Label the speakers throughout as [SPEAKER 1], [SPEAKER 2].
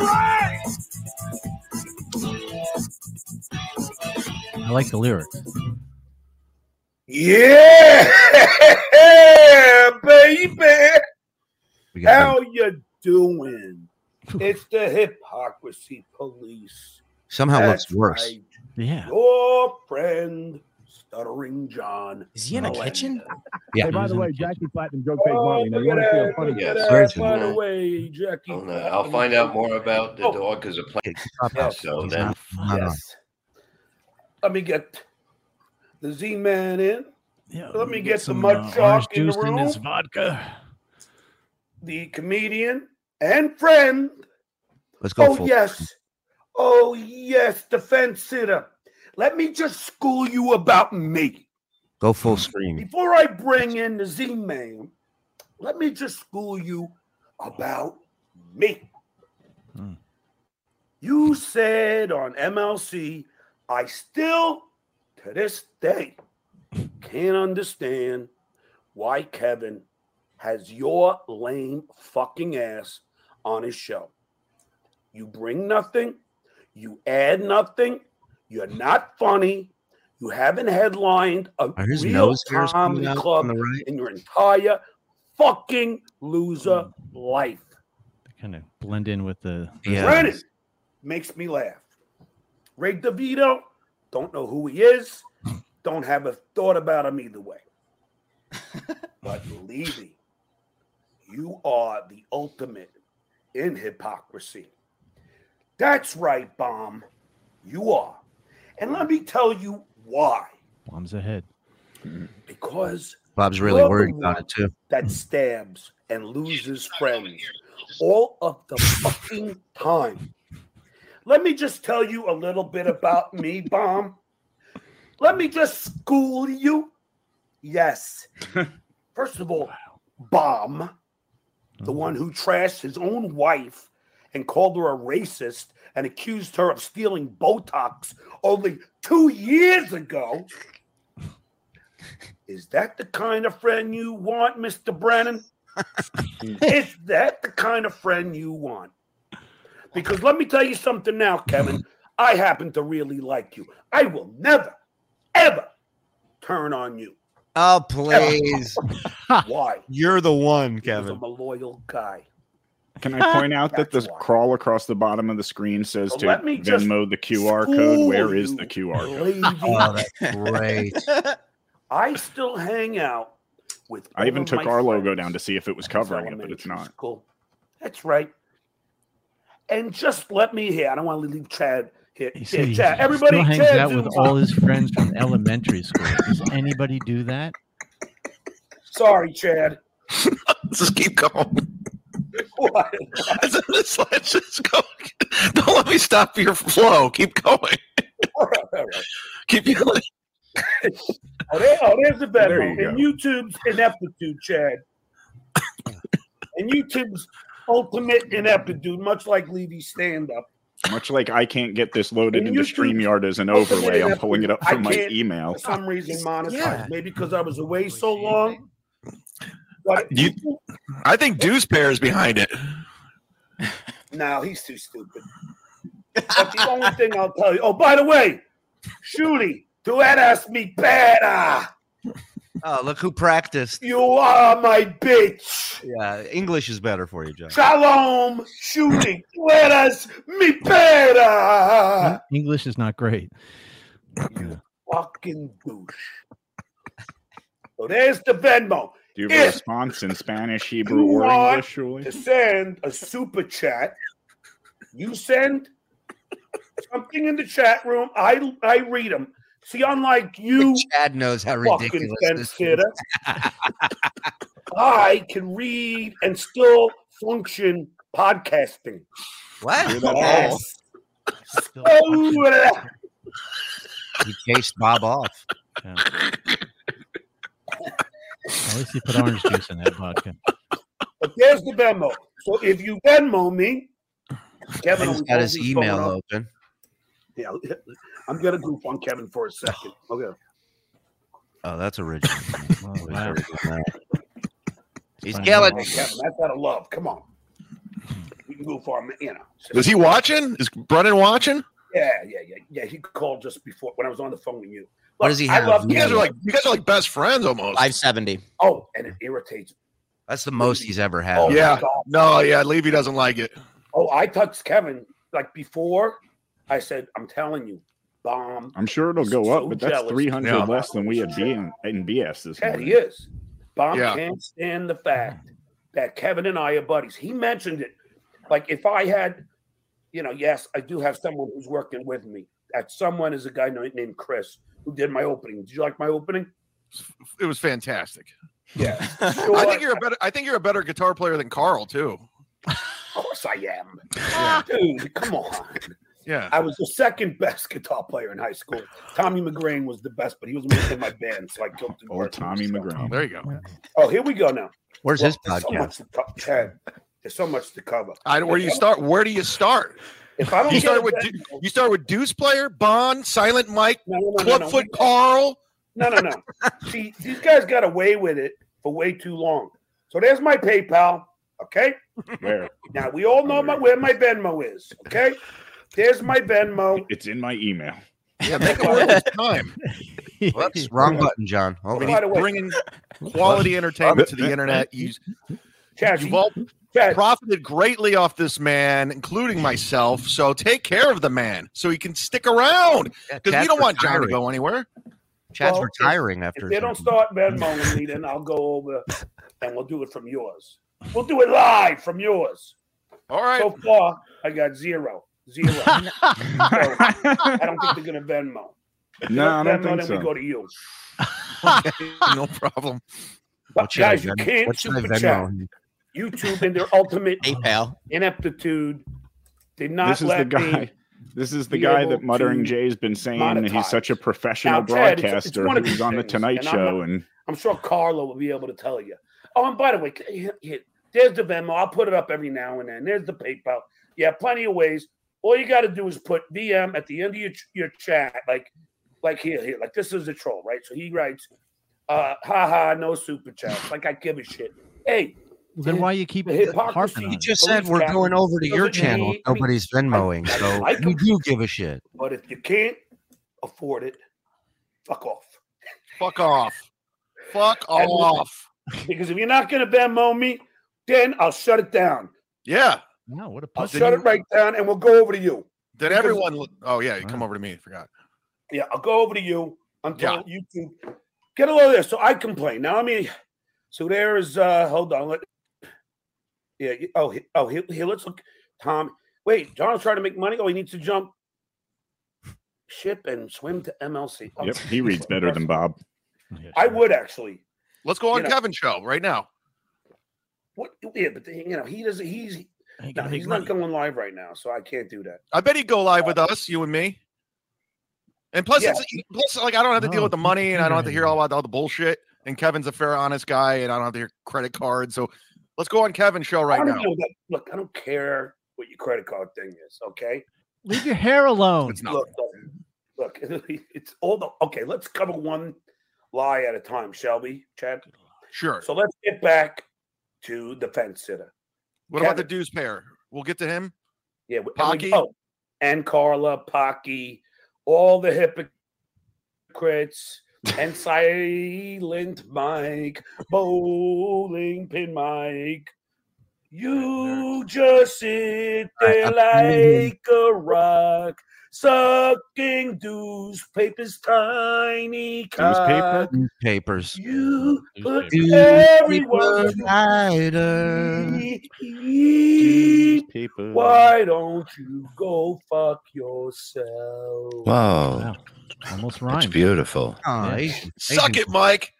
[SPEAKER 1] right.
[SPEAKER 2] I like the lyrics.
[SPEAKER 1] Yeah, baby.
[SPEAKER 2] We got
[SPEAKER 1] How you doing? It's the hypocrisy police.
[SPEAKER 3] Somehow
[SPEAKER 1] That's
[SPEAKER 3] looks worse.
[SPEAKER 1] right.
[SPEAKER 2] yeah.
[SPEAKER 1] Your friend, Stuttering John.
[SPEAKER 4] Is he in a
[SPEAKER 1] Melendez.
[SPEAKER 4] kitchen?
[SPEAKER 3] Yeah.
[SPEAKER 5] Hey, by the way, Jackie Platinum joke fake
[SPEAKER 1] Oh,
[SPEAKER 5] Marley. Now you want to see a funny?
[SPEAKER 1] look
[SPEAKER 6] Yeah,
[SPEAKER 1] at
[SPEAKER 6] it's
[SPEAKER 1] that.
[SPEAKER 3] very
[SPEAKER 1] By the
[SPEAKER 6] familiar.
[SPEAKER 1] way, Jackie.
[SPEAKER 4] Oh,
[SPEAKER 6] I don't know. I'll find out more about the
[SPEAKER 1] Oh.
[SPEAKER 6] dog as a plant.
[SPEAKER 3] Okay,
[SPEAKER 6] So
[SPEAKER 2] He's
[SPEAKER 6] then,
[SPEAKER 2] not fun.
[SPEAKER 3] Yes.
[SPEAKER 1] Let me get the Z Man in.
[SPEAKER 2] Yeah,
[SPEAKER 1] Let me get the
[SPEAKER 2] some,
[SPEAKER 1] mud
[SPEAKER 2] uh,
[SPEAKER 1] shark
[SPEAKER 2] orange
[SPEAKER 1] in the
[SPEAKER 2] juice in
[SPEAKER 1] room.
[SPEAKER 2] this vodka.
[SPEAKER 1] the comedian and friend.
[SPEAKER 3] Let's go.
[SPEAKER 1] Oh,
[SPEAKER 3] full.
[SPEAKER 1] yes. Oh, yes, the fence sitter. Let me just school you about me.
[SPEAKER 3] Go full screen.
[SPEAKER 1] Before I bring in the Z Man, let me just school you about me.
[SPEAKER 2] Hmm.
[SPEAKER 1] You said on MLC, I still, to this day, can't understand why Kevin has your lame fucking ass on his show. You bring nothing. You add nothing. You're not funny. You haven't headlined a
[SPEAKER 3] Are his
[SPEAKER 1] real
[SPEAKER 3] nose hairs coming
[SPEAKER 1] comedy
[SPEAKER 3] out on
[SPEAKER 1] club
[SPEAKER 3] the right?
[SPEAKER 1] in your entire fucking loser
[SPEAKER 3] Hmm.
[SPEAKER 1] life.
[SPEAKER 2] Kind of blend in with the. the
[SPEAKER 3] Yeah.
[SPEAKER 1] Brennan makes me laugh. Ray DeVito, don't know who he is. Don't have a thought about him either way. but Levy, you are the ultimate in hypocrisy. That's right, Bomb. You are. And let me tell you why.
[SPEAKER 2] Bombs ahead.
[SPEAKER 1] Because
[SPEAKER 3] Bob's really
[SPEAKER 1] You're the
[SPEAKER 3] worried
[SPEAKER 1] one
[SPEAKER 3] about it too. Hmm.
[SPEAKER 1] that stabs and loses friends all of the fucking time. Let me just tell you a little bit about me, Bomb. Let me just school you. Yes. First of all, Bomb, the
[SPEAKER 3] Mm-hmm.
[SPEAKER 1] one who trashed his own wife and called her a racist and accused her of stealing Botox only two years ago. Is that the kind of friend you want, Mr. Brennan? Is that the kind of friend you want? Because let me tell you something now, Kevin. I happen to really like you. I will never, ever turn on you.
[SPEAKER 3] Oh please!
[SPEAKER 1] Why?
[SPEAKER 7] You're the one,
[SPEAKER 1] Because
[SPEAKER 7] Kevin.
[SPEAKER 1] I'm a loyal guy.
[SPEAKER 8] Can I point out that the
[SPEAKER 1] That's why.
[SPEAKER 8] crawl across the bottom of the screen says
[SPEAKER 1] So
[SPEAKER 8] to
[SPEAKER 1] let me just
[SPEAKER 8] Venmo the QR
[SPEAKER 1] School
[SPEAKER 8] code? Where is
[SPEAKER 1] you,
[SPEAKER 8] the QR code?
[SPEAKER 1] lady.
[SPEAKER 3] Oh, that's great.
[SPEAKER 1] I still hang out with.
[SPEAKER 8] I even
[SPEAKER 1] all of
[SPEAKER 8] took
[SPEAKER 1] my
[SPEAKER 8] our logo
[SPEAKER 1] friends
[SPEAKER 8] down to see if it was
[SPEAKER 1] since
[SPEAKER 8] covering it, but it's
[SPEAKER 1] elementary
[SPEAKER 8] not.
[SPEAKER 1] School. That's right. And just let me hear. I don't want to leave Chad here.
[SPEAKER 2] He
[SPEAKER 1] Yeah,
[SPEAKER 2] said he
[SPEAKER 1] Chad,
[SPEAKER 2] still
[SPEAKER 1] everybody,
[SPEAKER 2] hangs
[SPEAKER 1] Chad
[SPEAKER 2] out with
[SPEAKER 1] Zumba.
[SPEAKER 2] all his friends from elementary school. Does anybody do that?
[SPEAKER 1] Sorry, Chad.
[SPEAKER 9] Let's just keep going.
[SPEAKER 1] What?
[SPEAKER 9] Let's, let's just go. Don't let me stop your flow. Keep going.
[SPEAKER 1] All right, all right.
[SPEAKER 9] Keep going.
[SPEAKER 1] Oh, there- oh, there's a better
[SPEAKER 8] There
[SPEAKER 1] one.
[SPEAKER 8] you
[SPEAKER 1] And YouTube's ineptitude, Chad. and YouTube's ultimate ineptitude, much like Levy's stand up.
[SPEAKER 8] Much like I can't get this loaded
[SPEAKER 1] Can
[SPEAKER 8] into
[SPEAKER 1] you do-
[SPEAKER 8] StreamYard as an
[SPEAKER 1] Open it
[SPEAKER 8] overlay, I'm
[SPEAKER 1] up.
[SPEAKER 8] pulling it up
[SPEAKER 1] I
[SPEAKER 8] from my
[SPEAKER 1] can't-
[SPEAKER 8] email.
[SPEAKER 1] For some reason, monetized.
[SPEAKER 4] yeah.
[SPEAKER 1] Maybe because I was away so long. But
[SPEAKER 9] You- I think Deuce Bear is behind it.
[SPEAKER 1] No, he's too stupid. But the only thing I'll tell you. Oh, by the way, Shooty, do that ask me better.
[SPEAKER 3] Oh, look who practiced.
[SPEAKER 1] You are my bitch.
[SPEAKER 3] Yeah, English is better for you, John.
[SPEAKER 1] Shalom, Shooty, let us me better.
[SPEAKER 2] English is not great.
[SPEAKER 1] Fucking douche. So there's the Venmo.
[SPEAKER 8] Do you
[SPEAKER 1] Yeah.
[SPEAKER 8] have a response in Spanish, Hebrew, or
[SPEAKER 1] What?
[SPEAKER 8] English, surely?
[SPEAKER 1] To send a super chat, you send something in the chat room. I I read them. See, unlike you,
[SPEAKER 3] Chad knows how
[SPEAKER 1] fucking
[SPEAKER 3] ridiculous
[SPEAKER 1] fence
[SPEAKER 3] this is.
[SPEAKER 1] sitter. I can read and still function podcasting.
[SPEAKER 3] What?
[SPEAKER 1] Yes.
[SPEAKER 2] Still fucking-
[SPEAKER 1] Oh, blah.
[SPEAKER 3] He chased Bob off.
[SPEAKER 2] Yeah. At least he put orange juice in that vodka.
[SPEAKER 1] but there's the Venmo. So if you Venmo me, Kevin
[SPEAKER 3] He's
[SPEAKER 1] will
[SPEAKER 3] got
[SPEAKER 1] hold
[SPEAKER 3] his
[SPEAKER 1] phone
[SPEAKER 3] email
[SPEAKER 1] up.
[SPEAKER 3] open.
[SPEAKER 1] Yeah, I'm gonna goof on Kevin for a second. Okay.
[SPEAKER 3] Oh, that's original.
[SPEAKER 2] Oh, wow.
[SPEAKER 3] He's
[SPEAKER 2] Fine.
[SPEAKER 3] killing
[SPEAKER 1] Hey, Kevin, that's out of love. Come on. we can goof on, you know. so-
[SPEAKER 9] Is he watching? Is Brennan watching?
[SPEAKER 1] Yeah, yeah, yeah, yeah. He called just before when I was on the phone with you.
[SPEAKER 3] What
[SPEAKER 1] Look,
[SPEAKER 3] does he
[SPEAKER 1] I
[SPEAKER 3] have?
[SPEAKER 1] love
[SPEAKER 9] You guys are like you guys are like best friends almost.
[SPEAKER 4] Five seventy.
[SPEAKER 1] oh, and it irritates. me.
[SPEAKER 3] That's the most he's ever had.
[SPEAKER 1] Oh, my
[SPEAKER 9] Yeah.
[SPEAKER 1] God.
[SPEAKER 9] no, yeah, Levy doesn't like it.
[SPEAKER 1] Oh, I touched Kevin like before. I said, I'm telling you, bomb.
[SPEAKER 8] I'm sure it'll go up,
[SPEAKER 1] So
[SPEAKER 8] but that's
[SPEAKER 1] jealous.
[SPEAKER 8] 300
[SPEAKER 9] Yeah.
[SPEAKER 8] less than we had been in BS this
[SPEAKER 1] Yeah, he
[SPEAKER 8] morning.
[SPEAKER 1] is. Bomb
[SPEAKER 9] Yeah.
[SPEAKER 1] can't stand the fact
[SPEAKER 3] Hmm.
[SPEAKER 1] that Kevin and I are buddies. He mentioned it. Like if I had, you know, yes, I do have someone who's working with me. That someone is a guy na- named Chris who did my opening. Did you like my opening?
[SPEAKER 9] It was fantastic.
[SPEAKER 1] Yeah.
[SPEAKER 9] I think you're a better I think you're a better guitar player than Carl too.
[SPEAKER 1] Of course I am. Dude, come on.
[SPEAKER 9] Yeah.
[SPEAKER 1] I was the second best guitar player in high school. Tommy McGrain was the best, but he was in my band, so I killed him.
[SPEAKER 8] Or Tommy McGrain.
[SPEAKER 9] There you go.
[SPEAKER 1] Oh, here we go now.
[SPEAKER 3] Where's
[SPEAKER 1] Well,
[SPEAKER 3] his
[SPEAKER 1] there's so
[SPEAKER 3] podcast?
[SPEAKER 1] much to co- Ted, there's so much to cover.
[SPEAKER 9] I, where do you start? Where do you start?
[SPEAKER 1] If I don't
[SPEAKER 9] You
[SPEAKER 1] get
[SPEAKER 9] start
[SPEAKER 1] a
[SPEAKER 9] with
[SPEAKER 1] band-
[SPEAKER 9] You start with Deuce Player, Bond, Silent Mike,
[SPEAKER 1] no, no, no, no, no.
[SPEAKER 9] Clubfoot Carl.
[SPEAKER 1] No, no, no. See, these guys got away with it for way too long. So there's my PayPal. Okay.
[SPEAKER 8] Where?
[SPEAKER 1] Now we all know my, where my Venmo is. Okay. There's my Venmo.
[SPEAKER 8] It's in my email.
[SPEAKER 9] Yeah, make it worth its time.
[SPEAKER 3] Whoops, wrong button, John.
[SPEAKER 9] I
[SPEAKER 3] Oh, Hold
[SPEAKER 9] mean,
[SPEAKER 3] on.
[SPEAKER 1] By the
[SPEAKER 9] he's
[SPEAKER 1] way-
[SPEAKER 9] bringing quality entertainment to the internet. You,
[SPEAKER 1] Chad,
[SPEAKER 9] you've all
[SPEAKER 1] Chad,
[SPEAKER 9] profited greatly off this man, including myself. So take care of the man so he can stick around
[SPEAKER 3] Yeah,
[SPEAKER 9] because we
[SPEAKER 3] Chad's
[SPEAKER 9] don't want John to
[SPEAKER 3] retiring.
[SPEAKER 9] go anywhere.
[SPEAKER 3] Chad's
[SPEAKER 1] Well, if-
[SPEAKER 3] retiring after.
[SPEAKER 1] if they don't
[SPEAKER 3] his-
[SPEAKER 1] start Venmoing me, then I'll go over and we'll do it from yours. We'll do it live from yours.
[SPEAKER 9] All right.
[SPEAKER 1] So far, I got zero. Zero. So, I don't think they're gonna Venmo. If they
[SPEAKER 8] No, I don't
[SPEAKER 1] Venmo,
[SPEAKER 8] think
[SPEAKER 1] then
[SPEAKER 8] so.
[SPEAKER 1] we go to you.
[SPEAKER 9] no problem.
[SPEAKER 1] But
[SPEAKER 3] What's your
[SPEAKER 1] guys, you
[SPEAKER 3] Venmo?
[SPEAKER 1] can't
[SPEAKER 3] What's your
[SPEAKER 1] super
[SPEAKER 3] Venmo?
[SPEAKER 1] chat. YouTube in their ultimate
[SPEAKER 4] PayPal.
[SPEAKER 1] ineptitude did not
[SPEAKER 8] This is
[SPEAKER 1] let
[SPEAKER 8] the
[SPEAKER 1] me.
[SPEAKER 8] guy. This is the
[SPEAKER 1] be
[SPEAKER 8] guy
[SPEAKER 1] able
[SPEAKER 8] that Muttering
[SPEAKER 1] to
[SPEAKER 8] Jay's been saying that he's
[SPEAKER 1] monetize.
[SPEAKER 8] such a professional
[SPEAKER 1] Now, Ted, it's- it's
[SPEAKER 8] broadcaster
[SPEAKER 1] one of
[SPEAKER 8] who's
[SPEAKER 1] these
[SPEAKER 8] on the
[SPEAKER 1] things,
[SPEAKER 8] Tonight
[SPEAKER 1] and I'm
[SPEAKER 8] Show.
[SPEAKER 1] not-
[SPEAKER 8] and
[SPEAKER 1] I'm sure Carlo will be able to tell you. Oh, and by the way, here- here, there's the Venmo. I'll put it up every now and then. There's the PayPal. Yeah, plenty of ways. All you got to do is put VM at the end of your, your chat, like, like here, here, like this is a troll, right? So he writes, uh, "Ha ha, no super chats." Like I give a shit. Hey,
[SPEAKER 2] Then why you keep
[SPEAKER 1] The hypocrisy-
[SPEAKER 2] harping on
[SPEAKER 3] You
[SPEAKER 2] it?
[SPEAKER 3] just
[SPEAKER 1] Police
[SPEAKER 3] said we're
[SPEAKER 1] cap-
[SPEAKER 3] going over to your
[SPEAKER 1] doesn't
[SPEAKER 3] channel.
[SPEAKER 1] need me.
[SPEAKER 3] Nobody's Venmoing, so
[SPEAKER 1] I
[SPEAKER 3] you
[SPEAKER 1] can-
[SPEAKER 3] do give a shit.
[SPEAKER 1] but if you can't afford it, fuck off.
[SPEAKER 9] Fuck off. Fuck off.
[SPEAKER 1] Because if you're not going to Venmo me, then I'll shut it down.
[SPEAKER 9] Yeah.
[SPEAKER 2] No, what a
[SPEAKER 1] I'll
[SPEAKER 2] pussy.
[SPEAKER 1] shut it right down, and we'll go over to you.
[SPEAKER 9] Then
[SPEAKER 1] Because-
[SPEAKER 9] everyone. Oh yeah, you come over to me. I forgot.
[SPEAKER 1] Yeah, I'll go over to you until YouTube get a load of this. So I complain. Now I mean, so there is uh hold on. Let, yeah, you- oh he- oh here, here let's look. Tom, wait, John's trying to make money. Oh, he needs to jump ship and swim to MLC. Oh,
[SPEAKER 8] yep, he reads better than Bob.
[SPEAKER 1] I would actually.
[SPEAKER 9] Let's go on
[SPEAKER 1] You know-
[SPEAKER 9] Kevin's show right now.
[SPEAKER 1] What yeah, but the, you know, he doesn't he's
[SPEAKER 2] Ain't
[SPEAKER 1] no,
[SPEAKER 2] gonna
[SPEAKER 1] he's
[SPEAKER 2] be
[SPEAKER 1] not
[SPEAKER 2] me.
[SPEAKER 1] going live right now, so I can't do that.
[SPEAKER 9] I bet he'd go live with us, you and me. And plus,
[SPEAKER 1] Uh, Yeah.
[SPEAKER 9] it's plus like I don't have to deal
[SPEAKER 2] No,
[SPEAKER 9] with the money, and I don't have to hear
[SPEAKER 2] figure it
[SPEAKER 9] all about all the bullshit. And Kevin's a fair, honest guy, and I don't have to hear credit cards. So let's go on Kevin's show
[SPEAKER 1] I
[SPEAKER 9] right
[SPEAKER 1] don't
[SPEAKER 9] now.
[SPEAKER 1] know that, look, I don't care what your credit card thing is, okay?
[SPEAKER 2] Leave your hair alone.
[SPEAKER 9] It's not.
[SPEAKER 1] Look, look, look, it's all the okay. Let's cover one lie at a time, shall we, Chad?
[SPEAKER 9] Sure.
[SPEAKER 1] So let's get back to the fence sitter.
[SPEAKER 9] What about the
[SPEAKER 1] Kevin.
[SPEAKER 9] deuce pair? We'll get to him.
[SPEAKER 1] Yeah, we- and we-
[SPEAKER 9] Pocky?
[SPEAKER 1] oh, and Carla Pocky, all the hypocrites, and silent Mike, bowling pin Mike. You just sit there like a rock, sucking newspapers, tiny
[SPEAKER 8] Newspaper?
[SPEAKER 1] cock.
[SPEAKER 3] Newspapers.
[SPEAKER 1] You put
[SPEAKER 3] Newspaper.
[SPEAKER 1] everyone to
[SPEAKER 3] Rider.
[SPEAKER 1] sleep.
[SPEAKER 8] Newspaper.
[SPEAKER 1] Why don't you go fuck yourself?
[SPEAKER 2] Wow.
[SPEAKER 7] Whoa,
[SPEAKER 2] Almost
[SPEAKER 7] it's
[SPEAKER 2] rhymed.
[SPEAKER 7] beautiful.
[SPEAKER 3] Aw, he's-
[SPEAKER 9] Suck it, Mike.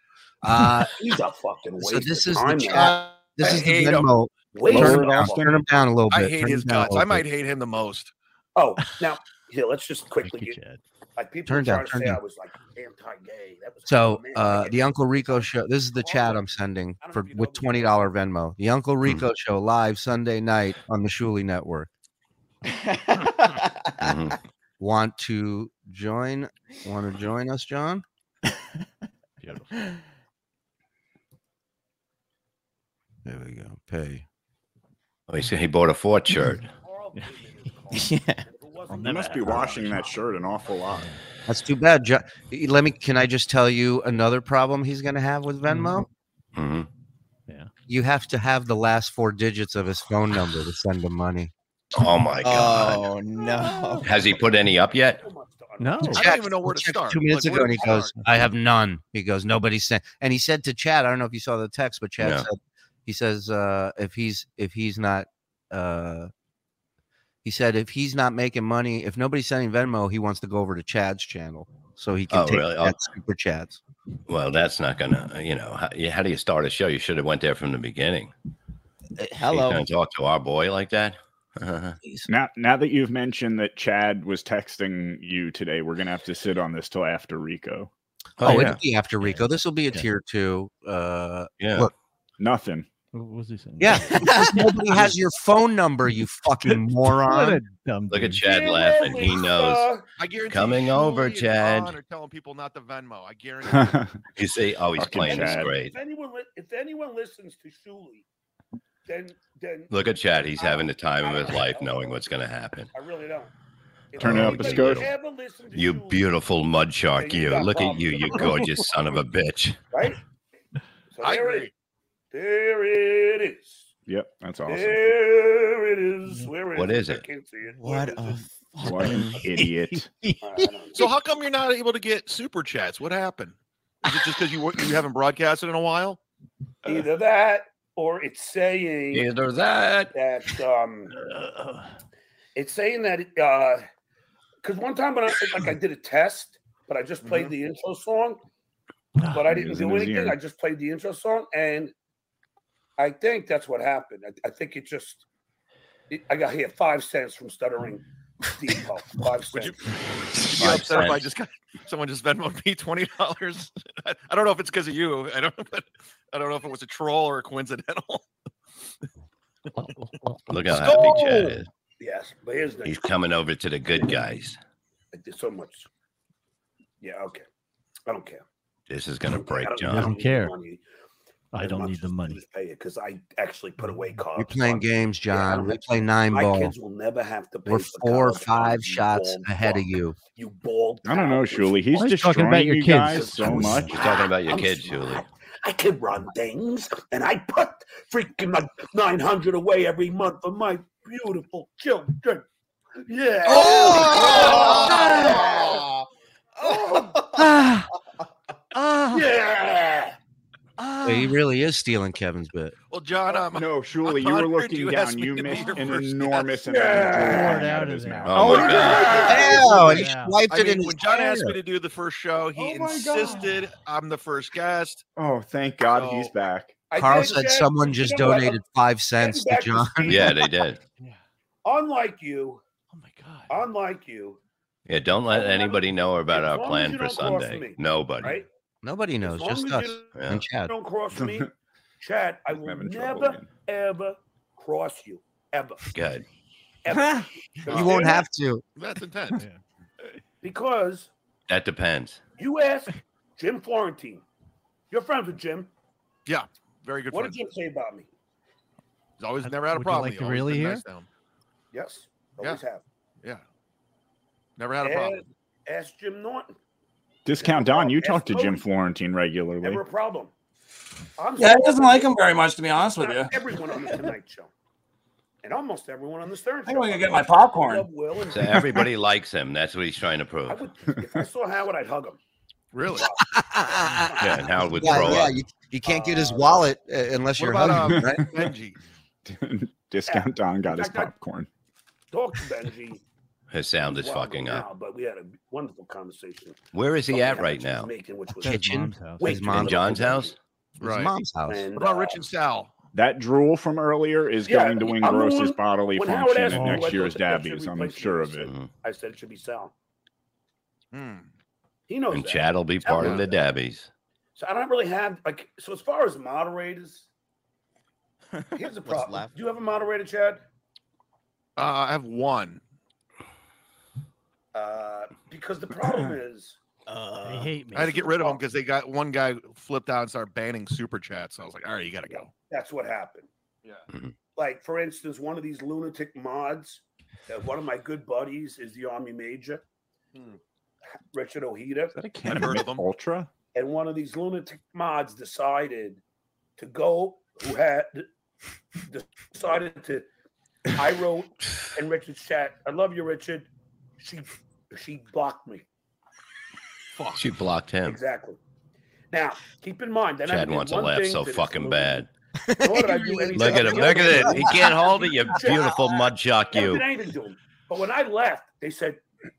[SPEAKER 3] Uh,
[SPEAKER 1] He's a fucking waste.
[SPEAKER 3] so this
[SPEAKER 1] of
[SPEAKER 3] is the
[SPEAKER 1] time, man.
[SPEAKER 3] chat. This
[SPEAKER 9] I
[SPEAKER 3] is the
[SPEAKER 9] hate him.
[SPEAKER 3] Venmo.
[SPEAKER 1] Waste
[SPEAKER 8] Lower
[SPEAKER 1] of
[SPEAKER 8] it
[SPEAKER 3] Turn,
[SPEAKER 8] down.
[SPEAKER 1] time.
[SPEAKER 3] him down. Turn him down a little
[SPEAKER 9] I
[SPEAKER 3] bit.
[SPEAKER 9] hate
[SPEAKER 3] Turn
[SPEAKER 9] his
[SPEAKER 3] him down a
[SPEAKER 9] guts. I
[SPEAKER 3] little bit.
[SPEAKER 9] might hate him the most.
[SPEAKER 1] Oh, now here, let's just
[SPEAKER 2] Thank
[SPEAKER 1] quickly
[SPEAKER 2] you,
[SPEAKER 1] get
[SPEAKER 2] Chad.
[SPEAKER 1] like people
[SPEAKER 3] Turn
[SPEAKER 1] were
[SPEAKER 3] down,
[SPEAKER 1] trying
[SPEAKER 3] turn
[SPEAKER 1] to say
[SPEAKER 3] down.
[SPEAKER 1] I was like anti-gay. That was
[SPEAKER 3] So
[SPEAKER 1] oh, man,
[SPEAKER 3] uh,
[SPEAKER 1] I-
[SPEAKER 3] the Uncle Rico show. This is the chat I'm
[SPEAKER 1] Oh,
[SPEAKER 3] sending
[SPEAKER 1] I don't know
[SPEAKER 3] for
[SPEAKER 1] if you know
[SPEAKER 3] with
[SPEAKER 1] this.
[SPEAKER 3] twenty dollar Venmo. The
[SPEAKER 1] Hmm.
[SPEAKER 3] Uncle Rico show live Sunday night on the Shuli Network.
[SPEAKER 7] Mhm.
[SPEAKER 4] Mm-hmm.
[SPEAKER 3] Want to join? Want to join us, John?
[SPEAKER 2] Beautiful.
[SPEAKER 3] There we go. Pay.
[SPEAKER 4] Oh, he said he bought a
[SPEAKER 3] Mm-hmm.
[SPEAKER 4] Ford shirt.
[SPEAKER 2] yeah.
[SPEAKER 8] You must be washing that shirt an awful lot.
[SPEAKER 3] That's too bad. Jo- Let me. Can I just tell you another problem he's going to have with Venmo?
[SPEAKER 4] hmm
[SPEAKER 3] You have to have the last four digits of his phone number to send him money.
[SPEAKER 4] Oh
[SPEAKER 1] Uh,
[SPEAKER 4] my God!
[SPEAKER 7] Oh no.
[SPEAKER 4] Has he put any up yet?
[SPEAKER 2] No.
[SPEAKER 3] He
[SPEAKER 9] I don't
[SPEAKER 3] checked-
[SPEAKER 9] even know where
[SPEAKER 3] he
[SPEAKER 9] to
[SPEAKER 3] checked
[SPEAKER 9] start.
[SPEAKER 3] Two minutes
[SPEAKER 9] Like, where
[SPEAKER 3] ago, and
[SPEAKER 9] to
[SPEAKER 3] he goes,
[SPEAKER 9] start?
[SPEAKER 3] "I have nobody." He goes, "Nobody sent." And he said to Chad, "I don't know if you saw the text, but Chad
[SPEAKER 4] No.
[SPEAKER 3] said, he says uh, if he's if he's not." Uh, he said if he's not making money, if nobody's sending Venmo, he wants to go over to Chad's channel so he can
[SPEAKER 4] Oh,
[SPEAKER 3] take
[SPEAKER 4] really? Oh.
[SPEAKER 3] that super chats.
[SPEAKER 4] Well, that's not gonna. You know, how, yeah, how do you start a show? You should have went there from the beginning. You
[SPEAKER 7] Hello.
[SPEAKER 4] gonna talk to our boy like that?
[SPEAKER 8] Now, now that you've mentioned that Chad was texting you today, we're gonna have to sit on this till after Rico.
[SPEAKER 3] Oh,
[SPEAKER 4] oh yeah,
[SPEAKER 3] it'll be after Rico. This will be a
[SPEAKER 2] Yeah.
[SPEAKER 3] tier two. Uh,
[SPEAKER 4] yeah.
[SPEAKER 3] look,
[SPEAKER 8] Nothing.
[SPEAKER 2] What was he saying?
[SPEAKER 3] Yeah, because nobody has your phone number, you fucking
[SPEAKER 2] What
[SPEAKER 3] moron.
[SPEAKER 2] a dumb
[SPEAKER 4] Look at
[SPEAKER 2] dude.
[SPEAKER 4] Chad laughing. He knows.
[SPEAKER 9] I guarantee
[SPEAKER 4] Coming
[SPEAKER 9] Shuli
[SPEAKER 4] over,
[SPEAKER 9] and
[SPEAKER 4] Chad.
[SPEAKER 9] Ron Are telling people not to Venmo. I guarantee.
[SPEAKER 4] You see, oh, he's
[SPEAKER 8] Fucking
[SPEAKER 4] playing this
[SPEAKER 8] Chad.
[SPEAKER 4] great.
[SPEAKER 1] If anyone, li- if anyone listens to Shuli, then then
[SPEAKER 4] Look at Chad. He's having the time of his life, knowing what's gonna happen.
[SPEAKER 1] I really don't. If
[SPEAKER 8] Turn
[SPEAKER 4] it up a
[SPEAKER 1] anybody
[SPEAKER 4] skirt.
[SPEAKER 1] ever listened to
[SPEAKER 4] You
[SPEAKER 1] Shuli,
[SPEAKER 4] beautiful mud shark,
[SPEAKER 1] Yeah, you
[SPEAKER 4] you.
[SPEAKER 1] got
[SPEAKER 4] Look at
[SPEAKER 1] problems.
[SPEAKER 4] you, you gorgeous son of a bitch.
[SPEAKER 1] right? So
[SPEAKER 9] I
[SPEAKER 1] there
[SPEAKER 9] agree.
[SPEAKER 1] It, there it is.
[SPEAKER 8] yep, that's awesome.
[SPEAKER 1] There it
[SPEAKER 9] Mm-hmm.
[SPEAKER 1] is. Where is
[SPEAKER 4] What
[SPEAKER 1] it?
[SPEAKER 4] is
[SPEAKER 1] I
[SPEAKER 4] it?
[SPEAKER 1] can't see it. Where
[SPEAKER 7] What
[SPEAKER 1] is
[SPEAKER 7] a
[SPEAKER 1] it?
[SPEAKER 8] What an
[SPEAKER 7] fucking
[SPEAKER 8] idiot.
[SPEAKER 1] I don't know.
[SPEAKER 9] So how come you're not able to get super chats? What happened? Is it just because you weren't- you haven't broadcasted in a while?
[SPEAKER 1] Either that, or it's saying
[SPEAKER 4] Either that.
[SPEAKER 1] that um, it's saying that because one time when I like I did a test, but I just played the intro song, but I didn't
[SPEAKER 8] Using
[SPEAKER 1] do
[SPEAKER 8] his
[SPEAKER 1] anything.
[SPEAKER 8] ear.
[SPEAKER 1] I just played the intro song, and I think that's what happened. I, I think it just it, I got here five cents from stuttering. Depot, five
[SPEAKER 9] Would
[SPEAKER 1] cents.
[SPEAKER 9] you, would you be
[SPEAKER 4] Five
[SPEAKER 9] upset if I
[SPEAKER 4] cents.
[SPEAKER 9] just got someone just Venmoed me twenty dollars? I I don't know if it's because of you. I don't. But I don't know if it was a troll or a coincidental.
[SPEAKER 4] Look how happy Chad is.
[SPEAKER 1] Yes, but here's the
[SPEAKER 4] He's coming over to the good guys.
[SPEAKER 1] I did so much. Yeah, okay. I don't care.
[SPEAKER 4] This is gonna
[SPEAKER 1] I don't-
[SPEAKER 4] break,
[SPEAKER 1] I don't-
[SPEAKER 4] John.
[SPEAKER 2] Don't care.
[SPEAKER 1] money
[SPEAKER 2] I
[SPEAKER 1] as
[SPEAKER 2] don't
[SPEAKER 1] much
[SPEAKER 2] need the
[SPEAKER 1] as I
[SPEAKER 2] money.
[SPEAKER 1] just Pay it because I actually put away
[SPEAKER 8] Oh,
[SPEAKER 1] cars.
[SPEAKER 3] You're playing games,
[SPEAKER 1] Yeah, I
[SPEAKER 3] John.
[SPEAKER 1] don't
[SPEAKER 3] We
[SPEAKER 1] have
[SPEAKER 3] play nine
[SPEAKER 1] My
[SPEAKER 3] ball.
[SPEAKER 1] kids will never have to pay.
[SPEAKER 3] We're
[SPEAKER 1] for
[SPEAKER 3] four or
[SPEAKER 1] college
[SPEAKER 3] five
[SPEAKER 1] loans, you
[SPEAKER 3] shots
[SPEAKER 1] bald
[SPEAKER 3] ahead of
[SPEAKER 1] fuck.
[SPEAKER 3] you.
[SPEAKER 1] You bald.
[SPEAKER 8] I don't know,
[SPEAKER 1] cow.
[SPEAKER 8] Shuli. He's
[SPEAKER 2] Why are you
[SPEAKER 8] destroying
[SPEAKER 2] talking about your
[SPEAKER 8] you
[SPEAKER 2] kids?
[SPEAKER 8] guys so much.
[SPEAKER 4] You're talking about your
[SPEAKER 1] I'm
[SPEAKER 4] kids,
[SPEAKER 1] smart.
[SPEAKER 4] Julie.
[SPEAKER 1] I can run things, and I put freaking like nine hundred away every month for my beautiful children.
[SPEAKER 9] Oh,
[SPEAKER 1] Yeah.
[SPEAKER 10] Oh!
[SPEAKER 1] Yeah.
[SPEAKER 7] Oh!
[SPEAKER 2] Ah,
[SPEAKER 9] Oh.
[SPEAKER 2] ah,
[SPEAKER 1] yeah.
[SPEAKER 2] ah.
[SPEAKER 3] He really is stealing Kevin's bit.
[SPEAKER 9] Well, John, um,
[SPEAKER 8] Uh, No, Shuli, you were
[SPEAKER 9] honored
[SPEAKER 8] looking
[SPEAKER 9] you asked
[SPEAKER 8] down.
[SPEAKER 9] me
[SPEAKER 8] You
[SPEAKER 9] to be
[SPEAKER 8] missed
[SPEAKER 9] your
[SPEAKER 8] an
[SPEAKER 9] first
[SPEAKER 8] enormous
[SPEAKER 1] guest.
[SPEAKER 8] amount
[SPEAKER 1] Yeah.
[SPEAKER 8] of
[SPEAKER 2] Poured out
[SPEAKER 8] blood out of
[SPEAKER 2] of
[SPEAKER 8] his
[SPEAKER 2] there.
[SPEAKER 8] mouth.
[SPEAKER 4] Oh my God.
[SPEAKER 3] Ew, and he
[SPEAKER 2] Yeah.
[SPEAKER 3] wiped
[SPEAKER 9] I
[SPEAKER 3] it
[SPEAKER 9] mean,
[SPEAKER 3] in
[SPEAKER 9] when
[SPEAKER 3] his
[SPEAKER 9] John asked
[SPEAKER 3] hair.
[SPEAKER 9] me to do the first show, he
[SPEAKER 1] Oh my God.
[SPEAKER 9] insisted I'm the first guest.
[SPEAKER 8] Oh, thank God he's
[SPEAKER 9] So-
[SPEAKER 8] back.
[SPEAKER 1] I
[SPEAKER 3] Carl
[SPEAKER 1] did
[SPEAKER 3] said
[SPEAKER 1] that.
[SPEAKER 3] someone
[SPEAKER 1] You
[SPEAKER 3] just
[SPEAKER 1] know what?
[SPEAKER 3] donated five cents to
[SPEAKER 1] back to
[SPEAKER 3] John.
[SPEAKER 1] Steve.
[SPEAKER 4] Yeah, they did.
[SPEAKER 1] Unlike you,
[SPEAKER 2] Oh my god.
[SPEAKER 1] unlike you,
[SPEAKER 4] Yeah, don't let
[SPEAKER 1] As long as-
[SPEAKER 4] anybody know about
[SPEAKER 1] as
[SPEAKER 4] our
[SPEAKER 1] long as
[SPEAKER 4] plan
[SPEAKER 1] you
[SPEAKER 4] for
[SPEAKER 1] don't cross
[SPEAKER 4] Sunday.
[SPEAKER 1] me,
[SPEAKER 4] Nobody.
[SPEAKER 1] right?
[SPEAKER 3] Nobody knows,
[SPEAKER 1] as
[SPEAKER 3] just
[SPEAKER 1] long as
[SPEAKER 3] us
[SPEAKER 1] you
[SPEAKER 4] Yeah.
[SPEAKER 3] and Chad.
[SPEAKER 1] don't cross me, Chad, I
[SPEAKER 8] I'm
[SPEAKER 1] will
[SPEAKER 8] having trouble
[SPEAKER 1] never
[SPEAKER 8] again.
[SPEAKER 1] ever cross you, ever,
[SPEAKER 4] Good.
[SPEAKER 1] ever.
[SPEAKER 3] You won't have to.
[SPEAKER 9] That's intense.
[SPEAKER 1] because
[SPEAKER 4] That depends.
[SPEAKER 1] you asked Jim Florentine. You're friends with Jim.
[SPEAKER 9] Very good
[SPEAKER 1] what
[SPEAKER 9] friend.
[SPEAKER 1] did Jim say about me?
[SPEAKER 9] He's always never had
[SPEAKER 2] Uh,
[SPEAKER 9] a
[SPEAKER 2] Would you
[SPEAKER 9] problem.
[SPEAKER 2] like
[SPEAKER 9] He's
[SPEAKER 2] to
[SPEAKER 9] always
[SPEAKER 2] really
[SPEAKER 9] been
[SPEAKER 2] hear?
[SPEAKER 9] nice to him.
[SPEAKER 1] Yes, always have.
[SPEAKER 9] Yeah. Never had a problem.
[SPEAKER 1] Ask, ask Jim Norton.
[SPEAKER 8] Discount Don, you talk to Jim
[SPEAKER 1] Modi.
[SPEAKER 8] Florentine regularly.
[SPEAKER 1] Never a problem. I'm
[SPEAKER 7] Yeah,
[SPEAKER 1] sorry,
[SPEAKER 7] he doesn't like him very much, to be honest with
[SPEAKER 1] not
[SPEAKER 7] you.
[SPEAKER 1] Everyone on the Tonight Show, and almost everyone on the Stern Show.
[SPEAKER 7] I'm going to get my popcorn.
[SPEAKER 1] Love Will and
[SPEAKER 4] So everybody likes him. That's what he's trying to prove.
[SPEAKER 1] I would, if I saw Howard, I'd hug him.
[SPEAKER 9] Really?
[SPEAKER 4] Yeah, and Howard would
[SPEAKER 3] Yeah,
[SPEAKER 4] throw
[SPEAKER 3] yeah,
[SPEAKER 4] up.
[SPEAKER 3] you, you can't get his
[SPEAKER 1] Uh,
[SPEAKER 3] wallet uh, unless
[SPEAKER 9] what
[SPEAKER 3] you're
[SPEAKER 9] about,
[SPEAKER 3] hungry,
[SPEAKER 9] um,
[SPEAKER 3] right?
[SPEAKER 9] Benji.
[SPEAKER 8] Discount Don got his popcorn.
[SPEAKER 1] Talk to Benji.
[SPEAKER 4] His sound is
[SPEAKER 1] Well,
[SPEAKER 4] fucking up.
[SPEAKER 1] now, But we had a wonderful conversation.
[SPEAKER 4] Where is he
[SPEAKER 1] Something
[SPEAKER 4] at
[SPEAKER 1] that
[SPEAKER 4] right
[SPEAKER 1] she's
[SPEAKER 4] now?
[SPEAKER 1] Making, which was
[SPEAKER 2] That's
[SPEAKER 3] Kitchen.
[SPEAKER 2] mom's house.
[SPEAKER 1] way
[SPEAKER 3] His
[SPEAKER 1] too
[SPEAKER 3] mom-
[SPEAKER 1] little
[SPEAKER 4] John's
[SPEAKER 1] for Benji.
[SPEAKER 4] house?
[SPEAKER 3] His
[SPEAKER 9] Right.
[SPEAKER 3] mom's house.
[SPEAKER 1] And,
[SPEAKER 9] What about
[SPEAKER 1] uh,
[SPEAKER 9] Rich and Sal?
[SPEAKER 8] That drool from earlier is
[SPEAKER 1] Yeah,
[SPEAKER 8] going to win
[SPEAKER 1] I'm the
[SPEAKER 8] grossest
[SPEAKER 1] one-
[SPEAKER 8] bodily
[SPEAKER 1] when Howard
[SPEAKER 8] function
[SPEAKER 1] asked
[SPEAKER 8] at
[SPEAKER 1] me, I
[SPEAKER 8] next year's
[SPEAKER 1] thought that should
[SPEAKER 8] Dabbies. I'm
[SPEAKER 1] replace
[SPEAKER 8] sure of
[SPEAKER 1] Nicholson.
[SPEAKER 8] it.
[SPEAKER 4] Mhm.
[SPEAKER 1] I said it should be Sal.
[SPEAKER 9] Hmm.
[SPEAKER 1] He knows
[SPEAKER 4] And
[SPEAKER 1] that.
[SPEAKER 4] Chad will be
[SPEAKER 1] Tell
[SPEAKER 4] part of
[SPEAKER 1] him.
[SPEAKER 4] the dabbies.
[SPEAKER 1] So I don't really have like. So as far as moderators, here's the
[SPEAKER 7] What's
[SPEAKER 1] problem.
[SPEAKER 7] left?
[SPEAKER 1] Do you have a moderator, Chad?
[SPEAKER 9] Uh, I have one.
[SPEAKER 1] Uh, because the problem is, uh,
[SPEAKER 2] They hate me.
[SPEAKER 9] Uh, I had to get rid of them because they got one guy flipped out and started banning super chats. So I was like, all right, you got to go.
[SPEAKER 1] that's what happened.
[SPEAKER 9] Yeah.
[SPEAKER 4] Mhm.
[SPEAKER 1] like for instance, one of these lunatic mods, uh, one of my good buddies is the Army Major, Richard Ojeda.
[SPEAKER 8] that a candidate Ultra?
[SPEAKER 1] and one of these lunatic mods decided to go who had decided to I wrote in Richard's chat, I love you, Richard. She she blocked me.
[SPEAKER 4] She blocked him.
[SPEAKER 1] Exactly. Now, keep in mind that I
[SPEAKER 4] Chad
[SPEAKER 1] did
[SPEAKER 4] wants a
[SPEAKER 1] one
[SPEAKER 4] laugh
[SPEAKER 1] thing
[SPEAKER 4] so
[SPEAKER 1] to this
[SPEAKER 4] fucking
[SPEAKER 1] lunatic-
[SPEAKER 4] bad.
[SPEAKER 1] Nor did I do anything.
[SPEAKER 4] Look at him. Look at it. He can't hold it, you
[SPEAKER 1] Chad,
[SPEAKER 4] beautiful mud jock,
[SPEAKER 1] I didn't
[SPEAKER 4] you.
[SPEAKER 1] do anything to him. But when I left, they said,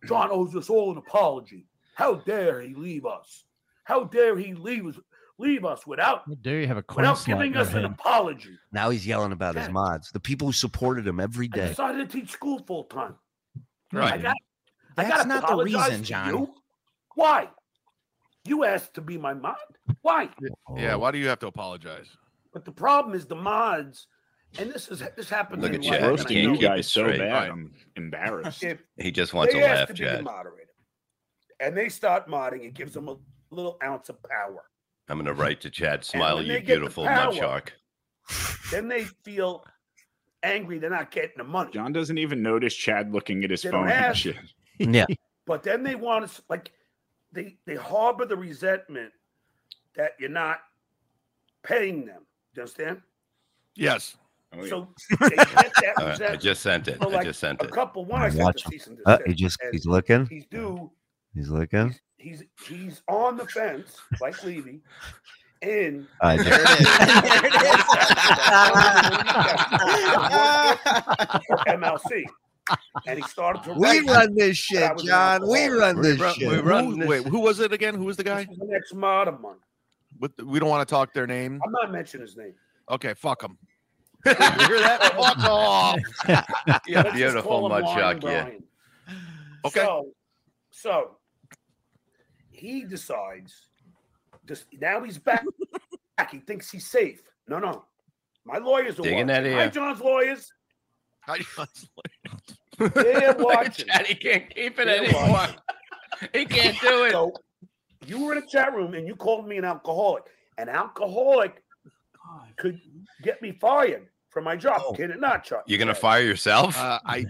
[SPEAKER 1] John owes us all an apology. How dare he leave us? How dare he leave us leave us without
[SPEAKER 2] How dare you have a coin
[SPEAKER 1] without
[SPEAKER 2] slot in
[SPEAKER 1] giving
[SPEAKER 2] your
[SPEAKER 1] us an
[SPEAKER 2] head?
[SPEAKER 1] apology.
[SPEAKER 3] Now he's yelling about his
[SPEAKER 1] Yeah.
[SPEAKER 3] mods. The people who supported him every
[SPEAKER 1] I
[SPEAKER 3] day.
[SPEAKER 1] decided to teach school full time. I
[SPEAKER 4] Right.
[SPEAKER 1] got, I
[SPEAKER 3] That's
[SPEAKER 1] got
[SPEAKER 3] not the reason, John.
[SPEAKER 1] Why? You asked to be my mod. Why?
[SPEAKER 9] Yeah. Why do you have to apologize?
[SPEAKER 1] But the problem is the mods, and this is this happens.
[SPEAKER 4] Look
[SPEAKER 1] in
[SPEAKER 4] at
[SPEAKER 1] life,
[SPEAKER 4] Chad.
[SPEAKER 1] and I
[SPEAKER 4] Roasting
[SPEAKER 8] Roasting
[SPEAKER 1] know
[SPEAKER 8] you
[SPEAKER 4] keep it
[SPEAKER 8] guys so
[SPEAKER 4] straight.
[SPEAKER 8] bad,
[SPEAKER 9] Right.
[SPEAKER 8] I'm embarrassed.
[SPEAKER 1] If
[SPEAKER 4] He just wants
[SPEAKER 1] they
[SPEAKER 4] a
[SPEAKER 1] ask
[SPEAKER 4] laugh,
[SPEAKER 1] to be the
[SPEAKER 4] Chad.
[SPEAKER 1] moderator, and they start modding, it gives them a little ounce of power.
[SPEAKER 4] I'm gonna write to Chad.
[SPEAKER 1] And
[SPEAKER 4] Smile,
[SPEAKER 1] when
[SPEAKER 4] you
[SPEAKER 1] they get the
[SPEAKER 4] beautiful mud
[SPEAKER 1] power-
[SPEAKER 4] shark.
[SPEAKER 1] Then they feel angry they're not getting the money.
[SPEAKER 8] John doesn't even notice Chad looking at his
[SPEAKER 1] They don't
[SPEAKER 8] phone and
[SPEAKER 1] ask.
[SPEAKER 8] shit.
[SPEAKER 3] Yeah.
[SPEAKER 1] But then they want us like they they harbor the resentment that you're not paying them. Do you understand?
[SPEAKER 9] Yes.
[SPEAKER 8] Oh, yeah.
[SPEAKER 1] So they get that
[SPEAKER 4] All right, I
[SPEAKER 1] resentment.
[SPEAKER 4] just sent it.
[SPEAKER 1] So,
[SPEAKER 4] I
[SPEAKER 1] like,
[SPEAKER 4] just sent
[SPEAKER 1] a
[SPEAKER 4] it.
[SPEAKER 1] couple one I
[SPEAKER 3] I'm
[SPEAKER 1] sent
[SPEAKER 3] watching.
[SPEAKER 1] the cease and
[SPEAKER 3] Uh,
[SPEAKER 1] desist.
[SPEAKER 3] he just
[SPEAKER 1] and
[SPEAKER 3] he's looking.
[SPEAKER 1] he's due.
[SPEAKER 3] He's looking.
[SPEAKER 1] He's he's on the fence like Levy, and
[SPEAKER 3] I
[SPEAKER 4] There it is.
[SPEAKER 1] MLC, and he started to
[SPEAKER 3] we
[SPEAKER 1] write.
[SPEAKER 3] run this
[SPEAKER 1] I
[SPEAKER 3] shit,
[SPEAKER 1] was an
[SPEAKER 3] John. We
[SPEAKER 1] alcoholic.
[SPEAKER 3] run this
[SPEAKER 9] Ru-
[SPEAKER 3] shit.
[SPEAKER 9] we run-
[SPEAKER 4] Who-
[SPEAKER 9] wait, who was it again? Who was the
[SPEAKER 1] This
[SPEAKER 9] guy?
[SPEAKER 1] was the next mod of mine.
[SPEAKER 9] With we don't want to talk their name.
[SPEAKER 1] I'm not mentioning his name.
[SPEAKER 9] Okay, fuck him. you hear that? Fuck
[SPEAKER 4] Oh,
[SPEAKER 9] off.
[SPEAKER 4] Yeah,
[SPEAKER 1] Let's just
[SPEAKER 4] beautiful
[SPEAKER 1] call him
[SPEAKER 4] mud
[SPEAKER 1] Warren
[SPEAKER 4] shark, yeah.
[SPEAKER 1] Bryant.
[SPEAKER 9] Okay.
[SPEAKER 1] So, so he decides. Just now he's back. back. He thinks he's safe. No, no. My lawyers are watching.
[SPEAKER 4] Digging that
[SPEAKER 1] Hi,
[SPEAKER 4] ear.
[SPEAKER 1] John's lawyers.
[SPEAKER 9] How you- Look
[SPEAKER 1] They're
[SPEAKER 4] Look at
[SPEAKER 1] watching.
[SPEAKER 4] Chad, he can't keep it
[SPEAKER 1] They're
[SPEAKER 4] anymore.
[SPEAKER 1] watching.
[SPEAKER 4] He can't do it.
[SPEAKER 1] So you were in a chat room and you called me an alcoholic. An alcoholic could get me fired from my job.
[SPEAKER 3] Oh.
[SPEAKER 1] Can it not, Chuck?
[SPEAKER 4] You're gonna fire yourself?
[SPEAKER 9] Uh, I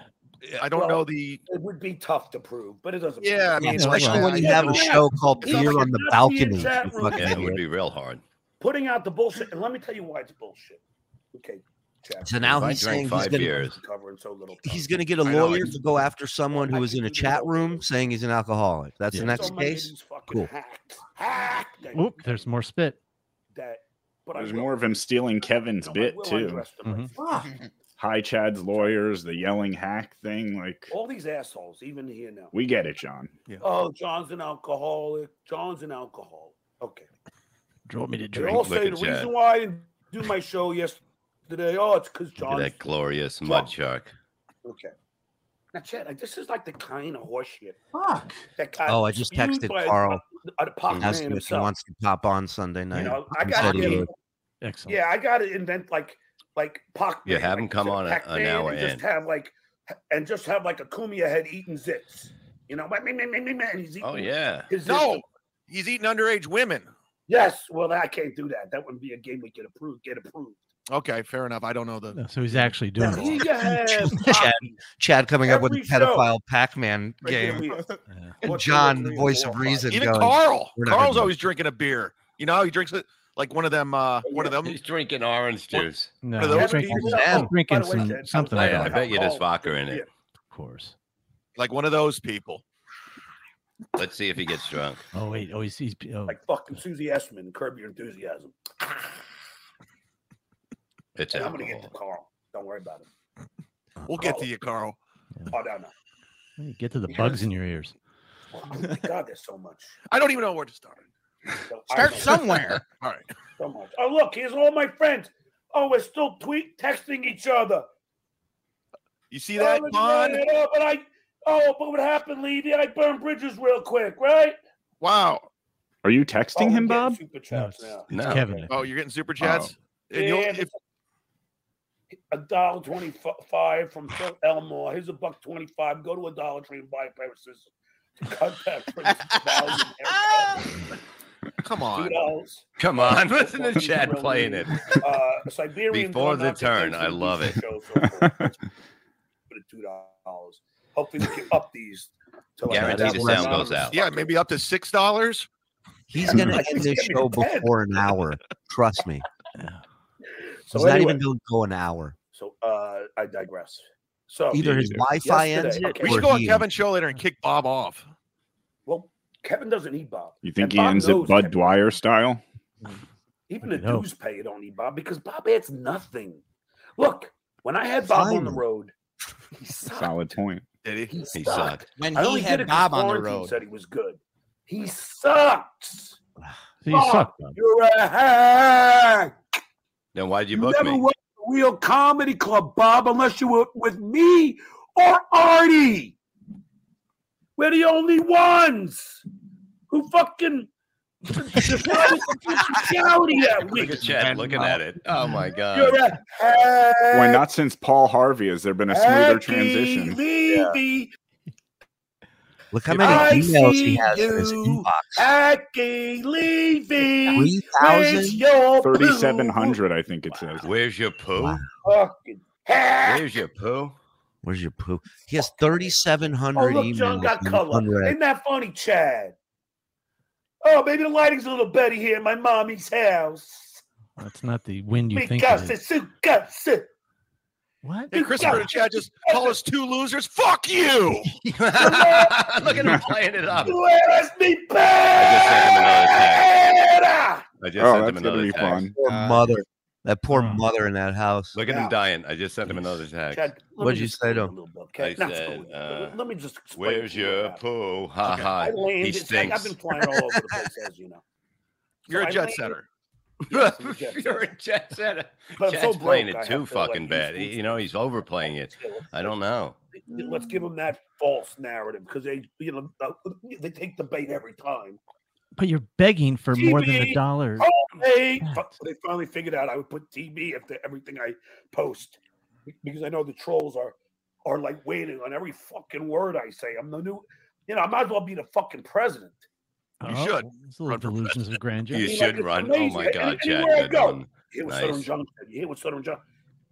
[SPEAKER 9] I don't
[SPEAKER 1] Well,
[SPEAKER 9] know the.
[SPEAKER 1] It would be tough to prove, but it doesn't.
[SPEAKER 9] Yeah, I
[SPEAKER 1] matter.
[SPEAKER 9] mean,
[SPEAKER 3] Especially
[SPEAKER 9] like,
[SPEAKER 3] when
[SPEAKER 9] I-
[SPEAKER 3] you
[SPEAKER 9] I
[SPEAKER 3] have a
[SPEAKER 9] don't-
[SPEAKER 3] show called
[SPEAKER 1] It's not
[SPEAKER 3] Beer
[SPEAKER 1] like
[SPEAKER 3] on
[SPEAKER 1] it's
[SPEAKER 3] the
[SPEAKER 1] not being
[SPEAKER 3] Balcony.
[SPEAKER 1] chat
[SPEAKER 3] you
[SPEAKER 1] room.
[SPEAKER 3] fucking
[SPEAKER 4] yeah, it would
[SPEAKER 3] idiot.
[SPEAKER 4] be real hard.
[SPEAKER 1] putting out the bullshit. And let me tell you why it's bullshit. Okay. Chad,
[SPEAKER 3] So now
[SPEAKER 4] If I
[SPEAKER 3] he's
[SPEAKER 4] drank
[SPEAKER 3] saying
[SPEAKER 4] five
[SPEAKER 3] he's gonna,
[SPEAKER 4] beers.
[SPEAKER 1] covering so little.
[SPEAKER 3] he's
[SPEAKER 1] time.
[SPEAKER 3] gonna get a
[SPEAKER 9] I know, I
[SPEAKER 3] lawyer
[SPEAKER 9] just-
[SPEAKER 3] to go after someone
[SPEAKER 1] I
[SPEAKER 3] who was in a
[SPEAKER 1] think we
[SPEAKER 3] chat
[SPEAKER 1] know.
[SPEAKER 3] room saying he's an alcoholic.
[SPEAKER 1] There's
[SPEAKER 3] That's the
[SPEAKER 1] so
[SPEAKER 3] next
[SPEAKER 1] many of
[SPEAKER 3] case.
[SPEAKER 1] these fucking
[SPEAKER 3] Cool.
[SPEAKER 1] hacks- hack that-
[SPEAKER 2] Oop, there's more spit.
[SPEAKER 1] that. But
[SPEAKER 8] There's
[SPEAKER 1] I will-
[SPEAKER 8] more of him stealing Kevin's
[SPEAKER 1] I
[SPEAKER 8] bit
[SPEAKER 1] will
[SPEAKER 8] too.
[SPEAKER 1] undress them. Like,
[SPEAKER 2] Mm-hmm.
[SPEAKER 1] fuck,
[SPEAKER 8] Hi, Chad's lawyers, the yelling hack thing. Like,
[SPEAKER 1] All these assholes, even here now.
[SPEAKER 8] we get it, John.
[SPEAKER 1] Oh, John's an alcoholic. John's an alcoholic. Okay.
[SPEAKER 2] Drove me to
[SPEAKER 1] They
[SPEAKER 2] drink.
[SPEAKER 1] all
[SPEAKER 4] look
[SPEAKER 1] say
[SPEAKER 4] at
[SPEAKER 1] the
[SPEAKER 4] Chad.
[SPEAKER 1] reason why I didn't do my show yesterday. Oh, it's because
[SPEAKER 4] Look at
[SPEAKER 1] John.
[SPEAKER 4] that glorious mud shark.
[SPEAKER 1] Okay. Now, Chad, like, this is like the kind of horseshit
[SPEAKER 7] Fuck.
[SPEAKER 1] that got
[SPEAKER 3] Oh, I just
[SPEAKER 1] spewed
[SPEAKER 3] texted
[SPEAKER 1] by a-
[SPEAKER 3] Carl.
[SPEAKER 1] A, a pop man
[SPEAKER 3] Asking if he
[SPEAKER 1] himself.
[SPEAKER 3] wants to pop on Sunday night.
[SPEAKER 1] you know, I got
[SPEAKER 3] Instead he
[SPEAKER 1] to
[SPEAKER 3] would.
[SPEAKER 2] Excellent.
[SPEAKER 1] yeah, I got to invent like like Pac.
[SPEAKER 4] Yeah, have
[SPEAKER 1] like
[SPEAKER 4] him come
[SPEAKER 1] instead of
[SPEAKER 4] on a- an
[SPEAKER 1] Pac-Man,
[SPEAKER 4] hour
[SPEAKER 1] and just
[SPEAKER 4] in.
[SPEAKER 1] have like and just have like a Kumia head eating zits. You know, like, meh, meh, meh, meh, meh, and he's eating.
[SPEAKER 4] Oh yeah.
[SPEAKER 1] his zits.
[SPEAKER 9] No, he's eating underage women.
[SPEAKER 1] Yes, well, I can't do that. That wouldn't be a game we get approved. Get approved.
[SPEAKER 9] Okay, fair enough. I don't know the.
[SPEAKER 2] So he's actually doing
[SPEAKER 3] Yeah.
[SPEAKER 2] it.
[SPEAKER 1] Yes,
[SPEAKER 3] Chad Chad coming up with a
[SPEAKER 1] Every show.
[SPEAKER 3] pedophile Pac-Man game. And
[SPEAKER 1] What two or
[SPEAKER 3] John, the
[SPEAKER 1] three or
[SPEAKER 3] voice
[SPEAKER 1] four
[SPEAKER 3] of
[SPEAKER 1] or five.
[SPEAKER 3] reason,
[SPEAKER 9] Even
[SPEAKER 3] going,
[SPEAKER 9] Carl.
[SPEAKER 3] "We're not gonna
[SPEAKER 9] Carl's
[SPEAKER 3] do it."
[SPEAKER 9] always drinking a beer. You know, he drinks it like one of them. Uh,
[SPEAKER 1] Oh,
[SPEAKER 9] one of them.
[SPEAKER 4] He's drinking orange juice.
[SPEAKER 2] No,
[SPEAKER 9] For those
[SPEAKER 2] he's drinking,
[SPEAKER 1] people-
[SPEAKER 2] he's
[SPEAKER 1] Oh, by
[SPEAKER 2] drinking
[SPEAKER 1] the way,
[SPEAKER 2] some,
[SPEAKER 1] Chad, I'm
[SPEAKER 2] something.
[SPEAKER 1] sorry.
[SPEAKER 4] I, I
[SPEAKER 2] alcoholic,
[SPEAKER 4] bet you there's vodka in it.
[SPEAKER 2] Of course.
[SPEAKER 9] Like one of those people.
[SPEAKER 4] Let's see if he gets drunk.
[SPEAKER 2] Oh wait. Oh, he's, he's oh,
[SPEAKER 1] Like fucking Susie Essman, curb your enthusiasm.
[SPEAKER 4] It's
[SPEAKER 1] And I'm gonna get to
[SPEAKER 4] alcohol.
[SPEAKER 1] Carl. Don't worry about it.
[SPEAKER 9] We'll get to you, Carl.
[SPEAKER 1] Oh no, no.
[SPEAKER 2] you get to the bugs in your ears.
[SPEAKER 1] Oh my God, there's so much.
[SPEAKER 9] I don't even know where to start.
[SPEAKER 1] So I
[SPEAKER 7] Start
[SPEAKER 1] don't-
[SPEAKER 7] somewhere.
[SPEAKER 9] All right.
[SPEAKER 1] so much. Oh, look, here's all my friends. Oh, we're still tweet texting each other.
[SPEAKER 9] You see that,
[SPEAKER 1] oh,
[SPEAKER 9] Bond?
[SPEAKER 1] Oh, but I, oh, but what happened, Levy? I burned bridges real quick, right?
[SPEAKER 9] Wow.
[SPEAKER 8] Are you
[SPEAKER 1] Oh,
[SPEAKER 8] texting
[SPEAKER 1] we're
[SPEAKER 8] him,
[SPEAKER 1] getting
[SPEAKER 8] Bob?
[SPEAKER 1] Super
[SPEAKER 2] No,
[SPEAKER 1] chats
[SPEAKER 2] it's,
[SPEAKER 1] now.
[SPEAKER 2] it's
[SPEAKER 4] No.
[SPEAKER 2] Kevin. I
[SPEAKER 9] Oh,
[SPEAKER 2] think.
[SPEAKER 9] you're getting super chats? And you'll-
[SPEAKER 1] Yeah,
[SPEAKER 9] if-
[SPEAKER 1] a dollar twenty-five from Phil Elmore. Here's a buck twenty-five. Go to a Dollar Tree and buy a pair of scissors to cut that Prince's value. haircut.
[SPEAKER 9] Come on.
[SPEAKER 1] $2.
[SPEAKER 4] Come on, listen to Chad playing it.
[SPEAKER 1] Uh, Siberian
[SPEAKER 4] Before the
[SPEAKER 1] Gone Nuts and
[SPEAKER 4] turn,
[SPEAKER 1] thanks
[SPEAKER 4] I
[SPEAKER 1] for the
[SPEAKER 4] love it.
[SPEAKER 1] decent show so far. Let's Put it two dollars. Hopefully, we can up these. till I
[SPEAKER 4] Guaranteed
[SPEAKER 1] have
[SPEAKER 4] the
[SPEAKER 1] one
[SPEAKER 4] sound goes
[SPEAKER 1] dollar.
[SPEAKER 4] out.
[SPEAKER 9] Yeah, maybe up to six dollars.
[SPEAKER 3] He's gonna
[SPEAKER 1] I
[SPEAKER 3] end
[SPEAKER 1] just
[SPEAKER 3] this
[SPEAKER 1] gave you
[SPEAKER 3] show
[SPEAKER 1] the pen.
[SPEAKER 3] before an hour. Trust me.
[SPEAKER 1] So
[SPEAKER 3] He's not
[SPEAKER 1] anyway,
[SPEAKER 3] even gonna go an hour.
[SPEAKER 1] so uh, I digress. So
[SPEAKER 3] Either his
[SPEAKER 8] either.
[SPEAKER 3] Wi-Fi
[SPEAKER 1] Yesterday-
[SPEAKER 3] ends it,
[SPEAKER 1] okay.
[SPEAKER 9] We
[SPEAKER 3] or
[SPEAKER 9] should go on
[SPEAKER 3] he
[SPEAKER 9] Kevin's show later and kick Bob off.
[SPEAKER 1] well, Kevin doesn't need Bob.
[SPEAKER 8] You think
[SPEAKER 1] And
[SPEAKER 8] he
[SPEAKER 1] Bob
[SPEAKER 8] ends it
[SPEAKER 1] knows
[SPEAKER 8] Bud
[SPEAKER 1] Kevin.
[SPEAKER 8] Dwyer style?
[SPEAKER 1] Even the
[SPEAKER 2] Fucking hell.
[SPEAKER 1] dues pay it on E Bob because Bob adds nothing. Look, when I had Bob on the
[SPEAKER 3] Fine.
[SPEAKER 1] road, he sucked.
[SPEAKER 8] Solid point.
[SPEAKER 9] Did he?
[SPEAKER 1] He
[SPEAKER 4] He
[SPEAKER 1] sucked.
[SPEAKER 4] sucked.
[SPEAKER 7] When
[SPEAKER 1] I only
[SPEAKER 7] he
[SPEAKER 1] did it
[SPEAKER 7] had
[SPEAKER 1] 'cause
[SPEAKER 7] Bob on the
[SPEAKER 1] Florentine
[SPEAKER 7] road.
[SPEAKER 1] Said he was good. He sucks.
[SPEAKER 2] So you suck, Bob.
[SPEAKER 1] You're a hack.
[SPEAKER 4] Then why'd you
[SPEAKER 1] You
[SPEAKER 4] book
[SPEAKER 1] never
[SPEAKER 4] me?
[SPEAKER 1] went to a real comedy club, Bob, unless you were with me or Artie. We're the only ones who fucking decided to fucking shouty that
[SPEAKER 4] Look
[SPEAKER 1] week.
[SPEAKER 4] at Chad looking at it. Oh my
[SPEAKER 1] You're
[SPEAKER 4] god.
[SPEAKER 1] a hack.
[SPEAKER 8] Why not since Paul Harvey has there been a smoother transition?
[SPEAKER 1] Levy,
[SPEAKER 3] Look how
[SPEAKER 4] If
[SPEAKER 3] many
[SPEAKER 1] I
[SPEAKER 3] emails
[SPEAKER 1] see
[SPEAKER 3] he has in his
[SPEAKER 1] you,
[SPEAKER 3] inbox.
[SPEAKER 1] Hacky Levy.
[SPEAKER 3] Three
[SPEAKER 1] raise
[SPEAKER 3] thousand.
[SPEAKER 1] your poo.
[SPEAKER 8] 3,700, I think it says.
[SPEAKER 4] Where's your poo?
[SPEAKER 3] Wow.
[SPEAKER 1] Fucking hack.
[SPEAKER 4] Where's your poo?
[SPEAKER 3] Where's your poo? He has thirty-seven
[SPEAKER 1] Oh,
[SPEAKER 3] hundred
[SPEAKER 1] look,
[SPEAKER 3] emails.
[SPEAKER 1] John got
[SPEAKER 3] in
[SPEAKER 1] color.
[SPEAKER 3] unread.
[SPEAKER 1] Ain't that funny, Chad? Oh, maybe the lighting's a little better here in my mommy's house.
[SPEAKER 2] That's not the wind you think
[SPEAKER 1] Because
[SPEAKER 2] it is.
[SPEAKER 1] it's because it-
[SPEAKER 2] What?
[SPEAKER 9] Hey, Christopher and Chad just call us two losers. Fuck you.
[SPEAKER 4] Look at him playing it up.
[SPEAKER 1] let us be
[SPEAKER 4] I
[SPEAKER 1] better.
[SPEAKER 4] I just
[SPEAKER 8] Oh,
[SPEAKER 4] sent him
[SPEAKER 8] that's going to
[SPEAKER 4] another
[SPEAKER 8] be
[SPEAKER 4] text.
[SPEAKER 8] fun.
[SPEAKER 3] Poor
[SPEAKER 7] Uh,
[SPEAKER 3] mother. That poor
[SPEAKER 2] Hmm.
[SPEAKER 3] mother in that house.
[SPEAKER 4] Look at him dying. I just sent him another
[SPEAKER 1] Chad,
[SPEAKER 4] text.
[SPEAKER 1] let me
[SPEAKER 3] What'd you
[SPEAKER 1] just
[SPEAKER 3] say
[SPEAKER 1] explain
[SPEAKER 3] to
[SPEAKER 1] a
[SPEAKER 3] him?
[SPEAKER 1] little bit, okay?
[SPEAKER 4] I
[SPEAKER 1] Not
[SPEAKER 4] said,
[SPEAKER 1] explain, but
[SPEAKER 4] uh,
[SPEAKER 1] let me just explain
[SPEAKER 4] Where's
[SPEAKER 1] to you what
[SPEAKER 4] your
[SPEAKER 1] happened.
[SPEAKER 4] poo? Ha
[SPEAKER 9] Okay,
[SPEAKER 4] ha.
[SPEAKER 1] I
[SPEAKER 4] He
[SPEAKER 1] landed. I, have
[SPEAKER 4] stinks.
[SPEAKER 1] been flying all over the place, as you know.
[SPEAKER 9] You're
[SPEAKER 1] I
[SPEAKER 9] a jet
[SPEAKER 1] landed-
[SPEAKER 9] setter.
[SPEAKER 1] Yes, I'm a jet
[SPEAKER 4] You're a jet setter.
[SPEAKER 1] But I'm so
[SPEAKER 4] Chad's playing
[SPEAKER 1] broke, I
[SPEAKER 4] it too
[SPEAKER 1] have to, like,
[SPEAKER 4] fucking
[SPEAKER 1] use
[SPEAKER 4] bad.
[SPEAKER 1] food
[SPEAKER 4] He- You know, he's overplaying it. I don't know.
[SPEAKER 1] Let's give them that false narrative because they, you know, uh, they take the bait every time.
[SPEAKER 2] But you're begging for more than
[SPEAKER 1] TV.
[SPEAKER 2] a dollar.
[SPEAKER 1] Oh, hey, fu- they finally figured out I would put TB after everything I post because I know the trolls are are like waiting on every fucking word I say. I'm the new, you know, I might as well be the fucking president.
[SPEAKER 2] Oh.
[SPEAKER 9] You should
[SPEAKER 2] It's a little
[SPEAKER 9] run for
[SPEAKER 2] delusions of grandeur.
[SPEAKER 4] You
[SPEAKER 1] mean, like,
[SPEAKER 4] should
[SPEAKER 1] it's
[SPEAKER 4] run. Oh
[SPEAKER 1] amazing.
[SPEAKER 4] my
[SPEAKER 1] Any-
[SPEAKER 4] God, Chad.
[SPEAKER 1] anywhere I
[SPEAKER 4] good
[SPEAKER 1] go.
[SPEAKER 4] one.
[SPEAKER 1] You hear what
[SPEAKER 4] Nice.
[SPEAKER 1] Sutter and John said. You hear what Sutter and John.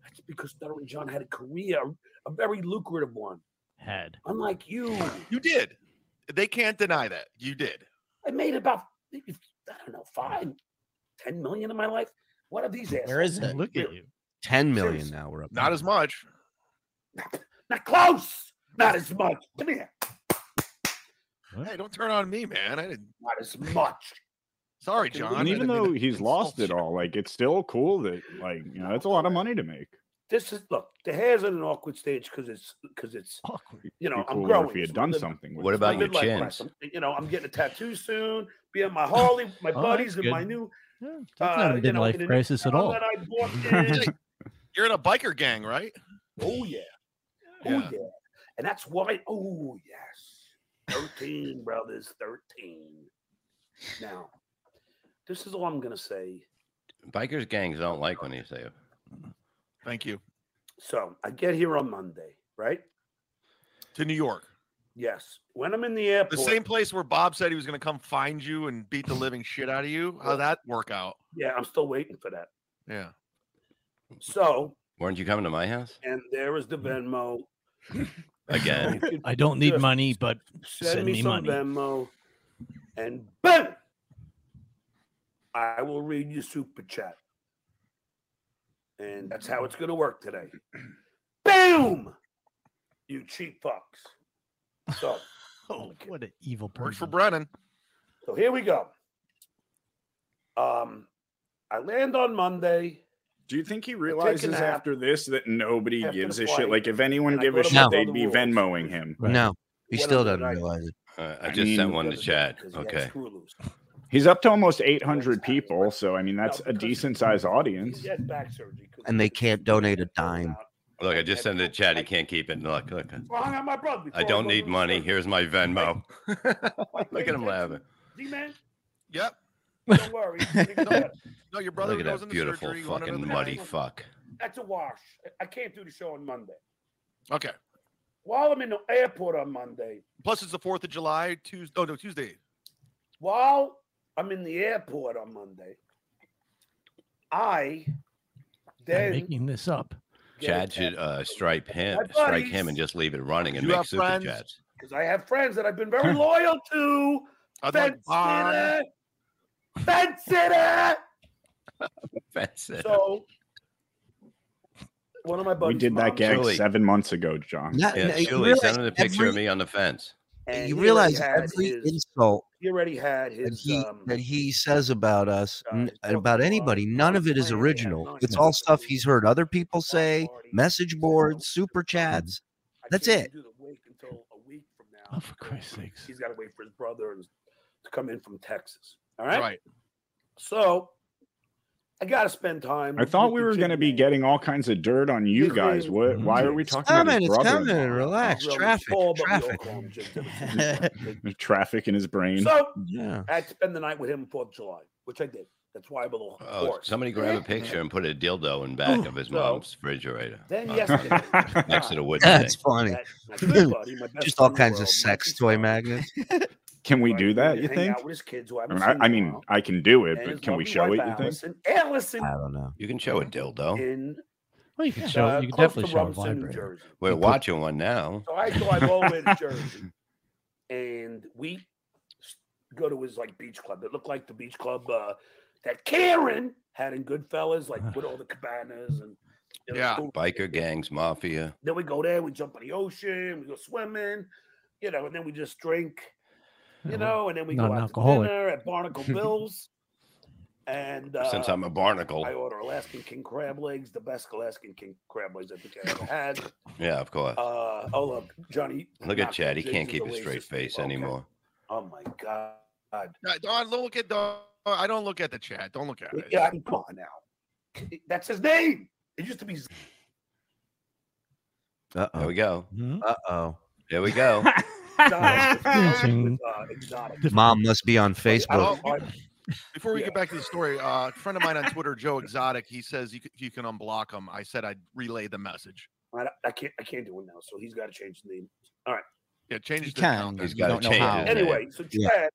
[SPEAKER 1] That's because Sutter and John had a career, a very lucrative one,
[SPEAKER 2] Had.
[SPEAKER 1] unlike you.
[SPEAKER 9] You did. They can't deny that. You did.
[SPEAKER 1] I made about maybe I don't know five, ten million in my life. What are these assholes?
[SPEAKER 7] Where is it?
[SPEAKER 2] Look
[SPEAKER 1] Yeah.
[SPEAKER 2] at you.
[SPEAKER 3] Ten million
[SPEAKER 1] Seriously.
[SPEAKER 3] now. We're up.
[SPEAKER 9] Not as much.
[SPEAKER 1] Not close. Not as much. Come here.
[SPEAKER 9] Hey, don't turn on me, man. I didn't.
[SPEAKER 1] Not as much.
[SPEAKER 9] Sorry,
[SPEAKER 1] Fucking
[SPEAKER 9] John.
[SPEAKER 1] idiot.
[SPEAKER 9] I
[SPEAKER 8] And even
[SPEAKER 9] didn't mean
[SPEAKER 8] though
[SPEAKER 9] to
[SPEAKER 8] he's lost
[SPEAKER 9] insult
[SPEAKER 8] it
[SPEAKER 9] you.
[SPEAKER 8] all, like it's still cool that, like, you know, that's a lot of money to make.
[SPEAKER 1] This is look. The hair's at an awkward stage because it's because it's
[SPEAKER 2] Awkward.
[SPEAKER 1] you know
[SPEAKER 8] It'd be
[SPEAKER 1] I'm
[SPEAKER 8] cooler
[SPEAKER 1] growing.
[SPEAKER 8] if he
[SPEAKER 1] It's
[SPEAKER 8] had
[SPEAKER 1] my
[SPEAKER 8] done
[SPEAKER 1] mid-
[SPEAKER 8] something. with
[SPEAKER 4] What
[SPEAKER 8] it.
[SPEAKER 1] it's my
[SPEAKER 4] about your
[SPEAKER 1] midlife
[SPEAKER 4] chins?
[SPEAKER 1] crisis. You know I'm getting a tattoo soon. Be on my Harley, with my
[SPEAKER 2] Oh,
[SPEAKER 1] buddies,
[SPEAKER 2] that's
[SPEAKER 1] and my
[SPEAKER 2] good.
[SPEAKER 1] new
[SPEAKER 2] Yeah, that's
[SPEAKER 1] Uh,
[SPEAKER 2] not a
[SPEAKER 1] you know,
[SPEAKER 2] midlife
[SPEAKER 1] in an
[SPEAKER 2] crisis at
[SPEAKER 1] car
[SPEAKER 2] all.
[SPEAKER 1] that I bought. in-
[SPEAKER 9] You're in a biker gang, right?
[SPEAKER 1] oh yeah, oh yeah.
[SPEAKER 9] Yeah.
[SPEAKER 1] and that's why. Oh yes, thirteen brothers, thirteen. Now, this is all I'm gonna say.
[SPEAKER 4] Bikers gangs don't like when you say it.
[SPEAKER 9] Thank you.
[SPEAKER 1] So I get here on Monday, right?
[SPEAKER 9] To New York.
[SPEAKER 1] Yes. When I'm in the airport,
[SPEAKER 9] The same place where Bob said he was going to come find you and beat the living shit out of you. How'd that work out?
[SPEAKER 1] yeah, I'm still waiting for that.
[SPEAKER 9] Yeah.
[SPEAKER 1] So,
[SPEAKER 4] Weren't you coming to my house
[SPEAKER 1] and there is the Venmo.
[SPEAKER 4] again?
[SPEAKER 1] You
[SPEAKER 2] I don't need
[SPEAKER 1] Just
[SPEAKER 2] money, but
[SPEAKER 1] Send,
[SPEAKER 2] Send
[SPEAKER 1] me,
[SPEAKER 2] me
[SPEAKER 1] some
[SPEAKER 2] money.
[SPEAKER 1] Venmo, and boom, I will read your super chat, and that's how it's going to work today. boom, you cheap fucks. So,
[SPEAKER 2] oh, what an evil
[SPEAKER 9] Worked for
[SPEAKER 2] person.
[SPEAKER 9] Brennan.
[SPEAKER 1] So here we go. Um, I land on Monday.
[SPEAKER 8] Do you think he realizes
[SPEAKER 1] nap
[SPEAKER 8] after this that nobody
[SPEAKER 1] after
[SPEAKER 8] gives
[SPEAKER 1] the
[SPEAKER 8] a
[SPEAKER 1] flight,
[SPEAKER 8] shit? Like, if anyone
[SPEAKER 1] and I
[SPEAKER 8] gave
[SPEAKER 1] go
[SPEAKER 8] a
[SPEAKER 1] to
[SPEAKER 8] shit,
[SPEAKER 3] my
[SPEAKER 8] they'd
[SPEAKER 1] brother
[SPEAKER 8] be
[SPEAKER 1] rules.
[SPEAKER 8] Venmoing him.
[SPEAKER 2] Right.
[SPEAKER 3] No, he
[SPEAKER 1] What
[SPEAKER 3] still
[SPEAKER 1] other
[SPEAKER 3] doesn't
[SPEAKER 1] night?
[SPEAKER 3] realize it.
[SPEAKER 4] Uh, I
[SPEAKER 8] I
[SPEAKER 4] just sent
[SPEAKER 8] mean-
[SPEAKER 4] one to Chad.
[SPEAKER 1] Because he had
[SPEAKER 4] Okay.
[SPEAKER 1] screw loose.
[SPEAKER 8] He's up to almost 800 people, so I mean, that's
[SPEAKER 1] No,
[SPEAKER 8] a
[SPEAKER 1] because he-
[SPEAKER 8] decent sized audience.
[SPEAKER 1] He had back surgery 'cause
[SPEAKER 3] And
[SPEAKER 1] he
[SPEAKER 3] they
[SPEAKER 1] couldn't
[SPEAKER 3] can't
[SPEAKER 1] keep
[SPEAKER 3] donate a
[SPEAKER 1] his phone
[SPEAKER 3] dime.
[SPEAKER 1] out.
[SPEAKER 4] Look, I just sent it to Chad. He can't keep it. Look, look.
[SPEAKER 1] Well, hang on, my brother before
[SPEAKER 4] I don't
[SPEAKER 1] go to
[SPEAKER 4] need
[SPEAKER 1] the
[SPEAKER 4] money.
[SPEAKER 1] surgery.
[SPEAKER 4] Here's my Venmo.
[SPEAKER 1] Why can't you
[SPEAKER 4] Look at him
[SPEAKER 1] take
[SPEAKER 4] laughing.
[SPEAKER 1] some- D-man,
[SPEAKER 9] Yep.
[SPEAKER 1] don't worry. Think about it.
[SPEAKER 9] No, your brother
[SPEAKER 4] Look at
[SPEAKER 9] goes
[SPEAKER 4] that
[SPEAKER 9] into
[SPEAKER 4] beautiful
[SPEAKER 9] surgery. You want
[SPEAKER 4] fucking
[SPEAKER 9] another
[SPEAKER 4] muddy
[SPEAKER 9] guy?
[SPEAKER 4] fuck.
[SPEAKER 1] That's a wash. I- I can't do the show on Monday.
[SPEAKER 9] Okay.
[SPEAKER 1] While I'm in the airport on Monday,
[SPEAKER 9] Plus, it's the 4th of July, Tuesday. Oh, no, Tuesday.
[SPEAKER 1] while I'm in the airport on Monday. I
[SPEAKER 2] I'm
[SPEAKER 1] then
[SPEAKER 2] making this up.
[SPEAKER 4] Chad should uh, stripe him,
[SPEAKER 1] My
[SPEAKER 4] strike
[SPEAKER 1] buddies.
[SPEAKER 4] him, and just leave it running and
[SPEAKER 9] You
[SPEAKER 4] make
[SPEAKER 9] have
[SPEAKER 4] super
[SPEAKER 9] friends?
[SPEAKER 4] chats.
[SPEAKER 1] because I have friends that I've been very loyal to.
[SPEAKER 9] I'd like
[SPEAKER 1] Fence
[SPEAKER 9] Bob.
[SPEAKER 1] sitter, fence sitter.
[SPEAKER 4] That's it.
[SPEAKER 1] So one of my
[SPEAKER 8] We
[SPEAKER 1] buddies.
[SPEAKER 8] did that
[SPEAKER 1] mom-
[SPEAKER 8] gag
[SPEAKER 4] Julie.
[SPEAKER 8] seven months ago, John.
[SPEAKER 3] Not-
[SPEAKER 4] yeah,
[SPEAKER 3] no, you
[SPEAKER 4] Julie,
[SPEAKER 3] realize
[SPEAKER 4] send him the picture
[SPEAKER 3] every-
[SPEAKER 4] of me on the fence.
[SPEAKER 1] and
[SPEAKER 3] You
[SPEAKER 1] he
[SPEAKER 3] realize
[SPEAKER 1] already had
[SPEAKER 3] every
[SPEAKER 1] his-
[SPEAKER 3] insult
[SPEAKER 1] he already had
[SPEAKER 3] that
[SPEAKER 1] his
[SPEAKER 3] he
[SPEAKER 1] um,
[SPEAKER 3] that he says about us, n-
[SPEAKER 1] guys, fuck
[SPEAKER 3] about
[SPEAKER 1] you,
[SPEAKER 3] anybody,
[SPEAKER 1] uh,
[SPEAKER 3] none of it is
[SPEAKER 1] I- I have
[SPEAKER 3] original.
[SPEAKER 1] none.
[SPEAKER 3] It's all stuff he's heard other people say, message boards, super chats.
[SPEAKER 1] I
[SPEAKER 3] That's
[SPEAKER 1] can't
[SPEAKER 3] it.
[SPEAKER 1] do the wake until a week from now.
[SPEAKER 2] Oh, for Christ's sakes.
[SPEAKER 1] He's got to wait for his brother and- to come in from Texas. All right.
[SPEAKER 9] Right.
[SPEAKER 1] So I got to spend time.
[SPEAKER 8] I thought
[SPEAKER 1] with
[SPEAKER 8] we
[SPEAKER 1] the
[SPEAKER 8] were going to be
[SPEAKER 1] Jimmy
[SPEAKER 8] getting all kinds of dirt on you
[SPEAKER 1] This
[SPEAKER 8] guys.
[SPEAKER 1] is-
[SPEAKER 8] What? Why are we
[SPEAKER 2] It's
[SPEAKER 8] talking about
[SPEAKER 3] Coming,
[SPEAKER 8] his
[SPEAKER 3] Mm-hmm. it's
[SPEAKER 8] brother?
[SPEAKER 3] coming.
[SPEAKER 1] Man.
[SPEAKER 3] Relax.
[SPEAKER 1] Real
[SPEAKER 3] Traffic.
[SPEAKER 1] tall, but we all
[SPEAKER 3] Traffic.
[SPEAKER 1] call him Jim Jimmy.
[SPEAKER 8] The traffic in his brain.
[SPEAKER 1] so
[SPEAKER 3] Yeah.
[SPEAKER 1] I had to spend the night with him Fourth of July, which I did. That's why I'm a little
[SPEAKER 4] Oh,
[SPEAKER 1] hoarse.
[SPEAKER 4] somebody grab a picture and put a dildo in back of his
[SPEAKER 1] so-
[SPEAKER 4] mom's refrigerator
[SPEAKER 1] Then
[SPEAKER 4] uh,
[SPEAKER 1] yesterday,
[SPEAKER 4] next to the wooden thing.
[SPEAKER 3] That's funny.
[SPEAKER 1] that- my good buddy, my best
[SPEAKER 3] Just all
[SPEAKER 1] friend in the
[SPEAKER 3] kinds of
[SPEAKER 1] world,
[SPEAKER 3] sex
[SPEAKER 1] Mikey
[SPEAKER 3] toy
[SPEAKER 1] Stone,
[SPEAKER 3] magnets.
[SPEAKER 8] Can we
[SPEAKER 1] right,
[SPEAKER 8] do
[SPEAKER 1] he
[SPEAKER 8] that? You
[SPEAKER 1] wanted to hang
[SPEAKER 8] think?
[SPEAKER 1] out with his kids who
[SPEAKER 8] I
[SPEAKER 1] haven't
[SPEAKER 8] mean, I,
[SPEAKER 1] seen
[SPEAKER 8] I
[SPEAKER 1] in a
[SPEAKER 8] mean,
[SPEAKER 1] while,
[SPEAKER 8] I can do it,
[SPEAKER 1] and his
[SPEAKER 8] but can we
[SPEAKER 1] lovely
[SPEAKER 8] show it?
[SPEAKER 1] wife,
[SPEAKER 8] You think?
[SPEAKER 1] Allison, Allison
[SPEAKER 3] I don't know.
[SPEAKER 4] You can show a dildo.
[SPEAKER 1] in
[SPEAKER 2] Well, you can show.
[SPEAKER 1] uh,
[SPEAKER 2] you can
[SPEAKER 1] close
[SPEAKER 2] definitely
[SPEAKER 1] to
[SPEAKER 2] show a
[SPEAKER 1] Rumson, New
[SPEAKER 2] vibrator.
[SPEAKER 1] Jersey.
[SPEAKER 4] We're watching one now.
[SPEAKER 1] So I drive all the way to Jersey, and we s- go to his like beach club. It looked like the beach club uh, that Karen had in Goodfellas, like with all the cabanas and it was
[SPEAKER 9] Yeah.
[SPEAKER 1] cool.
[SPEAKER 4] Biker gangs, mafia.
[SPEAKER 1] Then we go there, we jump in the ocean, we go swimming, you know, and then we just drink, you know, and then we go out
[SPEAKER 2] non-alcoholic.
[SPEAKER 1] to dinner at Barnacle Bill's, and uh,
[SPEAKER 4] Since I'm a barnacle,
[SPEAKER 1] I order Alaskan king crab legs, the best Alaskan king crab legs I think I ever had.
[SPEAKER 4] yeah, of course.
[SPEAKER 1] Uh, oh look, Johnny.
[SPEAKER 4] Look at
[SPEAKER 1] knocked
[SPEAKER 4] Chad. He
[SPEAKER 1] Ginger's
[SPEAKER 4] can't keep a
[SPEAKER 1] Oasis
[SPEAKER 4] straight
[SPEAKER 1] thing.
[SPEAKER 4] face
[SPEAKER 1] Okay.
[SPEAKER 4] anymore.
[SPEAKER 1] Oh my god.
[SPEAKER 9] No, don't look at the. I don't look at the chat. Don't look at it.
[SPEAKER 1] Yeah, I mean, come on now. That's his name. It used to be. Z-
[SPEAKER 3] Uh
[SPEAKER 4] There
[SPEAKER 3] oh.
[SPEAKER 4] we go.
[SPEAKER 2] Hmm?
[SPEAKER 3] Uh oh.
[SPEAKER 4] There we go.
[SPEAKER 1] Exotic.
[SPEAKER 2] Using-
[SPEAKER 1] Uh, exotic.
[SPEAKER 3] Mom must be on
[SPEAKER 1] I
[SPEAKER 3] Facebook.
[SPEAKER 1] don't-
[SPEAKER 9] Facebook.
[SPEAKER 1] I-
[SPEAKER 9] Before we
[SPEAKER 1] Yeah.
[SPEAKER 9] get back to the story, uh, a friend of mine on Twitter, Joe Exotic, he says you, c- you can unblock him. I said I'd relay the message.
[SPEAKER 1] I, I can't. I can't do it now. So he's got to change the name.
[SPEAKER 9] Yeah, change
[SPEAKER 2] You
[SPEAKER 9] the account.
[SPEAKER 2] can.
[SPEAKER 4] He's
[SPEAKER 2] You
[SPEAKER 4] gotta
[SPEAKER 2] don't know
[SPEAKER 4] change
[SPEAKER 2] how.
[SPEAKER 4] his name.
[SPEAKER 1] Anyway, so Chad,
[SPEAKER 3] Yeah.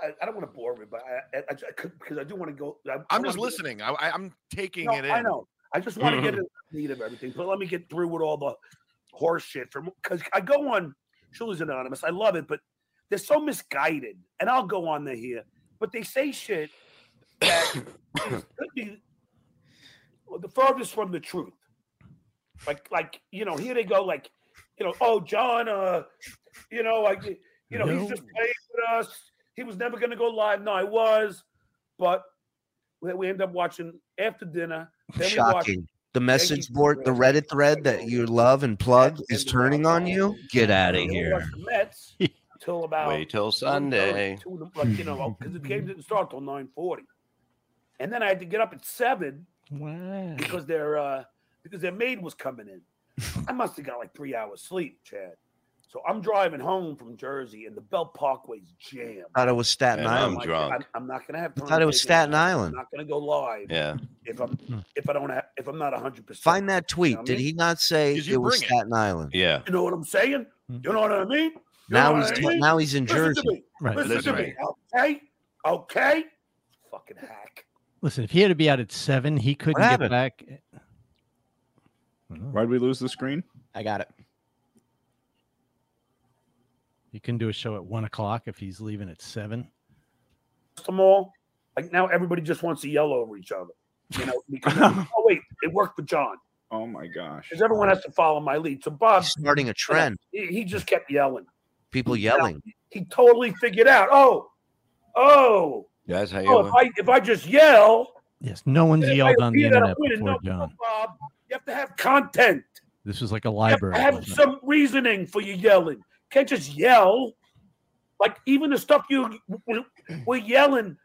[SPEAKER 1] I, I don't want to bore everybody, I, I, I, could- because I do want to go. I, I
[SPEAKER 9] I'm just
[SPEAKER 1] wanna get-
[SPEAKER 9] listening. I, I, I'm taking
[SPEAKER 1] No,
[SPEAKER 9] it in.
[SPEAKER 1] I know. I just want to get in the meat of everything, but let me get through with all the horse shit from because I go on Shula's Anonymous. I love it, but they're so misguided, and I'll go on there here, but they say shit that is- could be well, the furthest from the truth. Like, like you know, here they go, like you know, oh John, uh, you know, like you know, he's just playing with us. He was never going to go live. No, I was, but we, we end up watching after dinner. Then we watch
[SPEAKER 3] Shocking. The message board, the
[SPEAKER 1] Red.
[SPEAKER 3] Reddit thread that you love and plug
[SPEAKER 1] Red
[SPEAKER 3] is
[SPEAKER 1] and
[SPEAKER 3] turning on you. Get out of
[SPEAKER 1] Then we
[SPEAKER 3] here.
[SPEAKER 1] watch the Mets till about
[SPEAKER 4] Wait till
[SPEAKER 1] 1:30,
[SPEAKER 4] Sunday.
[SPEAKER 1] two in the- like, you know, because the game didn't start till nine forty, and then I had to get up at seven
[SPEAKER 2] Wow.
[SPEAKER 1] because their uh, because their maid was coming in. I must have got like three hours sleep, Chad. So I'm driving home from Jersey, and the Belt Parkway's jammed.
[SPEAKER 3] Thought it was Staten
[SPEAKER 4] And I'm
[SPEAKER 3] Island.
[SPEAKER 1] like,
[SPEAKER 4] drunk.
[SPEAKER 1] I'm, I'm not gonna have.
[SPEAKER 3] I thought it was
[SPEAKER 1] turntable.
[SPEAKER 3] Staten
[SPEAKER 1] I'm
[SPEAKER 3] Island.
[SPEAKER 1] not gonna go live
[SPEAKER 4] Yeah.
[SPEAKER 1] if I'm if I don't have if I'm not hundred percent.
[SPEAKER 3] Find that tweet. Did he not say
[SPEAKER 9] Did you
[SPEAKER 3] it was
[SPEAKER 9] bring it?
[SPEAKER 3] Staten Island?
[SPEAKER 4] Yeah.
[SPEAKER 1] You know what I'm saying? You know what I mean? You know
[SPEAKER 3] Now
[SPEAKER 1] what
[SPEAKER 3] he's
[SPEAKER 1] I mean?
[SPEAKER 3] now he's in
[SPEAKER 1] Listen to
[SPEAKER 3] Jersey.
[SPEAKER 1] me.
[SPEAKER 2] Right.
[SPEAKER 1] Listen
[SPEAKER 9] That's
[SPEAKER 1] to me. Okay. Okay. Fucking hack.
[SPEAKER 2] Listen, if he had to be out at seven, he couldn't get
[SPEAKER 3] happened?
[SPEAKER 2] back.
[SPEAKER 8] Why'd we lose the screen?
[SPEAKER 7] I got it.
[SPEAKER 2] He can do a show at one o'clock if he's leaving at seven.
[SPEAKER 1] Them all. Like now everybody just wants to yell over each other. You know, because oh wait, it worked for John.
[SPEAKER 8] Oh my gosh.
[SPEAKER 1] Because everyone has to follow my lead. So Bob uh,
[SPEAKER 3] He's starting a trend.
[SPEAKER 1] he, he just kept yelling.
[SPEAKER 3] People yelling.
[SPEAKER 1] He totally figured out, oh, oh,
[SPEAKER 4] That's how
[SPEAKER 1] oh,
[SPEAKER 4] you.
[SPEAKER 1] if I if I just yell,
[SPEAKER 2] Yes, no one's
[SPEAKER 1] if I
[SPEAKER 2] yelled on the
[SPEAKER 1] appear that I'm
[SPEAKER 2] internet
[SPEAKER 1] winning,
[SPEAKER 2] before
[SPEAKER 1] no, no,
[SPEAKER 2] John.
[SPEAKER 1] Bob, you have to have content.
[SPEAKER 2] This was like a
[SPEAKER 1] You have to
[SPEAKER 2] library.
[SPEAKER 1] have
[SPEAKER 2] wasn't it?
[SPEAKER 1] some reasoning for your yelling. Can't just yell. Like even the stuff you w- were yelling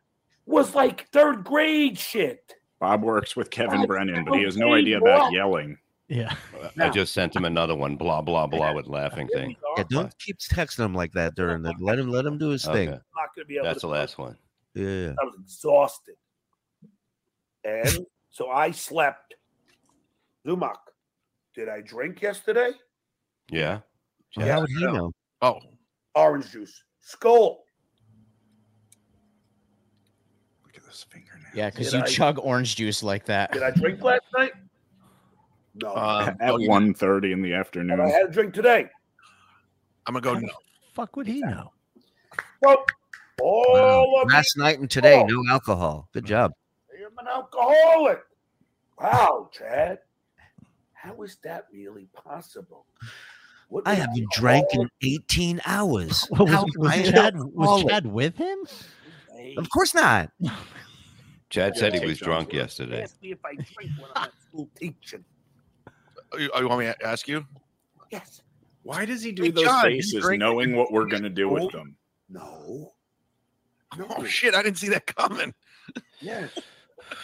[SPEAKER 1] was like third grade shit.
[SPEAKER 8] Bob works with Kevin
[SPEAKER 1] Bob,
[SPEAKER 8] Brennan,
[SPEAKER 1] I
[SPEAKER 8] but he has no
[SPEAKER 1] don't
[SPEAKER 8] idea
[SPEAKER 1] see
[SPEAKER 8] about
[SPEAKER 1] what-
[SPEAKER 8] yelling.
[SPEAKER 2] Yeah.
[SPEAKER 4] I just sent him another one. Blah blah blah with laughing
[SPEAKER 1] Here
[SPEAKER 4] thing.
[SPEAKER 1] we are.
[SPEAKER 3] Yeah, don't keep texting him like that during the let him let him do his
[SPEAKER 4] Okay.
[SPEAKER 3] thing.
[SPEAKER 1] I'm not gonna be able
[SPEAKER 4] That's
[SPEAKER 1] to
[SPEAKER 4] the last one.
[SPEAKER 3] Yeah.
[SPEAKER 1] I was exhausted, and so I slept. Zumak, did I drink yesterday?
[SPEAKER 4] Yeah.
[SPEAKER 3] Well,
[SPEAKER 4] Yeah,
[SPEAKER 3] how would he
[SPEAKER 1] no.
[SPEAKER 3] know?
[SPEAKER 9] Oh,
[SPEAKER 1] Orange juice. Skull.
[SPEAKER 11] Yeah, because
[SPEAKER 1] Did
[SPEAKER 11] you
[SPEAKER 1] I-
[SPEAKER 11] chug orange juice like that.
[SPEAKER 1] Did I drink last night? No. oh,
[SPEAKER 8] at 1.30 in the afternoon.
[SPEAKER 1] But I had a drink today.
[SPEAKER 9] I'm gonna go. No.
[SPEAKER 2] Fuck would he know?
[SPEAKER 1] So, all of
[SPEAKER 3] Last night and today, no alcohol.
[SPEAKER 2] Mm-hmm.
[SPEAKER 3] Good job.
[SPEAKER 1] me, I'm an alcoholic. Wow, Chad. How is that really possible? What
[SPEAKER 3] I
[SPEAKER 1] is
[SPEAKER 3] haven't drank in 18 hours.
[SPEAKER 2] Well, was-
[SPEAKER 3] How
[SPEAKER 2] was
[SPEAKER 3] am I an
[SPEAKER 2] Chad- was
[SPEAKER 3] alcoholic?
[SPEAKER 2] Chad with him?
[SPEAKER 3] Of course not.
[SPEAKER 4] Chad said he
[SPEAKER 1] Take
[SPEAKER 4] was
[SPEAKER 1] John's
[SPEAKER 4] drunk
[SPEAKER 1] word.
[SPEAKER 4] yesterday.
[SPEAKER 1] Ask me if I drink when I'm at school teaching.
[SPEAKER 9] Oh, You, oh, you want me to ask you?
[SPEAKER 1] Yes.
[SPEAKER 8] Why does he do
[SPEAKER 9] Hey,
[SPEAKER 8] those
[SPEAKER 9] John, you
[SPEAKER 8] faces
[SPEAKER 9] drink-
[SPEAKER 8] knowing what we're going to do with them?
[SPEAKER 1] No.
[SPEAKER 9] Oh shit! I didn't see that coming.
[SPEAKER 1] Yes.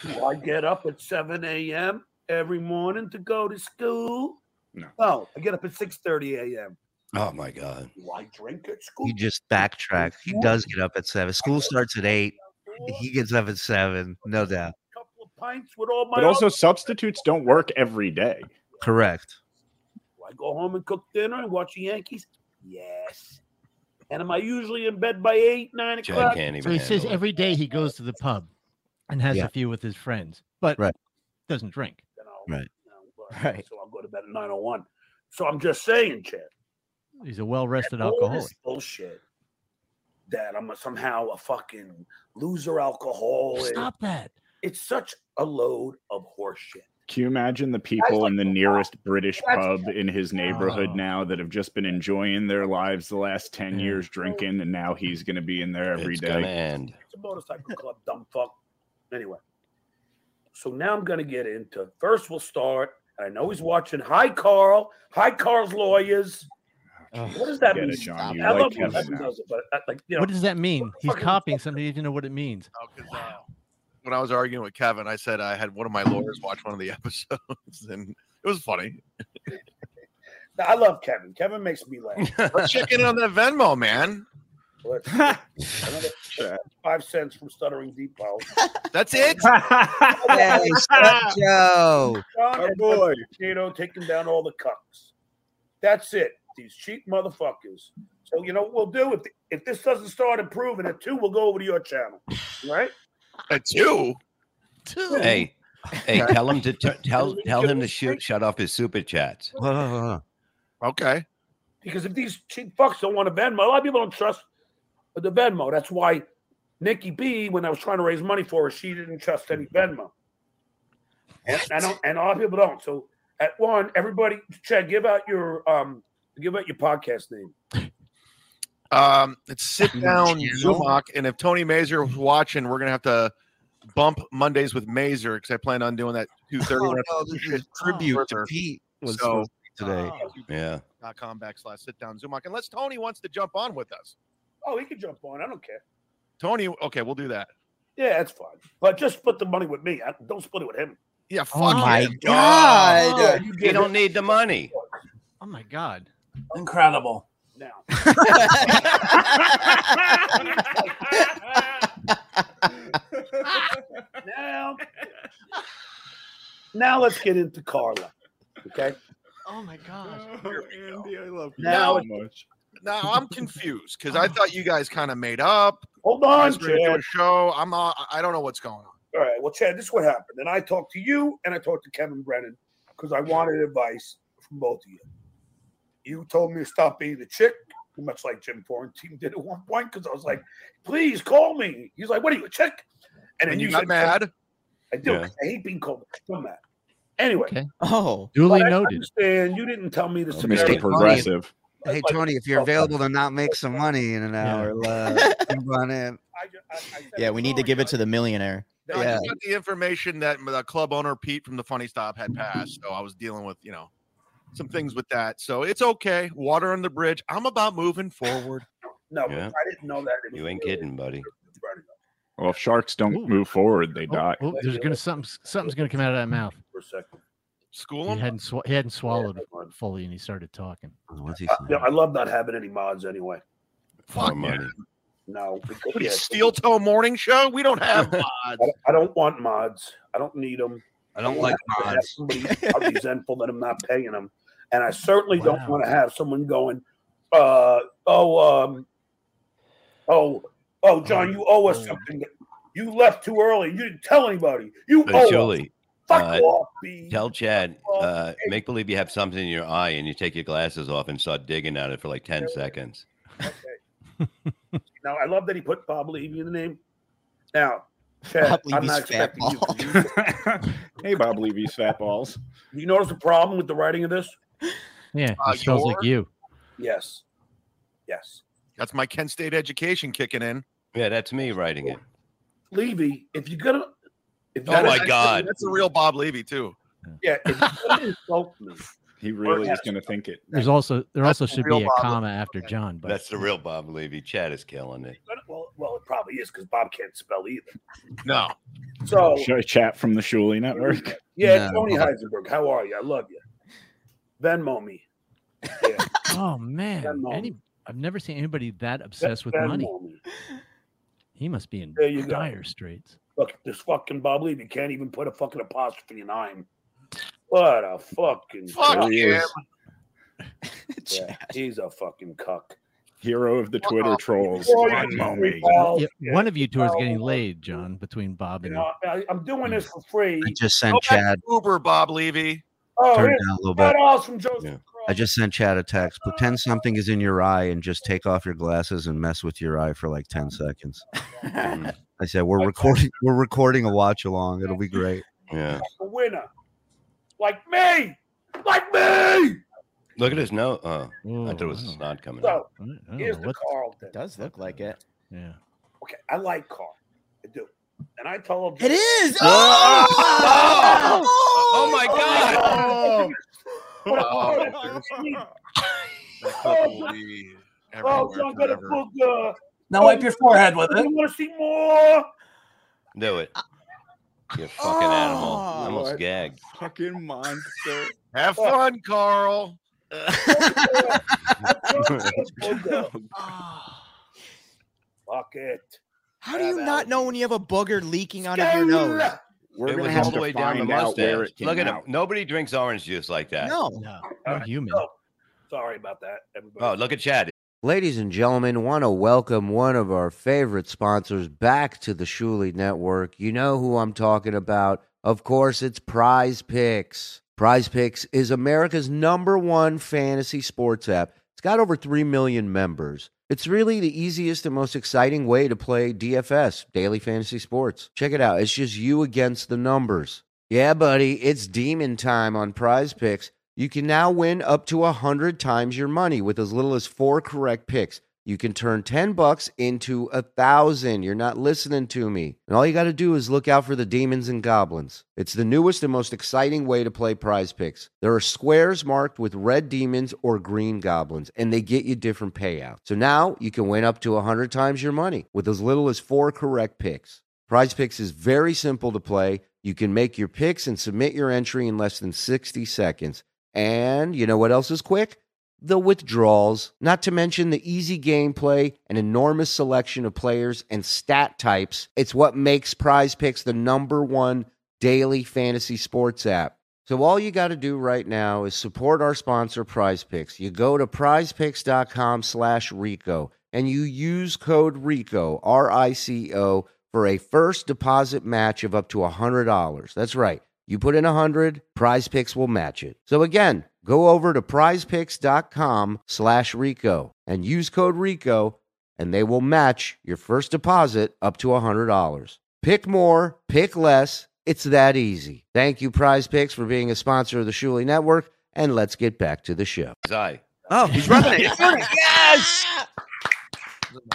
[SPEAKER 1] Do I get up at 7 a.m. every morning to go to school?
[SPEAKER 8] No.
[SPEAKER 1] No, I get up at 6.30 a.m.
[SPEAKER 4] Oh my god.
[SPEAKER 1] Do I drink at school?
[SPEAKER 3] You just backtrack. He does get up at seven. School starts at eight. He gets up at seven. No doubt.
[SPEAKER 1] a couple of pints with all my
[SPEAKER 8] But also,
[SPEAKER 1] other-
[SPEAKER 8] substitutes don't work every day.
[SPEAKER 3] Correct.
[SPEAKER 1] Do I go home and cook dinner and watch the Yankees? Yes. And am I usually in bed by eight, nine
[SPEAKER 4] Chad
[SPEAKER 1] o'clock?
[SPEAKER 4] can't even.
[SPEAKER 2] So he says
[SPEAKER 4] handle it.
[SPEAKER 2] every day he goes to the pub and has
[SPEAKER 3] Yeah.
[SPEAKER 2] a few with his friends, but
[SPEAKER 3] Right.
[SPEAKER 2] doesn't drink.
[SPEAKER 1] You know,
[SPEAKER 3] Right.
[SPEAKER 1] you know, but-
[SPEAKER 11] Right.
[SPEAKER 1] So I'll go to bed at 9.01. So I'm just saying, Chad,
[SPEAKER 2] He's a well-rested
[SPEAKER 1] all this
[SPEAKER 2] alcoholic.
[SPEAKER 1] bullshit that I'm a, somehow a fucking loser alcoholic.
[SPEAKER 2] Stop that.
[SPEAKER 1] It's such a load of horseshit.
[SPEAKER 8] Can you imagine the people in the nearest British
[SPEAKER 1] That's-
[SPEAKER 8] pub in his neighborhood
[SPEAKER 2] Oh.
[SPEAKER 8] now that have just been enjoying their lives the last 10
[SPEAKER 2] Yeah.
[SPEAKER 8] years drinking, and now he's going to be in there every
[SPEAKER 4] it's
[SPEAKER 8] day?
[SPEAKER 4] gonna end.
[SPEAKER 1] It's a motorcycle club, dumb fuck. Anyway, so now I'm going to get into first, we'll start. And I know he's watching. Hi, Carl. Hi, Carl's lawyers.
[SPEAKER 11] Ugh.
[SPEAKER 1] What does that
[SPEAKER 8] Get
[SPEAKER 1] mean?
[SPEAKER 8] it, John. You
[SPEAKER 1] I
[SPEAKER 8] like
[SPEAKER 1] love when
[SPEAKER 8] Kevin
[SPEAKER 1] Kevin
[SPEAKER 8] now.
[SPEAKER 1] does it, but uh, like, you know,
[SPEAKER 2] What does that mean? He's
[SPEAKER 1] fucking-
[SPEAKER 2] copying something. He doesn't know what it means.
[SPEAKER 9] Oh, 'cause, uh, when I was arguing with Kevin, I said I had one of my lawyers watch one of the episodes, and it was funny.
[SPEAKER 1] I love Kevin. Kevin makes me laugh.
[SPEAKER 9] Let's check in on that Venmo, man.
[SPEAKER 1] Let's- another five cents from Stuttering Depot.
[SPEAKER 9] That's it.
[SPEAKER 3] Hey, Scott Joe.
[SPEAKER 1] John and Potato taking down all the cucks. That's it. These cheap motherfuckers. So you know what we'll do if if this doesn't start improving at two, we'll go over to your channel, right?
[SPEAKER 9] That's you.
[SPEAKER 4] Hey, hey, tell him to t- tell tell him to shoot, shut off his super chats.
[SPEAKER 3] Whoa, whoa, whoa, whoa.
[SPEAKER 9] Okay.
[SPEAKER 1] Because if these cheap fucks don't want to Venmo, a lot of people don't trust the Venmo. That's why Nikki B, when I was trying to raise money for her, she didn't trust any Venmo. And I don't, and a lot of people don't. So at one, everybody, Chad, give out your um, give out your podcast name.
[SPEAKER 9] Um, it's sit down
[SPEAKER 3] Yeah.
[SPEAKER 9] Zumach, and if Tony Mazer was watching, we're gonna have to bump Mondays with Mazer because I plan on doing that two thirty.
[SPEAKER 3] Oh, Oh, no, this is a tribute to Pete was
[SPEAKER 9] So-
[SPEAKER 3] today.
[SPEAKER 4] Yeah.
[SPEAKER 9] com backslash sit down Zumach, unless Tony wants to jump on with us.
[SPEAKER 1] Oh, he can jump on. I don't care.
[SPEAKER 9] Tony, okay, we'll do that.
[SPEAKER 1] Yeah, that's fine. But just split the money with me. I, don't split it with him. Oh,
[SPEAKER 9] Yeah, fuck
[SPEAKER 11] Oh my
[SPEAKER 9] him.
[SPEAKER 11] god.
[SPEAKER 1] you
[SPEAKER 4] He don't need the money.
[SPEAKER 2] Oh my god.
[SPEAKER 7] Incredible.
[SPEAKER 1] now. now, now let's get into Carla. Okay.
[SPEAKER 2] Oh my gosh.
[SPEAKER 8] Andy, I love you
[SPEAKER 1] Now
[SPEAKER 8] so much.
[SPEAKER 9] Now I'm confused because I thought you guys kind of made up.
[SPEAKER 1] Hold
[SPEAKER 9] You
[SPEAKER 1] on,
[SPEAKER 9] guys were gonna do
[SPEAKER 1] Chad.
[SPEAKER 9] a show. I'm not. I don't know what's going on.
[SPEAKER 1] All right. Well, Chad, this is what happened. And I talked to you and I talked to Kevin Brennan because I wanted advice from both of you. You told me to stop being a chick, much like Jim Florentine did at one point, because I was like, please call me. He's like, what are you, a chick? And
[SPEAKER 9] And,
[SPEAKER 1] then
[SPEAKER 9] you
[SPEAKER 1] you
[SPEAKER 9] got
[SPEAKER 1] said,
[SPEAKER 9] mad.
[SPEAKER 1] I do.
[SPEAKER 4] Yeah.
[SPEAKER 1] 'cause I hate being called. I'm mad. Anyway,
[SPEAKER 2] Okay.
[SPEAKER 11] Oh.
[SPEAKER 2] Duly
[SPEAKER 1] but I
[SPEAKER 2] noted.
[SPEAKER 1] understand you didn't tell me the
[SPEAKER 4] Mr.
[SPEAKER 1] severity.
[SPEAKER 3] Hey,
[SPEAKER 8] Mr.
[SPEAKER 3] Tony.
[SPEAKER 8] Progressive.
[SPEAKER 3] Hey Tony, if you're available to not make some money in an
[SPEAKER 2] Yeah.
[SPEAKER 3] hour, uh, come on in.
[SPEAKER 1] I ju- I- I said,
[SPEAKER 11] Yeah, we need to
[SPEAKER 1] sorry,
[SPEAKER 11] give it to
[SPEAKER 1] guys.
[SPEAKER 11] the millionaire.
[SPEAKER 9] No, I
[SPEAKER 3] Yeah.
[SPEAKER 9] just got the information that the club owner Pete from the Funny Stop had passed, so I was dealing with you know some things with that. So it's okay. Water on the bridge. I'm about moving forward.
[SPEAKER 1] No,
[SPEAKER 4] Yeah.
[SPEAKER 1] I didn't know that. It was
[SPEAKER 4] You ain't
[SPEAKER 1] really
[SPEAKER 4] kidding, buddy.
[SPEAKER 1] Friday
[SPEAKER 8] Well, if sharks don't
[SPEAKER 2] Ooh.
[SPEAKER 8] move forward, they
[SPEAKER 2] Oh,
[SPEAKER 8] die.
[SPEAKER 2] oh, there's gonna something something's gonna come out of that mouth.
[SPEAKER 1] For a second.
[SPEAKER 9] School
[SPEAKER 2] He
[SPEAKER 9] him.
[SPEAKER 2] hadn't swa- he hadn't swallowed
[SPEAKER 1] never mind.
[SPEAKER 2] fully and he started talking.
[SPEAKER 3] Oh, What's he
[SPEAKER 1] Uh,
[SPEAKER 3] saying?
[SPEAKER 1] yeah, I love not having any mods anyway.
[SPEAKER 4] More
[SPEAKER 9] Fuck yeah.
[SPEAKER 4] money.
[SPEAKER 1] No, because
[SPEAKER 9] What are you,
[SPEAKER 1] yeah,
[SPEAKER 9] Steel Toe Morning Show? We don't have mods.
[SPEAKER 1] I don't- I don't want mods. I don't need them.
[SPEAKER 3] I don't like mods.
[SPEAKER 1] Somebody, I'm resentful that I'm not paying them, and I certainly don't
[SPEAKER 2] Wow.
[SPEAKER 1] want to have someone going, uh, "Oh, um, oh, oh, John, you owe us
[SPEAKER 2] Oh.
[SPEAKER 1] something." You left too early. You didn't tell anybody. You
[SPEAKER 4] But
[SPEAKER 1] owe us.
[SPEAKER 4] Julie,
[SPEAKER 1] Fuck
[SPEAKER 4] uh,
[SPEAKER 1] off,
[SPEAKER 4] tell Chad, uh, make believe you have something in your eye and you take your glasses off and start digging at it for like 10 seconds.
[SPEAKER 1] Now I love that he put Bob Levy in the name. Now, Chad,
[SPEAKER 8] Bob
[SPEAKER 1] I'm
[SPEAKER 8] Levy's
[SPEAKER 1] not
[SPEAKER 8] fat
[SPEAKER 1] expecting you. To hey, Bob Levy's fat balls. You notice the problem with the writing of this?
[SPEAKER 2] Yeah,
[SPEAKER 9] Uh,
[SPEAKER 2] it smells like you.
[SPEAKER 1] Yes. Yes.
[SPEAKER 9] That's my Kent State education kicking in.
[SPEAKER 4] Yeah, that's me writing it.
[SPEAKER 1] Levy, if you're gonna, if
[SPEAKER 9] Oh
[SPEAKER 1] you're
[SPEAKER 9] my
[SPEAKER 1] gonna-
[SPEAKER 9] God, that's a real Bob Levy too.
[SPEAKER 1] Yeah, if you're gonna insult me,
[SPEAKER 8] He
[SPEAKER 1] really is
[SPEAKER 8] gonna think it.
[SPEAKER 2] There's also there
[SPEAKER 1] That's
[SPEAKER 2] also
[SPEAKER 1] the
[SPEAKER 2] should
[SPEAKER 1] real
[SPEAKER 2] be a
[SPEAKER 1] Bob
[SPEAKER 2] comma after John, but
[SPEAKER 4] That's the real Bob Levy. Chad is killing it.
[SPEAKER 1] well, well, it probably is because Bob can't spell either.
[SPEAKER 4] No.
[SPEAKER 1] So
[SPEAKER 8] Oh. Should I chat from the Shuli Network?
[SPEAKER 1] yeah, Tony Heisenberg, how are you? I love you. Venmo me.
[SPEAKER 2] oh man,
[SPEAKER 1] Venmo
[SPEAKER 2] any,
[SPEAKER 1] me.
[SPEAKER 2] I've never seen anybody that obsessed with
[SPEAKER 1] Venmo
[SPEAKER 2] money.
[SPEAKER 1] me.
[SPEAKER 2] He must be in
[SPEAKER 1] There you go.
[SPEAKER 2] dire straits.
[SPEAKER 1] Look, this fucking Bob Levy can't even put a fucking apostrophe in I'm. What a fucking
[SPEAKER 9] Fuck
[SPEAKER 1] cuck.
[SPEAKER 9] him.
[SPEAKER 1] Yeah, he's a fucking cuck.
[SPEAKER 8] Hero of the Twitter trolls.
[SPEAKER 1] Oh,
[SPEAKER 8] One
[SPEAKER 1] yeah.
[SPEAKER 8] moment.
[SPEAKER 1] Well,
[SPEAKER 2] Yeah, One of you two is getting laid, John, between Bob
[SPEAKER 1] You
[SPEAKER 2] and
[SPEAKER 1] know, I, I'm doing this for free.
[SPEAKER 3] I just sent
[SPEAKER 1] Go back-
[SPEAKER 3] Chad.
[SPEAKER 9] Uber Bob Levy.
[SPEAKER 1] Oh,
[SPEAKER 3] Turn
[SPEAKER 1] here's
[SPEAKER 3] it down a little bit.
[SPEAKER 1] that all from Joseph.
[SPEAKER 3] I just sent Chad a text. Pretend something is in your eye and just take off your glasses and mess with your eye for like ten seconds. I said we're recording. We're recording a watch along. It'll be great.
[SPEAKER 4] Yeah.
[SPEAKER 1] a winner. Like me. Like me.
[SPEAKER 4] Look at his nose. Oh, I thought it was
[SPEAKER 2] wow.
[SPEAKER 4] a snot coming out.
[SPEAKER 1] So
[SPEAKER 2] I
[SPEAKER 1] here's
[SPEAKER 2] don't know
[SPEAKER 1] the
[SPEAKER 2] what.
[SPEAKER 1] Carlton.
[SPEAKER 11] does look like it.
[SPEAKER 2] Yeah.
[SPEAKER 1] Okay, I like Carl. I do. And I told
[SPEAKER 11] It is.
[SPEAKER 1] Oh!
[SPEAKER 11] Oh!
[SPEAKER 4] Oh my God.
[SPEAKER 1] Oh,
[SPEAKER 9] Oh.
[SPEAKER 1] Oh,
[SPEAKER 9] Everywhere
[SPEAKER 1] oh, so I'm gonna
[SPEAKER 9] forever.
[SPEAKER 1] book. Uh,
[SPEAKER 7] Now wipe your forehead with it.
[SPEAKER 1] You want to see more?
[SPEAKER 4] Do it. You fucking animal.
[SPEAKER 10] oh.
[SPEAKER 4] I
[SPEAKER 8] Lord.
[SPEAKER 4] almost gagged.
[SPEAKER 8] Oh, Fucking monster.
[SPEAKER 9] Have fun, Carl.
[SPEAKER 1] Fuck it.
[SPEAKER 11] How do you
[SPEAKER 1] Yeah,
[SPEAKER 11] not
[SPEAKER 1] that
[SPEAKER 11] know when you have a booger leaking out of your nose?
[SPEAKER 8] We're
[SPEAKER 4] it
[SPEAKER 8] gonna
[SPEAKER 4] was
[SPEAKER 8] have
[SPEAKER 4] all the
[SPEAKER 8] to
[SPEAKER 4] way down the
[SPEAKER 8] find out where
[SPEAKER 4] mustache.
[SPEAKER 8] it came
[SPEAKER 4] Look at him.
[SPEAKER 8] out.
[SPEAKER 4] Nobody drinks orange juice like that.
[SPEAKER 11] No.
[SPEAKER 2] No,
[SPEAKER 1] Uh,
[SPEAKER 2] no human.
[SPEAKER 1] no. Sorry about that, everybody.
[SPEAKER 4] Oh, look at Chad.
[SPEAKER 3] Ladies and gentlemen, want to welcome one of our favorite sponsors back to the Shuli Network. You know who I'm talking about. Of course, it's Prize Picks. Prize Picks is America's number one fantasy sports app. It's got over 3 million members. It's really the easiest and most exciting way to play DFS, daily fantasy sports. Check it out. It's just you against the numbers. Yeah, buddy, it's demon time on prize picks. You can now win up to 100 times your money with as little as four correct picks. You can turn 10 bucks into a thousand. You're not listening to me. And all you got to do is look out for the demons and goblins. It's the newest and most exciting way to play prize picks. There are squares marked with red demons or green goblins, and they get you different payouts. So now you can win up to 100 times your money with as little as four correct picks. Prize Picks is very simple to play. You can make your picks and submit your entry in less than 60 seconds. And you know what else is quick? The withdrawals, not to mention the easy gameplay, an enormous selection of players and stat types. It's what makes Prize Picks the number one daily fantasy sports app. So all you got to do right now is support our sponsor Prize Picks. You go to prizepicks.com/rico and you use code RICO, R I C O, for a first deposit match of up to $100. That's right. You put in 100, Prize Picks will match it. So again, go over to prizepicks.com slash RICO and use code RICO and they will match your first deposit up to $100. Pick more, pick less. It's that easy. Thank you, Prize Picks, for being a sponsor of the Shuli Network. And let's get back to the show.
[SPEAKER 4] His eye.
[SPEAKER 3] Oh, he's rubbing it. yes.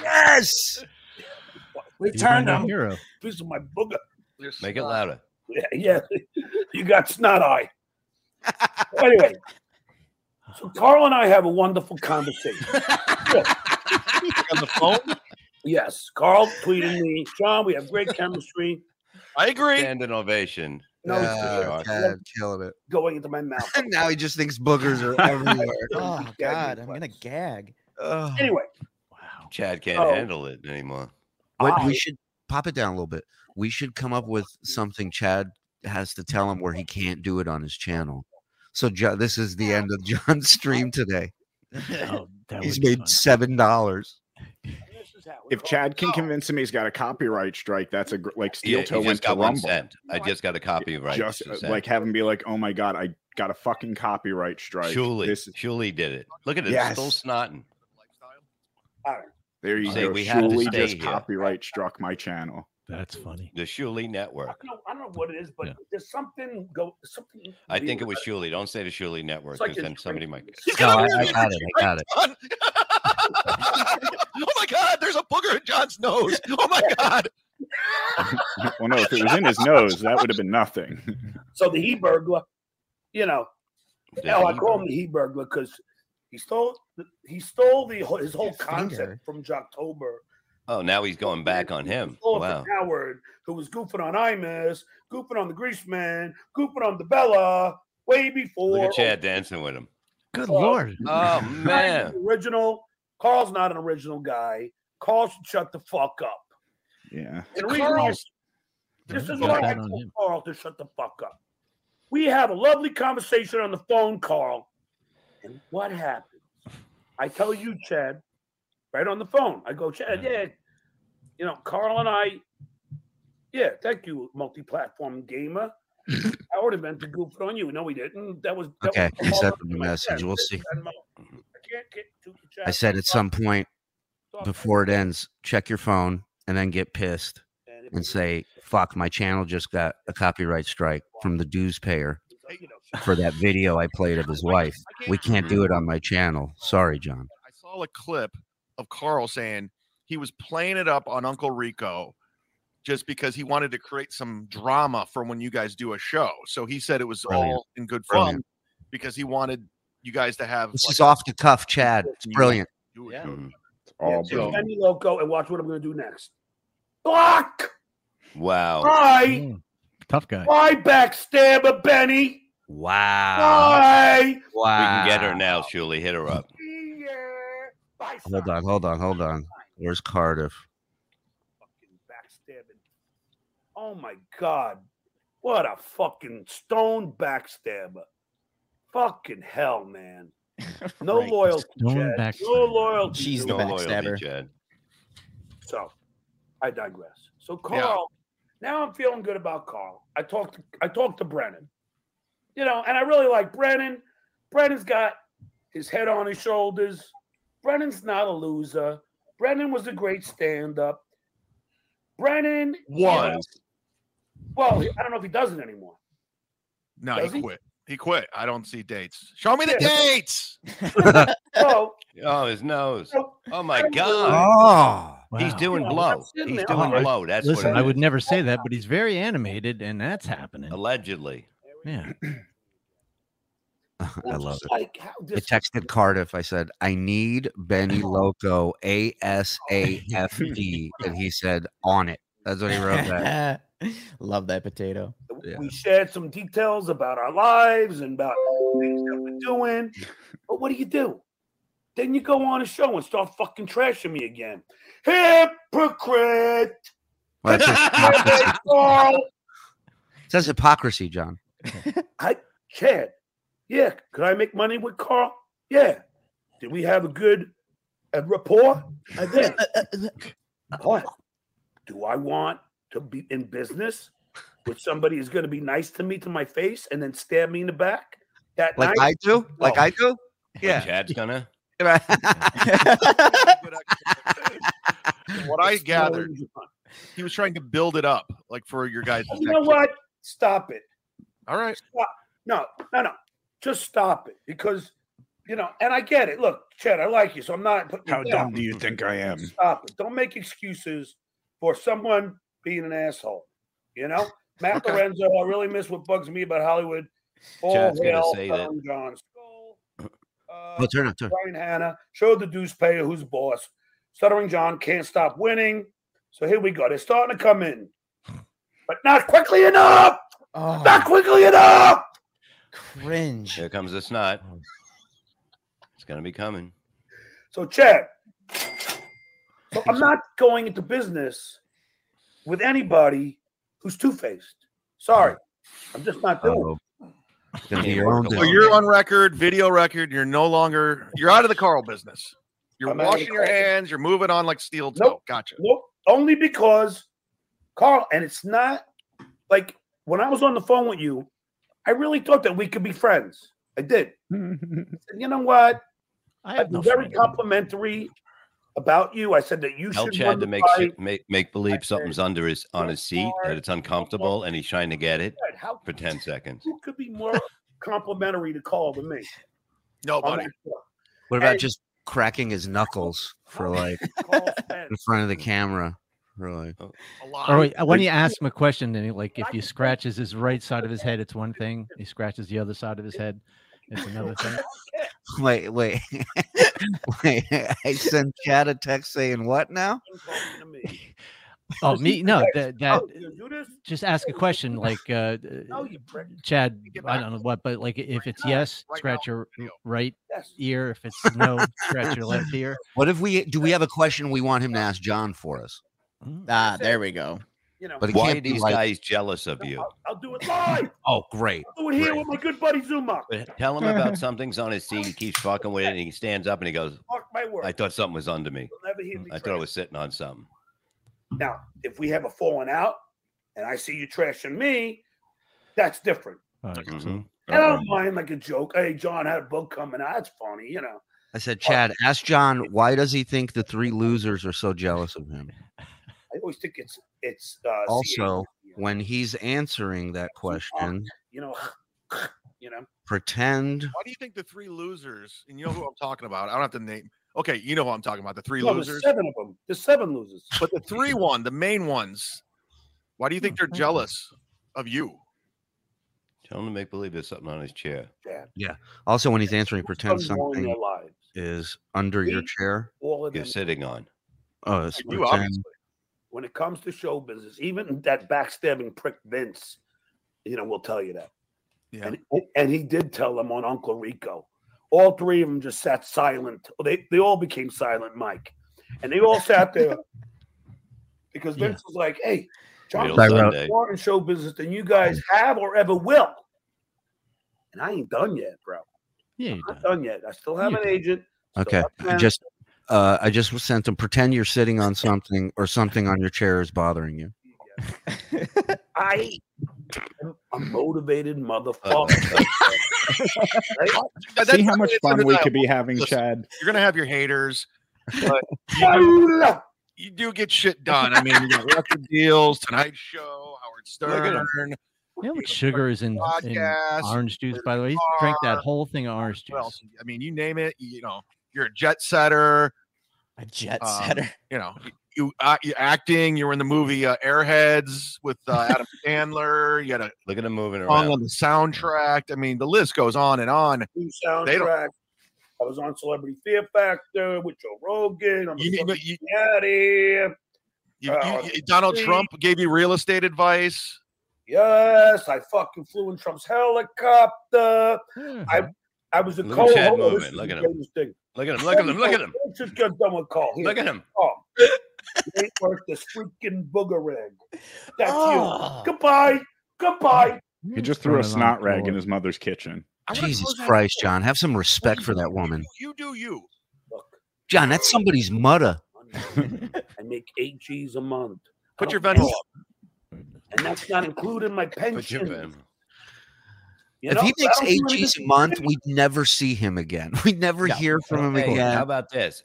[SPEAKER 3] Yes.
[SPEAKER 7] We
[SPEAKER 2] You're
[SPEAKER 7] turned
[SPEAKER 2] my
[SPEAKER 7] him.
[SPEAKER 2] Hero.
[SPEAKER 1] This is my booger.
[SPEAKER 4] Make it louder.
[SPEAKER 1] Yeah, yeah. you got snot eye. anyway, so Carl and I have a wonderful conversation.
[SPEAKER 9] on the phone.
[SPEAKER 1] yes, Carl tweeted me, Sean, we have great chemistry.
[SPEAKER 9] I agree.
[SPEAKER 4] Standing ovation.
[SPEAKER 1] No,
[SPEAKER 4] Yeah,
[SPEAKER 1] Chad,
[SPEAKER 3] killing it.
[SPEAKER 1] going into my mouth. Ah.
[SPEAKER 3] And now he just thinks boogers are everywhere.
[SPEAKER 11] Oh
[SPEAKER 1] Yeah, you
[SPEAKER 11] God, I'm
[SPEAKER 1] what?
[SPEAKER 11] gonna gag.
[SPEAKER 3] Ugh.
[SPEAKER 1] Anyway,
[SPEAKER 4] Chad can't
[SPEAKER 1] Oh.
[SPEAKER 4] handle it anymore.
[SPEAKER 3] Wait,
[SPEAKER 1] I-
[SPEAKER 3] we should pop it down a little bit. We should come up with something Chad has to tell him where he can't do it on his channel. So Jo- this is the end of John's stream today.
[SPEAKER 2] Oh, that
[SPEAKER 3] He's
[SPEAKER 2] would be
[SPEAKER 3] made
[SPEAKER 2] fun.
[SPEAKER 3] seven dollars.
[SPEAKER 1] this is how
[SPEAKER 8] if Chad can convince him he's got a copyright strike, that's a gr- like Steel
[SPEAKER 4] Yeah, he
[SPEAKER 8] Toe
[SPEAKER 4] just
[SPEAKER 8] went to
[SPEAKER 4] got one
[SPEAKER 8] Rumble.
[SPEAKER 4] cent. I just got a copyright.
[SPEAKER 8] Just uh,
[SPEAKER 4] cent.
[SPEAKER 8] like have him be like, "Oh my god, I got a fucking copyright strike."
[SPEAKER 4] Shuli,
[SPEAKER 8] This-
[SPEAKER 4] Shuli did it. Look at it,
[SPEAKER 8] Yes.
[SPEAKER 4] still snotting.
[SPEAKER 8] there you
[SPEAKER 4] Say,
[SPEAKER 8] go.
[SPEAKER 4] "We have to
[SPEAKER 8] Shuli
[SPEAKER 4] stay
[SPEAKER 8] just
[SPEAKER 4] here."
[SPEAKER 8] copyright struck my channel.
[SPEAKER 2] That's funny.
[SPEAKER 4] The Shuli
[SPEAKER 1] I
[SPEAKER 4] Network.
[SPEAKER 1] don't know, I don't know what it is, but
[SPEAKER 2] Yeah.
[SPEAKER 1] there's something go something.
[SPEAKER 4] I think it
[SPEAKER 1] weird
[SPEAKER 4] was Shuli. Don't say the Shuli Network
[SPEAKER 1] It's like
[SPEAKER 4] because
[SPEAKER 1] it's
[SPEAKER 4] then somebody might.
[SPEAKER 2] No, I, I got it. I got it.
[SPEAKER 9] oh my God, there's a booger in John's nose. Oh my God.
[SPEAKER 8] well, no, if it was in his nose, that would have been nothing.
[SPEAKER 1] about- So the he burglar, you know,
[SPEAKER 4] The
[SPEAKER 1] hell, I
[SPEAKER 4] he
[SPEAKER 1] call him the he burglar because he stole he stole the whole- his whole
[SPEAKER 11] His
[SPEAKER 1] concept
[SPEAKER 11] finger.
[SPEAKER 1] from Jocktober.
[SPEAKER 4] Oh, now he's going back on him.
[SPEAKER 1] Stole it from
[SPEAKER 4] Wow.
[SPEAKER 1] Howard, who was goofing on Imus, goofing on the Greaseman, goofing on the Bella way before.
[SPEAKER 4] Look at Chad dancing with him.
[SPEAKER 2] Good
[SPEAKER 1] Oh.
[SPEAKER 2] lord.
[SPEAKER 4] Oh
[SPEAKER 1] Carl's
[SPEAKER 4] man.
[SPEAKER 1] an Original. Carl's not an original guy. Carl should shut the fuck up.
[SPEAKER 8] Yeah.
[SPEAKER 1] And
[SPEAKER 2] Carl-
[SPEAKER 1] the reason I This is
[SPEAKER 2] Got
[SPEAKER 1] why I
[SPEAKER 2] that on
[SPEAKER 1] told
[SPEAKER 2] him.
[SPEAKER 1] Carl to shut the fuck up. We have a lovely conversation on the phone, Carl. And what happens? I tell you, Chad, right on the phone. I go, Chad, yeah, you know, Carl and I, yeah, thank you, multi-platform gamer. I would have meant to goof it on you. No, we didn't. That was that
[SPEAKER 3] Okay,
[SPEAKER 1] was
[SPEAKER 3] he's
[SPEAKER 1] all
[SPEAKER 3] up in the
[SPEAKER 1] my
[SPEAKER 3] message.
[SPEAKER 1] Chad.
[SPEAKER 3] We'll see.
[SPEAKER 1] I can't get to Chad.
[SPEAKER 3] I said at some point before it ends, check your phone and then get pissed
[SPEAKER 1] if
[SPEAKER 3] and
[SPEAKER 1] it-
[SPEAKER 3] say, fuck, my channel just got a copyright strike from the dues payer
[SPEAKER 1] you know,
[SPEAKER 3] for that video I played of his wife.
[SPEAKER 9] I
[SPEAKER 3] We can't do
[SPEAKER 2] Mm-hmm.
[SPEAKER 3] it on my channel. Sorry, John.
[SPEAKER 9] I saw a clip of Carl saying he was playing it up on Uncle Rico just because he wanted to create some drama from when you guys do a show. So he said it was
[SPEAKER 3] Brilliant.
[SPEAKER 9] all in good fun
[SPEAKER 3] Brilliant.
[SPEAKER 9] because he wanted you guys to have
[SPEAKER 3] This
[SPEAKER 9] like,
[SPEAKER 3] is off the cuff, Chad. It's brilliant.
[SPEAKER 9] do it.
[SPEAKER 4] Yeah. Mhm.
[SPEAKER 8] Hmm. It's all
[SPEAKER 1] yeah,
[SPEAKER 8] brilliant.
[SPEAKER 1] take Benny Loco and watch what I'm going to do next. Block.
[SPEAKER 4] Wow.
[SPEAKER 1] Bye.
[SPEAKER 2] Mm. Tough guy.
[SPEAKER 1] Bye, backstabber Benny.
[SPEAKER 3] Wow.
[SPEAKER 1] Bye.
[SPEAKER 4] We can get her now, Shuli. Hit her up.
[SPEAKER 1] See ya. Bye, son.
[SPEAKER 3] Hold on, hold on, hold on. Where's Cardiff?
[SPEAKER 1] Fucking backstabbing. Oh my god. What a fucking stone backstabber. Fucking hell, man. No
[SPEAKER 11] Right,
[SPEAKER 1] loyalty.
[SPEAKER 2] stone
[SPEAKER 1] Chad. No
[SPEAKER 2] backstabber.
[SPEAKER 1] loyalty.
[SPEAKER 11] She's
[SPEAKER 1] dude.
[SPEAKER 11] the
[SPEAKER 4] No loyalty,
[SPEAKER 11] backstabber.
[SPEAKER 4] Chad.
[SPEAKER 1] So I digress. So Carl, now I'm feeling good about Carl. I talked I talked to Brennan. You know, and I really like Brennan. Brennan's got his head on his shoulders. Brennan's not a loser. Brennan was a great stand-up. Brennan
[SPEAKER 9] One.
[SPEAKER 1] Well, I don't know if he does it anymore.
[SPEAKER 9] No, he,
[SPEAKER 1] Does he?
[SPEAKER 9] quit. He quit. I don't see dates. Show me the dates.
[SPEAKER 1] So,
[SPEAKER 4] Oh, his nose.
[SPEAKER 1] so
[SPEAKER 4] Oh my
[SPEAKER 1] Come
[SPEAKER 4] God.
[SPEAKER 3] Oh,
[SPEAKER 4] He's
[SPEAKER 2] Ah, Wow.
[SPEAKER 4] doing
[SPEAKER 1] Yeah,
[SPEAKER 4] blow.
[SPEAKER 1] that's in
[SPEAKER 4] He's
[SPEAKER 1] there.
[SPEAKER 4] doing
[SPEAKER 2] Oh, I-
[SPEAKER 4] blow. That's what
[SPEAKER 2] Listen,
[SPEAKER 4] it
[SPEAKER 2] I
[SPEAKER 4] is.
[SPEAKER 2] would never say that, but he's very animated, and that's happening.
[SPEAKER 4] allegedly.
[SPEAKER 2] Yeah.
[SPEAKER 3] I love it.
[SPEAKER 1] like how
[SPEAKER 3] I texted Cardiff. I said, I need Benny Loco ASAFD. and he said, on it. That's what he wrote back.
[SPEAKER 11] Love that potato.
[SPEAKER 3] Yeah.
[SPEAKER 1] We shared some details about our lives and about things that we're doing. But what do you do? Then you go on a show and start fucking trashing me again. Hypocrite!
[SPEAKER 3] Well, that's hypocrisy.
[SPEAKER 1] Hypocrite, Carl!
[SPEAKER 3] It says hypocrisy, John.
[SPEAKER 1] Chad, yeah, could I make money with Carl? Yeah. Did we have a good a rapport? I did. But do I want to be in business with somebody who's going to be nice to me to my face and then stab me in the back? That
[SPEAKER 3] Like
[SPEAKER 1] night,
[SPEAKER 3] I do? Like
[SPEAKER 1] No.
[SPEAKER 3] I do?
[SPEAKER 4] Yeah.
[SPEAKER 3] Yeah.
[SPEAKER 4] Chad's gonna.
[SPEAKER 9] From what I
[SPEAKER 1] it's
[SPEAKER 9] gathered,
[SPEAKER 1] totally fine.
[SPEAKER 9] he was trying to build it up, like for your guys.
[SPEAKER 1] You know what? Stop it.
[SPEAKER 9] All right.
[SPEAKER 1] No, no, no. Just stop it because you know. And I get it. Look, Chad, I like you, so I'm not putting you
[SPEAKER 8] How
[SPEAKER 1] down.
[SPEAKER 8] dumb do you think I am?
[SPEAKER 1] Stop it. Uh, Don't make excuses for someone being an asshole. You know, Matt
[SPEAKER 9] Okay.
[SPEAKER 1] Lorenzo. I really miss what bugs me about Hollywood. All
[SPEAKER 4] Chad's gonna
[SPEAKER 1] hail
[SPEAKER 4] say that.
[SPEAKER 1] Elton John. Skull, uh,
[SPEAKER 3] Oh, turn up, turn.
[SPEAKER 1] Brian Hanna showed the dues payer who's boss. Stuttering John can't stop winning. So here we go. They're starting to come in, but not quickly enough. Not
[SPEAKER 11] Oh,
[SPEAKER 1] quickly enough.
[SPEAKER 11] cringe.
[SPEAKER 4] Here comes the snot.
[SPEAKER 2] Oh.
[SPEAKER 4] It's gonna be coming.
[SPEAKER 1] So, Chad, so I'm not going into business with anybody who's two faced. Sorry, I'm just not doing. it.
[SPEAKER 3] Oh. It's gonna be your own
[SPEAKER 8] Oh,
[SPEAKER 4] So
[SPEAKER 9] So
[SPEAKER 3] business.
[SPEAKER 9] you're on record, video record. You're no longer. You're out of the Carl business. You're
[SPEAKER 1] I'm out of
[SPEAKER 9] washing
[SPEAKER 1] the
[SPEAKER 9] your
[SPEAKER 1] closet.
[SPEAKER 9] hands. You're moving on like steel toe.
[SPEAKER 1] Nope.
[SPEAKER 9] Gotcha.
[SPEAKER 1] Nope. Only because Carl, and it's not like when I was on the phone with you, I really thought that we could be friends. I did. I said, you know what? I have
[SPEAKER 2] no
[SPEAKER 1] very
[SPEAKER 2] friend.
[SPEAKER 1] complimentary about you. I said that you
[SPEAKER 4] Tell
[SPEAKER 1] should
[SPEAKER 4] Chad
[SPEAKER 1] run
[SPEAKER 4] to
[SPEAKER 1] the
[SPEAKER 4] make
[SPEAKER 1] fight.
[SPEAKER 4] shit, make make believe something's under his on his seat that it's uncomfortable and he's trying to get it
[SPEAKER 1] Chad, How
[SPEAKER 4] for ten seconds.
[SPEAKER 1] who could be more complimentary to Carl than me?
[SPEAKER 9] Nobody.
[SPEAKER 3] What about
[SPEAKER 1] Hey.
[SPEAKER 3] just cracking his knuckles for like
[SPEAKER 1] Carl
[SPEAKER 3] in front of the camera? Really?
[SPEAKER 1] Oh,
[SPEAKER 9] A lot.
[SPEAKER 2] Or wait, when you ask him a question, then he, like if he scratches his right side of his head, it's one thing. He scratches the other side of his head, it's another thing.
[SPEAKER 3] Wait, wait. wait. I sent Chad a text saying what now?
[SPEAKER 1] talking to me.
[SPEAKER 2] Oh, me? No, that, that
[SPEAKER 1] Oh, you do this?
[SPEAKER 2] just ask a question like, uh,
[SPEAKER 1] No, you prick.
[SPEAKER 2] Chad,
[SPEAKER 9] get
[SPEAKER 2] I
[SPEAKER 9] back
[SPEAKER 2] don't
[SPEAKER 9] to
[SPEAKER 2] know what, but like if it's
[SPEAKER 9] now,
[SPEAKER 2] yes,
[SPEAKER 9] right now,
[SPEAKER 2] scratch your
[SPEAKER 9] video.
[SPEAKER 2] right
[SPEAKER 1] Yes.
[SPEAKER 2] ear. If it's no, scratch your left ear.
[SPEAKER 3] What if we do we have a question we want him to ask John for us?
[SPEAKER 11] Oh. Ah, there we go.
[SPEAKER 1] You know,
[SPEAKER 3] But it
[SPEAKER 4] Why are
[SPEAKER 3] can't be
[SPEAKER 4] these
[SPEAKER 3] like,
[SPEAKER 4] guys jealous of you?
[SPEAKER 1] I'll, I'll do it live.
[SPEAKER 3] oh great.
[SPEAKER 1] I'll do it here
[SPEAKER 4] Right.
[SPEAKER 1] with my good buddy Zuma.
[SPEAKER 4] But Tell him about something's on his seat. He keeps fucking with it, and he stands up and he goes,
[SPEAKER 1] Mark my words.
[SPEAKER 4] "I thought something was under me.
[SPEAKER 1] You'll never hear me.
[SPEAKER 4] I thought I
[SPEAKER 1] trash.
[SPEAKER 4] was sitting on something."
[SPEAKER 1] Now, if we have a falling out and I see you trashing me, that's different.
[SPEAKER 2] All
[SPEAKER 1] Mm-hmm.
[SPEAKER 2] right,
[SPEAKER 4] Mhm.
[SPEAKER 2] so-
[SPEAKER 1] And I don't mind like a joke. Hey, John had a book coming out. It's funny, you know.
[SPEAKER 3] I said, Chad, ask John why does he think the three losers are so jealous of him?
[SPEAKER 1] I always think it's it's uh,
[SPEAKER 3] Also,
[SPEAKER 1] CAC,
[SPEAKER 3] When he's answering that question,
[SPEAKER 1] you know, you know,
[SPEAKER 3] pretend
[SPEAKER 9] Why do you think the three losers? And you know who I'm talking about. I don't have to name. Okay, you know who I'm talking about. The three
[SPEAKER 1] No, there's
[SPEAKER 9] losers.
[SPEAKER 1] seven of them. There's seven losers.
[SPEAKER 9] But the three one, the main ones. Why do you think they're jealous of you?
[SPEAKER 4] Tell him to make believe there's something on his chair.
[SPEAKER 1] Yeah.
[SPEAKER 3] also when he's answering, pretend
[SPEAKER 1] Something wrong in
[SPEAKER 3] something
[SPEAKER 1] their lives.
[SPEAKER 3] is under your
[SPEAKER 1] See?
[SPEAKER 3] chair.
[SPEAKER 1] All of them.
[SPEAKER 4] You're sitting on.
[SPEAKER 3] Oh, it's
[SPEAKER 9] You
[SPEAKER 3] pretend.
[SPEAKER 9] obviously.
[SPEAKER 1] When it comes to show business, even that backstabbing prick Vince, you know, will tell you that.
[SPEAKER 9] Yeah.
[SPEAKER 1] And, and he did tell them on Uncle Rico. All three of them just sat silent. They they all became silent, Mike. And they all sat there because
[SPEAKER 2] Yeah.
[SPEAKER 1] Vince was like, hey, John
[SPEAKER 4] Real
[SPEAKER 3] By road.
[SPEAKER 4] Sunday.
[SPEAKER 1] more in show business than you guys have or ever will. And I ain't done yet, bro.
[SPEAKER 2] yeah, you
[SPEAKER 1] I'm not
[SPEAKER 2] don't.
[SPEAKER 1] done yet. I still have
[SPEAKER 2] Yeah.
[SPEAKER 1] an agent. still
[SPEAKER 3] Okay.
[SPEAKER 1] have
[SPEAKER 3] I
[SPEAKER 1] plans.
[SPEAKER 3] just uh I just sent him pretend you're sitting on something or something on your chair is bothering you.
[SPEAKER 1] I am a motivated
[SPEAKER 4] Uh,
[SPEAKER 1] motherfucker.
[SPEAKER 4] uh,
[SPEAKER 9] That-
[SPEAKER 8] See
[SPEAKER 9] that's
[SPEAKER 8] how much
[SPEAKER 9] it's
[SPEAKER 8] fun we could
[SPEAKER 9] undeniable.
[SPEAKER 8] be having,
[SPEAKER 9] Listen.
[SPEAKER 8] Chad.
[SPEAKER 9] You're gonna have your haters.
[SPEAKER 1] Hola!
[SPEAKER 9] You do get shit done. I mean, you got record deals, Tonight Show, Howard
[SPEAKER 4] at
[SPEAKER 9] Stern,
[SPEAKER 2] You know how much sugar is in, in
[SPEAKER 9] podcast.
[SPEAKER 2] orange juice?
[SPEAKER 9] with
[SPEAKER 2] By the way, he drank that
[SPEAKER 9] car,
[SPEAKER 2] whole thing of orange
[SPEAKER 9] What else?
[SPEAKER 2] juice.
[SPEAKER 9] I mean, you name it. You know, you're a jet setter.
[SPEAKER 11] A jet
[SPEAKER 9] Um,
[SPEAKER 11] setter.
[SPEAKER 9] You know, you uh, you're acting. You were in the movie uh, Airheads with uh, Adam Sandler. You had a
[SPEAKER 4] look at him moving
[SPEAKER 9] song
[SPEAKER 4] around.
[SPEAKER 9] on the soundtrack. I mean, the list goes on and on.
[SPEAKER 1] New
[SPEAKER 9] They don't-
[SPEAKER 1] soundtrack. I was on Celebrity Fear Factor with Joe Rogan. I'm
[SPEAKER 9] You, you,
[SPEAKER 1] gonna
[SPEAKER 9] you,
[SPEAKER 1] get out of here.
[SPEAKER 9] you,
[SPEAKER 1] Uh,
[SPEAKER 9] you- Donald Trump gave you real estate advice.
[SPEAKER 1] Yes, I fucking flew in Trump's helicopter.
[SPEAKER 2] Yeah.
[SPEAKER 1] I- I was a
[SPEAKER 4] Look
[SPEAKER 1] co
[SPEAKER 4] at
[SPEAKER 1] host.
[SPEAKER 4] Chad moving. Look at him. Look at him. Look at him. Look at him.
[SPEAKER 1] Let's just get done with Carl. Here,
[SPEAKER 4] Look at him.
[SPEAKER 1] Carl. You Oh. ain't worth this freaking booger egg. That's
[SPEAKER 11] Oh.
[SPEAKER 3] Ah.
[SPEAKER 1] you. Goodbye. Goodbye.
[SPEAKER 8] He just threw a
[SPEAKER 2] Throwing it on
[SPEAKER 8] snot
[SPEAKER 2] the
[SPEAKER 8] rag in
[SPEAKER 2] floor.
[SPEAKER 8] his mother's kitchen.
[SPEAKER 9] I wanna
[SPEAKER 3] Jesus
[SPEAKER 9] close that
[SPEAKER 3] Christ,
[SPEAKER 9] door.
[SPEAKER 3] John. Have some respect for that woman.
[SPEAKER 9] You do you.
[SPEAKER 1] Look,
[SPEAKER 3] John, that's somebody's mother.
[SPEAKER 1] I make eight G's a month. I
[SPEAKER 9] Put your
[SPEAKER 1] don't-
[SPEAKER 9] Venmo up.
[SPEAKER 1] And that's not including my
[SPEAKER 4] Put your
[SPEAKER 1] pension.
[SPEAKER 4] Venmo.
[SPEAKER 1] You
[SPEAKER 3] if
[SPEAKER 1] know?
[SPEAKER 3] he
[SPEAKER 1] I
[SPEAKER 3] makes
[SPEAKER 1] don't do
[SPEAKER 3] eight
[SPEAKER 1] any
[SPEAKER 3] G's a
[SPEAKER 1] business.
[SPEAKER 3] month, we'd never see him again. We'd never hear from him
[SPEAKER 4] Hey, how
[SPEAKER 3] again.
[SPEAKER 4] about this?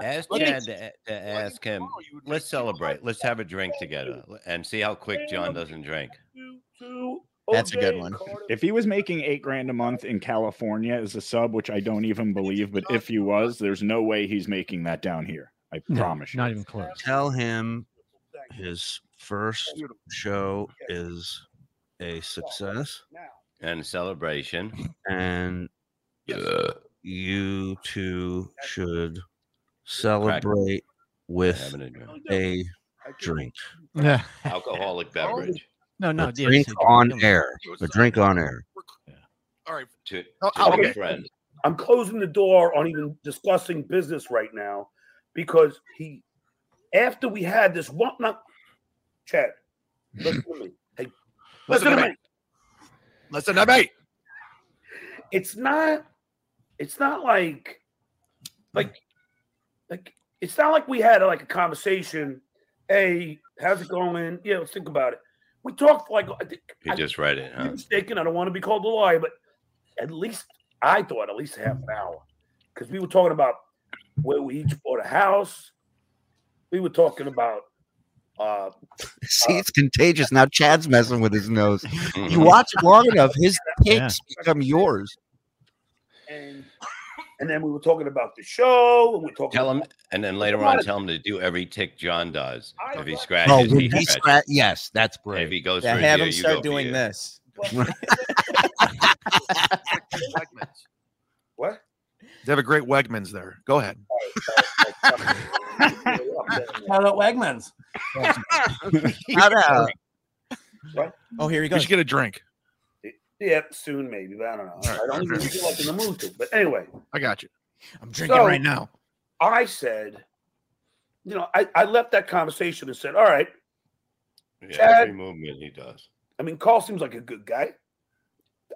[SPEAKER 4] Ask
[SPEAKER 9] Let me-
[SPEAKER 4] Chad to, to ask him.
[SPEAKER 9] Tomorrow you would make
[SPEAKER 4] Let's
[SPEAKER 9] me
[SPEAKER 4] celebrate.
[SPEAKER 9] cry.
[SPEAKER 4] Let's have a drink together and see how quick John doesn't drink.
[SPEAKER 1] You too.
[SPEAKER 11] That's a good
[SPEAKER 1] OJ
[SPEAKER 11] one.
[SPEAKER 1] Oh, Carter.
[SPEAKER 8] If he was making eight grand a month in California as a sub, which I don't even believe, but if he was, there's no way he's making that down here. I
[SPEAKER 2] No,
[SPEAKER 8] promise you.
[SPEAKER 2] Not even close.
[SPEAKER 3] Tell him
[SPEAKER 1] Thank you.
[SPEAKER 3] his first show is a success
[SPEAKER 1] Now,
[SPEAKER 4] And celebration.
[SPEAKER 3] and uh, you two should celebrate with
[SPEAKER 4] Having a drink.
[SPEAKER 3] a
[SPEAKER 1] I do.
[SPEAKER 3] drink.
[SPEAKER 2] Yeah.
[SPEAKER 9] Oh.
[SPEAKER 4] Alcoholic beverage.
[SPEAKER 2] no, no,
[SPEAKER 3] A
[SPEAKER 2] yeah,
[SPEAKER 3] drink
[SPEAKER 2] it's a-
[SPEAKER 3] on
[SPEAKER 2] come
[SPEAKER 3] air. A drink on air.
[SPEAKER 9] All right.
[SPEAKER 4] To, to
[SPEAKER 9] Oh, oh,
[SPEAKER 4] a
[SPEAKER 9] okay.
[SPEAKER 4] friend.
[SPEAKER 1] I'm closing the door on even discussing business right now because he, after we had this one, not Chad, listen to me. Hey, listen, to me.
[SPEAKER 9] Listen to me.
[SPEAKER 1] It's not, it's not like, like, Like it's not like we had like a conversation. Hey, how's it going? Yeah, let's think about it. We talked like I think
[SPEAKER 4] You just read it, huh?
[SPEAKER 1] I'm mistaken. I don't want to be called a liar, but at least I thought at least half an hour because we were talking about where we each bought a house. We were talking about uh,
[SPEAKER 3] See, it's contagious. Now Chad's messing with his nose. You watch it long enough, his takes become yours.
[SPEAKER 1] and and then we were talking about the show and we talking.
[SPEAKER 4] Tell him,
[SPEAKER 1] about-
[SPEAKER 4] and then later on, tell him to do every tick John does. If he scratches,
[SPEAKER 3] Oh, when
[SPEAKER 4] he
[SPEAKER 3] he
[SPEAKER 4] scratches.
[SPEAKER 3] scratch, yes, that's great.
[SPEAKER 4] If he goes
[SPEAKER 11] Yeah,
[SPEAKER 4] for
[SPEAKER 11] have
[SPEAKER 4] you,
[SPEAKER 11] him
[SPEAKER 4] you
[SPEAKER 11] start
[SPEAKER 4] go for
[SPEAKER 11] doing
[SPEAKER 4] you.
[SPEAKER 11] this.
[SPEAKER 9] Wegmans.
[SPEAKER 1] What?
[SPEAKER 9] They have a great Wegmans there. Go ahead.
[SPEAKER 7] Shout out Wegmans.
[SPEAKER 3] Shout out.
[SPEAKER 11] Oh, here he
[SPEAKER 9] You
[SPEAKER 11] goes.
[SPEAKER 9] Uh, should get a drink.
[SPEAKER 1] yeah, soon maybe. But I don't know. I don't even feel like in the mood to. But anyway,
[SPEAKER 9] I got you. I'm drinking
[SPEAKER 1] So-
[SPEAKER 9] right now.
[SPEAKER 1] I said, you know, I, I left that conversation and said, all right.
[SPEAKER 4] Yeah,
[SPEAKER 1] Chad.
[SPEAKER 4] every movement he does.
[SPEAKER 1] I mean, Carl seems like a good guy.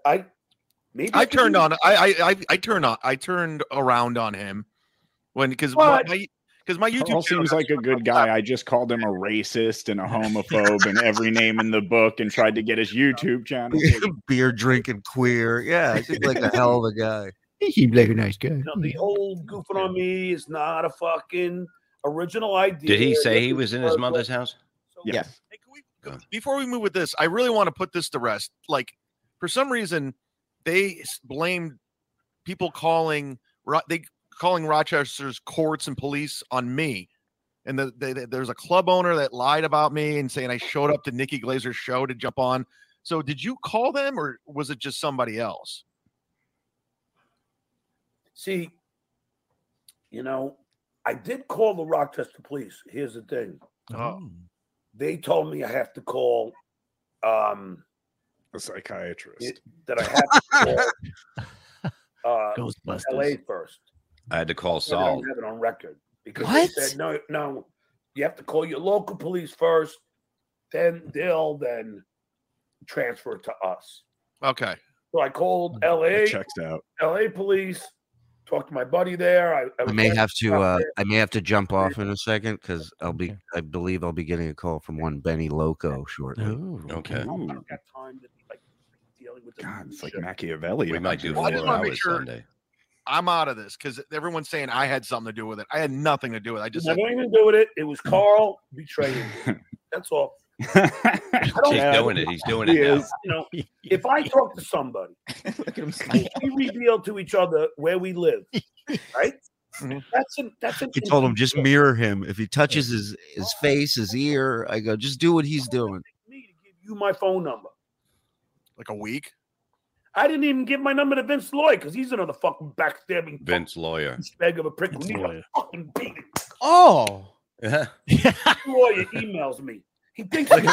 [SPEAKER 1] I maybe
[SPEAKER 9] I
[SPEAKER 1] could
[SPEAKER 9] turned
[SPEAKER 1] do-
[SPEAKER 9] on. I I I, I turned on. I turned around on him when because
[SPEAKER 1] What?
[SPEAKER 9] my because
[SPEAKER 4] Oh,
[SPEAKER 9] my YouTube
[SPEAKER 8] Carl
[SPEAKER 9] channel
[SPEAKER 8] seems like a good guy. I just called him a racist and a homophobe and every name in the book and tried to get his YouTube channel.
[SPEAKER 3] Beer drinking queer. Yeah, he seems like a hell of a guy.
[SPEAKER 2] He seemed like a nice guy.
[SPEAKER 1] You know, the old goofing on me is not a fucking original idea.
[SPEAKER 4] Did he say he was in his mother's house?
[SPEAKER 1] So,
[SPEAKER 11] Yes.
[SPEAKER 9] Hey, can we-
[SPEAKER 4] Go on.
[SPEAKER 9] before we move with this, I really want to put this to rest. Like, for some reason, they s- blamed people calling Ro- they calling Rochester's courts and police on me, and the, they, they, there's a club owner that lied about me and saying I showed up to Nikki Glazer's show to jump on. So, did you call them, or was it just somebody else?
[SPEAKER 1] See, you know, I did call the Rochester police. Here's the thing.
[SPEAKER 9] Oh.
[SPEAKER 1] They told me I have to call um
[SPEAKER 8] A psychiatrist.
[SPEAKER 1] that I have to call uh LA
[SPEAKER 2] Ghostbusters.
[SPEAKER 1] first.
[SPEAKER 4] I had to call
[SPEAKER 1] So I
[SPEAKER 4] Saul.
[SPEAKER 1] don't have it on record because
[SPEAKER 11] What?
[SPEAKER 1] they said no, no. You have to call your local police first, then they'll then transfer it to us.
[SPEAKER 9] Okay,
[SPEAKER 1] So I called
[SPEAKER 8] That
[SPEAKER 1] L.A.
[SPEAKER 8] checks out.
[SPEAKER 1] L.A. police, talked to my buddy there. I, I
[SPEAKER 3] I
[SPEAKER 1] was
[SPEAKER 3] may
[SPEAKER 1] like,
[SPEAKER 3] have to. Uh, I may have to jump off in a second because I'll be. I believe I'll be getting a call from one Benny Loco shortly. Mm.
[SPEAKER 2] Ooh.
[SPEAKER 4] Okay.
[SPEAKER 1] I
[SPEAKER 8] Ooh,
[SPEAKER 1] don't got time to be like dealing with this
[SPEAKER 8] God, it's like
[SPEAKER 1] shit.
[SPEAKER 8] Machiavelli.
[SPEAKER 4] We might do
[SPEAKER 9] Well, I just
[SPEAKER 4] four
[SPEAKER 9] wanna make
[SPEAKER 4] hours
[SPEAKER 9] sure-
[SPEAKER 4] Sunday.
[SPEAKER 9] I'm out of this because everyone's saying I had something to do with it. I had nothing to do with it. I just
[SPEAKER 1] I
[SPEAKER 9] said,
[SPEAKER 1] don't even do with it. It was Carl betraying. me. That's all.
[SPEAKER 4] He's
[SPEAKER 8] Yeah,
[SPEAKER 4] doing it. He's doing
[SPEAKER 8] he
[SPEAKER 4] it now.
[SPEAKER 8] is.
[SPEAKER 1] You know, if I talk to somebody,
[SPEAKER 11] Look at him. sneak.
[SPEAKER 1] we reveal to each other where we live, right?
[SPEAKER 3] Mm-hmm.
[SPEAKER 9] Mhm.
[SPEAKER 1] That's an that's an
[SPEAKER 3] I told him just
[SPEAKER 1] intimate-
[SPEAKER 3] mirror him. If he touches his his face, his ear, I go just do what he's doing.
[SPEAKER 1] me to give you my phone number.
[SPEAKER 9] like a week.
[SPEAKER 1] I didn't even give my number to Vince Lloyd because he's another fucking backstabbing
[SPEAKER 4] Vince lawyer.
[SPEAKER 1] fucking bag of a prick. Vince Lloyd. Fucking beat it.
[SPEAKER 11] Oh.
[SPEAKER 4] Yeah.
[SPEAKER 1] Vince Lawyer emails me. He thinks I'm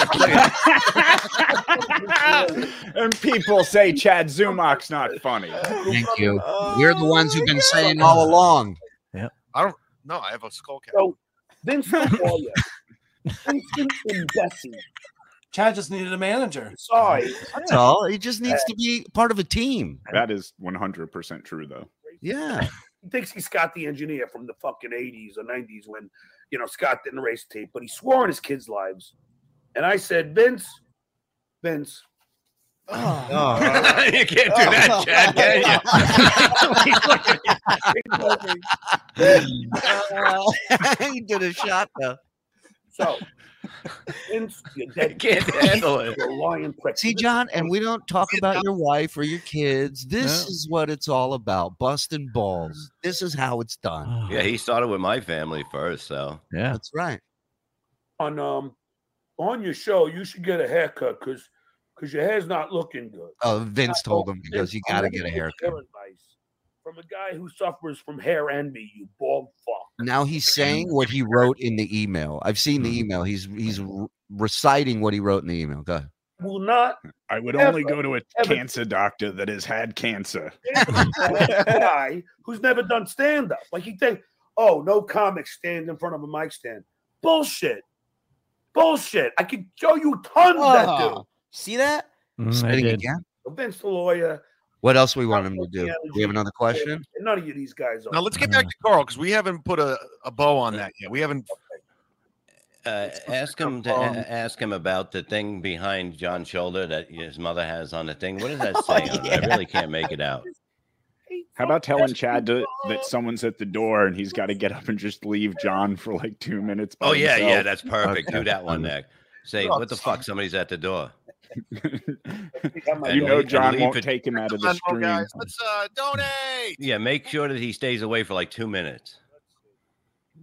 [SPEAKER 8] and people say Chad Zumach's not funny.
[SPEAKER 3] Thank you. We're the ones who've been saying all along.
[SPEAKER 9] No, I have a skull cap.
[SPEAKER 1] so Vince Lawyer. Vincent and Bessie.
[SPEAKER 7] Chad just needed a manager.
[SPEAKER 1] Sorry.
[SPEAKER 3] That's all. He just needs to be part of a team.
[SPEAKER 8] That is 100% true, though.
[SPEAKER 3] Yeah.
[SPEAKER 1] He thinks he's Scott the engineer from the fucking 80s or 90s when, you know, Scott didn't race tape, but he swore on his kids' lives. And I said, Vince, Vince,
[SPEAKER 3] Oh,
[SPEAKER 4] you can't do
[SPEAKER 1] Oh.
[SPEAKER 4] that, Chad, can you?
[SPEAKER 3] he did a shot though.
[SPEAKER 1] so Vince, you're
[SPEAKER 4] You
[SPEAKER 1] dead.
[SPEAKER 4] can't handle it.
[SPEAKER 1] You're a lying prick.
[SPEAKER 3] See, John, and we don't talk about your wife or your kids. This is what it's all about: busting balls. This is how it's done.
[SPEAKER 4] Yeah, he started with my family first, so
[SPEAKER 2] yeah.
[SPEAKER 3] That's right.
[SPEAKER 1] on um on your show, you should get a haircut because because your hair's not looking good.
[SPEAKER 3] Oh, Vince
[SPEAKER 1] I told
[SPEAKER 3] told him. He
[SPEAKER 1] Vince,
[SPEAKER 3] goes, "You
[SPEAKER 1] I'm
[SPEAKER 3] got to
[SPEAKER 1] gonna
[SPEAKER 3] get a
[SPEAKER 1] take your
[SPEAKER 3] haircut."
[SPEAKER 1] advice from a guy who suffers from hair envy. You bald fuck.
[SPEAKER 3] Now he's saying what he wrote in the email. I've seen
[SPEAKER 2] Mm-hmm.
[SPEAKER 3] the email. He's he's re- reciting what he wrote in the email. Go ahead.
[SPEAKER 1] Will not
[SPEAKER 8] I would
[SPEAKER 1] Ever-
[SPEAKER 8] only go to a
[SPEAKER 1] ever-
[SPEAKER 8] cancer doctor that has had cancer.
[SPEAKER 1] a guy who's never done stand up. Like he think, oh, no comics stand in front of a mic stand. Bullshit. Bullshit. I could show you tons that do.
[SPEAKER 11] Oh, See that?
[SPEAKER 2] Mm, I
[SPEAKER 3] Spitting
[SPEAKER 2] did.
[SPEAKER 3] again.
[SPEAKER 1] So Vince the lawyer,
[SPEAKER 3] What else we want him to do? Do we have another question?
[SPEAKER 1] And none of you these guys are.
[SPEAKER 9] Now let's get back to Carl because we haven't put a, a bow on that yet. We haven't.
[SPEAKER 4] Uh, ask him to
[SPEAKER 9] Um,
[SPEAKER 4] a- ask him about the thing behind John's shoulder that his mother has on the thing. What does that say? on it? I really can't make it out.
[SPEAKER 8] How about telling Chad to, that someone's at the door and he's got to get up and just leave John for like two minutes? by
[SPEAKER 4] Oh yeah, yeah,
[SPEAKER 8] himself?
[SPEAKER 4] that's perfect. Do that one, Nick. Say
[SPEAKER 8] Oh,
[SPEAKER 4] what the fuck? Somebody's at the door.
[SPEAKER 8] You know
[SPEAKER 4] leave-
[SPEAKER 8] John
[SPEAKER 4] leave
[SPEAKER 8] won't
[SPEAKER 4] it-
[SPEAKER 8] take him out of the stream.
[SPEAKER 9] Let's uh, donate.
[SPEAKER 4] Yeah, make sure that he stays away for like two minutes.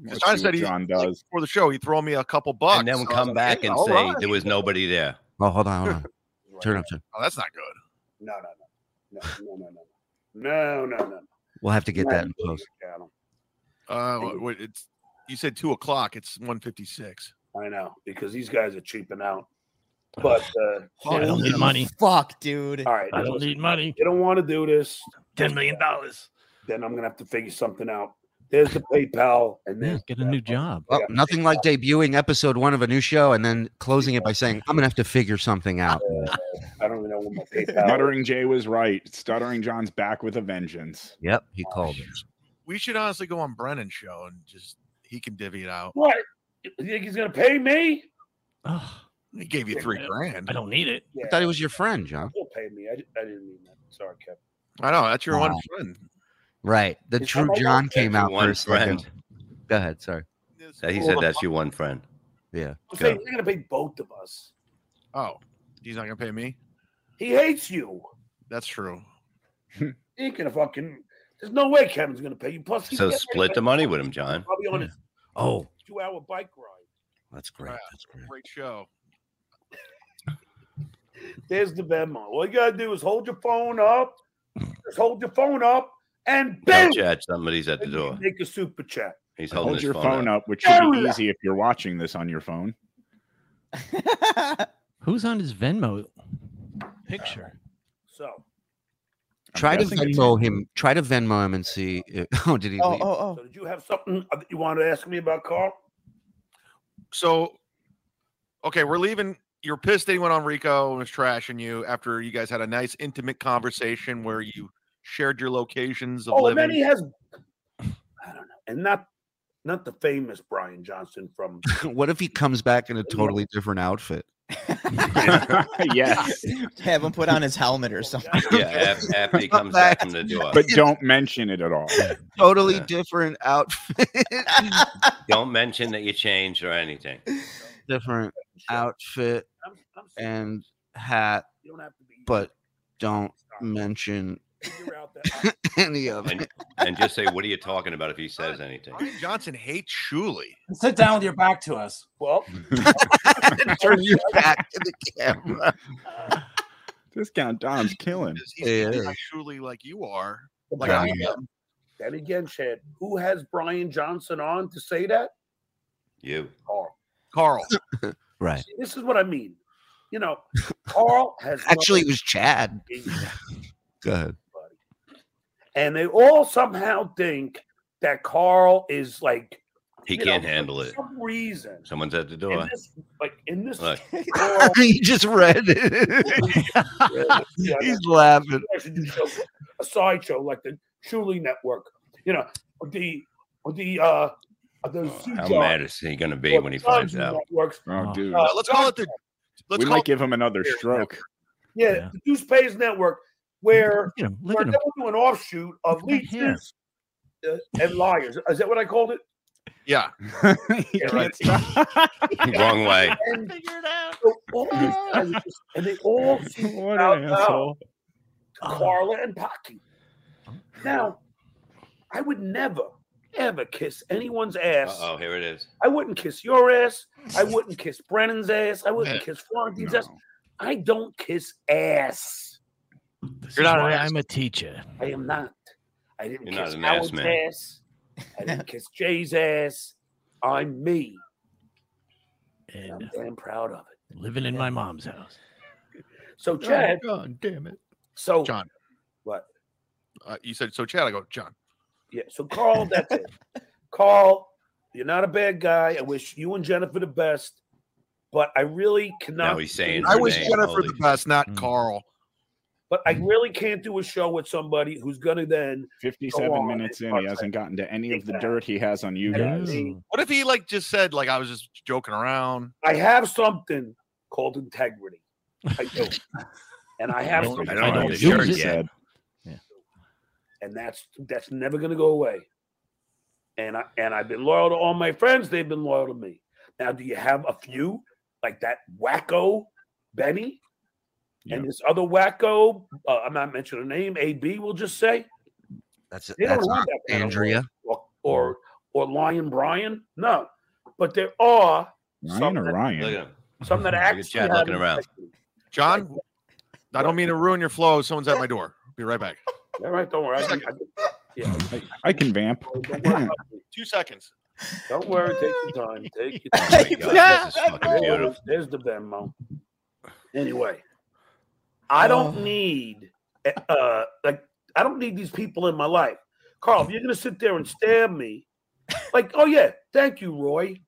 [SPEAKER 9] Because John said he does. before the show. He throw me a couple bucks,
[SPEAKER 4] and then
[SPEAKER 9] So I was
[SPEAKER 4] come
[SPEAKER 9] like,
[SPEAKER 4] back
[SPEAKER 9] "Yeah,
[SPEAKER 4] and
[SPEAKER 9] all
[SPEAKER 4] say
[SPEAKER 9] right."
[SPEAKER 4] there was nobody there.
[SPEAKER 3] Oh, hold on, hold on. Turn up. Turn.
[SPEAKER 9] "Oh, that's not good."
[SPEAKER 1] No, no, no, no, no, no, no, no, no, no.
[SPEAKER 3] We'll have to get
[SPEAKER 1] No,
[SPEAKER 3] that in
[SPEAKER 1] you do
[SPEAKER 3] post.
[SPEAKER 1] your channel.
[SPEAKER 9] Uh, wha- wha- it's you said two o'clock. It's one fifty six.
[SPEAKER 1] I know because these guys are cheaping out. But uh,
[SPEAKER 11] I don't need money. Fuck, dude.
[SPEAKER 1] All right,
[SPEAKER 11] I don't need
[SPEAKER 1] money. You don't want to do this. Ten million dollars. Then I'm gonna have to figure something out. There's the PayPal, and then
[SPEAKER 2] Get a new job.
[SPEAKER 3] Well, nothing like debuting episode one of a new show and then closing it by saying, I'm going to have to figure something out.
[SPEAKER 1] I don't even know what my PayPal.
[SPEAKER 8] Stuttering Jay was right. Stuttering John's back with a vengeance.
[SPEAKER 3] Yep, he called it.
[SPEAKER 9] We should honestly go on Brennan's show and just he can divvy it out.
[SPEAKER 1] What? You think he's gonna pay me?
[SPEAKER 9] He gave you three grand.
[SPEAKER 3] I thought he was your friend, John.
[SPEAKER 1] He'll pay me. I, I didn't mean that. Sorry, Kevin.
[SPEAKER 9] I know that's your one
[SPEAKER 3] Wow.
[SPEAKER 9] friend.
[SPEAKER 3] Right. The
[SPEAKER 1] Is
[SPEAKER 3] true
[SPEAKER 1] that my
[SPEAKER 3] John
[SPEAKER 1] wife?
[SPEAKER 3] came out
[SPEAKER 4] One
[SPEAKER 3] first. like a-
[SPEAKER 4] friend.
[SPEAKER 3] Go ahead. Sorry.
[SPEAKER 4] That he said that's your one friend.
[SPEAKER 3] Yeah.
[SPEAKER 1] I'm saying he's gonna pay both of us.
[SPEAKER 9] Oh, he's not gonna pay me.
[SPEAKER 1] He hates you.
[SPEAKER 9] That's true.
[SPEAKER 1] He ain't gonna fucking. There's no way Kevin's gonna pay you. Plus, he's
[SPEAKER 4] So
[SPEAKER 1] getting
[SPEAKER 4] split the money with him, John.
[SPEAKER 1] Probably on his
[SPEAKER 3] Oh,
[SPEAKER 1] two-hour bike ride.
[SPEAKER 3] that's great. That's great.
[SPEAKER 9] Great show.
[SPEAKER 1] There's the Venmo. All you gotta do is hold your phone up. Just hold your phone up, and
[SPEAKER 4] Tell
[SPEAKER 1] bam,
[SPEAKER 4] Chad somebody's at the door.
[SPEAKER 1] make a super chat.
[SPEAKER 4] He's holding
[SPEAKER 8] Hold
[SPEAKER 4] his
[SPEAKER 8] your
[SPEAKER 4] phone,
[SPEAKER 8] phone
[SPEAKER 4] up.
[SPEAKER 8] up, which should be
[SPEAKER 1] Area.
[SPEAKER 8] easy if you're watching this on your phone.
[SPEAKER 2] Who's on his Venmo picture?
[SPEAKER 1] So
[SPEAKER 3] Try to
[SPEAKER 8] guessing it's-
[SPEAKER 3] Venmo him. Try to Venmo him and see. If, oh, did he
[SPEAKER 11] Oh,
[SPEAKER 3] leave?
[SPEAKER 11] oh,
[SPEAKER 1] So did you have something that you wanted to ask me about, Carl?
[SPEAKER 9] So, okay, we're leaving. You're pissed that he went on Rico and was trashing you after you guys had a nice intimate conversation where you shared your locations of
[SPEAKER 1] Oh,
[SPEAKER 9] living.
[SPEAKER 1] and then he has, I don't know, and not not the famous Brian Johnson from.
[SPEAKER 3] what if he comes back in a totally different outfit?
[SPEAKER 8] yes.
[SPEAKER 11] oh. Have him put on his helmet or something.
[SPEAKER 4] Yeah, af- after he comes back from the door.
[SPEAKER 8] But don't mention it at all.
[SPEAKER 3] Totally
[SPEAKER 4] Yeah.
[SPEAKER 3] different outfit.
[SPEAKER 4] Don't mention that you changed or anything.
[SPEAKER 3] different outfit
[SPEAKER 1] I'm, I'm saying
[SPEAKER 3] and hat,
[SPEAKER 1] you don't have to be.
[SPEAKER 3] but don't mention
[SPEAKER 1] figure out that.
[SPEAKER 3] any of it.
[SPEAKER 4] And just say, what are you talking about if he says anything?
[SPEAKER 9] Brian Johnson hates Shuley.
[SPEAKER 7] Sit down with your back to us.
[SPEAKER 1] Well,
[SPEAKER 3] Turn your back to the camera.
[SPEAKER 8] Discount Don's killing.
[SPEAKER 9] He's he's
[SPEAKER 3] Yeah.
[SPEAKER 9] not Shuley like you are. Like I
[SPEAKER 1] Brian,
[SPEAKER 9] am.
[SPEAKER 1] then again, Chad, who has Brian Johnson on to say that?
[SPEAKER 4] You.
[SPEAKER 1] Carl.
[SPEAKER 9] Carl.
[SPEAKER 3] Right.
[SPEAKER 1] See, this is what I mean. You know, Carl has
[SPEAKER 3] Actually, it was Chad.
[SPEAKER 1] nothing to do
[SPEAKER 3] Go ahead.
[SPEAKER 1] and they all somehow think that Carl is like you
[SPEAKER 4] He
[SPEAKER 1] know,
[SPEAKER 4] can't
[SPEAKER 1] for
[SPEAKER 4] handle it.
[SPEAKER 1] Some reason
[SPEAKER 4] Someone's at the
[SPEAKER 1] in
[SPEAKER 4] door.
[SPEAKER 1] this, like in this
[SPEAKER 4] Look.
[SPEAKER 1] Carl,
[SPEAKER 3] he just read it.
[SPEAKER 1] yeah,
[SPEAKER 3] He's laughing.
[SPEAKER 1] I should do shows- a sideshow like the Shuli Network, you know, or the or the uh or the
[SPEAKER 4] Oh, How
[SPEAKER 1] Zoojar,
[SPEAKER 4] mad is he going to be
[SPEAKER 1] or
[SPEAKER 4] when he
[SPEAKER 1] the
[SPEAKER 4] finds
[SPEAKER 1] Sunju
[SPEAKER 4] out?
[SPEAKER 1] Networks.
[SPEAKER 8] Oh,
[SPEAKER 2] Oh.
[SPEAKER 8] dude.
[SPEAKER 1] Uh,
[SPEAKER 9] Let's call it the. Let's
[SPEAKER 8] we
[SPEAKER 9] call
[SPEAKER 8] might give him another stroke.
[SPEAKER 1] yeah,
[SPEAKER 2] Yeah.
[SPEAKER 1] the Deuce Pays Network, where
[SPEAKER 2] Look at him. Look
[SPEAKER 1] where
[SPEAKER 2] at
[SPEAKER 1] they
[SPEAKER 2] him.
[SPEAKER 1] will do an offshoot of
[SPEAKER 2] Look at that hair.
[SPEAKER 1] leeches uh, and liars. Is that what I called it?
[SPEAKER 9] yeah.
[SPEAKER 8] He
[SPEAKER 1] Yeah,
[SPEAKER 8] can't
[SPEAKER 1] right.
[SPEAKER 8] stop.
[SPEAKER 4] Wrong way.
[SPEAKER 1] And, so all these guys are just- and they all seem
[SPEAKER 8] what
[SPEAKER 1] out
[SPEAKER 8] an
[SPEAKER 1] loud.
[SPEAKER 8] asshole.
[SPEAKER 1] Carla and Pocky.
[SPEAKER 4] Oh,
[SPEAKER 1] Now, I would never, ever kiss anyone's ass.
[SPEAKER 4] Uh oh, here it is.
[SPEAKER 1] I wouldn't kiss your ass. I wouldn't kiss Brennan's ass. I wouldn't
[SPEAKER 9] Yeah.
[SPEAKER 1] kiss Florentine's ass.
[SPEAKER 8] No.
[SPEAKER 1] I don't kiss ass.
[SPEAKER 2] This
[SPEAKER 9] You're
[SPEAKER 2] is
[SPEAKER 9] not an
[SPEAKER 2] why
[SPEAKER 9] ass.
[SPEAKER 2] I'm a teacher.
[SPEAKER 1] I am not. I didn't
[SPEAKER 4] You're not
[SPEAKER 1] kiss
[SPEAKER 4] an ass
[SPEAKER 1] Howard's
[SPEAKER 4] man.
[SPEAKER 1] ass. I didn't kiss Jay's ass. I'm me. and
[SPEAKER 2] And
[SPEAKER 1] I'm damn proud of it.
[SPEAKER 2] living in my mom's house.
[SPEAKER 1] So, Chad.
[SPEAKER 4] Oh, God damn it.
[SPEAKER 1] So,
[SPEAKER 9] John.
[SPEAKER 1] What?
[SPEAKER 9] Uh, you said so, Chad. I go, John.
[SPEAKER 1] Yeah. So Carl, that's it. Carl, you're not a bad guy. I wish you and Jennifer the best, but I really cannot.
[SPEAKER 4] he's saying
[SPEAKER 9] I
[SPEAKER 4] Your
[SPEAKER 9] wish
[SPEAKER 4] name,
[SPEAKER 9] Jennifer
[SPEAKER 4] holy
[SPEAKER 9] the best, not
[SPEAKER 2] Mm.
[SPEAKER 9] Carl.
[SPEAKER 1] But I really can't do a show with somebody who's going to then go
[SPEAKER 8] 57
[SPEAKER 1] on
[SPEAKER 8] minutes
[SPEAKER 1] and
[SPEAKER 8] in, he
[SPEAKER 1] start
[SPEAKER 8] hasn't gotten to any of the
[SPEAKER 1] Exactly.
[SPEAKER 8] dirt he has on you guys.
[SPEAKER 9] What if he like just said like I was just joking around?
[SPEAKER 1] I have something called integrity. I do. and I have
[SPEAKER 9] I don't
[SPEAKER 1] something.
[SPEAKER 9] know what it Use is it. yet.
[SPEAKER 1] And that's that's never gonna go away. And I and I've been loyal to all my friends, they've been loyal to me. Now, do you have a few like that wacko Benny and this other wacko? Uh, I'm not mentioning a name, A B will just say.
[SPEAKER 3] That's
[SPEAKER 1] They don't
[SPEAKER 3] that's
[SPEAKER 1] have that kind of
[SPEAKER 3] Andrea.
[SPEAKER 1] or or, or Lion Brian. No. But there are
[SPEAKER 8] Ryan or
[SPEAKER 4] Look at
[SPEAKER 8] Ryan?
[SPEAKER 4] him.
[SPEAKER 1] some that
[SPEAKER 4] Look
[SPEAKER 1] actually
[SPEAKER 4] at Chad
[SPEAKER 1] have
[SPEAKER 4] looking around.
[SPEAKER 9] John, I don't mean to ruin your flow. Someone's at my door. Be right back.
[SPEAKER 1] All right, don't worry. I, can- I, can- yeah,
[SPEAKER 8] I, I can vamp.
[SPEAKER 1] don't worry. about me.
[SPEAKER 9] Two seconds.
[SPEAKER 1] Don't worry. Take your time. Take your time.
[SPEAKER 4] Oh my God, this is fucking
[SPEAKER 1] There's,
[SPEAKER 4] beautiful.
[SPEAKER 1] there's the Venmo. Anyway, I
[SPEAKER 12] Oh.
[SPEAKER 1] don't need uh like I don't need these people in my life. Carl, if you're gonna sit there and stab me, like, oh yeah, thank you, Roy.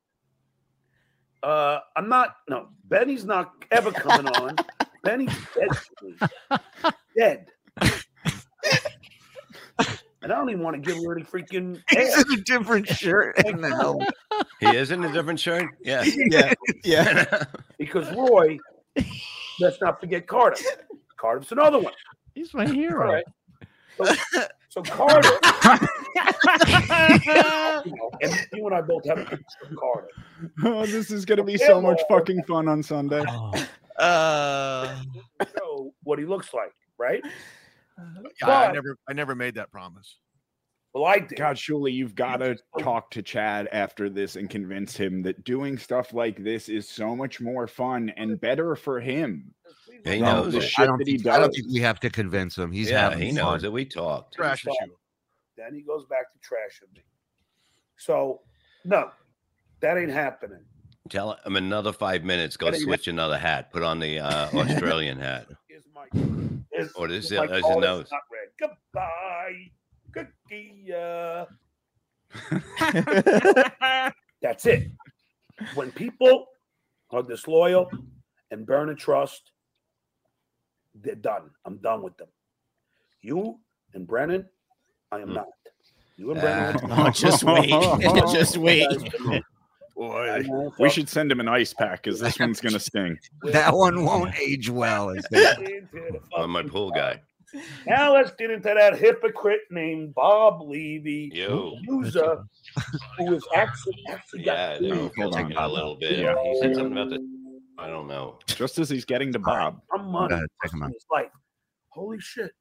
[SPEAKER 1] Uh I'm not no, Benny's not ever coming on. Benny's dead to me. Dead. And I don't even want to give her any freaking ass.
[SPEAKER 12] in a different shirt and the helmet.
[SPEAKER 4] He is in a different shirt. Yeah.
[SPEAKER 11] Yeah, yeah.
[SPEAKER 1] because Roy, let's not forget Carter. Carter's another one.
[SPEAKER 2] He's my
[SPEAKER 1] All
[SPEAKER 2] hero.
[SPEAKER 1] right. So, so Carter, you know, and you and I both have a picture of Carter.
[SPEAKER 8] Oh, this is gonna be so much fucking fun on Sunday.
[SPEAKER 2] Oh,
[SPEAKER 12] Uh,
[SPEAKER 1] So what he looks like, right?
[SPEAKER 9] I, I
[SPEAKER 1] But-
[SPEAKER 9] never I never made that promise.
[SPEAKER 1] Well, I did.
[SPEAKER 8] God, surely you've got to talk to Chad after this and convince him that doing stuff like this is so much more fun and better for him.
[SPEAKER 4] He
[SPEAKER 8] No,
[SPEAKER 4] knows
[SPEAKER 8] the
[SPEAKER 4] it.
[SPEAKER 8] shit
[SPEAKER 3] I don't,
[SPEAKER 8] that he
[SPEAKER 3] think, I don't
[SPEAKER 8] does.
[SPEAKER 3] think we have to convince him. He's
[SPEAKER 4] yeah,
[SPEAKER 3] having
[SPEAKER 4] he knows
[SPEAKER 3] fun.
[SPEAKER 4] it. We talked.
[SPEAKER 9] Trash at you.
[SPEAKER 1] Then he goes back to trashing me. So no, that ain't happening.
[SPEAKER 4] Tell him another five minutes. Go
[SPEAKER 1] What do you-
[SPEAKER 4] switch another hat. Put on the uh, Australian hat.
[SPEAKER 1] Here's my. Here's,
[SPEAKER 4] Oh, this
[SPEAKER 1] here's
[SPEAKER 4] is-
[SPEAKER 1] my
[SPEAKER 4] this is
[SPEAKER 1] Carter's
[SPEAKER 4] nose.
[SPEAKER 1] Not red. Goodbye, cookie. uh. That's it. When people are disloyal and burn a trust, they're done. I'm done with them. You and Brennan, I am
[SPEAKER 4] Hmm.
[SPEAKER 1] not. You and
[SPEAKER 4] Ah.
[SPEAKER 1] Brennan.
[SPEAKER 3] Uh,
[SPEAKER 11] Oh, just wait. just wait.
[SPEAKER 1] I know,
[SPEAKER 8] We
[SPEAKER 1] fuck,
[SPEAKER 8] should send him an ice pack because this one's gonna sting.
[SPEAKER 3] That one won't age well. I think.
[SPEAKER 1] let's get into the
[SPEAKER 4] I'm my
[SPEAKER 1] fucking-
[SPEAKER 4] pool guy.
[SPEAKER 1] Now let's get into that hypocrite named Bob Levy,
[SPEAKER 4] Yo.
[SPEAKER 1] user who is actually, actually
[SPEAKER 4] Yeah, I
[SPEAKER 1] got
[SPEAKER 4] know.
[SPEAKER 8] Hold
[SPEAKER 4] Like
[SPEAKER 8] on.
[SPEAKER 4] a little bit.
[SPEAKER 8] Yeah.
[SPEAKER 4] He said something about the. I don't know.
[SPEAKER 8] Just as he's getting to Bob.
[SPEAKER 1] some
[SPEAKER 3] Go
[SPEAKER 1] money.
[SPEAKER 3] ahead, take 'em out.
[SPEAKER 1] It's like, holy shit,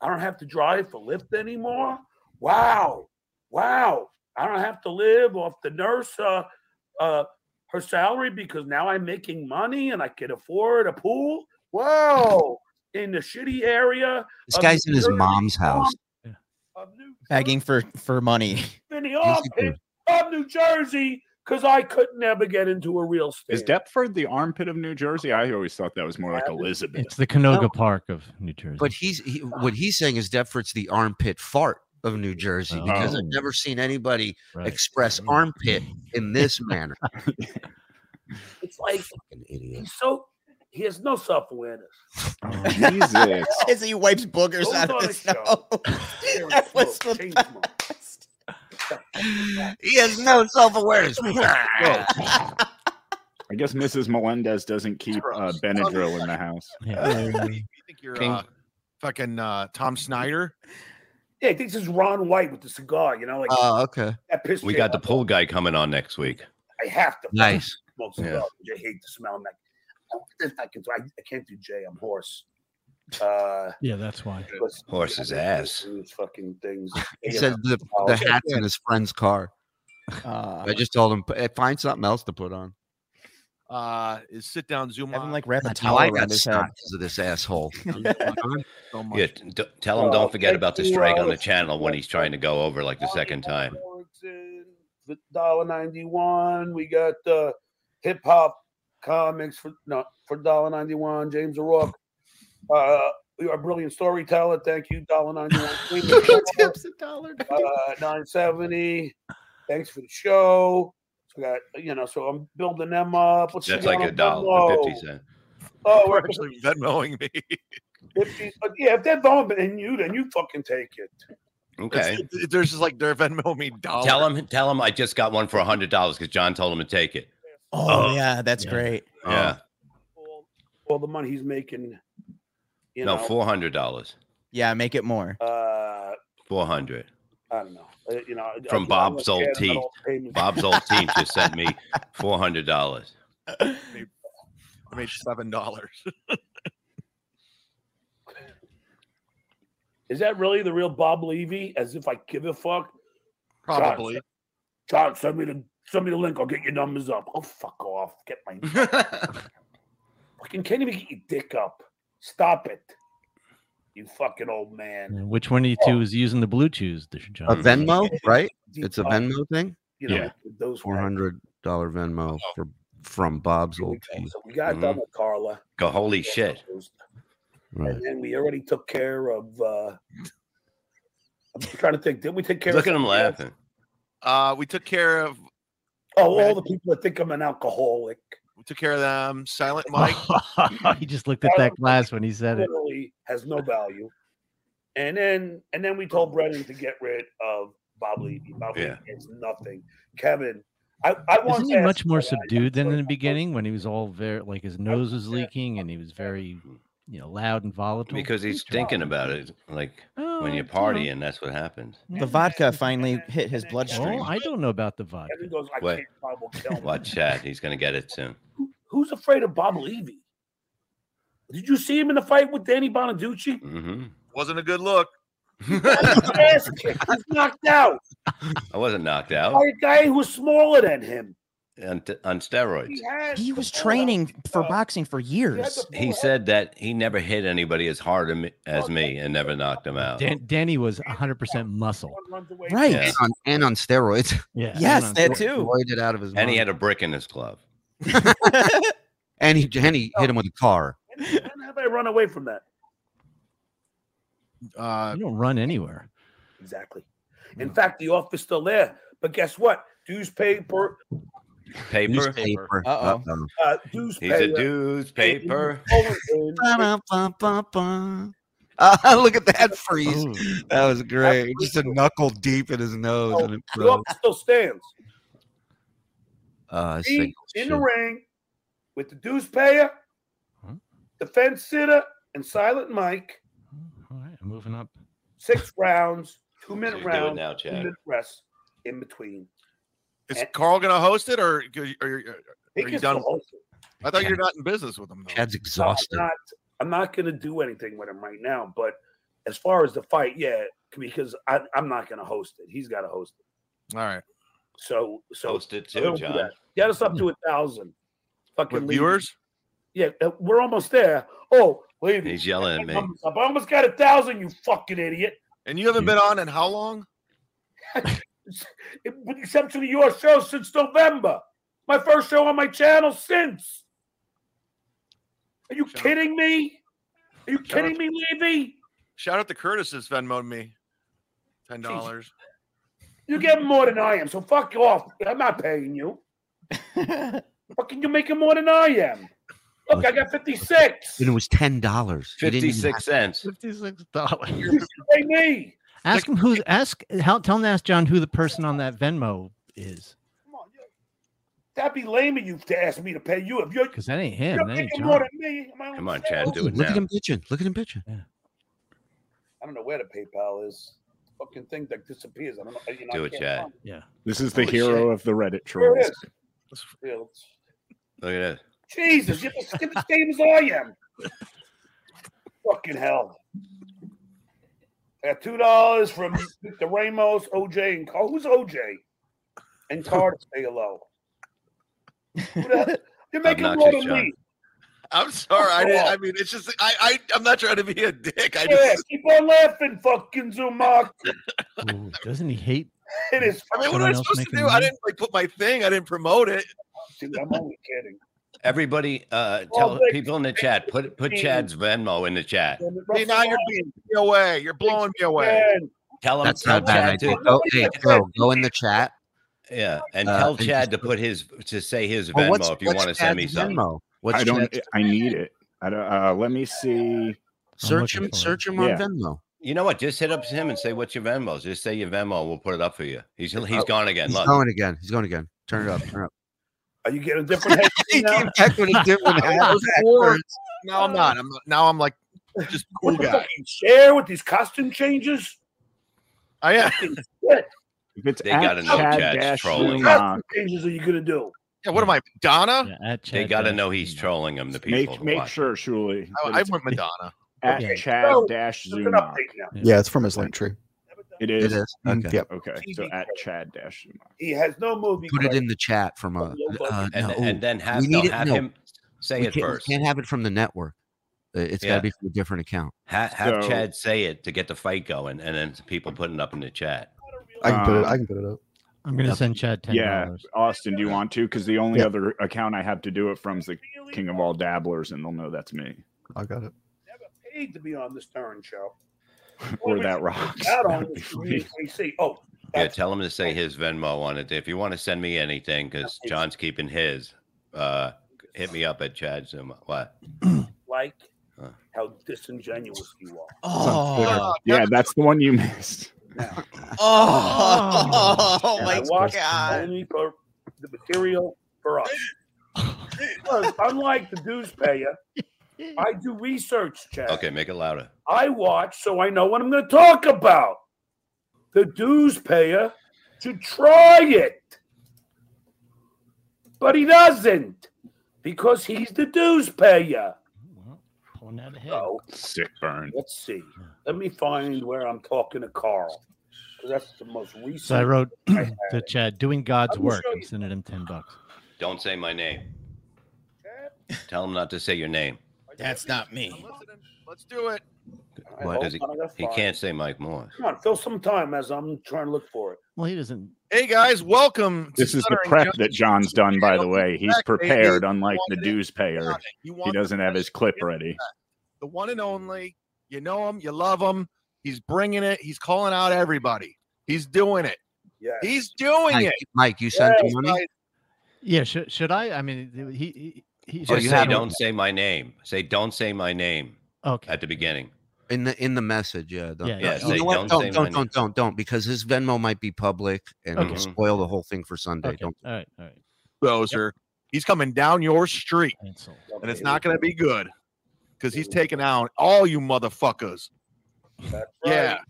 [SPEAKER 1] I don't have to drive for Lyft anymore. Wow, wow, I don't have to live off the nurse, uh, uh, her salary because now I'm making money and I can afford a pool. Whoa, in the shitty area
[SPEAKER 3] This guy's in his mom's house.
[SPEAKER 1] of New
[SPEAKER 11] Begging for for money.
[SPEAKER 1] in the
[SPEAKER 3] Yes, he
[SPEAKER 1] armpit of New Jersey because I could never get into a real state.
[SPEAKER 8] Is Deptford the armpit of New Jersey? I always thought that was more like Elizabeth.
[SPEAKER 2] it's the Canoga Park of New Jersey.
[SPEAKER 3] But he's he, what he's saying is Deptford's the armpit fart of New Jersey because
[SPEAKER 8] Oh.
[SPEAKER 3] I've never seen anybody
[SPEAKER 2] right.
[SPEAKER 3] express armpit in this manner.
[SPEAKER 1] It's like
[SPEAKER 3] Fucking idiot.
[SPEAKER 1] he's so he has no self awareness.
[SPEAKER 8] Oh, Jesus.
[SPEAKER 11] As he wipes boogers
[SPEAKER 1] Those
[SPEAKER 11] out
[SPEAKER 1] are
[SPEAKER 11] of
[SPEAKER 1] the
[SPEAKER 11] his nose. that was the best.
[SPEAKER 12] he has no self awareness.
[SPEAKER 8] I guess Mrs. Melendez doesn't keep uh, Benadryl in the house.
[SPEAKER 2] Yeah.
[SPEAKER 9] You think you're
[SPEAKER 4] King.
[SPEAKER 9] uh, fucking uh, Tom Snyder?
[SPEAKER 1] Yeah, he thinks it's Ron White with the cigar, you know, like
[SPEAKER 3] Oh,
[SPEAKER 4] Uh,
[SPEAKER 3] okay.
[SPEAKER 1] that pissed
[SPEAKER 4] We
[SPEAKER 1] me
[SPEAKER 4] got the
[SPEAKER 1] off.
[SPEAKER 4] pool guy coming on next week.
[SPEAKER 1] I have to fucking
[SPEAKER 3] Nice.
[SPEAKER 1] smoke
[SPEAKER 4] Yeah.
[SPEAKER 1] cigars. I hate the smell. I'm like, I don't think I can, I, I can't do Jay. I'm hoarse. Uh,
[SPEAKER 2] yeah, that's why.
[SPEAKER 1] because-
[SPEAKER 4] Horse's
[SPEAKER 1] I hate
[SPEAKER 4] ass.
[SPEAKER 1] These fucking things. Oh,
[SPEAKER 3] He
[SPEAKER 1] Yeah.
[SPEAKER 3] said the, the hat's in his friend's car.
[SPEAKER 11] Uh,
[SPEAKER 3] I just told him "P- eh, find something else to put on.
[SPEAKER 9] Uh, is sit down Zoom
[SPEAKER 11] having
[SPEAKER 9] on.
[SPEAKER 11] like wrap a
[SPEAKER 3] Now
[SPEAKER 11] towel
[SPEAKER 3] I
[SPEAKER 11] around
[SPEAKER 3] got
[SPEAKER 11] his head.
[SPEAKER 3] snot because of this asshole.
[SPEAKER 9] so much.
[SPEAKER 4] Yeah, t- d- tell him
[SPEAKER 1] Oh,
[SPEAKER 4] don't forget
[SPEAKER 1] thank
[SPEAKER 4] about the
[SPEAKER 1] you,
[SPEAKER 4] strike
[SPEAKER 1] uh,
[SPEAKER 4] on the channel when he's trying to go over like the second time.
[SPEAKER 1] The dollar ninety one. We got uh, hip hop comics for no for dollar ninety one. James O'Rourke. Uh, you're a brilliant storyteller. Thank you, dollar ninety one. uh, 970. Thanks for the show. So I got, you know, so I'm building them up. What's
[SPEAKER 4] That's
[SPEAKER 1] the
[SPEAKER 4] like
[SPEAKER 1] other
[SPEAKER 4] a dollar
[SPEAKER 1] one?
[SPEAKER 4] and fifty cent.
[SPEAKER 1] Oh,
[SPEAKER 9] We're
[SPEAKER 1] we're
[SPEAKER 9] actually Venmoing me.
[SPEAKER 1] If you- but yeah, if they're vomiting in you, then you fucking take it.
[SPEAKER 4] Okay.
[SPEAKER 9] There's just like their Venmo me dollar.
[SPEAKER 4] Tell him, tell him I just got one for a hundred dollars because John told him to take it.
[SPEAKER 12] Oh, yeah, that's great.
[SPEAKER 4] Yeah.
[SPEAKER 1] All the money he's making. You
[SPEAKER 4] no,
[SPEAKER 1] know,
[SPEAKER 4] four hundred dollars.
[SPEAKER 12] Yeah, make it more.
[SPEAKER 1] Uh,
[SPEAKER 4] Four hundred.
[SPEAKER 1] I don't know. Uh, you know, I-
[SPEAKER 4] From
[SPEAKER 1] I- I
[SPEAKER 4] Bob's
[SPEAKER 1] don't
[SPEAKER 4] old
[SPEAKER 1] care about
[SPEAKER 4] teeth.
[SPEAKER 1] all the payments.
[SPEAKER 4] Bob's old teeth just sent me four hundred dollars.
[SPEAKER 9] I made seven dollars.
[SPEAKER 1] Is that really the real Bob Levy? As if I give a fuck.
[SPEAKER 9] Probably.
[SPEAKER 1] John, John, send me the send me the link. I'll get your numbers up. Oh fuck off. Get my fucking can't even get your dick up. Stop it. You fucking old man.
[SPEAKER 2] And Which one of you two is using the Blue Chews? This John.
[SPEAKER 3] A Venmo, right? It's a Venmo thing.
[SPEAKER 1] You know, Yeah. those
[SPEAKER 3] four hundred dollar Venmo for from Bob's old Mm-hmm. team.
[SPEAKER 1] So we got
[SPEAKER 4] Mm-hmm.
[SPEAKER 1] done with Carla.
[SPEAKER 4] Go, holy shit!
[SPEAKER 3] Right.
[SPEAKER 1] And then we already took care of. uh I'm trying to think. Didn't we take care
[SPEAKER 4] Look
[SPEAKER 1] of
[SPEAKER 4] at him laughing.
[SPEAKER 9] Uh, we took care of.
[SPEAKER 1] Oh, all the people that think I'm an alcoholic.
[SPEAKER 9] We took care of them. Silent Mike.
[SPEAKER 2] Oh, he just looked at that glass when he said it.
[SPEAKER 1] Literally has no value. And then and then we told Brennan to get rid of Bob Levy. Bob
[SPEAKER 2] Yeah.
[SPEAKER 1] Levy is nothing. Kevin, I, I want
[SPEAKER 2] Isn't he much more subdued than in the beginning when he was all very like his nose was leaking and he was very
[SPEAKER 1] hmm."
[SPEAKER 2] you know loud and volatile?
[SPEAKER 4] Because he's thinking about it, like
[SPEAKER 1] Oh,
[SPEAKER 4] when you're partying, that's what happens.
[SPEAKER 12] The vodka finally hit his bloodstream.
[SPEAKER 2] Oh, I don't know about the vodka.
[SPEAKER 1] Kevin goes, I
[SPEAKER 4] Wait.
[SPEAKER 1] can't Bob will kill me.
[SPEAKER 4] Watch that. He's gonna get it soon.
[SPEAKER 1] Who's afraid of Bob Levy? Did you see him in the fight with Danny Bonaducci?
[SPEAKER 4] hmm
[SPEAKER 9] Wasn't a good look.
[SPEAKER 1] Ass kick. He's knocked out
[SPEAKER 4] I wasn't knocked out
[SPEAKER 1] by a guy who was smaller than him.
[SPEAKER 4] on, on steroids.
[SPEAKER 12] He was training for boxing for years.
[SPEAKER 4] He said that he never hit anybody as hard am- as me and never knocked him out.
[SPEAKER 2] Dan- Danny was 100 percent muscle,
[SPEAKER 12] Right.
[SPEAKER 4] Yeah.
[SPEAKER 3] And, on, and on steroids.
[SPEAKER 2] Yeah.
[SPEAKER 12] Yes, and on that steroids. too.
[SPEAKER 3] Voided out of his
[SPEAKER 4] And he
[SPEAKER 3] mind.
[SPEAKER 4] had a brick in his glove.
[SPEAKER 3] and he and he hit him with a car.
[SPEAKER 1] How did I run away from that?
[SPEAKER 9] Uh,
[SPEAKER 2] you don't run anywhere.
[SPEAKER 1] Exactly. In fact, the offer's still there. But guess what? Dues paper.
[SPEAKER 4] Paper.
[SPEAKER 3] Newspaper. Uh-oh. Uh-oh.
[SPEAKER 1] Uh, dues
[SPEAKER 4] He's
[SPEAKER 1] payer.
[SPEAKER 4] a dude's paper.
[SPEAKER 3] Ba-dum-bum-bum-bum. Ah, look at that freeze. That was great. Oh, Just a knuckle deep in his nose. and it
[SPEAKER 1] The
[SPEAKER 3] froze.
[SPEAKER 1] offer still stands.
[SPEAKER 3] Uh,
[SPEAKER 1] He
[SPEAKER 3] single
[SPEAKER 1] in
[SPEAKER 3] shit.
[SPEAKER 1] the ring with the dues payer, the fence sitter, and Silent Mike.
[SPEAKER 2] All right, moving up.
[SPEAKER 1] Six rounds, two minute
[SPEAKER 4] So you're doing
[SPEAKER 1] rounds,
[SPEAKER 4] now,
[SPEAKER 1] two
[SPEAKER 4] Chad.
[SPEAKER 1] minute rest in between.
[SPEAKER 9] Is Carl gonna host it or are you, are
[SPEAKER 1] He
[SPEAKER 9] you
[SPEAKER 1] gets
[SPEAKER 9] done?
[SPEAKER 1] to
[SPEAKER 3] Oh,
[SPEAKER 1] host
[SPEAKER 9] I thought you're not in business with him.
[SPEAKER 3] Chad's
[SPEAKER 1] exhausted. I'm not, I'm not going to do anything with him right now. But as far as the fight, yeah, because I, I'm not going to host it. He's got to host it.
[SPEAKER 9] All right.
[SPEAKER 1] So, so
[SPEAKER 4] Host it
[SPEAKER 1] so
[SPEAKER 4] too,
[SPEAKER 1] don't do
[SPEAKER 4] John.
[SPEAKER 1] that. Get us up to a thousand. Fucking
[SPEAKER 4] With
[SPEAKER 1] Levy.
[SPEAKER 4] viewers?
[SPEAKER 1] Yeah, uh, we're almost there. Oh, Levy,
[SPEAKER 4] He's yelling at
[SPEAKER 1] I
[SPEAKER 4] me.
[SPEAKER 1] almost- I almost got a thousand. You fucking idiot.
[SPEAKER 9] And you haven't been on in how long?
[SPEAKER 1] With the exception of your show since November, my first show on my channel since. Are you kidding me? Are you kidding me, Levy?
[SPEAKER 9] Shout out to Curtis has Venmoed me ten dollars.
[SPEAKER 1] You get more than I am, so fuck off. I'm not paying you. fucking, you're making more than I am. Look, I got 56.
[SPEAKER 3] And it was ten dollars.
[SPEAKER 4] cents.
[SPEAKER 2] Fifty-six
[SPEAKER 12] Oh.
[SPEAKER 2] dollars.
[SPEAKER 1] You pay me.
[SPEAKER 2] Ask him who's ask. How, tell him to ask John who the person on that Venmo is,
[SPEAKER 1] That'd be lame of you to ask me to pay you if you're,
[SPEAKER 2] because that ain't him.
[SPEAKER 1] you're
[SPEAKER 2] That ain't
[SPEAKER 1] making
[SPEAKER 2] John.
[SPEAKER 1] more than me. am I on
[SPEAKER 4] Come on,
[SPEAKER 1] sale?
[SPEAKER 4] Chad, do it
[SPEAKER 3] Look at
[SPEAKER 4] now.
[SPEAKER 3] him bitching. Look at him bitching.
[SPEAKER 1] I don't know where the PayPal is. Fucking thing that disappears. I don't know. You know
[SPEAKER 4] Do
[SPEAKER 1] I
[SPEAKER 4] it,
[SPEAKER 1] can't
[SPEAKER 4] Chad.
[SPEAKER 1] find it.
[SPEAKER 2] Yeah.
[SPEAKER 8] This is the
[SPEAKER 1] Holy
[SPEAKER 8] hero
[SPEAKER 1] shit.
[SPEAKER 8] of the Reddit
[SPEAKER 1] There it
[SPEAKER 8] trolls.
[SPEAKER 1] is. Yeah, it's-
[SPEAKER 4] Look at that.
[SPEAKER 1] Jesus, you're the same the same as I am. Fucking hell. I got two dollars from the Ramos, OJ, and Carl. Who's OJ? And Carter say hello. Who the hell- You're making more
[SPEAKER 9] Obnoxious,
[SPEAKER 1] than
[SPEAKER 9] John.
[SPEAKER 1] me.
[SPEAKER 9] I'm sorry. I,
[SPEAKER 1] Fuck
[SPEAKER 9] didn't, I
[SPEAKER 1] off.
[SPEAKER 9] mean, it's just I, I I'm not trying to be a dick. I
[SPEAKER 1] Oh. Yeah,
[SPEAKER 9] just
[SPEAKER 1] keep on laughing, fucking Zumok.
[SPEAKER 2] Ooh, doesn't he hate?
[SPEAKER 1] It is.
[SPEAKER 9] I mean, what am
[SPEAKER 2] Someone
[SPEAKER 9] I
[SPEAKER 2] else
[SPEAKER 9] supposed to
[SPEAKER 2] making
[SPEAKER 9] do? I
[SPEAKER 2] money?
[SPEAKER 9] didn't like put my thing. I didn't promote it.
[SPEAKER 1] Dude, I'm only kidding.
[SPEAKER 4] Everybody, uh,
[SPEAKER 9] Oh,
[SPEAKER 4] tell
[SPEAKER 9] thank-
[SPEAKER 4] people in the chat. Put put Chad's Venmo in the chat.
[SPEAKER 9] See, now you're being me away. You're blowing me away.
[SPEAKER 4] Tell him.
[SPEAKER 3] That's
[SPEAKER 4] tell
[SPEAKER 3] not a bad
[SPEAKER 4] Chad
[SPEAKER 3] idea.
[SPEAKER 4] to-
[SPEAKER 3] Go, hey, go, go in the chat.
[SPEAKER 4] yeah, and
[SPEAKER 3] Uh,
[SPEAKER 4] tell
[SPEAKER 3] and just
[SPEAKER 4] Chad to put his to say his
[SPEAKER 3] Well,
[SPEAKER 4] Venmo
[SPEAKER 3] what's-
[SPEAKER 4] if you
[SPEAKER 3] what's
[SPEAKER 4] want to send me
[SPEAKER 3] Chad's
[SPEAKER 8] e,
[SPEAKER 4] something.
[SPEAKER 3] Venmo? What's
[SPEAKER 8] I don't.
[SPEAKER 3] Chad's-
[SPEAKER 8] I need it. I don't, uh, let me see.
[SPEAKER 3] Search him. Search him on Venmo.
[SPEAKER 4] You know what? Just hit up him and say what's your Venmo. Just say your Venmo. We'll put it up for you. He's he's gone again.
[SPEAKER 3] He's
[SPEAKER 4] Look.
[SPEAKER 3] going again. He's going again. Turn it up. Turn it up.
[SPEAKER 1] Are you getting a different head?
[SPEAKER 3] he came back when he did one half backwards.
[SPEAKER 9] Now I'm not. I'm not- now I'm like just cool
[SPEAKER 1] What the
[SPEAKER 9] guy.
[SPEAKER 1] fucking chair with these costume changes?
[SPEAKER 9] I am.
[SPEAKER 8] If it's
[SPEAKER 4] They gotta know
[SPEAKER 8] Chad
[SPEAKER 4] Chad's
[SPEAKER 8] Dash
[SPEAKER 4] trolling.
[SPEAKER 8] Zumach,
[SPEAKER 1] What changes are you gonna do?
[SPEAKER 9] Yeah, what am I, Madonna?
[SPEAKER 4] They got to know he's trolling them. The people.
[SPEAKER 8] Make make sure, Shuli.
[SPEAKER 9] I, I went Madonna.
[SPEAKER 8] At
[SPEAKER 9] Okay.
[SPEAKER 8] Chad
[SPEAKER 9] So,
[SPEAKER 8] Dash
[SPEAKER 9] there's an
[SPEAKER 8] Zumach.
[SPEAKER 9] update now.
[SPEAKER 10] Yeah, it's from his link tree.
[SPEAKER 8] It is. Mm-hmm.
[SPEAKER 10] It is. Okay. Yep.
[SPEAKER 8] Okay. So at Chad Dash Zumach.
[SPEAKER 1] He has no movie.
[SPEAKER 3] Put it in the chat from a. Uh,
[SPEAKER 4] And-
[SPEAKER 3] no,
[SPEAKER 4] and
[SPEAKER 3] ooh,
[SPEAKER 4] then have-
[SPEAKER 3] we
[SPEAKER 4] no,
[SPEAKER 3] need it-
[SPEAKER 4] have
[SPEAKER 3] no.
[SPEAKER 4] him say
[SPEAKER 3] We
[SPEAKER 4] it
[SPEAKER 3] can't- we
[SPEAKER 4] first.
[SPEAKER 3] Can't have it from the network. Uh, It's got
[SPEAKER 4] Yeah.
[SPEAKER 3] to be from a different account.
[SPEAKER 4] Ha- have
[SPEAKER 3] So-
[SPEAKER 4] Chad say it to get the fight going, and then people putting it up in the chat.
[SPEAKER 10] I can put it. I can put it up.
[SPEAKER 2] I'm gonna send Chad ten
[SPEAKER 8] Yeah,
[SPEAKER 2] dollars.
[SPEAKER 8] Austin, do you want to? Because the only
[SPEAKER 10] Yeah.
[SPEAKER 8] other account I have to do it from is the King of All Dabblers, and they'll know that's me
[SPEAKER 10] I got it.
[SPEAKER 1] Paid to be on the Stern show.
[SPEAKER 8] or that Rocks.
[SPEAKER 1] Out on
[SPEAKER 8] That'd be
[SPEAKER 1] this
[SPEAKER 8] funny.
[SPEAKER 1] see. Oh,
[SPEAKER 4] Yeah, tell him to say his Venmo on it. If you want to send me anything, because John's keeping his, uh, hit me up at Chad Zuma. What?
[SPEAKER 1] like
[SPEAKER 4] Huh.
[SPEAKER 1] how disingenuous you are.
[SPEAKER 4] Oh,
[SPEAKER 8] It's on Twitter. yeah, that's the one you missed.
[SPEAKER 1] Oh,
[SPEAKER 11] Oh, my
[SPEAKER 1] I watched
[SPEAKER 11] God.
[SPEAKER 1] Only for the material for us. Because unlike the dues payer, I do research, Chad.
[SPEAKER 4] Okay, make it louder.
[SPEAKER 1] I watch so I know what I'm going to talk about. The dues payer should try it. But he doesn't because he's the dues payer.
[SPEAKER 2] Pulling that ahead.
[SPEAKER 8] Oh,
[SPEAKER 1] So
[SPEAKER 8] Sick burn.
[SPEAKER 1] let's see. Let me find where I'm talking to Carl. 'Cause That's the most recent.
[SPEAKER 2] So I wrote
[SPEAKER 1] I
[SPEAKER 2] to Chad, doing God's
[SPEAKER 1] I'm gonna
[SPEAKER 2] work,
[SPEAKER 1] show
[SPEAKER 2] and sending him ten bucks.
[SPEAKER 4] Don't say my name. Tell him not to say your name.
[SPEAKER 12] That's not me.
[SPEAKER 9] Let's do it.
[SPEAKER 4] What
[SPEAKER 1] hold
[SPEAKER 4] does he?
[SPEAKER 1] on, I gotta
[SPEAKER 4] He
[SPEAKER 1] find-
[SPEAKER 4] can't say Mike Moore.
[SPEAKER 1] Come on, fill some time as I'm trying to look for it.
[SPEAKER 2] Well, he doesn't.
[SPEAKER 9] Hey guys, welcome.
[SPEAKER 8] This is the
[SPEAKER 9] Stuttering
[SPEAKER 8] prep
[SPEAKER 9] John.
[SPEAKER 8] that John's done, by the way. He's
[SPEAKER 9] back, baby.
[SPEAKER 8] prepared, unlike the
[SPEAKER 9] You wanted it.
[SPEAKER 8] dues payer.
[SPEAKER 9] You
[SPEAKER 8] He
[SPEAKER 9] want
[SPEAKER 8] doesn't have his clip ready.
[SPEAKER 9] the one and only. You know him. You love him. He's bringing it. He's calling out everybody. He's doing it.
[SPEAKER 1] Yeah.
[SPEAKER 9] He's doing
[SPEAKER 3] Mike,
[SPEAKER 9] it.
[SPEAKER 3] Mike, you sent the
[SPEAKER 9] Yes,
[SPEAKER 3] money.
[SPEAKER 9] guys.
[SPEAKER 2] Yeah, should should I? I mean, he he, he
[SPEAKER 4] Just
[SPEAKER 2] just
[SPEAKER 4] say
[SPEAKER 2] said-
[SPEAKER 4] don't say my name. Say don't say my name.
[SPEAKER 2] Okay.
[SPEAKER 4] At the beginning.
[SPEAKER 3] In the in the message, yeah. Don't,
[SPEAKER 2] Yeah,
[SPEAKER 4] yeah,
[SPEAKER 3] you
[SPEAKER 4] say
[SPEAKER 3] know what?
[SPEAKER 4] don't say
[SPEAKER 3] Don't
[SPEAKER 4] my
[SPEAKER 3] don't,
[SPEAKER 4] name.
[SPEAKER 3] don't don't don't because his Venmo might be public and
[SPEAKER 2] Okay.
[SPEAKER 3] it'll spoil the whole thing for Sunday.
[SPEAKER 2] Okay.
[SPEAKER 3] Don't
[SPEAKER 2] All right. All right.
[SPEAKER 9] Bowser. He's coming down your street,
[SPEAKER 2] Cancel.
[SPEAKER 9] and it's not going to be good because he's taking out all you motherfuckers.
[SPEAKER 1] That's
[SPEAKER 9] Yeah.
[SPEAKER 1] right.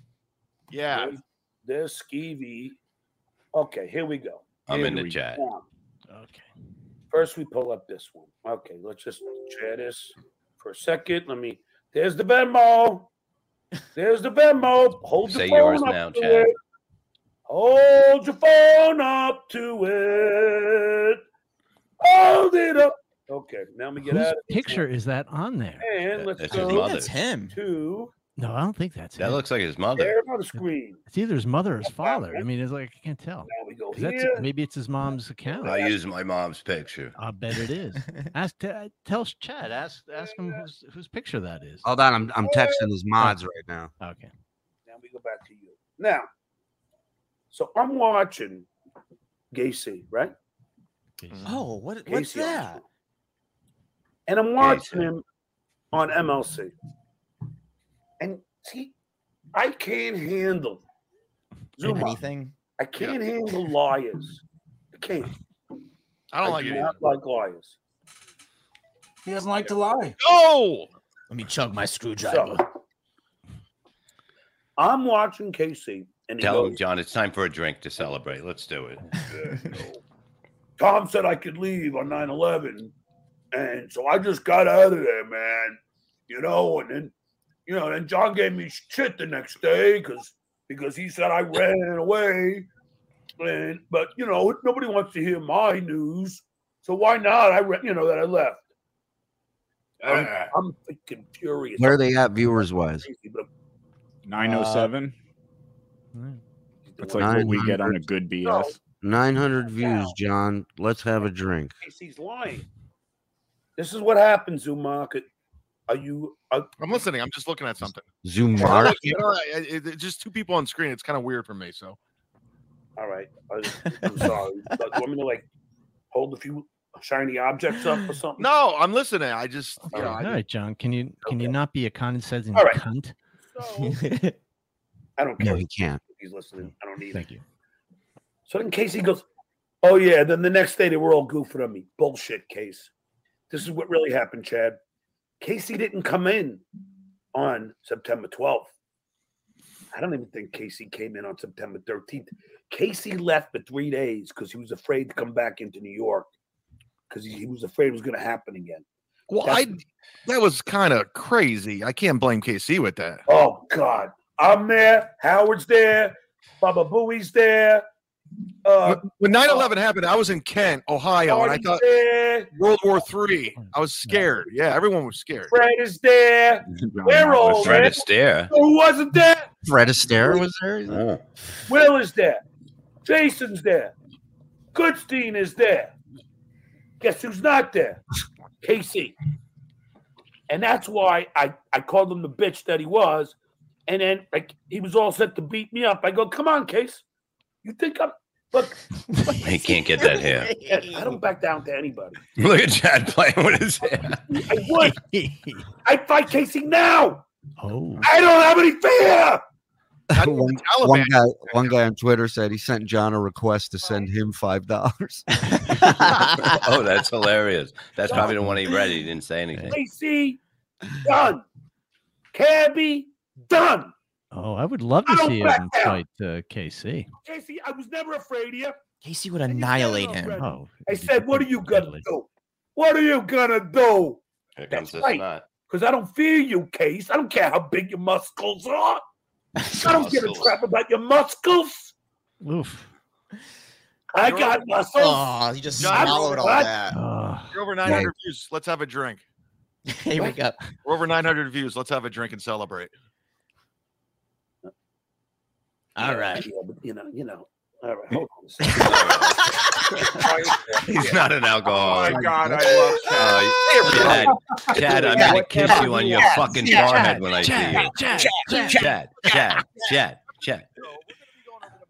[SPEAKER 9] Yeah.
[SPEAKER 1] There's, there's skeevy. Okay, here we go.
[SPEAKER 4] I'm
[SPEAKER 1] Here
[SPEAKER 4] in the
[SPEAKER 1] we
[SPEAKER 4] chat.
[SPEAKER 1] go.
[SPEAKER 2] Okay.
[SPEAKER 1] First, we pull up this one. Okay, let's just share this for a second. Let me. There's the Venmo. There's the Venmo. Hold
[SPEAKER 4] Say
[SPEAKER 1] your phone
[SPEAKER 4] yours
[SPEAKER 1] up
[SPEAKER 4] now,
[SPEAKER 1] to
[SPEAKER 4] Chad.
[SPEAKER 1] it. Hold your phone up to it. Hold it up. Okay, now we get
[SPEAKER 2] Whose
[SPEAKER 1] out of this
[SPEAKER 2] picture is that on there?
[SPEAKER 1] one. And let's
[SPEAKER 4] That's his
[SPEAKER 1] go
[SPEAKER 4] mother. That's
[SPEAKER 12] him.
[SPEAKER 1] to
[SPEAKER 2] No, I don't think that's
[SPEAKER 4] That
[SPEAKER 2] him.
[SPEAKER 4] looks like his mother.
[SPEAKER 1] there on the screen.
[SPEAKER 2] It's either his mother or his father. I mean, it's like I can't tell.
[SPEAKER 1] Now we go
[SPEAKER 2] 'Cause That's,
[SPEAKER 1] here.
[SPEAKER 2] maybe it's his mom's account.
[SPEAKER 4] I use my mom's picture.
[SPEAKER 2] I bet it is. Ask t- uh, tell Chad. Ask ask him whose whose picture that is.
[SPEAKER 3] hold on. I'm I'm texting
[SPEAKER 4] Oh.
[SPEAKER 3] his mods right now.
[SPEAKER 2] Okay.
[SPEAKER 1] Now we go back to you. Now, so I'm watching Gacy, right?
[SPEAKER 12] Oh, what what's
[SPEAKER 1] Gacy. on
[SPEAKER 12] that?
[SPEAKER 1] Twitter. And I'm watching him on MLC. And see, I can't handle Zuma.
[SPEAKER 12] Anything?
[SPEAKER 1] I can't handle liars. I can't.
[SPEAKER 9] I don't like
[SPEAKER 1] do
[SPEAKER 9] it. either.
[SPEAKER 1] not like liars.
[SPEAKER 7] He doesn't like to lie.
[SPEAKER 9] No.
[SPEAKER 12] Let me chug my screwdriver.
[SPEAKER 1] So I'm watching Casey and he
[SPEAKER 4] Tell
[SPEAKER 1] goes,
[SPEAKER 4] him, John, it's time for a drink to celebrate. Let's do it.
[SPEAKER 1] Tom said I could leave on 9 11. And so I just got out of there, man. You know, and then, you know, then John gave me shit the next day because because he said I ran away. And, but, you know, nobody wants to hear my news. So why not? I, ran, you know, that I left. I'm, I'm freaking furious.
[SPEAKER 3] Where are they at viewers wise?
[SPEAKER 1] Crazy, but
[SPEAKER 8] 907? That's like what we get on a good BF.
[SPEAKER 3] Nine hundred views, John. Let's have a drink.
[SPEAKER 1] uh, Casey's lying. This is what happens, Zumach. Are you, uh, are,
[SPEAKER 9] I'm listening. I'm just looking at something.
[SPEAKER 3] Zoom
[SPEAKER 9] I
[SPEAKER 3] Mark.
[SPEAKER 9] like it. All right. I- I- Just two people on screen. It's kind of weird for me. So
[SPEAKER 1] All right. I, I'm sorry. but you want me to like hold a few shiny objects up or something?
[SPEAKER 9] No, I'm listening. I just, you know,
[SPEAKER 2] All
[SPEAKER 9] I,
[SPEAKER 2] right, John. Can you can you not be a condescending
[SPEAKER 1] All right.
[SPEAKER 2] cunt?
[SPEAKER 1] I don't care.
[SPEAKER 2] No, he can't.
[SPEAKER 1] If He's listening. I don't need
[SPEAKER 2] Thank
[SPEAKER 1] it. So then Casey goes, Oh, yeah. Then the next day they were all goofing on me. Bullshit, Case. This is what really happened, Chad. Casey didn't come in on September 12th. I don't even think Casey came in on September 13th. Casey left for three days because he was afraid to come back into New York because he, he was afraid it was going to happen again.
[SPEAKER 9] well, I, that was kind of crazy. I can't blame KC with that.
[SPEAKER 1] Oh God, I'm there. Howard's there. Baba Booey's there. Uh,
[SPEAKER 9] when 9 11 happened, I was in Kent, Ohio, and I
[SPEAKER 1] Marty's
[SPEAKER 9] thought
[SPEAKER 1] there.
[SPEAKER 9] World War Three. I was scared. Yeah, everyone was scared.
[SPEAKER 1] Fred is there. We're all
[SPEAKER 4] Fred
[SPEAKER 1] there.
[SPEAKER 4] Astaire.
[SPEAKER 1] Who wasn't there?
[SPEAKER 3] Fred Astaire was there.
[SPEAKER 1] Will is there. Jason's there. Goodstein is there. Guess who's not there? Casey. And that's why I, I called him the bitch that he was. And then like he was all set to beat me up. I go, come on, Case. You think I'm look,
[SPEAKER 4] He can't get that hair.
[SPEAKER 1] I don't back down to anybody.
[SPEAKER 4] Look at Chad playing with his hair.
[SPEAKER 1] I would. I fight Casey now.
[SPEAKER 2] Oh.
[SPEAKER 1] I don't have any fear.
[SPEAKER 10] one, one guy, one guy on Twitter said he sent John a request to send him five dollars.
[SPEAKER 4] oh, that's hilarious. That's probably the one he read. He didn't say anything.
[SPEAKER 1] Casey, done. Cabby, done.
[SPEAKER 2] Oh, I would love to
[SPEAKER 1] I don't
[SPEAKER 2] see
[SPEAKER 1] back
[SPEAKER 2] him
[SPEAKER 1] down.
[SPEAKER 2] fight uh, KC.
[SPEAKER 1] Casey, I was never afraid of you.
[SPEAKER 12] Casey would annihilate him.
[SPEAKER 2] Oh,
[SPEAKER 1] I said, what are you gonna do? What are you gonna do?
[SPEAKER 4] Here
[SPEAKER 1] That's
[SPEAKER 4] comes this
[SPEAKER 1] right.
[SPEAKER 4] nut.
[SPEAKER 1] Because I don't fear you, Case. I don't care how big your muscles are. I don't give a
[SPEAKER 4] Muscles.
[SPEAKER 1] crap about your muscles.
[SPEAKER 2] Oof.
[SPEAKER 1] I
[SPEAKER 9] You're
[SPEAKER 1] got
[SPEAKER 9] over-
[SPEAKER 1] muscles.
[SPEAKER 12] Oh, you just
[SPEAKER 9] John,
[SPEAKER 12] swallowed all
[SPEAKER 1] what?
[SPEAKER 12] that.
[SPEAKER 9] You're over 900 views. Let's have a drink.
[SPEAKER 12] Here we go.
[SPEAKER 9] We're over 900 views. Let's have a drink and celebrate.
[SPEAKER 12] All right.
[SPEAKER 1] Yeah, but you know, you know. All right, hold on. a second.
[SPEAKER 4] He's not an
[SPEAKER 3] Oh
[SPEAKER 4] alcoholic.
[SPEAKER 1] God,
[SPEAKER 4] I love
[SPEAKER 11] Uh,
[SPEAKER 4] Chad. Chad, I'm gonna kiss you on your
[SPEAKER 11] Chad,
[SPEAKER 4] fucking
[SPEAKER 11] Chad,
[SPEAKER 4] forehead when I
[SPEAKER 11] Chad,
[SPEAKER 4] see you.
[SPEAKER 11] Chad,
[SPEAKER 4] Chad,
[SPEAKER 11] Chad,
[SPEAKER 4] Chad, Chad, Chad, Chad.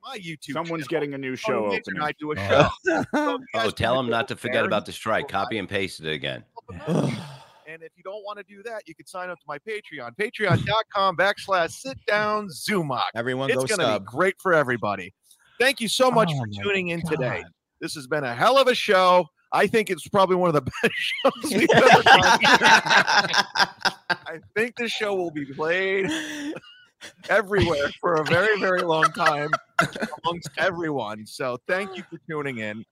[SPEAKER 9] My YouTube. Oh,
[SPEAKER 8] Someone's getting a new show
[SPEAKER 9] Nick
[SPEAKER 8] opening.
[SPEAKER 9] and I do a
[SPEAKER 4] Oh.
[SPEAKER 9] show.
[SPEAKER 4] Oh, tell him not to forget about the strike. Copy and paste it again.
[SPEAKER 9] and if you don't want to do that, you can sign up to my Patreon, patreon.com backslash sit down Zumok.
[SPEAKER 12] Everyone
[SPEAKER 9] it's
[SPEAKER 12] go
[SPEAKER 9] gonna
[SPEAKER 12] sub. Oh
[SPEAKER 9] be great for everybody. Thank you so much for tuning in today. This has been a hell of a show. I think it's probably one of the best shows we've ever done. I think this show will be played everywhere for a very, very long time amongst everyone. So thank you for tuning in.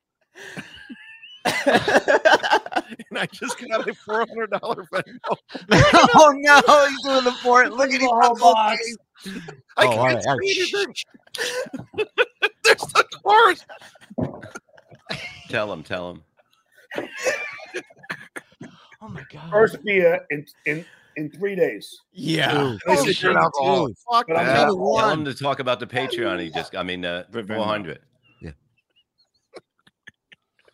[SPEAKER 9] and I just got a four hundred dollar Venmo.
[SPEAKER 11] oh no, he's doing the fort. Look at him.
[SPEAKER 1] box.
[SPEAKER 11] Oh,
[SPEAKER 9] I
[SPEAKER 11] all
[SPEAKER 9] can't
[SPEAKER 11] right, all right.
[SPEAKER 9] see anything. There's the chorus.
[SPEAKER 4] Tell him, tell him.
[SPEAKER 12] Oh my god.
[SPEAKER 1] First beer in in in three days.
[SPEAKER 12] Yeah.
[SPEAKER 9] They said you're an alcoholic. Fuck
[SPEAKER 1] Oh, But I'm
[SPEAKER 4] Yeah.
[SPEAKER 1] not
[SPEAKER 4] Tell him to talk about the Patreon. He just, I mean, uh, four hundred.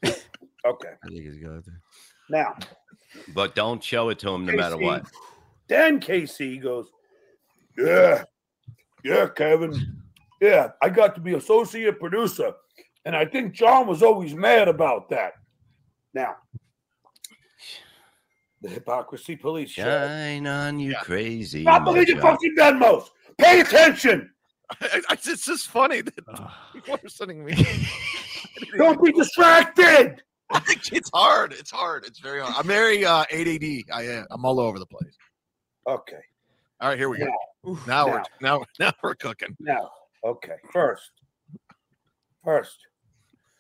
[SPEAKER 1] okay.
[SPEAKER 3] I think he's got there.
[SPEAKER 1] Now
[SPEAKER 4] But don't show it to him no matter
[SPEAKER 1] KC.
[SPEAKER 4] what.
[SPEAKER 1] Then KC goes, Yeah, yeah, Kevin. Yeah, I got to be associate producer. And I think John was always mad about that. Now, the hypocrisy police. Sheriff.
[SPEAKER 4] Shine on, you crazy.
[SPEAKER 1] Stop believing
[SPEAKER 4] mugshot.
[SPEAKER 1] fucking Venmos. Pay attention.
[SPEAKER 9] I- I- it's just funny that people are sending me.
[SPEAKER 1] Don't be distracted.
[SPEAKER 9] it's hard. It's hard. It's very hard. I'm very uh, ADD. I am. I'm all over the place.
[SPEAKER 1] Okay.
[SPEAKER 9] All right, here we go. Now, we're now now we're cooking.
[SPEAKER 1] Now, okay. First, first.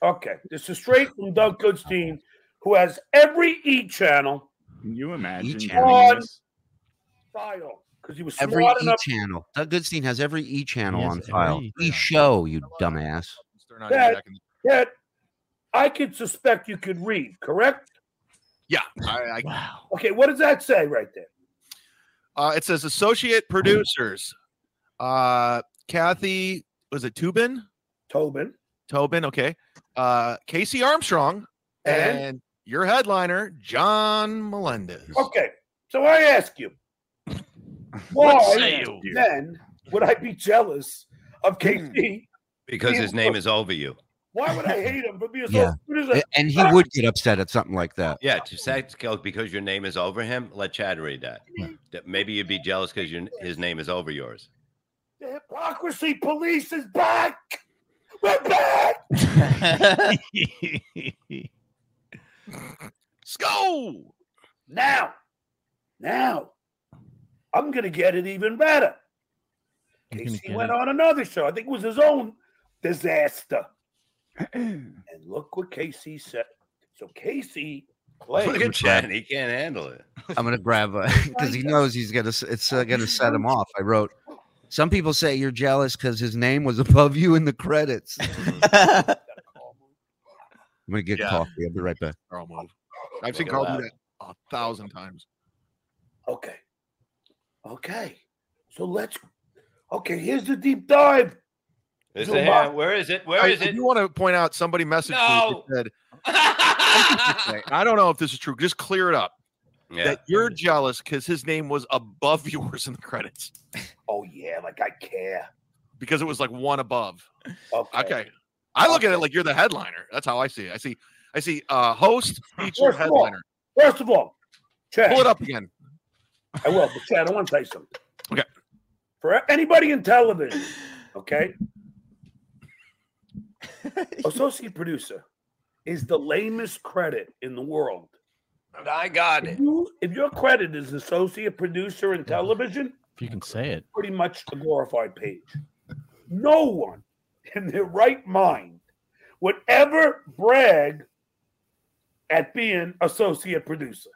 [SPEAKER 1] Okay. This is straight from Doug Goodstein, who has every E channel
[SPEAKER 8] Can you imagine?
[SPEAKER 1] on
[SPEAKER 8] doing this?
[SPEAKER 1] file because he was
[SPEAKER 3] Every
[SPEAKER 1] smart
[SPEAKER 3] E
[SPEAKER 1] enough.
[SPEAKER 3] channel. Doug Goodstein has every E channel
[SPEAKER 2] Yes,
[SPEAKER 3] on
[SPEAKER 2] every
[SPEAKER 3] file.
[SPEAKER 2] E
[SPEAKER 3] E show, you dumbass.
[SPEAKER 9] They're not
[SPEAKER 1] That,
[SPEAKER 9] exactly-
[SPEAKER 1] that I could suspect you could read, correct?
[SPEAKER 9] Yeah, I, I,
[SPEAKER 1] Okay, what does that say right there?
[SPEAKER 9] uh, it says associate producers. Uh, Kathy was it Tubin?
[SPEAKER 1] Tobin
[SPEAKER 9] Tobin, okay. Uh, Casey Armstrong
[SPEAKER 1] and,
[SPEAKER 9] and, your headliner John Melendez.
[SPEAKER 1] okay. So I ask you,
[SPEAKER 9] What say
[SPEAKER 1] why
[SPEAKER 9] you?
[SPEAKER 1] then would I be jealous of KC?
[SPEAKER 9] Hmm.
[SPEAKER 4] Because his name is over you.
[SPEAKER 1] Why would I hate him for being so
[SPEAKER 3] Yeah.
[SPEAKER 1] good as a
[SPEAKER 3] And he would get upset at something like that.
[SPEAKER 4] Yeah, to Sax Kells because your name is over him. Let Chad read that. That Maybe you'd be jealous because his name is over yours.
[SPEAKER 1] The hypocrisy police is back. We're back.
[SPEAKER 9] Let's go.
[SPEAKER 1] Now, now, I'm going to get it even better. He went on another show. I think it was his own disaster. and look what Casey said. So Casey played.
[SPEAKER 4] Look at Chad. He can't handle it.
[SPEAKER 3] I'm gonna grab because he knows he's gonna. s- It's uh, gonna set him off. I wrote. Some people say you're jealous because his name was above you in the credits. I'm gonna get
[SPEAKER 9] Yeah.
[SPEAKER 3] coffee. I'll be right back.
[SPEAKER 9] Carl move. I've seen
[SPEAKER 3] Look at
[SPEAKER 9] Carl do
[SPEAKER 3] that.
[SPEAKER 9] that a thousand times.
[SPEAKER 1] Okay. Okay. So let's. Okay, here's the deep dive.
[SPEAKER 4] This
[SPEAKER 1] So
[SPEAKER 4] is
[SPEAKER 1] my-
[SPEAKER 4] him. Where is it? Where
[SPEAKER 9] I,
[SPEAKER 4] is
[SPEAKER 9] I
[SPEAKER 4] it?
[SPEAKER 9] do want to point out somebody messaged me that said, and I don't know if this is true. Just clear it up.
[SPEAKER 4] Yeah.
[SPEAKER 9] That you're jealous because his name was above yours in the credits
[SPEAKER 1] Oh, yeah, like I care.
[SPEAKER 9] because it was like one above.
[SPEAKER 1] Okay.
[SPEAKER 9] I look at it like you're the headliner. That's how I see it. I see, I see, uh, host, feature,
[SPEAKER 1] First of all,
[SPEAKER 9] headliner.
[SPEAKER 1] first of all, Chad.
[SPEAKER 9] Pull it up again.
[SPEAKER 1] I will, but Chad, I want to tell you something.
[SPEAKER 9] Okay.
[SPEAKER 1] For anybody in television, okay? Associate producer is the lamest credit in the world.
[SPEAKER 4] I got
[SPEAKER 1] it. if your credit is associate producer in television,
[SPEAKER 2] If you can say it.
[SPEAKER 1] pretty much a glorified page. No one in their right mind would ever brag at being associate producer.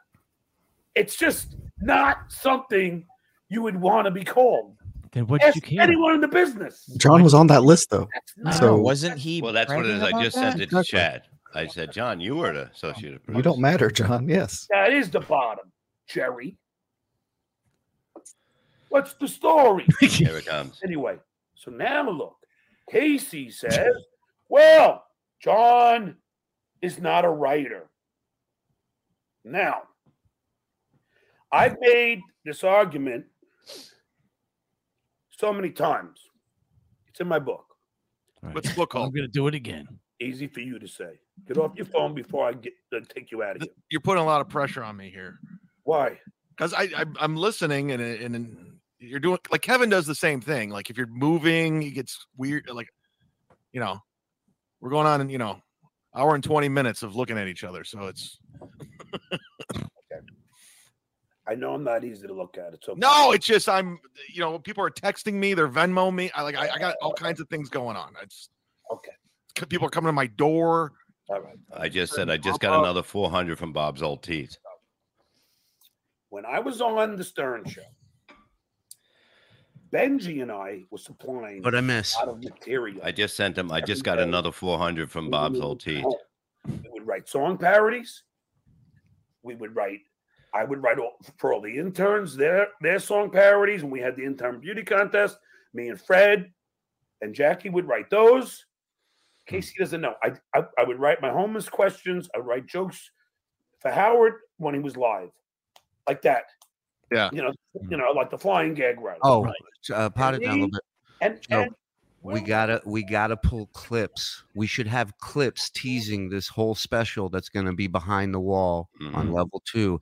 [SPEAKER 1] It's just not something you would want to be called.
[SPEAKER 2] Then what
[SPEAKER 1] Ask
[SPEAKER 2] you care?
[SPEAKER 1] anyone in the business.
[SPEAKER 10] John was on that list though.
[SPEAKER 1] not-
[SPEAKER 10] So
[SPEAKER 4] he? Well, that's what
[SPEAKER 1] bragging
[SPEAKER 4] it is. I
[SPEAKER 1] about
[SPEAKER 4] just
[SPEAKER 1] that?
[SPEAKER 4] sent it to Chad. I said, John, you were the associate.
[SPEAKER 10] you don't matter, John. Yes.
[SPEAKER 1] That is the bottom, Jerry. What's the story?
[SPEAKER 4] Here it comes.
[SPEAKER 1] Anyway, so now look, Casey says, well, John is not a writer. Now, I've made this argument so many times. It's in my book.
[SPEAKER 9] What's the book called?
[SPEAKER 2] I'm gonna do it again.
[SPEAKER 1] Easy for you to say. Get off your phone before I get uh, take you out of here.
[SPEAKER 9] You're putting a lot of pressure on me here.
[SPEAKER 1] Why?
[SPEAKER 9] Because I, I I'm listening and and. and you're doing like Kevin does the same thing. Like if you're moving, it gets weird. Like, you know, we're going on, you know, hour and twenty minutes of looking at each other. So it's
[SPEAKER 1] I know I'm not easy to look at. It's okay.
[SPEAKER 9] No, it's just I'm. You know, people are texting me. They're Venmo me. I like. I, I got all kinds of things going on. It's
[SPEAKER 1] okay.
[SPEAKER 9] People are coming to my door.
[SPEAKER 1] All right.
[SPEAKER 4] I just said I just got another 400 from Bob's old teeth.
[SPEAKER 1] when I was on the Stern Show, Benji and I were supplying
[SPEAKER 4] What'd I miss?
[SPEAKER 1] a lot of material.
[SPEAKER 4] I just sent him. I just got another 400 from Bob's old teeth.
[SPEAKER 1] Oh, We would write song parodies. We would write. I would write all, for all the interns their their song parodies, and we had the intern beauty contest. Me and Fred and Jackie would write those. Casey doesn't know. I I, I would write my homeless questions. I would write jokes for Howard when he was live, like that.
[SPEAKER 9] Yeah.
[SPEAKER 1] You know, you know, like the flying gag writer.
[SPEAKER 3] Oh, uh, pot it down a little
[SPEAKER 1] And-
[SPEAKER 3] bit.
[SPEAKER 1] and-
[SPEAKER 3] Joe,
[SPEAKER 1] and-
[SPEAKER 3] we gotta we gotta pull clips. We should have clips teasing this whole special that's gonna be behind the wall
[SPEAKER 1] Mm-hmm.
[SPEAKER 3] on level two.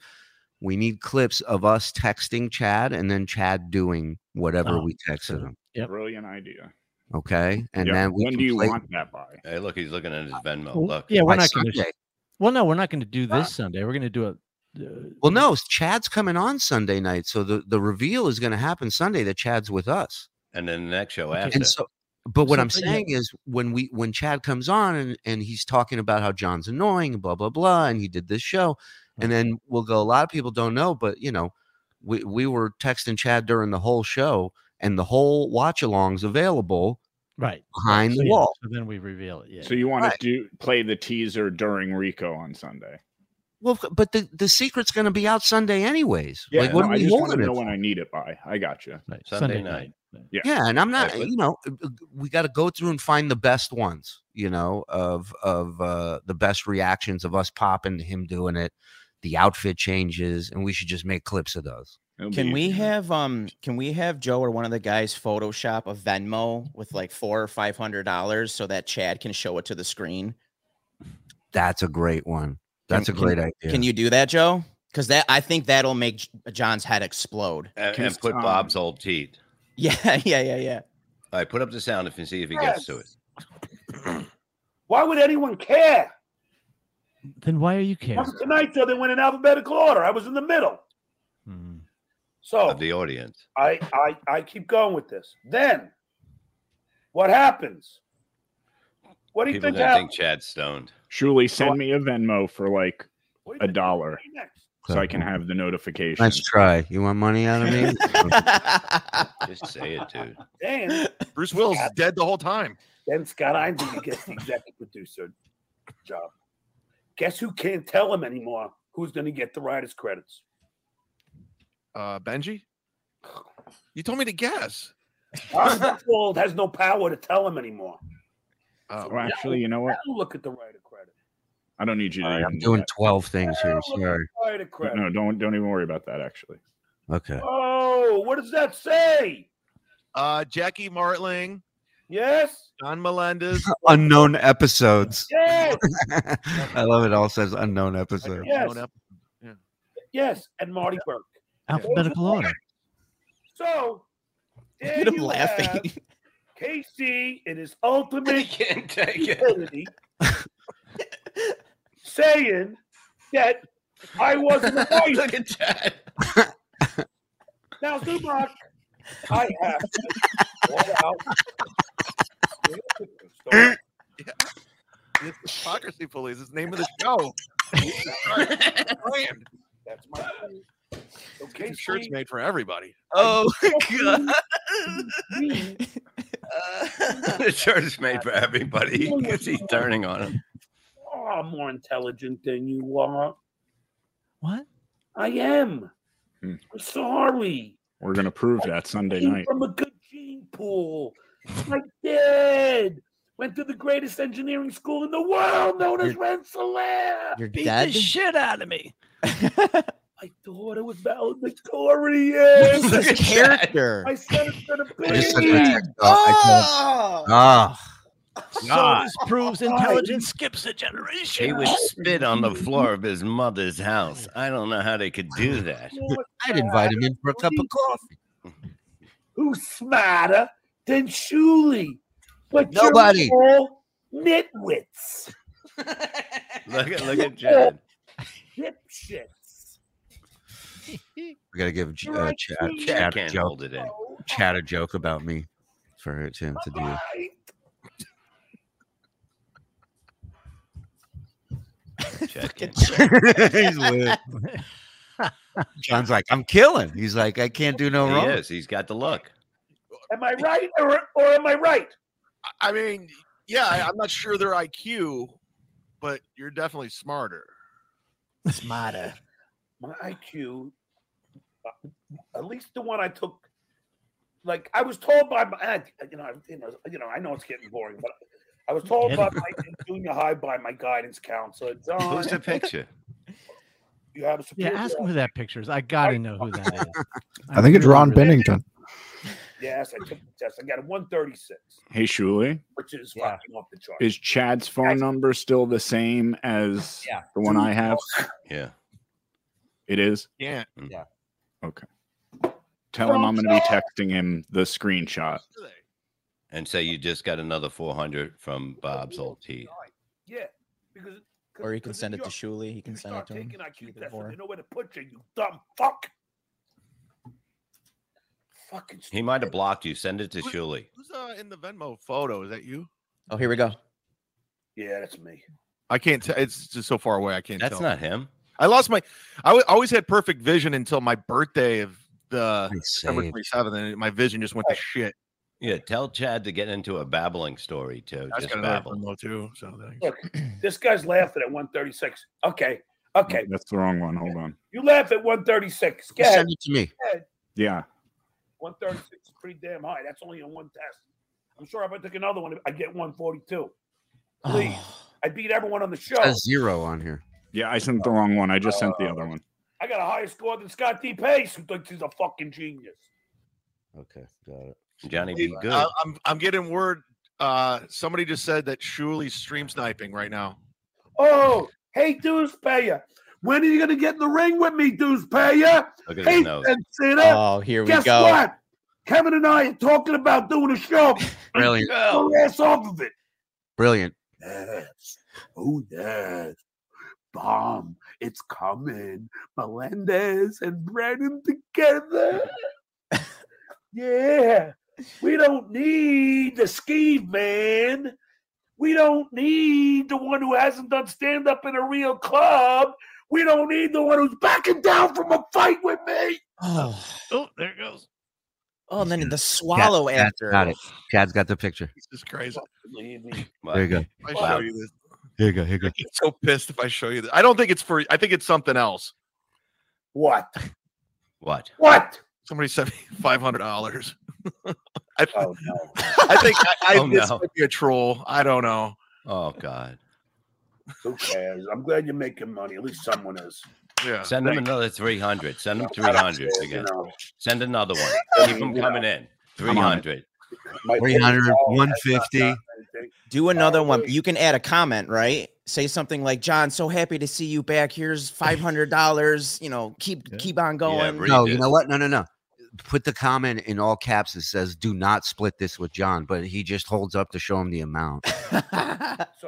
[SPEAKER 3] We need clips of us texting Chad and then Chad doing whatever
[SPEAKER 1] Oh,
[SPEAKER 3] we texted him.
[SPEAKER 8] Brilliant idea.
[SPEAKER 3] Okay, and then we can play-
[SPEAKER 8] that by?
[SPEAKER 4] Hey, look, he's looking at his Venmo.
[SPEAKER 2] Well,
[SPEAKER 4] Look.
[SPEAKER 2] Yeah, we're not going to. Well, no, we're not going to do this Sunday. We're going to do uh, it.
[SPEAKER 3] Well, no, Chad's coming on Sunday night, so the the reveal is going to happen Sunday that Chad's with us.
[SPEAKER 4] And then the next show after.
[SPEAKER 3] And so, but what
[SPEAKER 4] So
[SPEAKER 3] I'm
[SPEAKER 4] then-
[SPEAKER 3] saying is when we when Chad comes on and and he's talking about how John's annoying and blah blah blah, and he did this show, and then we'll go. A lot of people don't know, but you know, we we were texting Chad during the whole show, and the whole watch along's available
[SPEAKER 2] right
[SPEAKER 3] behind
[SPEAKER 2] So,
[SPEAKER 3] the
[SPEAKER 2] yeah,
[SPEAKER 3] wall.
[SPEAKER 2] so then we reveal it. Yeah.
[SPEAKER 8] So you want to do play the teaser during Rico on Sunday?
[SPEAKER 3] Well, f- but the the secret's going to be out Sunday anyways.
[SPEAKER 8] Yeah,
[SPEAKER 3] like, what
[SPEAKER 8] no,
[SPEAKER 3] are
[SPEAKER 8] I
[SPEAKER 3] we
[SPEAKER 8] just want
[SPEAKER 3] holding
[SPEAKER 8] to
[SPEAKER 3] it?
[SPEAKER 8] know
[SPEAKER 3] for?
[SPEAKER 8] when I need it by. I got you.
[SPEAKER 3] Sunday Sunday night. Yeah. and I'm not, you know, uh, uh, we got to go through and find the best ones, you know, of of uh the best reactions of us popping to him doing it, the outfit changes, and we should just make clips of those.
[SPEAKER 8] It'll
[SPEAKER 12] Can
[SPEAKER 8] be-
[SPEAKER 12] we have um can we have Joe or one of the guys Photoshop a Venmo with like four or five hundred dollars so that Chad can show it to the screen?
[SPEAKER 10] That's a great one. That's a
[SPEAKER 12] Can-
[SPEAKER 10] great
[SPEAKER 12] can-
[SPEAKER 10] idea.
[SPEAKER 12] Can you do that, Joe? Because that I think that'll make J- John's head explode.
[SPEAKER 4] and, and put
[SPEAKER 12] Um,
[SPEAKER 4] Bob's old teeth.
[SPEAKER 12] Yeah, yeah, yeah, yeah.
[SPEAKER 4] All right, put up the sound if and see if he gets to it.
[SPEAKER 1] Why would anyone care?
[SPEAKER 2] Then why are you
[SPEAKER 1] It
[SPEAKER 2] caring?
[SPEAKER 1] wasn't Tonight, so they went in alphabetical order. I was in the middle. So
[SPEAKER 4] Of the audience.
[SPEAKER 1] I, I I keep going with this. Then what happens? What do you
[SPEAKER 4] People
[SPEAKER 1] think
[SPEAKER 4] don't
[SPEAKER 1] happens?
[SPEAKER 4] think Chad's stoned.
[SPEAKER 8] Shuli, send me a Venmo for like a dollar so I can have the notification.
[SPEAKER 10] Nice try. You want money out of me?
[SPEAKER 4] Just say it, dude.
[SPEAKER 1] Damn.
[SPEAKER 9] Bruce Willis is dead the whole time.
[SPEAKER 1] Then Scott Einstein gets the executive producer job. Guess who can't tell him anymore who's going to get the writer's credits?
[SPEAKER 9] Uh, Benji, you told me to guess.
[SPEAKER 1] Oswald has no power to tell him anymore.
[SPEAKER 8] Oh, actually, you know what?
[SPEAKER 1] Now look at the writer credit.
[SPEAKER 8] I don't need you to.
[SPEAKER 10] I'm doing 12 things here. Sorry.
[SPEAKER 1] Writer credit.
[SPEAKER 8] No, don't don't even worry about that. Actually,
[SPEAKER 10] Okay.
[SPEAKER 1] Oh, what does that say?
[SPEAKER 9] Uh, Jackie Martling.
[SPEAKER 1] Yes.
[SPEAKER 9] John Melendez.
[SPEAKER 3] Oh,
[SPEAKER 10] Unknown episodes.
[SPEAKER 1] Yes.
[SPEAKER 10] I love it. All says unknown episodes.
[SPEAKER 1] Yes.
[SPEAKER 9] up.
[SPEAKER 1] Yes, and Marty Burke.
[SPEAKER 2] Alphabetical order.
[SPEAKER 1] So there
[SPEAKER 2] him
[SPEAKER 1] you
[SPEAKER 2] laughing.
[SPEAKER 1] have KC in his ultimate can't saying that I wasn't a wife. Look at that. Now, Zubak, I have to call out.
[SPEAKER 9] It's hypocrisy police. It's the name of the show.
[SPEAKER 1] That's my plan. Okay,
[SPEAKER 9] shirts
[SPEAKER 1] see?
[SPEAKER 9] made for everybody.
[SPEAKER 12] Oh
[SPEAKER 1] God.
[SPEAKER 4] the shirt's made for everybody because he's turning on him.
[SPEAKER 1] Oh, I'm more intelligent than you are.
[SPEAKER 2] What?
[SPEAKER 1] I am.
[SPEAKER 8] Hmm.
[SPEAKER 1] I'm sorry.
[SPEAKER 8] we're gonna prove that Sunday
[SPEAKER 1] Came
[SPEAKER 8] night.
[SPEAKER 1] from a good gene pool. My dad went to the greatest engineering school in the world, known as Rensselaer.
[SPEAKER 12] You're
[SPEAKER 1] Beat
[SPEAKER 12] dead?
[SPEAKER 1] The shit out of me. My daughter was valedictorian.
[SPEAKER 12] What is this character?
[SPEAKER 1] My son is gonna
[SPEAKER 10] I just said
[SPEAKER 1] be-
[SPEAKER 10] that. I thought- I couldn't- Ah.
[SPEAKER 2] So
[SPEAKER 4] God.
[SPEAKER 2] this proves intelligence skips a generation.
[SPEAKER 4] He would spit on the floor of his mother's house. I don't know how they could do that.
[SPEAKER 10] I'd invite him in for a cup of coffee.
[SPEAKER 1] Who's smarter than Shuli? But you're
[SPEAKER 10] Nobody.
[SPEAKER 1] all nitwits.
[SPEAKER 4] Look at look at Chad.
[SPEAKER 1] Dipshits.
[SPEAKER 10] We gotta give J- uh, Chad,
[SPEAKER 1] Chad
[SPEAKER 10] Chad, a
[SPEAKER 4] can't
[SPEAKER 10] joke,
[SPEAKER 4] hold it in.
[SPEAKER 10] Chad a joke about me for him to do.
[SPEAKER 4] Chad can't.
[SPEAKER 10] He's lit. John's like, I'm killing. He's like, I can't do no
[SPEAKER 4] He
[SPEAKER 10] wrong.
[SPEAKER 4] is. He's got the look.
[SPEAKER 1] Am I right or, or am I right?
[SPEAKER 9] I mean, yeah, I, I'm not sure their IQ, but you're definitely smarter.
[SPEAKER 12] Smarter.
[SPEAKER 1] My IQ, uh, at least the one I took, like I was told by my, uh, you know, I- you know, you know, I know it's getting boring, but I was told by my in junior high by my guidance counselor. John,
[SPEAKER 4] Post a picture.
[SPEAKER 1] you have a
[SPEAKER 2] Yeah,
[SPEAKER 1] superior
[SPEAKER 2] ask him who that picture is. I gotta know who that is.
[SPEAKER 13] I think it's Ron Bennington.
[SPEAKER 1] Yes, I took the test. I got a 136,
[SPEAKER 8] Hey, Shuli,
[SPEAKER 1] which is fucking off the chart.
[SPEAKER 8] is Chad's phone number still the same as
[SPEAKER 1] Yeah.
[SPEAKER 8] the one I have?
[SPEAKER 4] Yeah.
[SPEAKER 8] It is.
[SPEAKER 9] Yeah.
[SPEAKER 12] Yeah.
[SPEAKER 8] Okay. Tell him I'm going to be texting him the screenshot.
[SPEAKER 4] And say you just got another 400 from Bob's old teeth.
[SPEAKER 1] yeah, because
[SPEAKER 12] Or you can send it to Shuli. He can send it to him.
[SPEAKER 1] taking IQ
[SPEAKER 12] Either
[SPEAKER 1] tests
[SPEAKER 12] or.
[SPEAKER 1] and they know where to put you, you dumb fuck. Fucking
[SPEAKER 4] He might have blocked you. Send it to Shuli.
[SPEAKER 9] Who's uh, in the Venmo photo? Is that you?
[SPEAKER 12] Oh, here we go.
[SPEAKER 1] Yeah, that's me.
[SPEAKER 9] I can't tell. It's just so far away. I can't
[SPEAKER 4] That's
[SPEAKER 9] tell.
[SPEAKER 4] not him.
[SPEAKER 9] I lost my. I wa- always had perfect vision until my birthday of the December
[SPEAKER 10] saved.
[SPEAKER 9] 27th, and my vision just went to shit.
[SPEAKER 4] Yeah, tell Chad to get into a babbling story too.
[SPEAKER 9] I just
[SPEAKER 4] Just
[SPEAKER 9] got another
[SPEAKER 4] babble.
[SPEAKER 9] Venmo too. So thanks.
[SPEAKER 1] Look, this guy's laughing at 136. Okay, okay.
[SPEAKER 8] That's the wrong one. Hold on.
[SPEAKER 1] You laugh at 136. Go ahead.
[SPEAKER 10] Send it to me.
[SPEAKER 1] Go ahead.
[SPEAKER 8] Yeah.
[SPEAKER 1] 136 is pretty damn high. That's only on one test. I'm sure if I took another one, I'd get 142. Please. I beat everyone on the show.
[SPEAKER 10] Got a zero on here.
[SPEAKER 8] Yeah. I sent the wrong one. I just sent the other one.
[SPEAKER 1] I got a higher score than Scott D. Pace, who thinks he's a fucking genius.
[SPEAKER 3] Okay, got it.
[SPEAKER 4] Johnny be good.
[SPEAKER 9] I, am I'm getting word. Uh, somebody just said that Shuli's stream sniping right now.
[SPEAKER 1] Oh, hey, dues payer. When are you going to get in the ring with me, dues payer?
[SPEAKER 4] Look at his
[SPEAKER 1] Hey,
[SPEAKER 4] nose.
[SPEAKER 1] Ben Sinner.
[SPEAKER 12] Oh, here we
[SPEAKER 1] Guess
[SPEAKER 12] go.
[SPEAKER 1] What? Kevin and I are talking about doing a show.
[SPEAKER 3] Brilliant.
[SPEAKER 1] Go ass off of it.
[SPEAKER 3] Brilliant.
[SPEAKER 1] Yes. Oh, yes. Bomb. It's coming. Melendez and Brennan together. yeah. We don't need the ski man. We don't need the one who hasn't done stand up in a real club. We don't need the one who's backing down from a fight with me.
[SPEAKER 12] Oh,
[SPEAKER 9] Oh, there it goes.
[SPEAKER 12] oh and then the swallow
[SPEAKER 3] Chad- Chad's
[SPEAKER 12] after.
[SPEAKER 3] Got it. Chad's got the picture.
[SPEAKER 9] This is crazy.
[SPEAKER 3] There you go.
[SPEAKER 9] I show you this.
[SPEAKER 3] Here you go. Here you go.
[SPEAKER 9] I get so pissed if I show you this. I don't think it's for. I think it's something else.
[SPEAKER 1] What?
[SPEAKER 4] What?
[SPEAKER 1] What?
[SPEAKER 9] Somebody sent me five hundred dollars. I,
[SPEAKER 1] oh, no.
[SPEAKER 9] I think I, I,
[SPEAKER 4] Oh,
[SPEAKER 9] this
[SPEAKER 4] no.
[SPEAKER 9] might be a troll. I don't know.
[SPEAKER 4] Oh God.
[SPEAKER 1] Who cares? I'm glad you're making money. At least someone is.
[SPEAKER 9] Yeah.
[SPEAKER 4] Send them another 300. Send them 300
[SPEAKER 1] you
[SPEAKER 4] again.
[SPEAKER 1] know.
[SPEAKER 4] Send another one. Keep them
[SPEAKER 1] You
[SPEAKER 4] coming in.
[SPEAKER 1] I'm on it.
[SPEAKER 4] 300.
[SPEAKER 1] My favorite
[SPEAKER 12] 300,
[SPEAKER 1] song has not
[SPEAKER 12] 150.
[SPEAKER 1] done anything.
[SPEAKER 12] Do another one. You can add a comment, right? Say something like, "John, so happy to see you back. Here's five hundred dollars. You know, keep keep on going."
[SPEAKER 3] No, you know what? No, no, no. Put the comment in all caps that says "Do not split this with John," but he just holds up to show him the amount,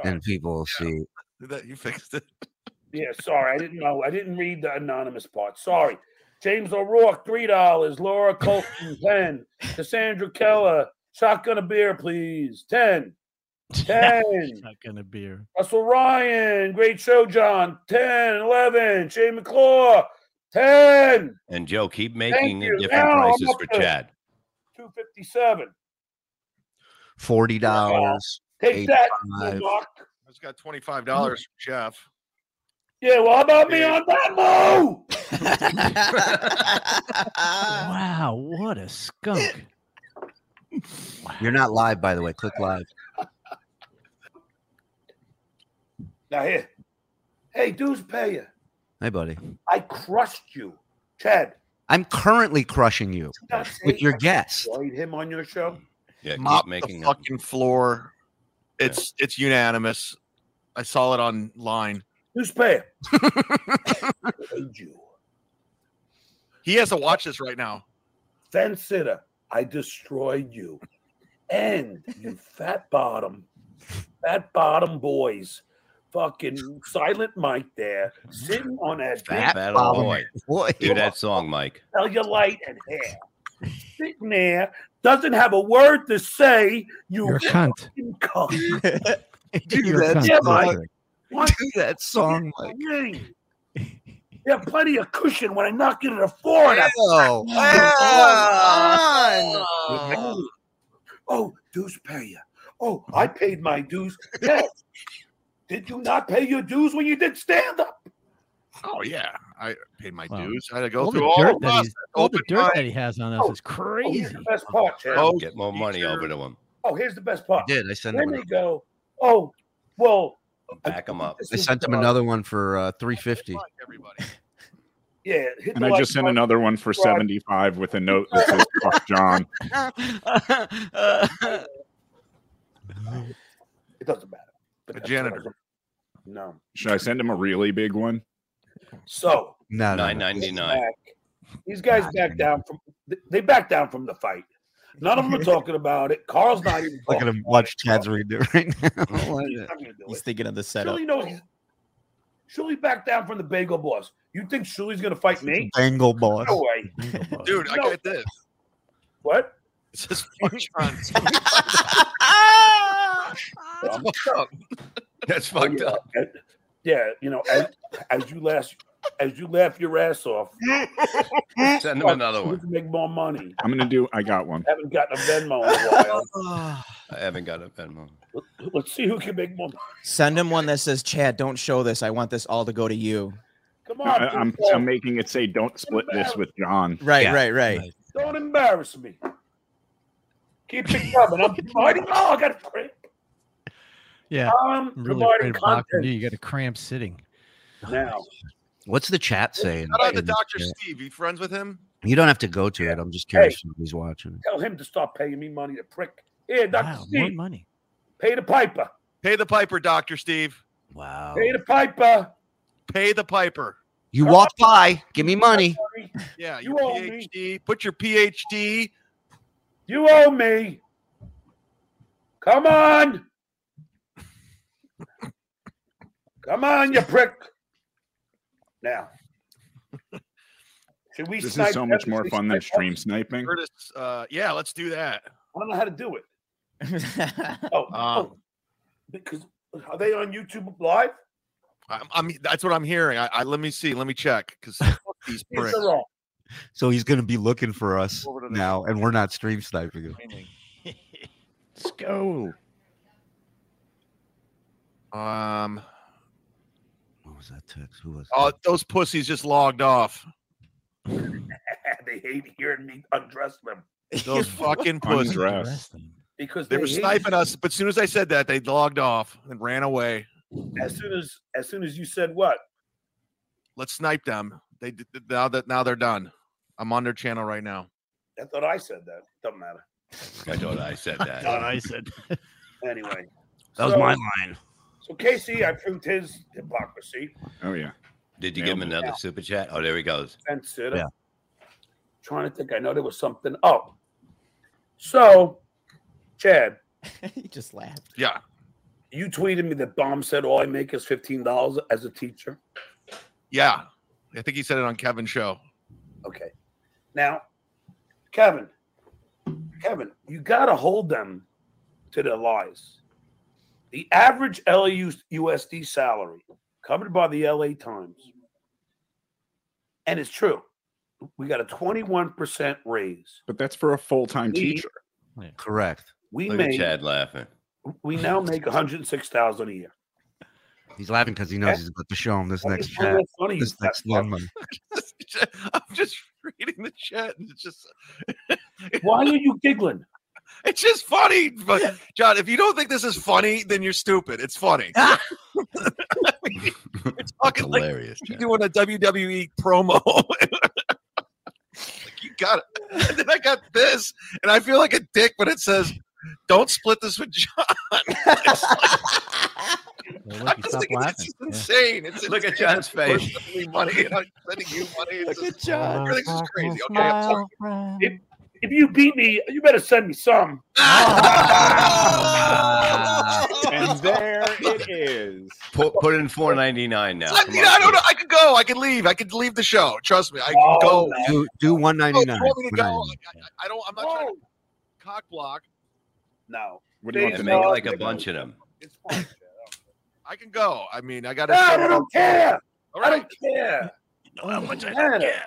[SPEAKER 3] and people will see.
[SPEAKER 9] That you fixed it.
[SPEAKER 1] Yeah, sorry, I didn't know. I didn't read the anonymous part. Sorry. James O'Rourke, three dollars. Laura Colton, ten. Cassandra Keller, shotgun a beer, please. Ten. Ten.
[SPEAKER 2] Not gonna beer.
[SPEAKER 1] Russell Ryan, great show, John. Ten. Eleven. Jay McClure, ten.
[SPEAKER 4] And Joe, keep making
[SPEAKER 1] you.
[SPEAKER 4] the different
[SPEAKER 1] Now I'm
[SPEAKER 4] prices
[SPEAKER 1] up
[SPEAKER 4] for
[SPEAKER 1] to-
[SPEAKER 4] Chad.
[SPEAKER 1] Two fifty-seven.
[SPEAKER 3] Forty dollars.
[SPEAKER 1] Take that, Mark.
[SPEAKER 9] I just got twenty five dollars from Jeff.
[SPEAKER 1] Yeah, well, how about me on that move?
[SPEAKER 2] Wow, what a skunk!
[SPEAKER 3] You're not live, by the way. Click live.
[SPEAKER 1] Now here. Hey, dues payer.
[SPEAKER 3] Hey, buddy.
[SPEAKER 1] I crushed you. Chad,
[SPEAKER 3] I'm currently crushing you
[SPEAKER 1] not
[SPEAKER 3] with
[SPEAKER 1] say
[SPEAKER 3] your
[SPEAKER 1] I
[SPEAKER 3] guest.
[SPEAKER 1] enjoyed him on your show.
[SPEAKER 4] Yeah, keep
[SPEAKER 9] Mop
[SPEAKER 4] making
[SPEAKER 9] the fucking floor. It's it's unanimous. I saw it online.
[SPEAKER 1] Who's paying?
[SPEAKER 9] He has to watch this right now.
[SPEAKER 1] Fence sitter, I destroyed you. And you fat bottom, fat bottom boys. Fucking silent Mike there, sitting on that
[SPEAKER 4] Fat
[SPEAKER 1] big
[SPEAKER 4] Battle Boy.
[SPEAKER 3] boy.
[SPEAKER 4] Do that song, Mike.
[SPEAKER 1] cellulite and hair. Sitting there, doesn't have a word to say. You
[SPEAKER 2] You're a cunt.
[SPEAKER 1] fucking cunt.
[SPEAKER 3] Do
[SPEAKER 2] You're a
[SPEAKER 3] that
[SPEAKER 2] cunt,
[SPEAKER 1] Mike.
[SPEAKER 2] Patrick.
[SPEAKER 1] What
[SPEAKER 3] Do that song,
[SPEAKER 1] the ring? You have plenty of cushion when I knock you to the floor. and I-
[SPEAKER 3] Oh,
[SPEAKER 1] Oh, oh, dues payer. Oh, I paid my dues. Yes. Did you not pay your dues when you did stand up?
[SPEAKER 9] Oh yeah, I paid my
[SPEAKER 2] Wow.
[SPEAKER 9] dues. I had to go
[SPEAKER 2] All
[SPEAKER 9] through
[SPEAKER 2] the
[SPEAKER 9] all
[SPEAKER 2] dirt
[SPEAKER 9] the
[SPEAKER 2] that he's,
[SPEAKER 9] process.
[SPEAKER 2] all the
[SPEAKER 9] Open
[SPEAKER 2] dirt
[SPEAKER 9] mic.
[SPEAKER 2] that he has on us is
[SPEAKER 1] Oh, here's
[SPEAKER 2] crazy.
[SPEAKER 1] the best part, Chad.
[SPEAKER 9] Oh,
[SPEAKER 4] Get more money over to him.
[SPEAKER 1] Oh, here's the best part.
[SPEAKER 3] I did. I sent
[SPEAKER 1] Then
[SPEAKER 3] him.
[SPEAKER 1] they
[SPEAKER 3] an-
[SPEAKER 1] go, oh, well,
[SPEAKER 4] Back him up.
[SPEAKER 1] this
[SPEAKER 3] I
[SPEAKER 1] is,
[SPEAKER 3] sent him
[SPEAKER 1] uh,
[SPEAKER 3] another one for uh, three fifty.
[SPEAKER 9] Like everybody.
[SPEAKER 1] Yeah, hit
[SPEAKER 8] And
[SPEAKER 1] the
[SPEAKER 8] I just
[SPEAKER 1] like
[SPEAKER 8] sent
[SPEAKER 1] button.
[SPEAKER 8] another one for
[SPEAKER 1] Right.
[SPEAKER 8] 75 with a note that says, fuck John.
[SPEAKER 1] It doesn't matter. But
[SPEAKER 9] The
[SPEAKER 1] that's what I
[SPEAKER 9] janitor.
[SPEAKER 1] do. No.
[SPEAKER 8] Should I send him a really big one?
[SPEAKER 1] So
[SPEAKER 3] No, no,
[SPEAKER 4] Nine
[SPEAKER 3] no.
[SPEAKER 4] ninety nine.
[SPEAKER 1] back, these guys back down from th- they back down from the fight. None of them are talking about it. Carl's not even
[SPEAKER 3] Look
[SPEAKER 1] talking
[SPEAKER 3] at him.
[SPEAKER 1] about
[SPEAKER 3] Watch Chad's redo right now.
[SPEAKER 9] Oh,
[SPEAKER 1] it.
[SPEAKER 3] Watch
[SPEAKER 1] He's
[SPEAKER 3] it.
[SPEAKER 1] not gonna do
[SPEAKER 12] He's
[SPEAKER 1] it.
[SPEAKER 12] thinking of the setup.
[SPEAKER 1] Shirley knows. he's- Shirley back down from the bagel boss. You think Shirley's gonna fight me?
[SPEAKER 3] Angle boss.
[SPEAKER 1] No way.
[SPEAKER 9] Dude, I
[SPEAKER 1] No.
[SPEAKER 9] got this.
[SPEAKER 1] What?
[SPEAKER 9] It's just fuck John.
[SPEAKER 1] Um,
[SPEAKER 4] That's fucked up.
[SPEAKER 1] uh, yeah, you know, as, as you laugh, as you laugh your ass off,
[SPEAKER 4] Send him another
[SPEAKER 1] you
[SPEAKER 4] one.
[SPEAKER 1] can make more money.
[SPEAKER 8] I'm going to do, I got one.
[SPEAKER 1] Haven't gotten a Venmo in a while.
[SPEAKER 4] I haven't got a Venmo.
[SPEAKER 1] Let's see who can make more.
[SPEAKER 12] Send him one that says, "Chad, don't show this. I want this all to go to you."
[SPEAKER 1] Come on,
[SPEAKER 8] I, I'm,
[SPEAKER 1] people.
[SPEAKER 8] I'm making it say, don't split this with John.
[SPEAKER 12] Right,
[SPEAKER 3] Yeah.
[SPEAKER 12] right, right.
[SPEAKER 1] Don't embarrass me. Keep it coming. I'm providing. Oh, I got a cramp.
[SPEAKER 2] Yeah,
[SPEAKER 1] I'm
[SPEAKER 2] I'm really
[SPEAKER 1] providing
[SPEAKER 2] afraid of boxing you.
[SPEAKER 1] content
[SPEAKER 2] You got a cramp sitting.
[SPEAKER 1] now.
[SPEAKER 3] What's the chat saying?
[SPEAKER 9] Shout out to
[SPEAKER 3] in the
[SPEAKER 9] Doctor
[SPEAKER 3] chat?
[SPEAKER 9] Steve. You friends with him?
[SPEAKER 3] You don't have to go to it. I'm just curious if he's watching.
[SPEAKER 1] Tell him to stop paying me money, the prick. Here, Dr. Steve.
[SPEAKER 2] money.
[SPEAKER 1] Pay the piper.
[SPEAKER 9] Pay the piper, Doctor Steve.
[SPEAKER 3] Wow.
[SPEAKER 1] Pay the piper.
[SPEAKER 9] Pay the piper.
[SPEAKER 3] You walked by. Give me money.
[SPEAKER 9] Yeah, you your PhD. Put your PhD.
[SPEAKER 1] You owe me. Come on. Come on, you prick. Now. Should we
[SPEAKER 8] This
[SPEAKER 1] snipe
[SPEAKER 8] is so much more
[SPEAKER 1] everything?
[SPEAKER 8] fun than stream sniping.
[SPEAKER 9] Curtis, uh, yeah, let's do that.
[SPEAKER 1] I don't know how to do it. oh, oh, because are they on YouTube live?
[SPEAKER 9] I'm, I'm that's what I'm hearing. I, I let me see. Let me check because these
[SPEAKER 1] These
[SPEAKER 9] pricks.
[SPEAKER 1] are all.
[SPEAKER 3] So he's going to be looking for us
[SPEAKER 9] Over to the-
[SPEAKER 3] now, and we're not stream sniping him.
[SPEAKER 9] Let's go. Um.
[SPEAKER 3] What was that text? Who was?
[SPEAKER 9] Oh, those pussies just logged off.
[SPEAKER 1] they hate hearing me undress them.
[SPEAKER 9] Those fucking pussies.
[SPEAKER 1] Because
[SPEAKER 9] They were
[SPEAKER 1] hate-
[SPEAKER 9] sniping us, but as soon as I said that, they logged off and ran away.
[SPEAKER 1] As soon as as soon as you said what?
[SPEAKER 9] Let's snipe them. They did now that now they're done. I'm on their channel right now.
[SPEAKER 1] I thought I said that. Doesn't matter.
[SPEAKER 4] I thought I said that.
[SPEAKER 1] Thought I said. Anyway.
[SPEAKER 4] That was my
[SPEAKER 3] line.
[SPEAKER 1] So Casey, I proved his hypocrisy.
[SPEAKER 8] Oh yeah.
[SPEAKER 4] Did you give him another super chat? Oh, there he goes.
[SPEAKER 1] And Sid,
[SPEAKER 4] Yeah.
[SPEAKER 1] Trying to think. I know there was something. Oh. So, Chad.
[SPEAKER 12] he just laughed.
[SPEAKER 9] Yeah.
[SPEAKER 1] You tweeted me that Bomb said all I make is fifteen dollars as a teacher.
[SPEAKER 9] Yeah. I think he said it on Kevin's show.
[SPEAKER 1] Okay. Now, Kevin, Kevin, you got to hold them to their lies. The average LAU USD salary, covered by the LA Times, and it's true. We got a 21% raise.
[SPEAKER 8] But that's for a full time
[SPEAKER 1] We-
[SPEAKER 8] teacher.
[SPEAKER 3] Correct.
[SPEAKER 1] We
[SPEAKER 4] Look at
[SPEAKER 1] made
[SPEAKER 4] Chad laughing.
[SPEAKER 1] we now make 106,000 a year.
[SPEAKER 3] He's laughing because he knows he's about to show him this next
[SPEAKER 1] is so
[SPEAKER 3] chat.
[SPEAKER 1] funny, you
[SPEAKER 3] This next long one.
[SPEAKER 9] I'm just reading the chat and it's just
[SPEAKER 1] Why are you giggling?
[SPEAKER 9] It's just funny. But John, if you don't think this is funny, then you're stupid. It's funny. it's fucking hilarious. Like you doing a WWE promo. Like, you got it. And then I got this, and I feel like a dick when it says, "Don't split this with John." It's like-
[SPEAKER 2] Well,
[SPEAKER 9] I'm
[SPEAKER 2] look, he
[SPEAKER 9] just
[SPEAKER 2] stopped
[SPEAKER 9] thinking this is
[SPEAKER 2] laughing.
[SPEAKER 9] insane. It's
[SPEAKER 4] Look at
[SPEAKER 9] insane.
[SPEAKER 4] John's
[SPEAKER 9] It's
[SPEAKER 4] face.
[SPEAKER 9] worth me Money, and I'm sending you money. It's Look just,
[SPEAKER 1] John.
[SPEAKER 9] Everything's just crazy. Okay, I'm sorry.
[SPEAKER 1] If, if you beat me, you better send me some.
[SPEAKER 8] and there it is.
[SPEAKER 4] Put, put in four ninety nine now.
[SPEAKER 9] I,
[SPEAKER 4] Come
[SPEAKER 9] mean, I
[SPEAKER 4] on.
[SPEAKER 9] don't know. I could go. I could leave. I could leave the show. Trust me. I
[SPEAKER 1] Oh,
[SPEAKER 9] could go.
[SPEAKER 3] Do do one ninety nine.
[SPEAKER 9] Oh, you want me to go? I don't. I'm not trying to cock block.
[SPEAKER 1] No.
[SPEAKER 8] What
[SPEAKER 4] And make it like a bunch of them.
[SPEAKER 9] I can go. I mean, I got to.
[SPEAKER 1] No, I don't care.
[SPEAKER 9] All
[SPEAKER 1] I
[SPEAKER 9] right.
[SPEAKER 1] don't care.
[SPEAKER 9] How much I
[SPEAKER 1] Matter.
[SPEAKER 9] care.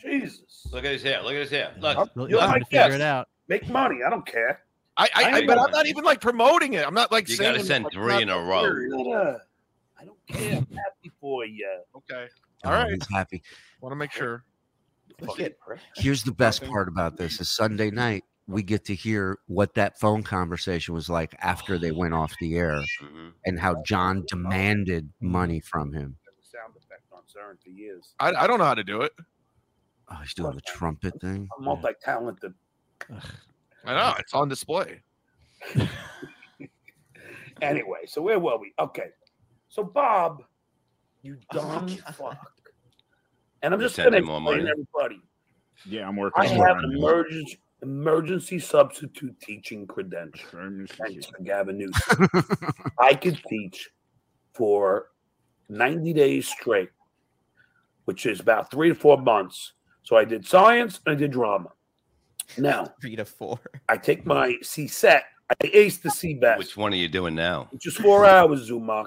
[SPEAKER 1] Jesus.
[SPEAKER 4] Look at his hair. Look at his hair. Look.
[SPEAKER 2] You'll,
[SPEAKER 1] You're
[SPEAKER 2] you'll
[SPEAKER 1] my
[SPEAKER 2] have to figure
[SPEAKER 1] guest.
[SPEAKER 2] it out.
[SPEAKER 1] Make money. I don't care.
[SPEAKER 9] I, I,
[SPEAKER 1] I
[SPEAKER 9] I- but
[SPEAKER 1] know.
[SPEAKER 9] I'm not even like promoting it. I'm not like
[SPEAKER 4] You
[SPEAKER 9] saying.
[SPEAKER 4] gotta send
[SPEAKER 9] like,
[SPEAKER 4] three
[SPEAKER 9] not
[SPEAKER 4] in a row.
[SPEAKER 9] serious.
[SPEAKER 1] Not a- I don't care. I'm happy for you.
[SPEAKER 9] Okay.
[SPEAKER 3] All right. He's happy.
[SPEAKER 9] Want to make sure.
[SPEAKER 3] Here's the best part about this: is Sunday night we get to hear what that phone conversation was like after they went off the air, and how John demanded money from him.
[SPEAKER 1] Sound effect on CERN for years.
[SPEAKER 9] I, I don't know how to do it.
[SPEAKER 3] Oh, he's doing the trumpet thing.
[SPEAKER 1] I'm multi-talented.
[SPEAKER 9] I know it's on display.
[SPEAKER 1] Anyway, so where were we? Okay. So Bob, you dumb fuck. And I'm
[SPEAKER 4] You
[SPEAKER 1] just
[SPEAKER 4] send
[SPEAKER 1] gonna
[SPEAKER 4] him more
[SPEAKER 1] explain
[SPEAKER 4] money.
[SPEAKER 1] everybody.
[SPEAKER 8] Yeah, I'm working.
[SPEAKER 1] I
[SPEAKER 8] on
[SPEAKER 1] have
[SPEAKER 8] it.
[SPEAKER 1] an emergency emergency substitute teaching credential. Thanks to Gavin Newsom. I could teach for 90 days straight, which is about three to four months. So I did science and I did drama. Now
[SPEAKER 12] Three to four.
[SPEAKER 1] I take my CSET. I aced the CBET,
[SPEAKER 4] Which one are you doing now?
[SPEAKER 1] which is four hours, Zumach.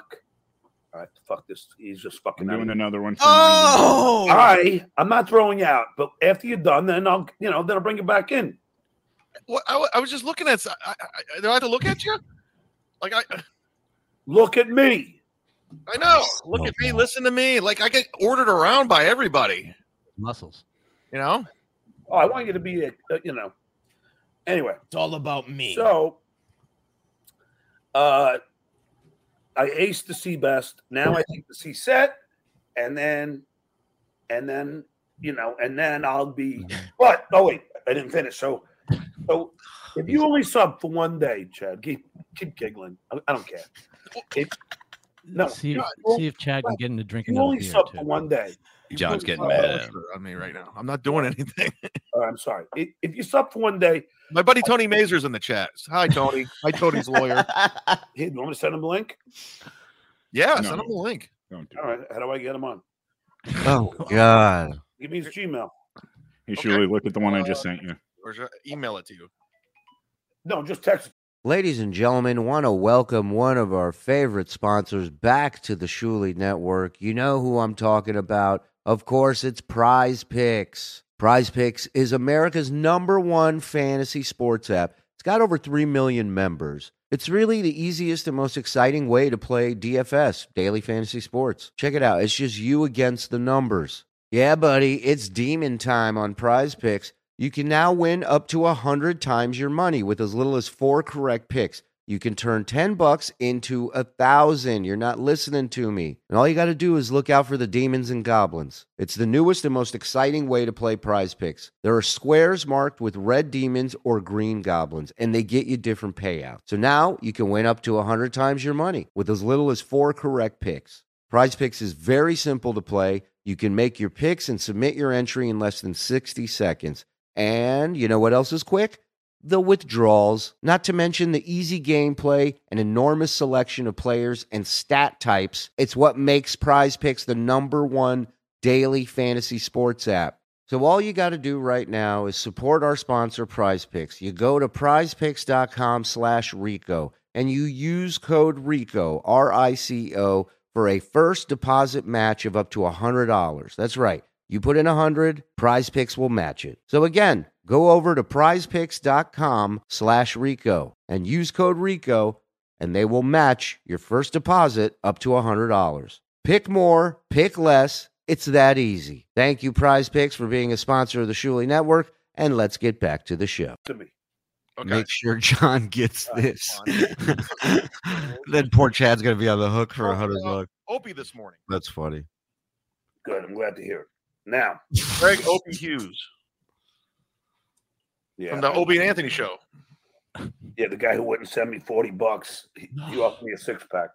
[SPEAKER 1] All right, fuck this. He's just fucking
[SPEAKER 8] I'm
[SPEAKER 1] out of
[SPEAKER 8] doing another one. For
[SPEAKER 12] Oh!
[SPEAKER 1] I I'm not throwing you out, but after you're done, then I'll you know then I'll bring you back in.
[SPEAKER 9] What I, wa- I was just looking at. s- I, I, I- do I have to look at you? Like I,
[SPEAKER 1] Look at me.
[SPEAKER 9] I know. Look at me. Listen to me. Like I get ordered around by everybody.
[SPEAKER 2] Muscles.
[SPEAKER 9] You know.
[SPEAKER 1] Oh, I want you to be a uh, you know. Anyway,
[SPEAKER 12] It's all about me.
[SPEAKER 1] so uh, I aced the C best. Now I take the C set, and then and then you know, and then I'll be. But oh wait, I didn't finish. So, so if you only sub for one day, Chad, keep keep giggling. I, I don't care. If, no,
[SPEAKER 2] See,
[SPEAKER 1] you
[SPEAKER 2] if,
[SPEAKER 1] know,
[SPEAKER 2] see if Chad can get him to drink
[SPEAKER 1] you
[SPEAKER 2] another
[SPEAKER 1] only
[SPEAKER 2] beer.
[SPEAKER 1] sub for one day.
[SPEAKER 4] John's getting
[SPEAKER 1] Oh,
[SPEAKER 4] mad at him.
[SPEAKER 9] on me right now. I'm not doing anything.
[SPEAKER 1] Uh, I'm sorry. If, if you sub for one day,
[SPEAKER 9] my buddy Tony Mazer's in the chat. Hi, Tony. Hi, Tony's lawyer.
[SPEAKER 1] Hey, you want me to send him a link?
[SPEAKER 9] Yeah,
[SPEAKER 1] No.
[SPEAKER 9] send him a link.
[SPEAKER 1] All right, how do I get him on?
[SPEAKER 3] Oh God.
[SPEAKER 1] Give me his Gmail.
[SPEAKER 8] You should really look at the one I just sent you.
[SPEAKER 9] Or should I email it to you.
[SPEAKER 1] No, just text.
[SPEAKER 3] Ladies and gentlemen, want to welcome one of our favorite sponsors back to the Shuli Network. You know who I'm talking about. Of course, it's Prize Picks. Prize Picks is America's number one fantasy sports app. It's got over 3 million members. It's really the easiest and most exciting way to play DFS, daily fantasy sports. Check it out. It's just you against the numbers. Yeah, buddy, it's demon time on prize picks. You can now win up to 100 times your money with as little as four correct picks. You can turn 10 bucks into a thousand. You're not listening to me. And all you got to do is look out for the demons and goblins. It's the newest and most exciting way to play prize picks. There are squares marked with red demons or green goblins, and they get you different payouts. So now you can win up to 100 times your money with as little as four correct picks. Prize Picks is very simple to play. You can make your picks and submit your entry in less than 60 seconds. And you know what else is quick? The withdrawals, not to mention the easy gameplay, an enormous selection of players and stat types. It's what makes Prize Picks the number one daily fantasy sports app. So all you got to do right now is support our sponsor Prize Picks. You go to prizepicks.com slash Rico and you use code RICO, R-I-C-O, for a first deposit match of up to $100. That's right. You put in 100, Prize Picks will match it. So again, go over to prizepicks.com slash Rico and use code RICO and they will match your first deposit up to $100. Pick more, pick less. It's that easy. Thank you, Prize Picks, for being a sponsor of the Shuli Network. And let's get back to the show.
[SPEAKER 1] To me.
[SPEAKER 3] Make sure John gets this. then poor Chad's going to be on the hook for a hundred bucks.
[SPEAKER 9] Opie this morning.
[SPEAKER 3] That's funny.
[SPEAKER 1] Good. I'm glad to hear it. Now,
[SPEAKER 9] Greg Opie Hughes
[SPEAKER 1] yeah,
[SPEAKER 9] from the Opie and Anthony show.
[SPEAKER 1] yeah, the guy who wouldn't send me forty bucks, he, he offered me a six pack.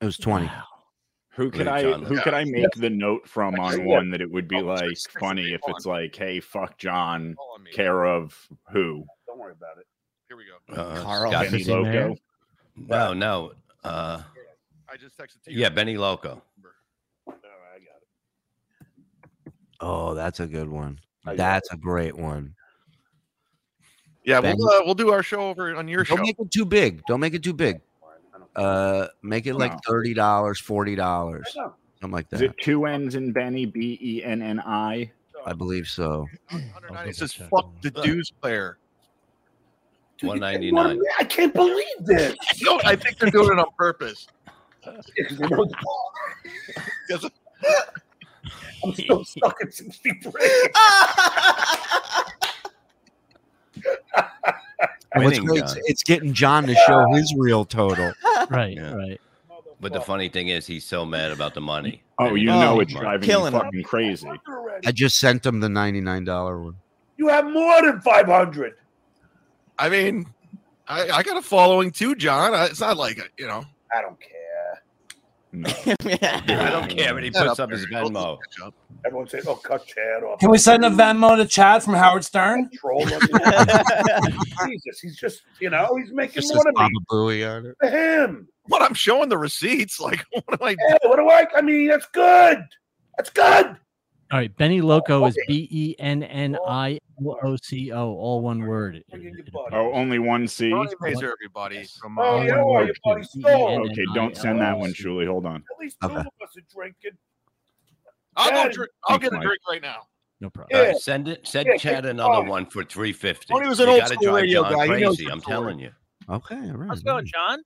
[SPEAKER 3] It was 20.
[SPEAKER 8] Who could I
[SPEAKER 3] John
[SPEAKER 8] who
[SPEAKER 3] Lithgow.
[SPEAKER 8] could I make the note from on
[SPEAKER 1] Actually, yeah.
[SPEAKER 8] one that it would be like funny if it's like, hey, fuck John, care of who?
[SPEAKER 1] Don't worry about it.
[SPEAKER 9] Here we go.
[SPEAKER 4] Uh,
[SPEAKER 8] Carl
[SPEAKER 4] Scott
[SPEAKER 8] Benny Loco.
[SPEAKER 4] Mayer? No, no. Uh,
[SPEAKER 9] I just texted to you.
[SPEAKER 4] yeah, Benny Loco.
[SPEAKER 3] Oh, that's a good one. That's a great one.
[SPEAKER 9] Yeah,
[SPEAKER 3] Bang.
[SPEAKER 9] we'll, uh, we'll do our show over on your show.
[SPEAKER 3] Don't make it too big. Don't make it too big. Uh, make it like
[SPEAKER 8] No.
[SPEAKER 3] thirty dollars, forty dollars, something like
[SPEAKER 8] Is
[SPEAKER 3] that.
[SPEAKER 8] it two N's in Benny, B E N N I?
[SPEAKER 3] I believe so.
[SPEAKER 9] It says fuck the dues player.
[SPEAKER 4] One ninety nine.
[SPEAKER 1] I can't believe this.
[SPEAKER 9] no, I think they're doing it on purpose.
[SPEAKER 1] I'm still stuck at 63.
[SPEAKER 3] And what's
[SPEAKER 4] Winning
[SPEAKER 3] great, it's,
[SPEAKER 4] John.
[SPEAKER 3] it's getting John to show his real total.
[SPEAKER 2] Right,
[SPEAKER 4] right. But the funny thing is, he's so mad about the money.
[SPEAKER 8] Oh,
[SPEAKER 4] And
[SPEAKER 8] you
[SPEAKER 4] he's
[SPEAKER 8] know
[SPEAKER 4] making
[SPEAKER 8] it's
[SPEAKER 4] money.
[SPEAKER 8] driving
[SPEAKER 3] Killing
[SPEAKER 8] you
[SPEAKER 3] him.
[SPEAKER 8] fucking crazy.
[SPEAKER 3] I just sent him the ninety nine dollar one.
[SPEAKER 1] You have more than 500.
[SPEAKER 9] I mean, I, I got a following too, John. I, it's not like, you know.
[SPEAKER 1] I don't care.
[SPEAKER 4] I don't care, but he
[SPEAKER 9] Shut
[SPEAKER 4] puts
[SPEAKER 9] up,
[SPEAKER 4] up his
[SPEAKER 9] Barry. Don't
[SPEAKER 4] Venmo.
[SPEAKER 9] catch up.
[SPEAKER 1] Everyone says, oh, cut Chad off.
[SPEAKER 7] Can we send a Venmo to Chad from Howard Stern?
[SPEAKER 1] Troll him. Jesus, he's just, you know, he's making more than me.
[SPEAKER 3] Booey on it.
[SPEAKER 1] For him.
[SPEAKER 9] What I'm showing the receipts, like what am I?
[SPEAKER 1] Yeah, what do I? I mean, that's good. That's good.
[SPEAKER 2] All right, Benny Loco
[SPEAKER 1] Oh,
[SPEAKER 2] is B E N N I L O C O, all one word.
[SPEAKER 8] Oh, only one C.
[SPEAKER 9] Tony Mazer, everybody. From, uh,
[SPEAKER 1] Oh, you know what? Your buddy stole.
[SPEAKER 8] Okay, don't send that one, Shuli. Hold on.
[SPEAKER 1] At least two of us are drinking.
[SPEAKER 9] I'll, go
[SPEAKER 1] Chad-
[SPEAKER 9] drink, I'll
[SPEAKER 8] Thanks,
[SPEAKER 9] get a
[SPEAKER 8] Mike.
[SPEAKER 9] drink right now.
[SPEAKER 2] No
[SPEAKER 4] All
[SPEAKER 2] problem.
[SPEAKER 4] right, send it. Send
[SPEAKER 1] Yeah,
[SPEAKER 4] Chad
[SPEAKER 1] take
[SPEAKER 4] another
[SPEAKER 1] five.
[SPEAKER 4] one for three fifty.
[SPEAKER 14] Tony was an old school radio guy. He knows
[SPEAKER 4] I'm
[SPEAKER 14] the story.
[SPEAKER 4] telling you.
[SPEAKER 3] Okay, all right.
[SPEAKER 14] How's it going, John?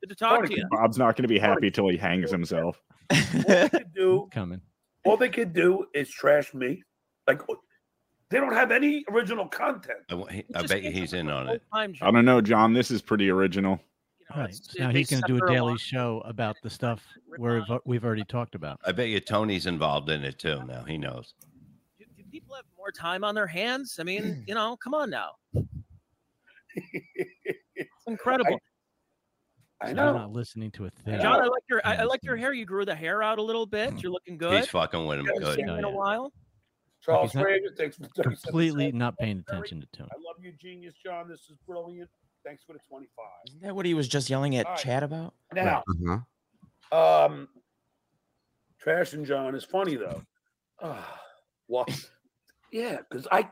[SPEAKER 14] Good to talk to you.
[SPEAKER 8] Bob's not going to be happy till he hangs himself.
[SPEAKER 1] could do
[SPEAKER 2] coming.
[SPEAKER 1] All they could do is trash me. Like oh, they don't have any original content.
[SPEAKER 4] I, wa- he- I bet you he's in on it.
[SPEAKER 14] Time,
[SPEAKER 8] I don't know, John. This is pretty original.
[SPEAKER 2] Right.
[SPEAKER 14] it's-
[SPEAKER 2] Now
[SPEAKER 14] they
[SPEAKER 2] he's going to do
[SPEAKER 14] suffer
[SPEAKER 2] a
[SPEAKER 14] a
[SPEAKER 2] daily
[SPEAKER 14] lot.
[SPEAKER 2] show about the stuff we've we've already talked about.
[SPEAKER 4] I bet you Tony's involved in it too. Now he knows.
[SPEAKER 14] People have more time on their hands. I mean, you know, come on now. It's incredible.
[SPEAKER 1] I
[SPEAKER 2] am
[SPEAKER 14] know.
[SPEAKER 2] not listening to a thing.
[SPEAKER 14] John, I like your I, I like your hair. You grew the hair out a little bit. You're looking good.
[SPEAKER 4] He's fucking with him
[SPEAKER 14] Haven't
[SPEAKER 4] good.
[SPEAKER 14] seen him in a while.
[SPEAKER 1] Charles
[SPEAKER 2] He's not-
[SPEAKER 1] Fraser, thanks for 37
[SPEAKER 2] completely
[SPEAKER 1] cents.
[SPEAKER 2] not paying attention to Tony.
[SPEAKER 1] I love you, genius, John. This is brilliant. Thanks for the 25.
[SPEAKER 12] Isn't that what he was just yelling at
[SPEAKER 1] All right.
[SPEAKER 12] Chad about?
[SPEAKER 1] Now,
[SPEAKER 10] Uh-huh.
[SPEAKER 1] Um, Trash and John is funny though. Ah, well, yeah, because I,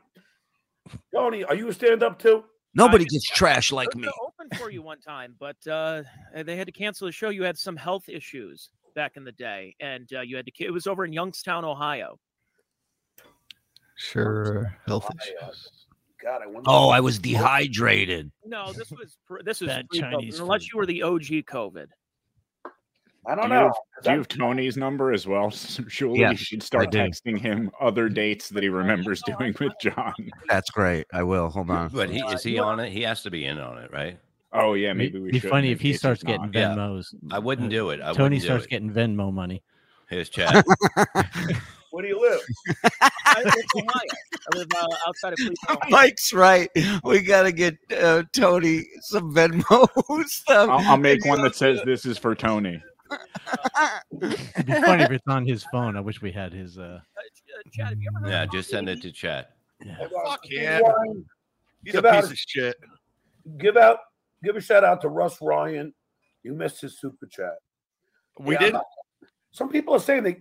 [SPEAKER 1] Tony, are you a stand-up too?
[SPEAKER 10] Nobody gets trash
[SPEAKER 14] It
[SPEAKER 10] like
[SPEAKER 14] was
[SPEAKER 10] me.
[SPEAKER 14] Open for you one time, but uh, they had to cancel the show. You had some health issues back in the day, and uh, you had to. ca- It was over in Youngstown, Ohio.
[SPEAKER 13] Sure. Health
[SPEAKER 1] God, I wonder.
[SPEAKER 10] Oh, I was dehydrated.
[SPEAKER 14] No, this was pr- this was
[SPEAKER 1] Bad
[SPEAKER 14] pre-COVID,
[SPEAKER 1] Chinese
[SPEAKER 14] unless you were the OG COVID.
[SPEAKER 1] I
[SPEAKER 8] Do
[SPEAKER 1] don't
[SPEAKER 8] you
[SPEAKER 1] know.
[SPEAKER 8] have, do you have Tony's number as well? Surely you
[SPEAKER 10] Yes,
[SPEAKER 8] should
[SPEAKER 10] I
[SPEAKER 8] start
[SPEAKER 10] do.
[SPEAKER 8] texting him other dates that he remembers doing with John.
[SPEAKER 10] That's great. I will. Hold on.
[SPEAKER 4] But he is he on it? He has to be in on it, right?
[SPEAKER 8] Oh yeah,
[SPEAKER 2] maybe we be should, funny maybe if he it's starts just getting not. Venmos. Uh,
[SPEAKER 4] I wouldn't do it. I
[SPEAKER 2] Tony
[SPEAKER 4] wouldn't do
[SPEAKER 2] starts
[SPEAKER 4] it.
[SPEAKER 2] getting Venmo money.
[SPEAKER 4] Here's Chad.
[SPEAKER 1] Where do you live?
[SPEAKER 14] I live in Ohio. I live uh, outside of Cleveland. Ohio.
[SPEAKER 10] Mike's right. We gotta get uh, Tony some Venmo stuff.
[SPEAKER 8] I'll, I'll make one that says this is for Tony.
[SPEAKER 2] It'd be funny if it's on his phone. I wish we had his. Uh,
[SPEAKER 4] yeah, just send it to Chad.
[SPEAKER 1] Fuck
[SPEAKER 9] yeah. He's a
[SPEAKER 1] Give out
[SPEAKER 9] piece
[SPEAKER 1] a-
[SPEAKER 9] of shit.
[SPEAKER 1] Give out, give a shout out to Russ Ryan. You missed his super chat.
[SPEAKER 9] We
[SPEAKER 1] Yeah, I'm
[SPEAKER 9] did.
[SPEAKER 1] not- Some people are saying they,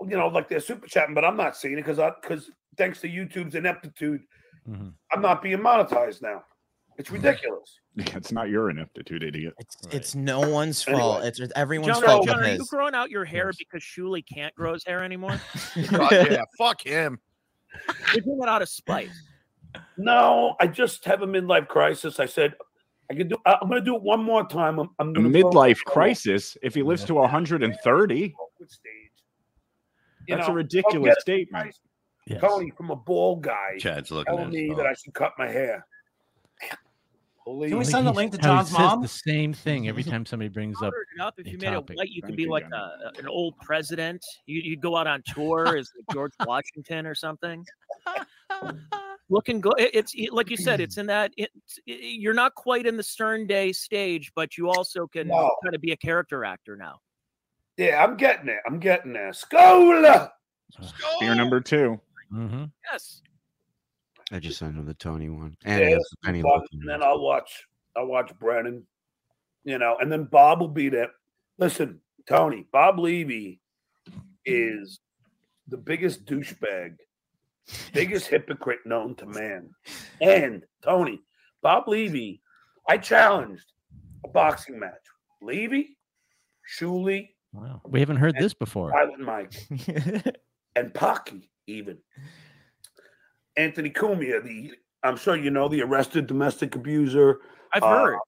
[SPEAKER 1] you know, like they're super chatting, but I'm not seeing it because I because thanks to YouTube's ineptitude,
[SPEAKER 9] Mm-hmm.
[SPEAKER 1] I'm not being monetized now. It's ridiculous.
[SPEAKER 8] It's not your ineptitude, idiot.
[SPEAKER 12] It's no one's
[SPEAKER 8] Anyway.
[SPEAKER 12] fault. It's, it's everyone's
[SPEAKER 14] John,
[SPEAKER 12] fault.
[SPEAKER 14] John, are you
[SPEAKER 12] because-
[SPEAKER 14] growing out your hair because Shuli can't grow his hair anymore?
[SPEAKER 9] Fuck yeah, fuck him.
[SPEAKER 14] You're doing it out of spite.
[SPEAKER 1] No, I just have a midlife crisis. I said I could do. I- I'm going to do it one more time. I'm, I'm
[SPEAKER 8] A
[SPEAKER 1] going
[SPEAKER 8] midlife crisis. If he lives to 130,
[SPEAKER 1] You
[SPEAKER 8] that's
[SPEAKER 1] know,
[SPEAKER 8] a
[SPEAKER 1] I'll
[SPEAKER 8] ridiculous
[SPEAKER 1] get-
[SPEAKER 8] statement.
[SPEAKER 1] Tony from a bald guy
[SPEAKER 4] Chad's looking at
[SPEAKER 1] telling
[SPEAKER 4] his
[SPEAKER 1] me
[SPEAKER 4] phone.
[SPEAKER 1] that I should cut my hair. Holy
[SPEAKER 12] Can we
[SPEAKER 2] I think
[SPEAKER 12] send the
[SPEAKER 2] he's-
[SPEAKER 12] link to
[SPEAKER 2] how he
[SPEAKER 12] John's
[SPEAKER 2] says
[SPEAKER 12] mom?
[SPEAKER 2] The same thing every time somebody brings up.
[SPEAKER 14] Powdered it up. If
[SPEAKER 2] a
[SPEAKER 14] you made
[SPEAKER 2] topic.
[SPEAKER 14] it white, you could
[SPEAKER 2] Thank
[SPEAKER 14] be
[SPEAKER 2] you,
[SPEAKER 14] like a, an old president. You, you'd go out on tour as like George Washington or something. Looking good. It's it- like you said. It's in that. It's, you're not quite in the Stern Day stage, but you also can
[SPEAKER 1] No.
[SPEAKER 14] kind of be a character actor now.
[SPEAKER 1] Yeah, I'm getting it. I'm getting there. Scola.
[SPEAKER 8] Beer number two.
[SPEAKER 14] Yes.
[SPEAKER 10] I just sent him the Tony one. And he
[SPEAKER 1] Yeah,
[SPEAKER 10] has the penny
[SPEAKER 1] Bob-
[SPEAKER 10] look.
[SPEAKER 2] Mm-hmm.
[SPEAKER 1] and then I'll watch. I'll watch Brennan. You know, and then Bob will be there. Listen, Tony, Bob Levy is the biggest douchebag, biggest hypocrite known to man. And Tony, Bob Levy, I challenged a boxing match. Levy, Shuley,
[SPEAKER 2] Wow, we haven't heard this before.
[SPEAKER 1] Silent Mike, and Pocky, even Anthony Cumia. The I'm sure you know the arrested domestic abuser.
[SPEAKER 14] I've
[SPEAKER 1] uh,
[SPEAKER 14] heard.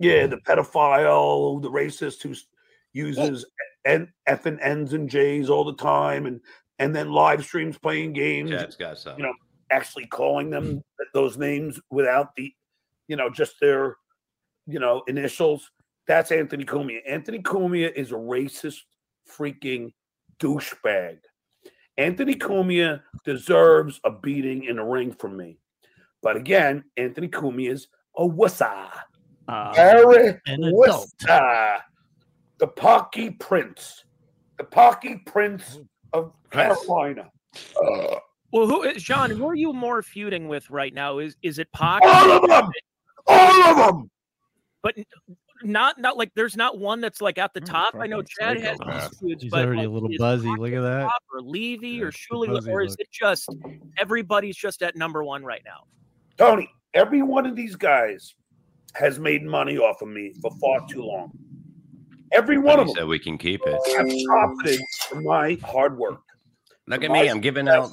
[SPEAKER 1] Yeah, the pedophile, the racist who s- uses and F and N's and J's all the time, and and then live streams playing games.
[SPEAKER 4] Chad's got some.
[SPEAKER 1] You know, actually calling them th- those names without the, you know, just their, you know, initials. That's Anthony Cumia. Anthony Cumia is a racist freaking douchebag. Anthony Cumia deserves a beating in the ring from me. But again, Anthony Cumia is a wussa. Very
[SPEAKER 2] Uh, an adult.
[SPEAKER 1] wussa. The Pocky Prince. The Pocky Prince of Carolina. Ugh.
[SPEAKER 14] Well, who is John? Who are you more feuding with right now? Is is it Pac?
[SPEAKER 1] All of them! All of them!
[SPEAKER 14] But n- not not like there's not one that's like
[SPEAKER 1] Oh,
[SPEAKER 14] at the top. I know Chad has
[SPEAKER 2] psychopath.
[SPEAKER 14] these feuds,
[SPEAKER 2] He's
[SPEAKER 14] but
[SPEAKER 2] already
[SPEAKER 14] like,
[SPEAKER 2] a little
[SPEAKER 14] is
[SPEAKER 2] buzzy. Look at that.
[SPEAKER 14] Pop or Levy or Shuley,
[SPEAKER 2] buzzy
[SPEAKER 14] or is
[SPEAKER 2] look.
[SPEAKER 14] it just everybody's just at number one right now?
[SPEAKER 1] Tony, every one of these guys has made money off of me for far too long. Every one of
[SPEAKER 4] He
[SPEAKER 1] them
[SPEAKER 4] said we can keep it.
[SPEAKER 1] have profited from my hard work.
[SPEAKER 4] Look at me. I'm giving out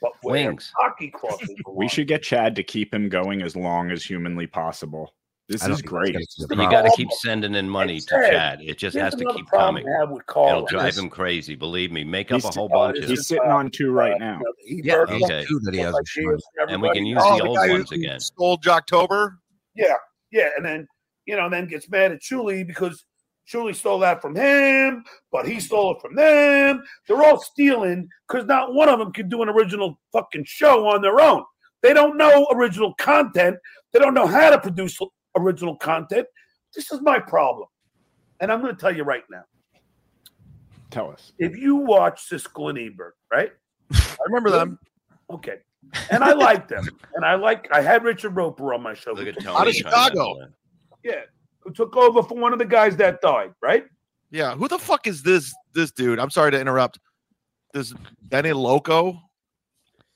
[SPEAKER 1] But where
[SPEAKER 4] wings.
[SPEAKER 1] hockey crosses the
[SPEAKER 8] We
[SPEAKER 1] line.
[SPEAKER 8] should get Chad to keep him going as long as humanly possible. This
[SPEAKER 1] I don't
[SPEAKER 8] is
[SPEAKER 1] think
[SPEAKER 8] great.
[SPEAKER 1] that's
[SPEAKER 4] But you got to keep sending in money to
[SPEAKER 1] Chad,
[SPEAKER 4] Chad. It just
[SPEAKER 1] here's
[SPEAKER 4] has to
[SPEAKER 1] another
[SPEAKER 4] keep
[SPEAKER 1] problem
[SPEAKER 4] coming.
[SPEAKER 1] I have with Carl.
[SPEAKER 4] It'll drive
[SPEAKER 1] This-
[SPEAKER 4] him crazy. Believe me. Make up
[SPEAKER 8] He's
[SPEAKER 4] a whole
[SPEAKER 8] sit- oh,
[SPEAKER 4] bunch. of
[SPEAKER 8] He's
[SPEAKER 4] them.
[SPEAKER 8] sitting on two right now.
[SPEAKER 1] He
[SPEAKER 4] Yeah,
[SPEAKER 1] burped
[SPEAKER 4] okay.
[SPEAKER 1] up ideas from
[SPEAKER 4] And we can
[SPEAKER 1] everybody.
[SPEAKER 4] use the old ones again.
[SPEAKER 9] Old Jocktober.
[SPEAKER 1] Yeah, yeah, and then you know, then gets mad at Chuli because Chuli stole that from him, but he stole it from them. They're all stealing because not one of them can do an original fucking show on their own. They don't know original content. They don't know how to produce original content. This is my problem. And I'm going to tell you right now.
[SPEAKER 8] Tell us.
[SPEAKER 1] If you watch Siskel and Ebert, right? I
[SPEAKER 9] remember them.
[SPEAKER 1] Okay. And I like them. And I like, I had Richard Roper on my show.
[SPEAKER 4] Look at
[SPEAKER 9] Out of Chicago.
[SPEAKER 1] Yeah. Who took over for one of the guys that died, right?
[SPEAKER 9] Yeah. Who the fuck is this this dude? I'm sorry to interrupt. This Benny Loco.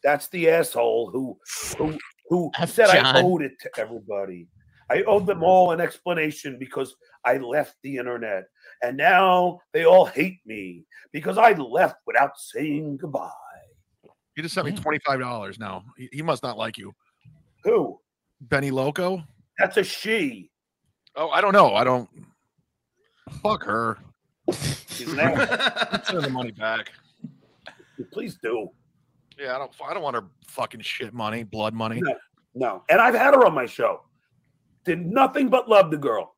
[SPEAKER 1] That's the asshole who who who said I
[SPEAKER 9] John.
[SPEAKER 1] owed it to everybody. I owed them all an explanation because I left the internet. And now they all hate me because I left without saying goodbye.
[SPEAKER 9] You just sent me twenty five dollars now. He, he must not like you.
[SPEAKER 1] Who?
[SPEAKER 9] Benny Loco.
[SPEAKER 1] That's a she.
[SPEAKER 9] Oh, I don't know. I don't. Fuck her.
[SPEAKER 1] She's an asshole.
[SPEAKER 9] Send the money back.
[SPEAKER 1] Please do.
[SPEAKER 9] Yeah, I don't. I don't want her fucking shit money, blood money.
[SPEAKER 1] No, no. And I've had her on my show. Did nothing but love the girl.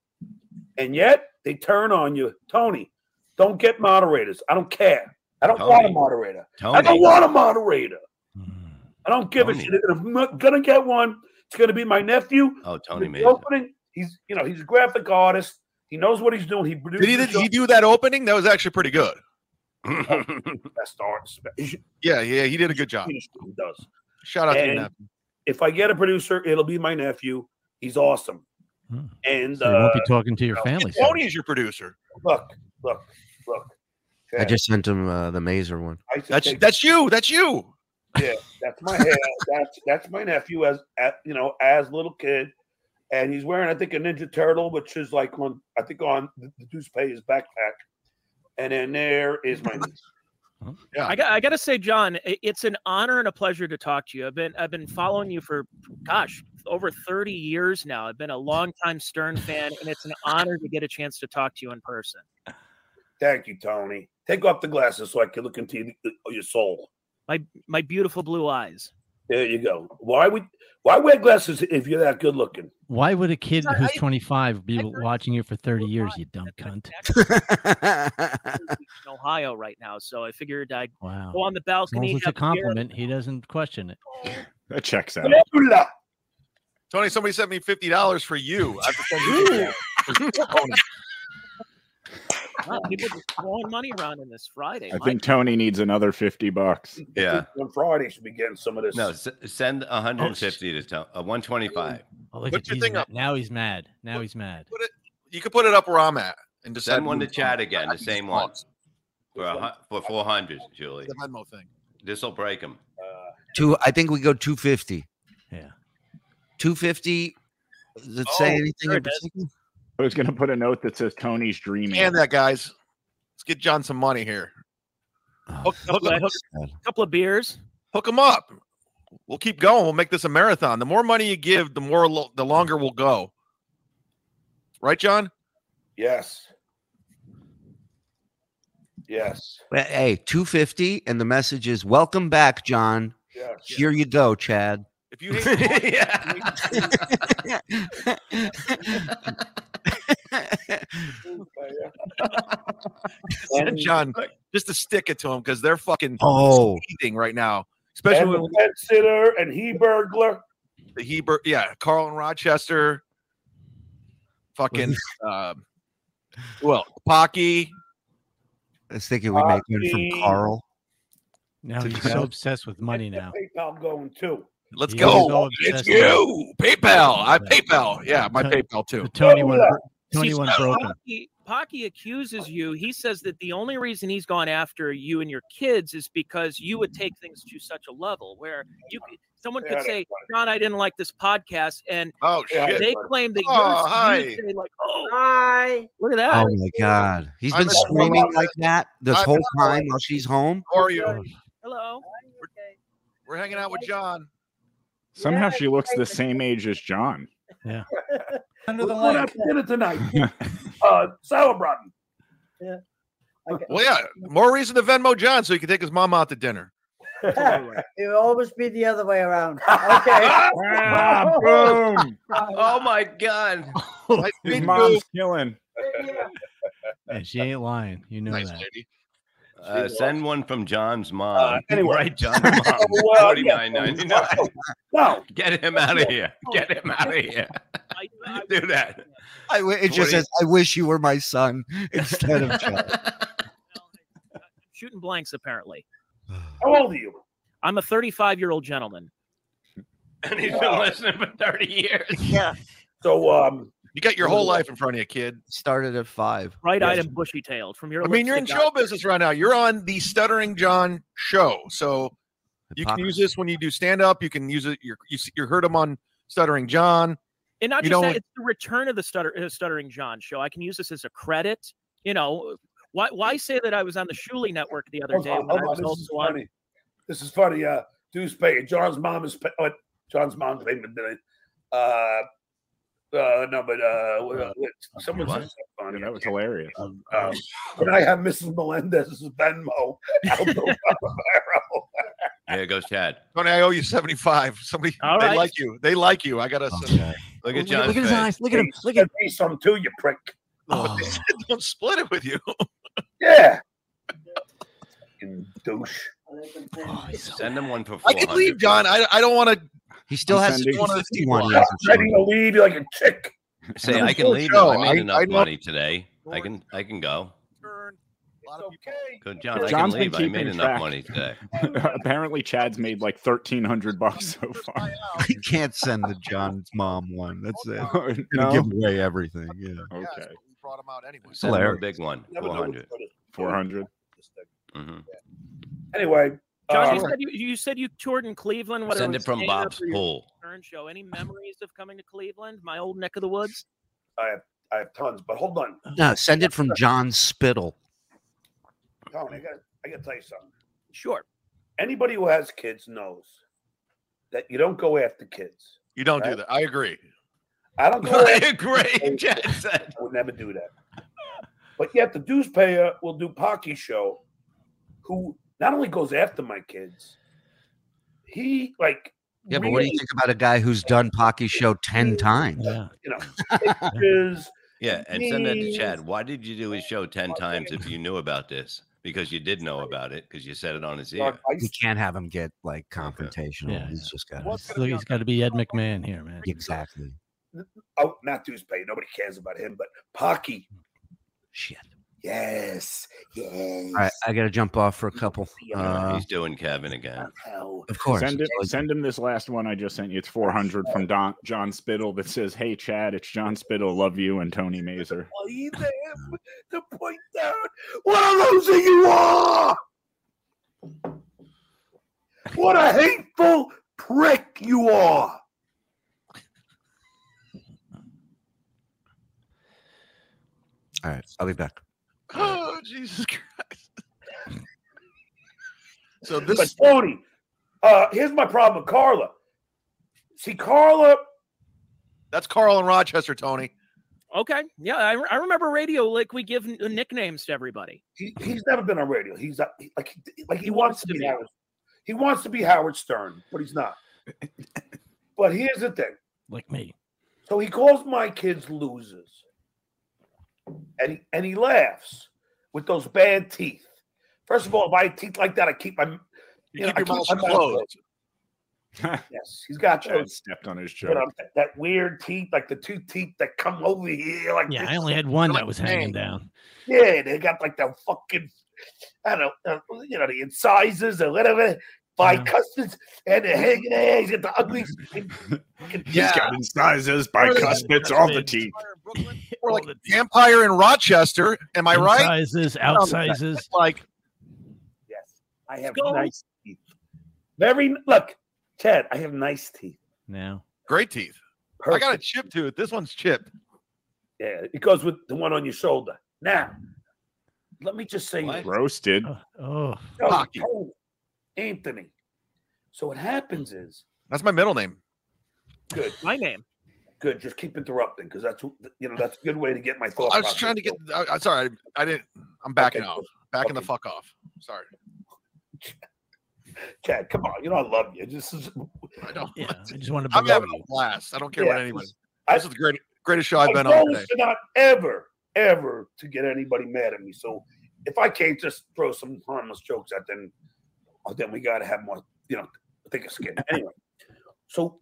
[SPEAKER 1] And yet they turn on you. Tony, don't get moderators. I don't care. I don't want a
[SPEAKER 4] Tony.
[SPEAKER 1] moderator. I
[SPEAKER 4] Tony.
[SPEAKER 1] don't want a moderator. I don't give a shit. And if I'm not gonna get one, it's gonna be my nephew.
[SPEAKER 4] Oh, Tony
[SPEAKER 1] The
[SPEAKER 4] made it.
[SPEAKER 1] opening, he's you know, he's a graphic artist. He knows what he's doing. He produced
[SPEAKER 9] Did he,
[SPEAKER 1] the
[SPEAKER 9] did
[SPEAKER 1] show. Oh,
[SPEAKER 9] he do that opening? That was actually pretty good.
[SPEAKER 1] best artist.
[SPEAKER 9] Yeah, yeah, he did a good job.
[SPEAKER 1] He does.
[SPEAKER 9] Shout out to your
[SPEAKER 1] And
[SPEAKER 9] nephew.
[SPEAKER 1] If I get a producer, it'll be my nephew. He's awesome. And
[SPEAKER 2] Hmm. So you won't be
[SPEAKER 1] uh,
[SPEAKER 2] talking to your
[SPEAKER 1] know,
[SPEAKER 2] family.
[SPEAKER 1] Tony
[SPEAKER 9] is your producer.
[SPEAKER 1] Look, look, look.
[SPEAKER 10] I just sent him uh, the Mazer one.
[SPEAKER 1] I should take-
[SPEAKER 9] you. That's you.
[SPEAKER 1] Yeah, that's my hair. that's that's my nephew as, as you know as little kid, and he's wearing I think a Ninja Turtle, which is like on I think on the Deuce Pay his backpack, and then there is my niece.
[SPEAKER 14] I got I got to say, John, i- it's an honor and a pleasure to talk to you. I've been I've been following you for gosh over thirty years now. I've been a longtime Stern fan, and it's an honor to get a chance to talk to you in person.
[SPEAKER 1] Thank you, Tony. Take off the glasses so I can look into your, your soul.
[SPEAKER 14] My my beautiful blue eyes.
[SPEAKER 1] There you go. Why would why wear glasses if you're that good looking?
[SPEAKER 2] Why would a kid who's 25 be watching you for 30 years, you dumb cunt?
[SPEAKER 14] in Ohio right now, so I figured I'd
[SPEAKER 2] Wow.
[SPEAKER 14] go on the
[SPEAKER 2] As long
[SPEAKER 14] balcony.
[SPEAKER 2] as it's a
[SPEAKER 14] have a beer.
[SPEAKER 2] compliment, he doesn't question it.
[SPEAKER 8] That checks out.
[SPEAKER 9] Tony, somebody sent me fifty dollars for you. I have to send you. $50. Tony.
[SPEAKER 14] Wow, people just throwing money around in this Friday.
[SPEAKER 8] I
[SPEAKER 14] My
[SPEAKER 8] think Tony needs another fifty bucks.
[SPEAKER 4] Yeah.
[SPEAKER 1] On Friday, should be getting some of this.
[SPEAKER 4] No, s- send 150 to Tony. Uh, 125.
[SPEAKER 2] Oh, look
[SPEAKER 9] Put
[SPEAKER 2] at
[SPEAKER 9] your
[SPEAKER 2] he's
[SPEAKER 9] thing
[SPEAKER 2] ma-
[SPEAKER 9] up.
[SPEAKER 2] Now he's mad. Now he's mad.
[SPEAKER 9] You can put it up where I'm at and just
[SPEAKER 4] Send
[SPEAKER 9] add
[SPEAKER 4] one to
[SPEAKER 9] Venmo.
[SPEAKER 4] Chad again, the
[SPEAKER 9] can
[SPEAKER 4] same
[SPEAKER 9] just
[SPEAKER 4] one
[SPEAKER 9] box
[SPEAKER 4] for a, hu- for 400, Julie.
[SPEAKER 9] The Venmo thing.
[SPEAKER 4] This will break him.
[SPEAKER 10] Two. I think we go two fifty.
[SPEAKER 2] Yeah.
[SPEAKER 10] Two fifty. Does it
[SPEAKER 9] Oh,
[SPEAKER 10] say anything in particular?
[SPEAKER 8] I was gonna put a note that says Tony's dreaming.
[SPEAKER 9] And that guys, let's get John some money here. Hook, hook,
[SPEAKER 14] couple,
[SPEAKER 9] hook-
[SPEAKER 14] of, couple of beers.
[SPEAKER 9] Oh, hook him up. We'll keep going. We'll make this a marathon. The more money you give, the more lo- the longer we'll go. Right, John?
[SPEAKER 1] Yes. Yes.
[SPEAKER 10] Well, Hey, two fifty, and the message is "Welcome back, John."
[SPEAKER 1] Yes.
[SPEAKER 10] Here you go, Chad.
[SPEAKER 9] If you hate Send John just to stick it to him because they're fucking
[SPEAKER 10] Oh.
[SPEAKER 9] seething right now.
[SPEAKER 1] Especially
[SPEAKER 9] Especially
[SPEAKER 1] and the
[SPEAKER 9] when
[SPEAKER 1] pet sitter and he burglar.
[SPEAKER 9] the Heber, yeah, Carl and Rochester, fucking um, well, Pocky.
[SPEAKER 10] I was thinking we make one
[SPEAKER 1] Coffee.
[SPEAKER 10] from Carl.
[SPEAKER 2] Now
[SPEAKER 10] To
[SPEAKER 2] he's
[SPEAKER 10] Chad.
[SPEAKER 2] so obsessed with money now.
[SPEAKER 1] PayPal going too.
[SPEAKER 9] Let's
[SPEAKER 2] He is so
[SPEAKER 9] go.
[SPEAKER 2] obsessed
[SPEAKER 9] It's
[SPEAKER 2] with-
[SPEAKER 9] you. PayPal. I PayPal. oh, Yeah, my PayPal too.
[SPEAKER 2] The Tony one.
[SPEAKER 9] yeah.
[SPEAKER 2] bro- Tony
[SPEAKER 14] Oh, See,
[SPEAKER 2] one
[SPEAKER 14] so
[SPEAKER 2] broken.
[SPEAKER 14] Pocky, Pocky accuses you. He says that the only reason he's gone after you and your kids is because you would take things to such a level where you could, someone could say, "John, I didn't like this podcast," and
[SPEAKER 9] oh
[SPEAKER 10] shit.
[SPEAKER 14] they claim that
[SPEAKER 10] Oh,
[SPEAKER 14] you're you say like, "Oh, hi, look at that."
[SPEAKER 10] Oh my God, he's
[SPEAKER 14] I'm
[SPEAKER 10] been
[SPEAKER 14] a-
[SPEAKER 10] screaming like that this
[SPEAKER 9] I'm
[SPEAKER 10] whole
[SPEAKER 9] a-
[SPEAKER 10] time while she's home.
[SPEAKER 9] How are you?
[SPEAKER 14] Hello.
[SPEAKER 9] We're, we're hanging out with John.
[SPEAKER 8] Somehow she looks the same age as John.
[SPEAKER 2] Yeah.
[SPEAKER 1] Under the light. dinner tonight. uh, sauerbraten.
[SPEAKER 11] Yeah.
[SPEAKER 9] Well, yeah, more reason to Venmo John so he can take his mom out to dinner.
[SPEAKER 15] it will always be the other way around. Okay.
[SPEAKER 8] boom.
[SPEAKER 6] Oh my god.
[SPEAKER 8] His mom's killing.
[SPEAKER 2] And she ain't lying. You know that.
[SPEAKER 4] Uh, send one from John's mom.
[SPEAKER 2] Uh, anyway.
[SPEAKER 4] right, John's mom.
[SPEAKER 1] Well, yeah.
[SPEAKER 4] Forty-nine ninety-nine.
[SPEAKER 1] No,
[SPEAKER 4] get him out of here. Get him out of here. Do that.
[SPEAKER 10] I, wi- it
[SPEAKER 4] What
[SPEAKER 10] just
[SPEAKER 4] do
[SPEAKER 10] says, "I wish you were my son instead of John."
[SPEAKER 14] Shooting blanks, apparently.
[SPEAKER 1] How old are you?
[SPEAKER 14] I'm a 35 year old gentleman.
[SPEAKER 4] And he's been listening for thirty years.
[SPEAKER 14] Yeah.
[SPEAKER 1] So um,
[SPEAKER 9] you got your whole life in front of you, kid.
[SPEAKER 10] Started at five.
[SPEAKER 14] Bright eyed and bushy tailed from your.
[SPEAKER 9] I mean, you're in
[SPEAKER 14] lips to
[SPEAKER 9] show
[SPEAKER 14] God.
[SPEAKER 9] business right now. You're on the Stuttering John show, so you can use this when you do stand up. You can use it. You're, you s- you heard him on Stuttering John.
[SPEAKER 14] And not
[SPEAKER 9] You
[SPEAKER 14] just
[SPEAKER 9] don't-
[SPEAKER 14] that, it's the return of the stutter, uh, stuttering John show. I can use this as a credit. You know, why why say that I was on the Shuley Network the other
[SPEAKER 1] hold
[SPEAKER 14] day
[SPEAKER 1] on,
[SPEAKER 14] when I
[SPEAKER 1] hold on.
[SPEAKER 14] was
[SPEAKER 1] This is
[SPEAKER 14] also on?
[SPEAKER 1] funny. This is funny. Uh, dude's paying. John's mom is. Pay- oh, John's mom's paying. Uh, uh, no, but uh, wait, someone said something funny.
[SPEAKER 8] that was hilarious.
[SPEAKER 1] Um, when I have Mrs. Melendez's Venmo, I'll go
[SPEAKER 4] There goes Chad.
[SPEAKER 9] Tony, I owe you seventy five. Somebody,
[SPEAKER 1] All
[SPEAKER 9] they
[SPEAKER 1] right.
[SPEAKER 9] like you. They like you. I gotta.
[SPEAKER 4] Look
[SPEAKER 1] at John's face. Hey, send me some too, you prick.
[SPEAKER 10] Oh.
[SPEAKER 9] Don't split it with you.
[SPEAKER 1] Yeah. Fucking douche.
[SPEAKER 4] Send him one for
[SPEAKER 9] I
[SPEAKER 4] four
[SPEAKER 9] can leave, John. I, I don't want to.
[SPEAKER 10] He
[SPEAKER 4] still has
[SPEAKER 9] one of
[SPEAKER 4] 61
[SPEAKER 1] Stop Trying to lead like a chick.
[SPEAKER 4] Say
[SPEAKER 1] Another
[SPEAKER 4] I can
[SPEAKER 1] full
[SPEAKER 4] leave. though.
[SPEAKER 1] show.
[SPEAKER 4] I made
[SPEAKER 1] I-
[SPEAKER 4] enough
[SPEAKER 1] I know-
[SPEAKER 4] money today. I can I can go. Good John.
[SPEAKER 8] John's
[SPEAKER 4] I
[SPEAKER 8] been
[SPEAKER 4] can leave. I
[SPEAKER 8] keeping
[SPEAKER 4] made enough
[SPEAKER 8] track.
[SPEAKER 4] money today.
[SPEAKER 8] Apparently, Chad's made like thirteen hundred bucks so far.
[SPEAKER 3] "Oh,
[SPEAKER 10] I can't send the John's mom one. That's it. I'm
[SPEAKER 8] No.
[SPEAKER 10] gonna give away everything. Yeah.
[SPEAKER 8] Okay.
[SPEAKER 10] It's
[SPEAKER 4] Send him a
[SPEAKER 10] hilarious.
[SPEAKER 4] big one.
[SPEAKER 1] Never know
[SPEAKER 4] Four
[SPEAKER 1] what's
[SPEAKER 4] hundred.
[SPEAKER 8] Four hundred.
[SPEAKER 10] Mm-hmm.
[SPEAKER 1] Anyway,
[SPEAKER 14] John,
[SPEAKER 1] uh,
[SPEAKER 14] you, said you, you said you toured in Cleveland. whether
[SPEAKER 4] Send
[SPEAKER 14] was
[SPEAKER 4] it from
[SPEAKER 14] stand-up
[SPEAKER 4] Bob's
[SPEAKER 14] or your
[SPEAKER 4] pool.
[SPEAKER 14] return Show. Any memories of coming to Cleveland, my old neck of the woods?
[SPEAKER 1] I have I have tons, but hold on.
[SPEAKER 10] No, send it from John Spittle.
[SPEAKER 1] Tony, I got I got to tell you something.
[SPEAKER 14] Sure.
[SPEAKER 1] Anybody who has kids knows that you don't go after kids.
[SPEAKER 9] You don't do
[SPEAKER 1] Right.
[SPEAKER 9] that. I agree.
[SPEAKER 1] I don't go.
[SPEAKER 9] I
[SPEAKER 1] after
[SPEAKER 9] agree,
[SPEAKER 1] kids. I would never do that. But yet the dues payer will do Pocky show, who not only goes after my kids, he like
[SPEAKER 10] Yeah, but what do you
[SPEAKER 1] really,
[SPEAKER 10] think about a guy who's done Pocky Show ten times?
[SPEAKER 1] You know, pictures.
[SPEAKER 4] Yeah, and send that to
[SPEAKER 1] Please.
[SPEAKER 4] Chad. Why did you do his show ten times if you knew about this? Because you did know about it because you said it on his ear.
[SPEAKER 10] You can't have him get like confrontational.
[SPEAKER 2] Yeah,
[SPEAKER 10] He's just got
[SPEAKER 2] It's- look, he's got to be Ed McMahon here, man.
[SPEAKER 10] Exactly.
[SPEAKER 1] Oh, not dues payer. Nobody cares about him, but Pocky.
[SPEAKER 10] Shit.
[SPEAKER 1] Yes. Yes.
[SPEAKER 10] All right, I gotta jump off for a couple. Uh,
[SPEAKER 4] He's doing Kevin again.
[SPEAKER 10] of course.
[SPEAKER 8] Send him, send him this last one I just sent you. It's 400 from Don, John Spittle that says, Hey, Chad, it's John Spittle. Love you and Tony Mazer.
[SPEAKER 1] Lead them to point out what a loser you are. What a hateful prick you are.
[SPEAKER 10] All right, I'll be back.
[SPEAKER 9] Oh Jesus Christ! So
[SPEAKER 1] this but Tony, uh, here's my problem with Carla. See, Carla,
[SPEAKER 9] That's Carl in Rochester, Tony.
[SPEAKER 14] Okay. Yeah, I, I remember radio. Like we give n- nicknames to everybody.
[SPEAKER 1] he, he's never been on radio. He's uh, he- like he- like he, wants, to be, Howard. He wants to be Howard Stern, but he's not. but here's the thing.
[SPEAKER 2] Like me.
[SPEAKER 1] So he calls my kids losers. And he, and he laughs with those bad teeth. First of all, if I had teeth like that, I keep my
[SPEAKER 9] You
[SPEAKER 1] know,
[SPEAKER 9] keep
[SPEAKER 1] I
[SPEAKER 9] your mouth
[SPEAKER 1] my mouth
[SPEAKER 9] closed.
[SPEAKER 1] closed. yes, he's got
[SPEAKER 8] Chad
[SPEAKER 1] those.
[SPEAKER 8] stepped on his
[SPEAKER 1] You know,
[SPEAKER 8] joke.
[SPEAKER 1] that, that weird teeth, like the two teeth that come over here, like
[SPEAKER 2] Yeah,
[SPEAKER 1] this.
[SPEAKER 2] I only had one that was hanging down.
[SPEAKER 1] Yeah, they got like the fucking, I don't know, uh, you know, the incisors or whatever, bicuspids, and they're hanging there. He's got the ugly.
[SPEAKER 8] He's got incisors by
[SPEAKER 9] Really?
[SPEAKER 8] cuspids all the teeth.
[SPEAKER 9] Or like vampire in Rochester. Am I right?
[SPEAKER 2] Incisors,
[SPEAKER 9] Um,
[SPEAKER 2] outsizes.
[SPEAKER 9] Like
[SPEAKER 1] I have nice teeth. Very, look, Ted, I have nice teeth.
[SPEAKER 2] Now,
[SPEAKER 9] great teeth. I got a
[SPEAKER 1] Perfect.
[SPEAKER 9] chip tooth. This one's chipped.
[SPEAKER 1] Yeah, it goes with the one on your shoulder. Now, let me just say this.
[SPEAKER 8] Roasted.
[SPEAKER 2] oh,
[SPEAKER 1] No,
[SPEAKER 9] Hockey.
[SPEAKER 1] Tony, Anthony. So what happens is
[SPEAKER 9] That's my middle name.
[SPEAKER 1] good.
[SPEAKER 14] My name.
[SPEAKER 1] Good. Just keep interrupting because that's you know that's a good way to get my thought.
[SPEAKER 9] I was trying to get. I, I'm sorry. I didn't. I'm backing
[SPEAKER 1] Okay,
[SPEAKER 9] off.
[SPEAKER 1] cool.
[SPEAKER 9] Backing the
[SPEAKER 1] Okay.
[SPEAKER 9] fuck off. Sorry.
[SPEAKER 1] Chad, come on. You know I love you. This is
[SPEAKER 9] I don't.
[SPEAKER 2] Yeah, I just want to.
[SPEAKER 9] I'm
[SPEAKER 2] belong.
[SPEAKER 9] having a blast. I don't care
[SPEAKER 1] Yeah,
[SPEAKER 9] what anyone.
[SPEAKER 1] this-
[SPEAKER 9] This is the greatest greatest show I've
[SPEAKER 1] My
[SPEAKER 9] been on
[SPEAKER 1] goal
[SPEAKER 9] today.
[SPEAKER 1] is to not ever, ever to get anybody mad at me. So if I can't just throw some harmless jokes at them, oh, then we got to have more, you know, thicker skin. Anyway, so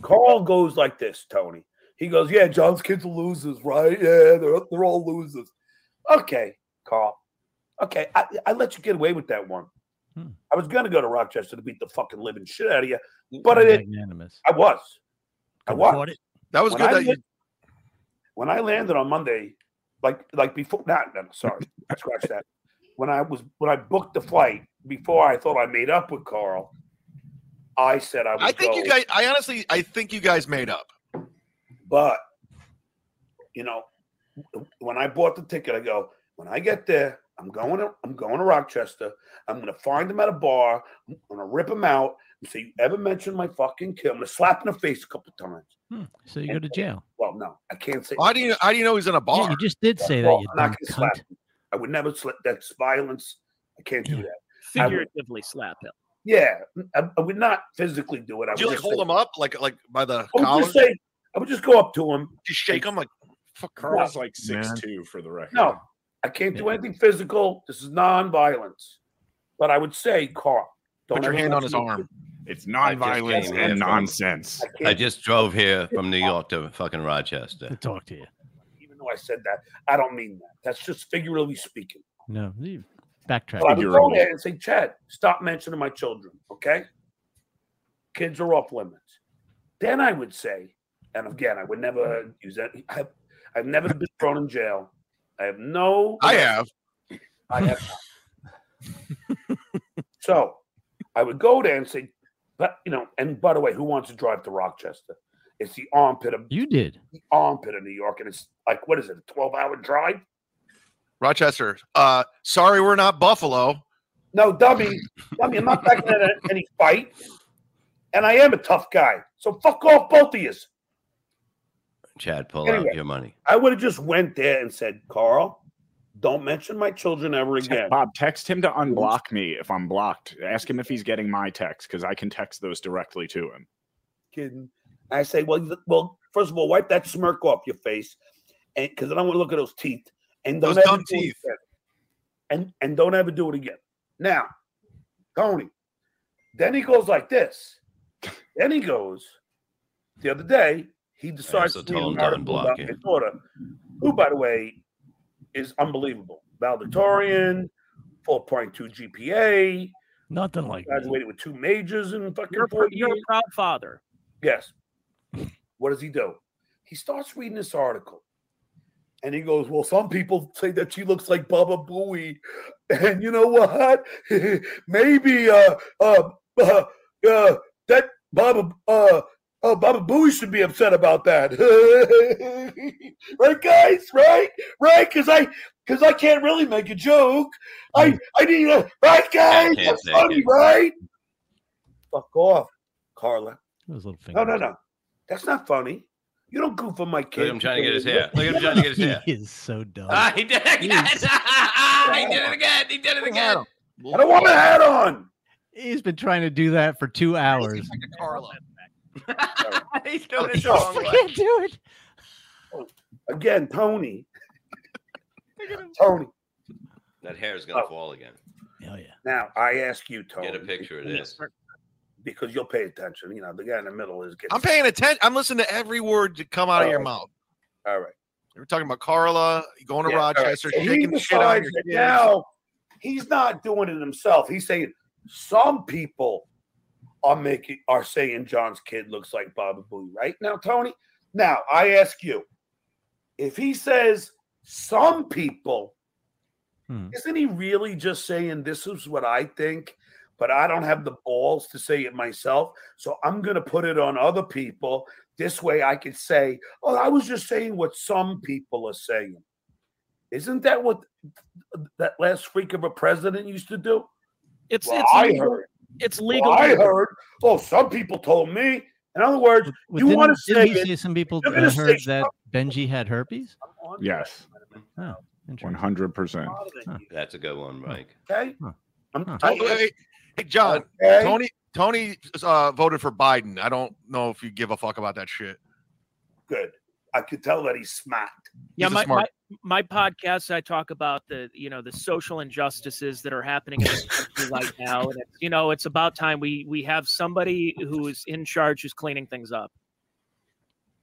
[SPEAKER 1] Carl goes like this, Tony. He goes, yeah, John's kids are losers, right? Yeah, they're, they're all losers. Okay, Carl. Okay, I, I let you get away with that one. I was going to go to Rochester to beat the fucking living shit out of you, but I didn't.
[SPEAKER 2] Magnanimous.
[SPEAKER 1] I was. I
[SPEAKER 2] Could've
[SPEAKER 1] was.
[SPEAKER 2] caught it. That was good that you-
[SPEAKER 1] When I landed on Monday, like like before, not no, no, sorry, scratch that. When I was when I booked the flight before, I thought I made up with Carl. I said I would.
[SPEAKER 9] I think you
[SPEAKER 1] go,
[SPEAKER 9] guys. I honestly, I think you guys made up.
[SPEAKER 1] but you know, when I bought the ticket, I go when I get there. I'm going to I'm going to Rochester. I'm going to find him at a bar. I'm going to rip him out and say you ever mentioned my fucking kid. I'm going to slap him in the face a couple times.
[SPEAKER 2] Hmm, So you go to jail.
[SPEAKER 1] Well, no, I can't say.
[SPEAKER 9] How do you? How do you know he's in a bar?
[SPEAKER 2] you just did say that,
[SPEAKER 1] Well,
[SPEAKER 2] you
[SPEAKER 1] I'm not
[SPEAKER 2] dumb
[SPEAKER 1] gonna slap him. I would never slap. That's violence. I can't do that. I would-
[SPEAKER 14] Figuratively slap him.
[SPEAKER 1] yeah, I, I would not physically do it. I
[SPEAKER 9] Did you
[SPEAKER 1] would
[SPEAKER 9] like
[SPEAKER 1] just
[SPEAKER 9] hold
[SPEAKER 1] say-
[SPEAKER 9] him up, like like by the
[SPEAKER 1] I would
[SPEAKER 9] collar?
[SPEAKER 1] just say, I would just go up to him.
[SPEAKER 9] Just shake him like. Fuck
[SPEAKER 8] Carl's
[SPEAKER 1] No.
[SPEAKER 8] like six two for the record.
[SPEAKER 1] No, I can't do anything physical. This is non-violence. But I would say, Carl,
[SPEAKER 8] Put your
[SPEAKER 1] ever
[SPEAKER 8] hand on his
[SPEAKER 1] mention-
[SPEAKER 8] arm. It's nonviolence
[SPEAKER 4] came here
[SPEAKER 8] and
[SPEAKER 4] from-
[SPEAKER 8] nonsense.
[SPEAKER 4] I just drove here from New York to fucking Rochester. To
[SPEAKER 2] talk to you.
[SPEAKER 1] Even though I said that, I don't mean that. That's just figuratively speaking.
[SPEAKER 2] No, you backtrack.
[SPEAKER 1] But I would go there and say, Chad, stop mentioning my children, okay? Kids are off limits. Then I would say, and again, I would never use that. I've, I've never been thrown in jail. I have no.
[SPEAKER 9] I have.
[SPEAKER 1] I have. not. so I would go there and say, but you know, and by the way, who wants to drive to Rochester? It's the armpit of
[SPEAKER 2] You did.
[SPEAKER 1] the armpit of New York, and it's like what is it, a twelve-hour drive?
[SPEAKER 9] Rochester. Uh, sorry, we're not Buffalo.
[SPEAKER 1] No, dummy. dummy I'm not backing out of any fight, and I am a tough guy. So fuck off, both of you.
[SPEAKER 4] Chad, pull
[SPEAKER 1] Anyway.
[SPEAKER 4] out your money.
[SPEAKER 1] I would have just went there and said, Carl, don't mention my children ever again.
[SPEAKER 8] Bob, text him to unblock me if I'm blocked. Ask him if he's getting my text because I can text those directly to him.
[SPEAKER 1] kidding. I say, well, th- well, first of all, wipe that smirk off your face, and because I don't want to look at those teeth and don't
[SPEAKER 9] Those
[SPEAKER 1] ever
[SPEAKER 9] dumb
[SPEAKER 1] do it
[SPEAKER 9] teeth.
[SPEAKER 1] again. and and don't ever do it again. Now, Tony, then he goes like this. Then he goes. The other day, he decides
[SPEAKER 4] also
[SPEAKER 1] to read
[SPEAKER 4] told him
[SPEAKER 1] an
[SPEAKER 4] to
[SPEAKER 1] article
[SPEAKER 4] unblock
[SPEAKER 1] about
[SPEAKER 4] you.
[SPEAKER 1] his daughter, who, by the way, is unbelievable. Valedictorian, four point two GPA.
[SPEAKER 2] Nothing like that.
[SPEAKER 1] graduated with two majors in fucking
[SPEAKER 14] You're, a
[SPEAKER 1] four
[SPEAKER 14] pr- you're a
[SPEAKER 1] years.
[SPEAKER 14] proud father.
[SPEAKER 1] Yes. What does he do? He starts reading this article and he goes, Well, some people say that she looks like Bubba Bowie. And you know what? Maybe uh uh, uh uh that Bubba uh Oh, Baba Booey should be upset about that, right, guys? Right, right? Because I, because I can't really make a joke. I, I need a right, guys.
[SPEAKER 11] Mm. can't
[SPEAKER 1] That's
[SPEAKER 11] take
[SPEAKER 1] funny,
[SPEAKER 11] it.
[SPEAKER 1] right? Fuck off, Carla.
[SPEAKER 2] Those little
[SPEAKER 1] No, no, no. That's not funny. You don't goof on my kid.
[SPEAKER 4] Look at him trying to get his hair. Look at him trying to get his hair.
[SPEAKER 2] He is so dumb.
[SPEAKER 4] Ah, he did it again. Ah, he did it again. He did it again.
[SPEAKER 1] I don't want my hat on.
[SPEAKER 2] He's been trying to do that for two hours.
[SPEAKER 4] Carlo.
[SPEAKER 11] He's doing
[SPEAKER 1] it
[SPEAKER 11] it
[SPEAKER 1] the wrong way.
[SPEAKER 11] can't
[SPEAKER 2] do it.
[SPEAKER 1] Oh, Again, Tony. Tony.
[SPEAKER 4] That hair is
[SPEAKER 1] Oh.
[SPEAKER 4] gonna fall again.
[SPEAKER 1] Now I ask you, Tony.
[SPEAKER 4] Get a picture of this.
[SPEAKER 1] Because you'll pay attention. You know, the guy in the middle is getting.
[SPEAKER 9] I'm paying attention. I'm listening to every word to come out of your
[SPEAKER 1] Oh,
[SPEAKER 9] mouth.
[SPEAKER 1] All right.
[SPEAKER 9] We're talking about Carla going to
[SPEAKER 1] Yeah, all right.
[SPEAKER 9] Rochester,
[SPEAKER 1] So he
[SPEAKER 9] shaking the shit out of
[SPEAKER 1] decides
[SPEAKER 9] your
[SPEAKER 1] that
[SPEAKER 9] kids.
[SPEAKER 1] Now he's not doing it himself. He's saying some people are making are saying John's kid looks like Baba Booey. Right now, Tony. Now I ask you, if he says some people, isn't he really just saying this is what I think? But I don't have the balls to say it myself, so I'm going to put it on other people. This way, I could say, "Oh, I was just saying what some people are saying." Isn't that what that last freak of a president used to do?
[SPEAKER 14] It's
[SPEAKER 1] Well,
[SPEAKER 14] it's
[SPEAKER 1] I
[SPEAKER 14] legal.
[SPEAKER 1] heard.
[SPEAKER 14] It's
[SPEAKER 1] Well,
[SPEAKER 14] legal.
[SPEAKER 1] I heard. Oh, some people told me. In other words,
[SPEAKER 2] But
[SPEAKER 1] you
[SPEAKER 2] didn't-
[SPEAKER 1] want to
[SPEAKER 2] didn't
[SPEAKER 1] say
[SPEAKER 2] he
[SPEAKER 1] it,
[SPEAKER 2] say some people
[SPEAKER 1] you're gonna
[SPEAKER 2] uh,
[SPEAKER 1] say
[SPEAKER 2] heard that Benji had herpes?
[SPEAKER 8] Yes,
[SPEAKER 2] Oh,
[SPEAKER 8] one hundred percent.
[SPEAKER 4] That's a good one, Mike.
[SPEAKER 1] okay? I'm
[SPEAKER 9] Oh, wait, Hey, John,
[SPEAKER 1] Okay.
[SPEAKER 9] Tony, Tony uh, voted for Biden. I don't know if you give a fuck about that shit.
[SPEAKER 1] Good. I could tell that he's smart.
[SPEAKER 14] yeah,
[SPEAKER 9] He's a
[SPEAKER 14] my,
[SPEAKER 9] smart-
[SPEAKER 14] my my podcast I talk about the you know the social injustices that are happening in this country right now, and it's, you know it's about time we we have somebody who is in charge who's cleaning things up.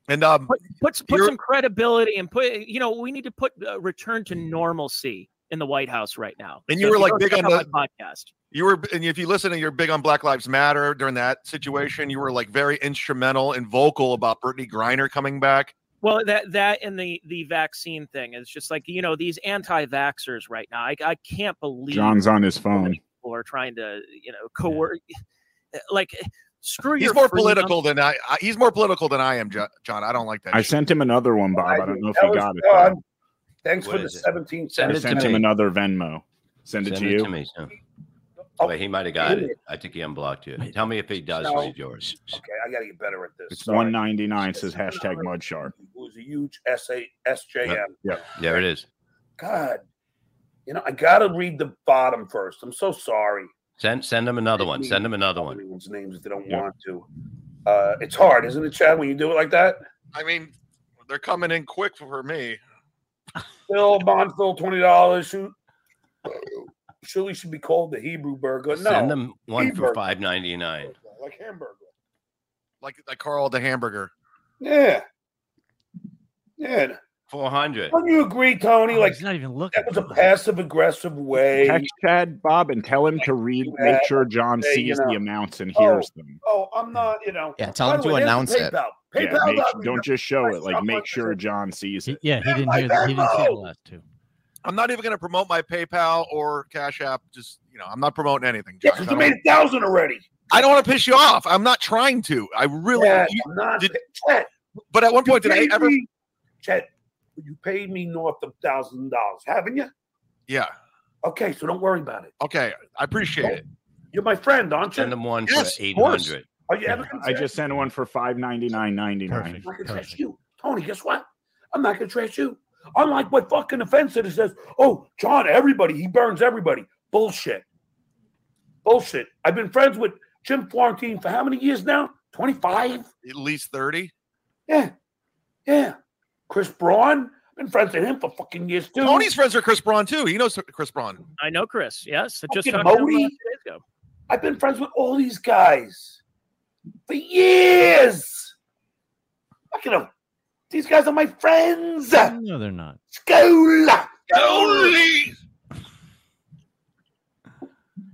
[SPEAKER 9] And um,
[SPEAKER 14] put put, put some credibility and put you know we need to put a return to normalcy in the White House right now.
[SPEAKER 9] And
[SPEAKER 14] So
[SPEAKER 9] you
[SPEAKER 14] if
[SPEAKER 9] were like
[SPEAKER 14] go
[SPEAKER 9] big
[SPEAKER 14] check
[SPEAKER 9] on
[SPEAKER 14] out
[SPEAKER 9] the-
[SPEAKER 14] my podcast.
[SPEAKER 9] You were, and if you listen, and you're big on Black Lives Matter during that situation, you were like very instrumental and vocal about Brittany Griner coming back.
[SPEAKER 14] Well, that that and the the vaccine thing is just like you know these anti-vaxxers right now. I, I can't believe
[SPEAKER 8] John's on his phone.
[SPEAKER 14] people are trying to you know coerce. Like eh, screw
[SPEAKER 9] He's
[SPEAKER 14] your
[SPEAKER 9] more
[SPEAKER 14] freedom.
[SPEAKER 9] political than I, I. He's more political than I am, Jo- John. I don't like that.
[SPEAKER 8] I
[SPEAKER 9] shit.
[SPEAKER 8] sent him another one, Bob. I don't know if
[SPEAKER 9] That
[SPEAKER 8] he
[SPEAKER 9] was
[SPEAKER 8] got it.
[SPEAKER 9] John.
[SPEAKER 8] though.
[SPEAKER 1] Thanks
[SPEAKER 4] What
[SPEAKER 1] for the
[SPEAKER 4] is it?
[SPEAKER 1] 17
[SPEAKER 4] Send
[SPEAKER 8] I
[SPEAKER 1] cents.
[SPEAKER 4] it to
[SPEAKER 8] sent him
[SPEAKER 4] me.
[SPEAKER 8] another Venmo. Send it
[SPEAKER 4] Send
[SPEAKER 8] to
[SPEAKER 4] it
[SPEAKER 8] you.
[SPEAKER 4] to me. so-
[SPEAKER 1] Oh,
[SPEAKER 4] Wait, he might have got it. I think he unblocked you. Tell me if he does
[SPEAKER 1] No.
[SPEAKER 4] read yours.
[SPEAKER 1] Okay, I got to get better at this.
[SPEAKER 8] It's
[SPEAKER 1] Sorry.
[SPEAKER 8] one ninety nine. Says hashtag mud shark.
[SPEAKER 1] Who's a huge SA, SJM.
[SPEAKER 8] Yeah.
[SPEAKER 4] There it is.
[SPEAKER 1] God, you know, I got to read the bottom first. I'm so sorry.
[SPEAKER 4] Send send him another one. Send him another one.
[SPEAKER 1] Everyone's names if they don't
[SPEAKER 4] Yeah.
[SPEAKER 1] want to. Uh, it's hard, isn't it, Chad, when you do it like that?
[SPEAKER 9] I mean, they're coming in quick for me.
[SPEAKER 1] Phil Bonfield, $20. Shoot. Surely should be called the Hebrew burger. No.
[SPEAKER 4] Send him one for
[SPEAKER 1] Hebrew,
[SPEAKER 4] five ninety nine.
[SPEAKER 1] Like hamburger.
[SPEAKER 9] Like like Carl the hamburger.
[SPEAKER 1] Yeah. Yeah.
[SPEAKER 4] Four hundred.
[SPEAKER 1] Don't you agree, Tony?
[SPEAKER 8] Oh,
[SPEAKER 1] like,
[SPEAKER 2] not even looking.
[SPEAKER 1] That was a passive aggressive way.
[SPEAKER 8] Text Chad Bob and tell him to read.
[SPEAKER 1] Yeah.
[SPEAKER 8] Make sure John
[SPEAKER 1] Hey, you
[SPEAKER 8] sees
[SPEAKER 1] know.
[SPEAKER 8] the amounts and
[SPEAKER 1] Oh,
[SPEAKER 8] hears them.
[SPEAKER 1] Oh, I'm not, you know.
[SPEAKER 8] Yeah, tell
[SPEAKER 1] By
[SPEAKER 8] him
[SPEAKER 1] the
[SPEAKER 8] to
[SPEAKER 1] way, here's
[SPEAKER 8] announce it.
[SPEAKER 1] PayPal.
[SPEAKER 8] Yeah,
[SPEAKER 1] PayPal.
[SPEAKER 8] make,
[SPEAKER 1] dot me.
[SPEAKER 8] don't just show it. Like
[SPEAKER 1] stuff
[SPEAKER 8] make
[SPEAKER 1] like
[SPEAKER 8] sure John sees it.
[SPEAKER 2] Yeah, he didn't
[SPEAKER 9] my
[SPEAKER 2] hear. The, he didn't see the
[SPEAKER 9] Venmo!
[SPEAKER 2] last two.
[SPEAKER 9] I'm not even going to promote my PayPal or Cash App. Just you know, I'm not promoting anything.
[SPEAKER 1] Yeah,
[SPEAKER 9] Josh.
[SPEAKER 1] 'cause
[SPEAKER 9] I
[SPEAKER 1] you
[SPEAKER 9] don't-
[SPEAKER 1] made a thousand already.
[SPEAKER 9] I don't want to piss you off. I'm not trying to. I really.
[SPEAKER 1] Yeah,
[SPEAKER 9] you-
[SPEAKER 1] I'm not.
[SPEAKER 9] did-
[SPEAKER 1] Chet,
[SPEAKER 9] but at one point, did I
[SPEAKER 1] paid
[SPEAKER 9] ever?
[SPEAKER 1] me- Chet, you paid me north of thousand dollars, haven't you?
[SPEAKER 9] Yeah.
[SPEAKER 1] Okay, so don't worry about it.
[SPEAKER 9] Okay, I appreciate it.
[SPEAKER 1] You're my friend, aren't you?
[SPEAKER 4] Send him one
[SPEAKER 1] Yes,
[SPEAKER 4] for
[SPEAKER 1] of
[SPEAKER 4] eight
[SPEAKER 1] course.
[SPEAKER 4] hundred.
[SPEAKER 1] Are you ever?
[SPEAKER 8] I just sent one for five ninety nine ninety nine.
[SPEAKER 1] I'm not gonna trash you, Tony. Guess what? I'm not gonna trash you. Unlike what fucking offense that says, "Oh, John, everybody, he burns everybody." Bullshit. Bullshit. I've been friends with Jim Florentine for how many years now? Twenty five.
[SPEAKER 9] At least thirty.
[SPEAKER 1] Yeah, yeah. Chris Braun. Been friends with him for fucking years too.
[SPEAKER 9] Tony's friends are Chris Braun too. He knows Chris Braun.
[SPEAKER 14] I know Chris. Yes, I just
[SPEAKER 1] Fucking
[SPEAKER 14] talked to him
[SPEAKER 1] Modi.
[SPEAKER 14] about two days ago.
[SPEAKER 1] I've been friends with all these guys for years. Fucking them. These guys are my friends.
[SPEAKER 2] No, they're not.
[SPEAKER 1] School.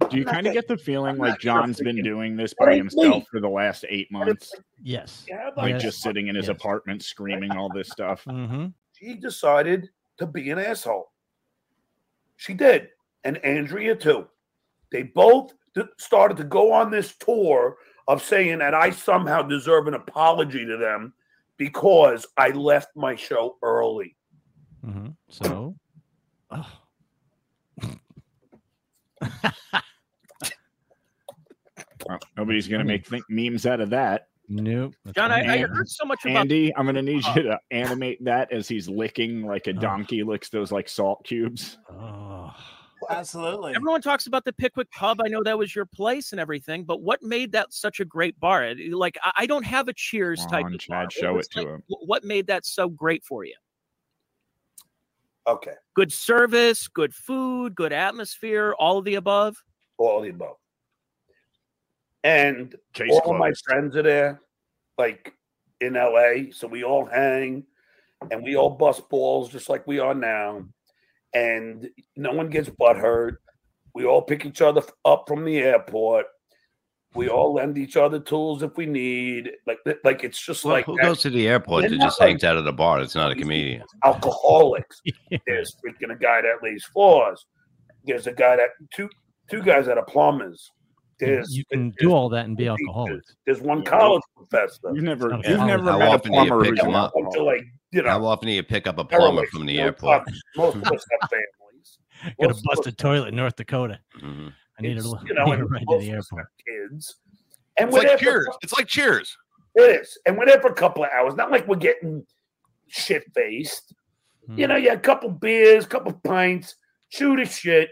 [SPEAKER 8] Do you kind of get the feeling like
[SPEAKER 1] not
[SPEAKER 8] John's
[SPEAKER 1] freaking-
[SPEAKER 8] been doing this
[SPEAKER 1] That
[SPEAKER 8] by
[SPEAKER 1] ain't me.
[SPEAKER 8] himself for the last eight months?
[SPEAKER 2] Yes.
[SPEAKER 8] Like
[SPEAKER 2] Yes.
[SPEAKER 8] just sitting in his apartment screaming all this stuff.
[SPEAKER 2] Mm-hmm.
[SPEAKER 1] She decided to be an asshole. She did. And Andrea, too. They both d- started to go on this tour of saying that I somehow deserve an apology to them because I left my show early.
[SPEAKER 2] Mm-hmm. So,
[SPEAKER 8] Well, nobody's gonna make think memes out of that.
[SPEAKER 2] nope.
[SPEAKER 14] John, I, I heard so much about Uh.
[SPEAKER 8] Andy, I'm gonna need you to animate that as he's licking like a donkey licks those like salt cubes.
[SPEAKER 7] Absolutely.
[SPEAKER 14] Everyone talks about the Pickwick Pub. I know that was your place and everything, but what made that such a great bar? It- Like I, I don't have a Cheers type.
[SPEAKER 8] Come on,
[SPEAKER 14] of bar.
[SPEAKER 8] Chad, show
[SPEAKER 14] was
[SPEAKER 8] it to
[SPEAKER 14] like-
[SPEAKER 8] him.
[SPEAKER 14] wh- What made that so great for you?
[SPEAKER 1] Okay.
[SPEAKER 14] Good service, good food, good atmosphere, all of the above.
[SPEAKER 1] all of the above. And
[SPEAKER 8] Case
[SPEAKER 1] all of my
[SPEAKER 8] closed.
[SPEAKER 1] friends are there, like in LA. So we all hang and we all bust balls just like we are now. And no one gets butthurt. We all pick each other up from the airport. We all lend each other tools if we need. Like, like it's just
[SPEAKER 4] Well,
[SPEAKER 1] like
[SPEAKER 4] who
[SPEAKER 1] that.
[SPEAKER 4] goes to the airport
[SPEAKER 1] They're
[SPEAKER 4] that
[SPEAKER 1] not
[SPEAKER 4] just
[SPEAKER 1] like-
[SPEAKER 4] hangs out at a bar? It's not a comedian.
[SPEAKER 1] alcoholics. There's freaking a guy that lays floors. There's a guy that two two guys that are plumbers. There's
[SPEAKER 2] you can do all that and be alcoholic.
[SPEAKER 1] There's one college professor.
[SPEAKER 8] You've never
[SPEAKER 2] not a
[SPEAKER 8] you've
[SPEAKER 2] problem.
[SPEAKER 8] never
[SPEAKER 4] How
[SPEAKER 8] met a
[SPEAKER 4] often do you
[SPEAKER 8] plumber
[SPEAKER 4] pick
[SPEAKER 8] who's
[SPEAKER 4] them
[SPEAKER 8] an
[SPEAKER 4] up?
[SPEAKER 1] Bunch of,
[SPEAKER 8] alcoholic.
[SPEAKER 1] like you know,
[SPEAKER 4] How often do you pick up a plumber
[SPEAKER 1] heroin,
[SPEAKER 4] from the
[SPEAKER 1] you know,
[SPEAKER 4] airport?
[SPEAKER 1] fuck, most of us have families.
[SPEAKER 2] Got a
[SPEAKER 1] Most of us
[SPEAKER 2] busted toilet in North Dakota.
[SPEAKER 4] Mhm.
[SPEAKER 2] I need to
[SPEAKER 1] It's,
[SPEAKER 2] look
[SPEAKER 1] you know,
[SPEAKER 2] need to
[SPEAKER 1] and
[SPEAKER 2] ride to
[SPEAKER 1] most
[SPEAKER 2] the airport.
[SPEAKER 1] kids. And
[SPEAKER 9] It's
[SPEAKER 1] we're there
[SPEAKER 9] like
[SPEAKER 1] for-
[SPEAKER 9] Cheers. It's like Cheers.
[SPEAKER 1] It is. And we're there for a couple of hours. Not like we're getting shit faced.
[SPEAKER 4] Hmm.
[SPEAKER 1] You know, you had a couple beers, couple pints, shoot a shit.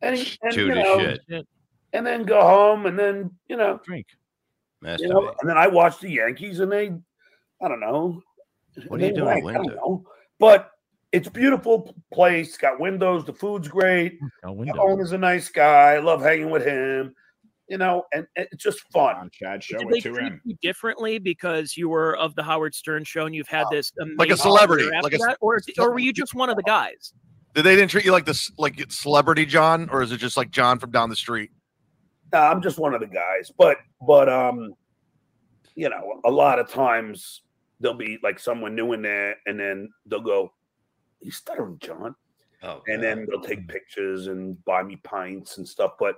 [SPEAKER 1] And, and
[SPEAKER 4] Shoot
[SPEAKER 1] you
[SPEAKER 4] his
[SPEAKER 1] know,
[SPEAKER 4] shit.
[SPEAKER 1] and then go home and then you know
[SPEAKER 2] drink.
[SPEAKER 1] You know, and then I watched the Yankees and they, I don't know.
[SPEAKER 4] What are you
[SPEAKER 1] They
[SPEAKER 4] doing
[SPEAKER 1] lagged,
[SPEAKER 4] in
[SPEAKER 1] I don't
[SPEAKER 4] winter?
[SPEAKER 1] know. But it's a beautiful place. It's got windows. The food's great. The owner's a nice guy. I love hanging with him. You know, and, and it's just fun.
[SPEAKER 8] Chad,
[SPEAKER 1] show
[SPEAKER 14] Did they treat you differently because you were of the Howard Stern show and you've had this
[SPEAKER 9] Like a
[SPEAKER 14] amazing
[SPEAKER 9] celebrity,
[SPEAKER 14] career
[SPEAKER 9] like
[SPEAKER 14] after
[SPEAKER 9] a-
[SPEAKER 14] that? or or were you just one of the guys?
[SPEAKER 9] Did they didn't treat you like this like it's celebrity John, or is it just like John from down the street?
[SPEAKER 1] No, I'm just one of the guys, but but um, you know, a lot of times there'll be like someone new in there, and then they'll go, "You stuttering, John,"
[SPEAKER 4] oh,
[SPEAKER 1] and then they'll take pictures and buy me pints and stuff. But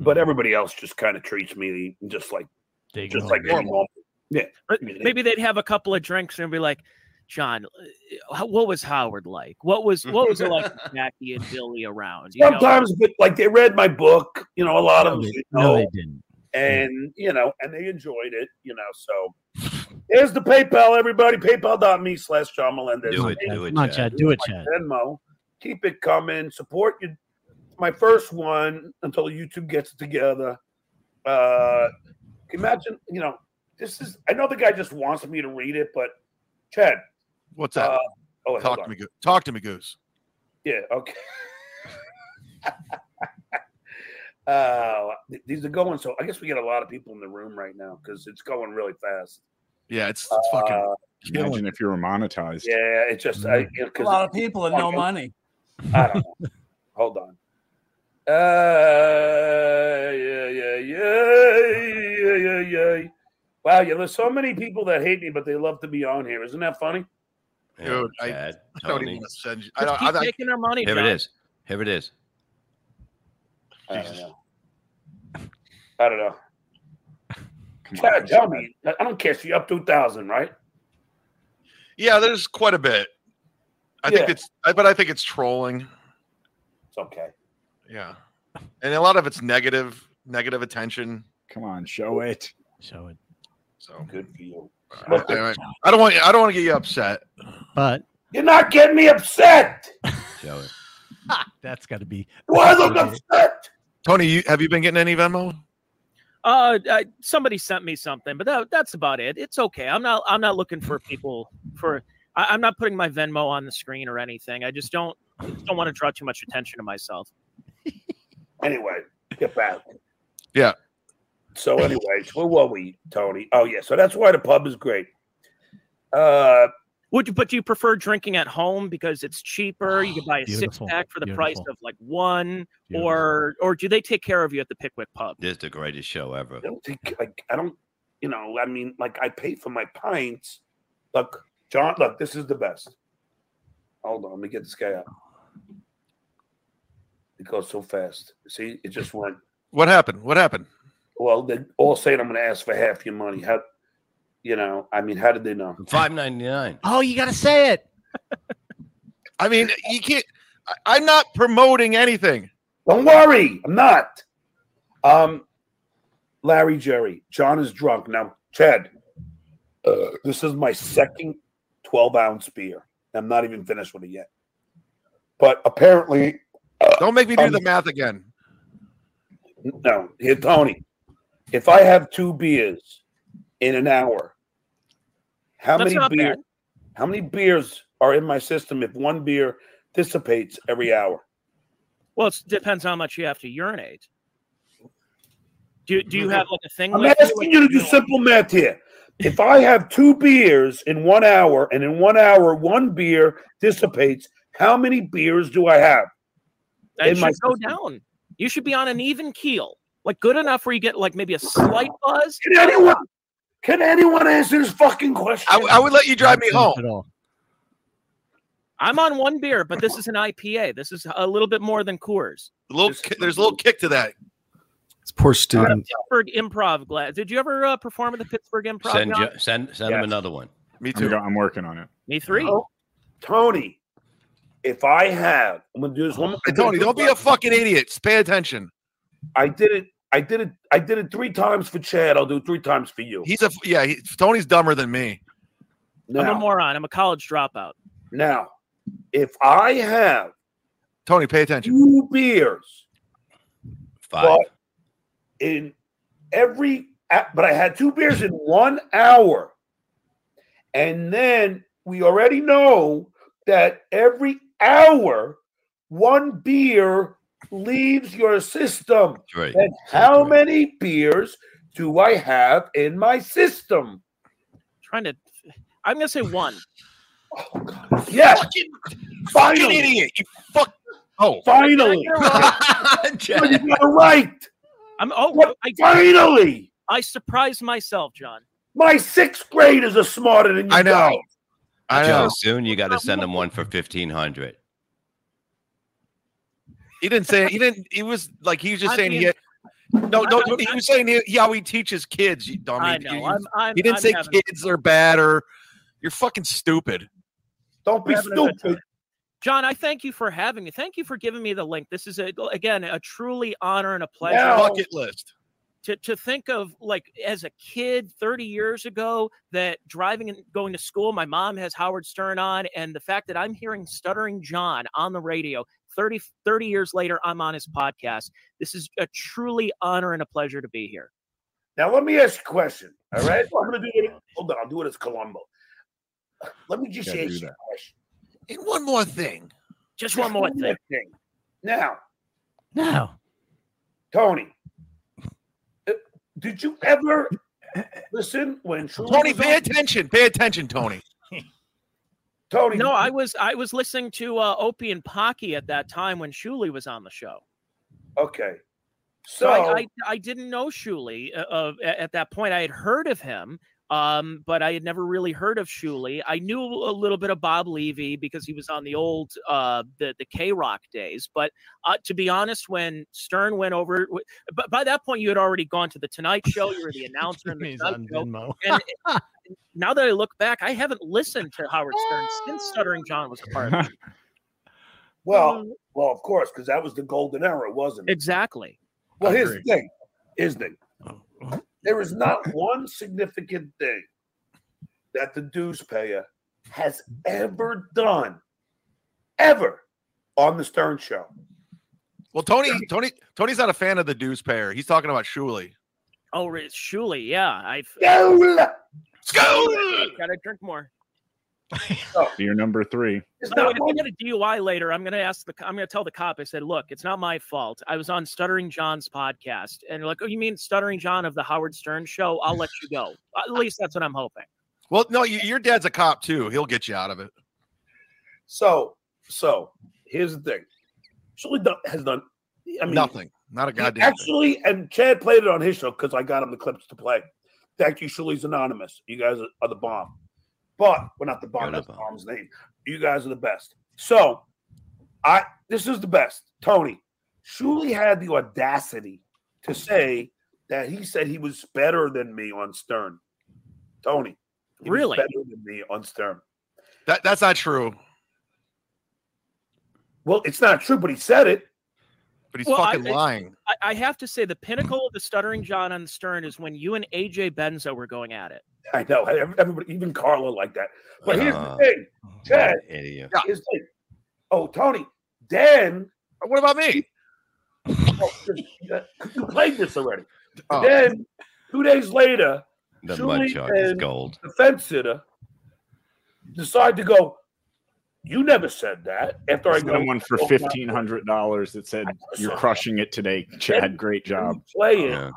[SPEAKER 1] but everybody else just kind of treats me just like just like any normal. Yeah,
[SPEAKER 14] But maybe they'd have a couple of drinks and be like, "John, uh, how- what was Howard like? What was what was it like with Jackie and Billy around?" You know?
[SPEAKER 1] sometimes, but like they read my book. You know, a lot of them.
[SPEAKER 14] No, they-
[SPEAKER 1] you
[SPEAKER 14] no, they
[SPEAKER 1] know,
[SPEAKER 2] didn't.
[SPEAKER 1] And you know, and they enjoyed it. You know, so here's the PayPal, everybody. PayPal.me slash John Melendez.
[SPEAKER 2] Do it, do it, Come on, Chad. Chad, do it,
[SPEAKER 1] My
[SPEAKER 2] Chad.
[SPEAKER 1] Venmo. Keep it coming. Support you. My first one until YouTube gets it together. Uh, can you imagine, you know, this is. I know the guy just wants me to read it, but Chad,
[SPEAKER 9] what's that?
[SPEAKER 1] Uh, oh, hold
[SPEAKER 9] talk
[SPEAKER 1] on.
[SPEAKER 9] to me, Goo- talk to me, Goose.
[SPEAKER 1] Yeah. Okay. uh, th- these are going so. I guess we get a lot of people in the room right now because it's going really fast.
[SPEAKER 9] Yeah, it's,
[SPEAKER 8] it's
[SPEAKER 1] fucking
[SPEAKER 8] Imagine if you were monetized.
[SPEAKER 1] Yeah, it's just I, you know, 'cause
[SPEAKER 8] A lot
[SPEAKER 1] it-
[SPEAKER 8] of people and no money.
[SPEAKER 1] I don't know. Hold on. Uh, yeah, yeah, yeah, yeah, yeah, yeah. Wow, yeah, there's so many people that hate me, but they love to be on here. Isn't that funny?
[SPEAKER 9] Dude, I,
[SPEAKER 4] Chad,
[SPEAKER 9] I don't even
[SPEAKER 4] Tony.
[SPEAKER 9] want to send you.
[SPEAKER 4] Just
[SPEAKER 9] I don't,
[SPEAKER 4] keep
[SPEAKER 9] I, I,
[SPEAKER 4] taking
[SPEAKER 14] our money,
[SPEAKER 4] Here it is. Here it is.
[SPEAKER 1] I don't know. I don't know. Chad, tell me. I I don't care. So you're up 2,000, right?
[SPEAKER 9] Yeah, there's quite a bit. I think
[SPEAKER 1] Yeah.
[SPEAKER 9] it's, I, but I think it's trolling.
[SPEAKER 1] It's okay.
[SPEAKER 9] Yeah, and a lot of it's negative, negative attention.
[SPEAKER 8] Come on, show it.
[SPEAKER 2] Show it.
[SPEAKER 9] So
[SPEAKER 1] good for you.
[SPEAKER 9] I, I- I don't want. I don't want to get you upset.
[SPEAKER 2] But
[SPEAKER 1] You're not getting me upset.
[SPEAKER 4] Show it.
[SPEAKER 2] That's got to be.
[SPEAKER 1] Why look upset?
[SPEAKER 9] Tony, you, have you been getting any Venmo?
[SPEAKER 14] Uh, I, somebody sent me something, but that, that's about it. It's okay. I'm not. I'm not looking for people for. I, I'm not putting my Venmo on the screen or anything. I just don't don't want to draw too much attention to myself.
[SPEAKER 1] Anyway, get back.
[SPEAKER 9] Yeah.
[SPEAKER 1] So, anyways, where were we, Tony? Oh, yeah. So that's why the pub is great. Uh,
[SPEAKER 14] Would you, but do you prefer drinking at home because it's cheaper? You could buy a six
[SPEAKER 4] Beautiful,
[SPEAKER 14] pack for the price
[SPEAKER 4] beautiful.
[SPEAKER 14] of like one, or or do they take care of you at the Pickwick Pub?
[SPEAKER 4] This is the greatest show ever.
[SPEAKER 1] I don't think like I don't, you know, I mean, like I pay for my pints. Look, John, look, this is the best. Hold on, let me get this guy up. It goes so fast. See, it just went.
[SPEAKER 9] What happened? What happened?
[SPEAKER 1] Well, they all saying I'm going to ask for half your money. How, you know, I mean, how did they know?
[SPEAKER 4] Five ninety nine.
[SPEAKER 2] Oh, you gotta say it.
[SPEAKER 9] I mean, you can't. I, I'm not promoting anything.
[SPEAKER 1] Don't worry, I'm not. Um, Larry, Jerry, John is drunk now. Chad, uh, this is my second 12 ounce beer. I'm not even finished with it yet. But apparently, uh, um,
[SPEAKER 9] don't make me do the math again.
[SPEAKER 1] No, here, Tony. If I have two beers in an hour, how
[SPEAKER 14] That's
[SPEAKER 1] many
[SPEAKER 14] not
[SPEAKER 1] beer,
[SPEAKER 14] bad.
[SPEAKER 1] How many beers are in my system if one beer dissipates every hour?
[SPEAKER 14] Well, it depends how much you have to urinate. Do do you have like a thing?
[SPEAKER 1] Mm-hmm. I'm
[SPEAKER 14] with
[SPEAKER 1] asking you to do simple math here. If I have two beers in one hour, and in one hour one beer dissipates, how many beers do I have?
[SPEAKER 14] That
[SPEAKER 1] in
[SPEAKER 14] should
[SPEAKER 1] my
[SPEAKER 14] go down. You should be on an even keel, like good enough where you get like maybe a slight buzz.
[SPEAKER 1] Can anyone? Can anyone answer this fucking question?
[SPEAKER 9] I, I would let you drive me home.
[SPEAKER 14] I'm on one beer, but this is an IPA. This is a little bit more than Coors.
[SPEAKER 9] A little, ki- there's a little kick to that.
[SPEAKER 16] It's poor
[SPEAKER 14] Out of
[SPEAKER 16] student.
[SPEAKER 14] Pittsburgh Improv glass. Did you ever uh, perform at the Pittsburgh Improv?
[SPEAKER 4] Send
[SPEAKER 14] John?
[SPEAKER 4] Jo- send send him another one.
[SPEAKER 9] Me
[SPEAKER 8] I'm, go- I'm working on it.
[SPEAKER 14] Me three.
[SPEAKER 1] Tony, if I have, I'm gonna do this one.
[SPEAKER 9] Hey, Tony, don't be a fucking idiot. Pay attention.
[SPEAKER 1] I did it. I did it. I did it three times for Chad. I'll do it three times for you.
[SPEAKER 9] He's a yeah. He, Tony's dumber than me.
[SPEAKER 14] I'm
[SPEAKER 1] Now-
[SPEAKER 14] a moron. I'm a college dropout.
[SPEAKER 1] Now, if I have
[SPEAKER 9] Tony, pay attention.
[SPEAKER 1] Two beers.
[SPEAKER 4] Five.
[SPEAKER 1] in every, but I had two beers in one hour. And then we already know that every hour, one beer leaves your system.
[SPEAKER 4] right.
[SPEAKER 1] And how many beers do I have in my system?
[SPEAKER 14] Trying to, I'm gonna say one.
[SPEAKER 1] Yes.
[SPEAKER 9] Fucking
[SPEAKER 1] Finally.
[SPEAKER 9] idiot! You fuck. Oh,
[SPEAKER 1] Finally.
[SPEAKER 14] Jack.
[SPEAKER 1] you got it right.
[SPEAKER 14] I'm oh I,
[SPEAKER 1] Finally.
[SPEAKER 14] I surprised myself, John.
[SPEAKER 1] My sixth graders are smarter than you.
[SPEAKER 14] I know.
[SPEAKER 1] guys.
[SPEAKER 9] I
[SPEAKER 4] Joe, soon you got to send them one for fifteen hundred.
[SPEAKER 9] He didn't say. He didn't. He was like he was just
[SPEAKER 14] I
[SPEAKER 9] saying he.
[SPEAKER 14] mean-
[SPEAKER 9] Had, no, no,
[SPEAKER 14] I'm-
[SPEAKER 9] he was saying he, he- how he teaches kids. You dummy.
[SPEAKER 14] I know,
[SPEAKER 9] You-
[SPEAKER 14] I'm- I'm-
[SPEAKER 9] he didn't
[SPEAKER 14] I'm
[SPEAKER 9] say
[SPEAKER 14] having-
[SPEAKER 9] kids are bad or you're fucking stupid.
[SPEAKER 1] Don't
[SPEAKER 14] be Having a good stupid. John, I thank you for having me. Thank you for giving me the link. This is a, again a truly honor and a pleasure.
[SPEAKER 9] Bucket list.
[SPEAKER 14] to to think of like as a kid 30 years ago that driving and going to school my mom has howard stern on and the fact that i'm hearing stuttering john on the radio 30 30 years later i'm on his podcast this is a truly honor and a pleasure to be here
[SPEAKER 1] Now let me ask you a question. All right, I'm gonna do it. Hold on, I'll do it as Columbo. Let me just
[SPEAKER 9] Gotta
[SPEAKER 1] ask
[SPEAKER 9] do
[SPEAKER 1] you a
[SPEAKER 9] that.
[SPEAKER 1] question.
[SPEAKER 9] And one more thing.
[SPEAKER 14] Just one more thing.
[SPEAKER 1] Now,
[SPEAKER 2] No.
[SPEAKER 1] Tony, uh, did you ever listen when Truman
[SPEAKER 9] Tony,
[SPEAKER 1] was on-
[SPEAKER 9] pay attention. Pay attention, Tony.
[SPEAKER 1] Tony.
[SPEAKER 14] No, I was I was listening to uh, Opie and Pocky at that time when Shuli was on the show.
[SPEAKER 1] Okay.
[SPEAKER 14] So,
[SPEAKER 1] So-
[SPEAKER 14] I, I I didn't know Shuli uh, uh, a- at that point. I had heard of him, um, but I had never really heard of Shuli. I knew a little bit of Bob Levy because he was on
[SPEAKER 2] Mm-hmm.
[SPEAKER 14] the old uh, the the K Rock days. But uh, to be honest, when Stern went over, w- but by that point you had already gone to the Tonight Show. You were the announcer. in the
[SPEAKER 2] He's
[SPEAKER 14] Tonight
[SPEAKER 2] on
[SPEAKER 14] Show.
[SPEAKER 2] Venmo.
[SPEAKER 14] And it- now that I look back, I haven't listened to Howard Stern since Stuttering John was a part of it.
[SPEAKER 1] Well,
[SPEAKER 14] mm-hmm.
[SPEAKER 1] well, of course, because that was the golden era, wasn't it?
[SPEAKER 14] Exactly.
[SPEAKER 1] Well, here's the thing. Here's the
[SPEAKER 9] Uh-huh.
[SPEAKER 1] thing. There is not one significant thing that the dues payer has ever done, ever, on the Stern Show.
[SPEAKER 9] Well, Tony, Tony, Tony's not a fan of the dues payer. He's talking about Shuli.
[SPEAKER 14] Oh, it's Shuli, yeah. I've Gotta drink more.
[SPEAKER 8] Beer number three.
[SPEAKER 1] It's
[SPEAKER 14] By the way, if I get a DUI later, I'm gonna ask the. co- I'm gonna tell the cop. I said, "Look, it's not my fault. I was on Stuttering John's podcast, and they're like, oh, you mean Stuttering John of the Howard Stern Show? I'll let you go. At least that's what I'm hoping."
[SPEAKER 9] Well, no, y- your dad's a cop too. He'll get you out of it.
[SPEAKER 1] So, so here's the thing. Shirley Dun- has done. I mean,
[SPEAKER 9] Nothing. Not a goddamn. thing.
[SPEAKER 1] Actually, and Chad played it on his show because I got him the clips to play. Thank you, Shirley's Anonymous. You guys are, are the bomb. But we're not the bomb. That's the bomb's name. You guys are the best. So, I this is the best. Tony, Shirley had the audacity to say that he said he was better than me on Stern. Tony, he was
[SPEAKER 14] Really?
[SPEAKER 1] better than me on Stern.
[SPEAKER 9] That that's not true.
[SPEAKER 1] Well, it's not true, but he said it.
[SPEAKER 9] But
[SPEAKER 14] Well, I- it's- I, I have to say, the pinnacle of the Stuttering John on Stern is when you and AJ Benzo were going at it.
[SPEAKER 1] I know. Ev- Everybody, even Carla, like that. But here's the
[SPEAKER 4] Uh,
[SPEAKER 1] thing, Chad.
[SPEAKER 4] Idiot.
[SPEAKER 1] Here's the thing. Oh, Tony. Then
[SPEAKER 9] what about me?
[SPEAKER 1] Oh, uh, you played this already.
[SPEAKER 9] Oh.
[SPEAKER 1] Then two days later,
[SPEAKER 4] The
[SPEAKER 1] Julie
[SPEAKER 4] mud shark is
[SPEAKER 1] and
[SPEAKER 4] gold.
[SPEAKER 1] The fence sitter decide to go. You never said that. After I go
[SPEAKER 8] Someone for fifteen hundred dollars that said you're crushing it today, Chad. Great job.
[SPEAKER 1] play it.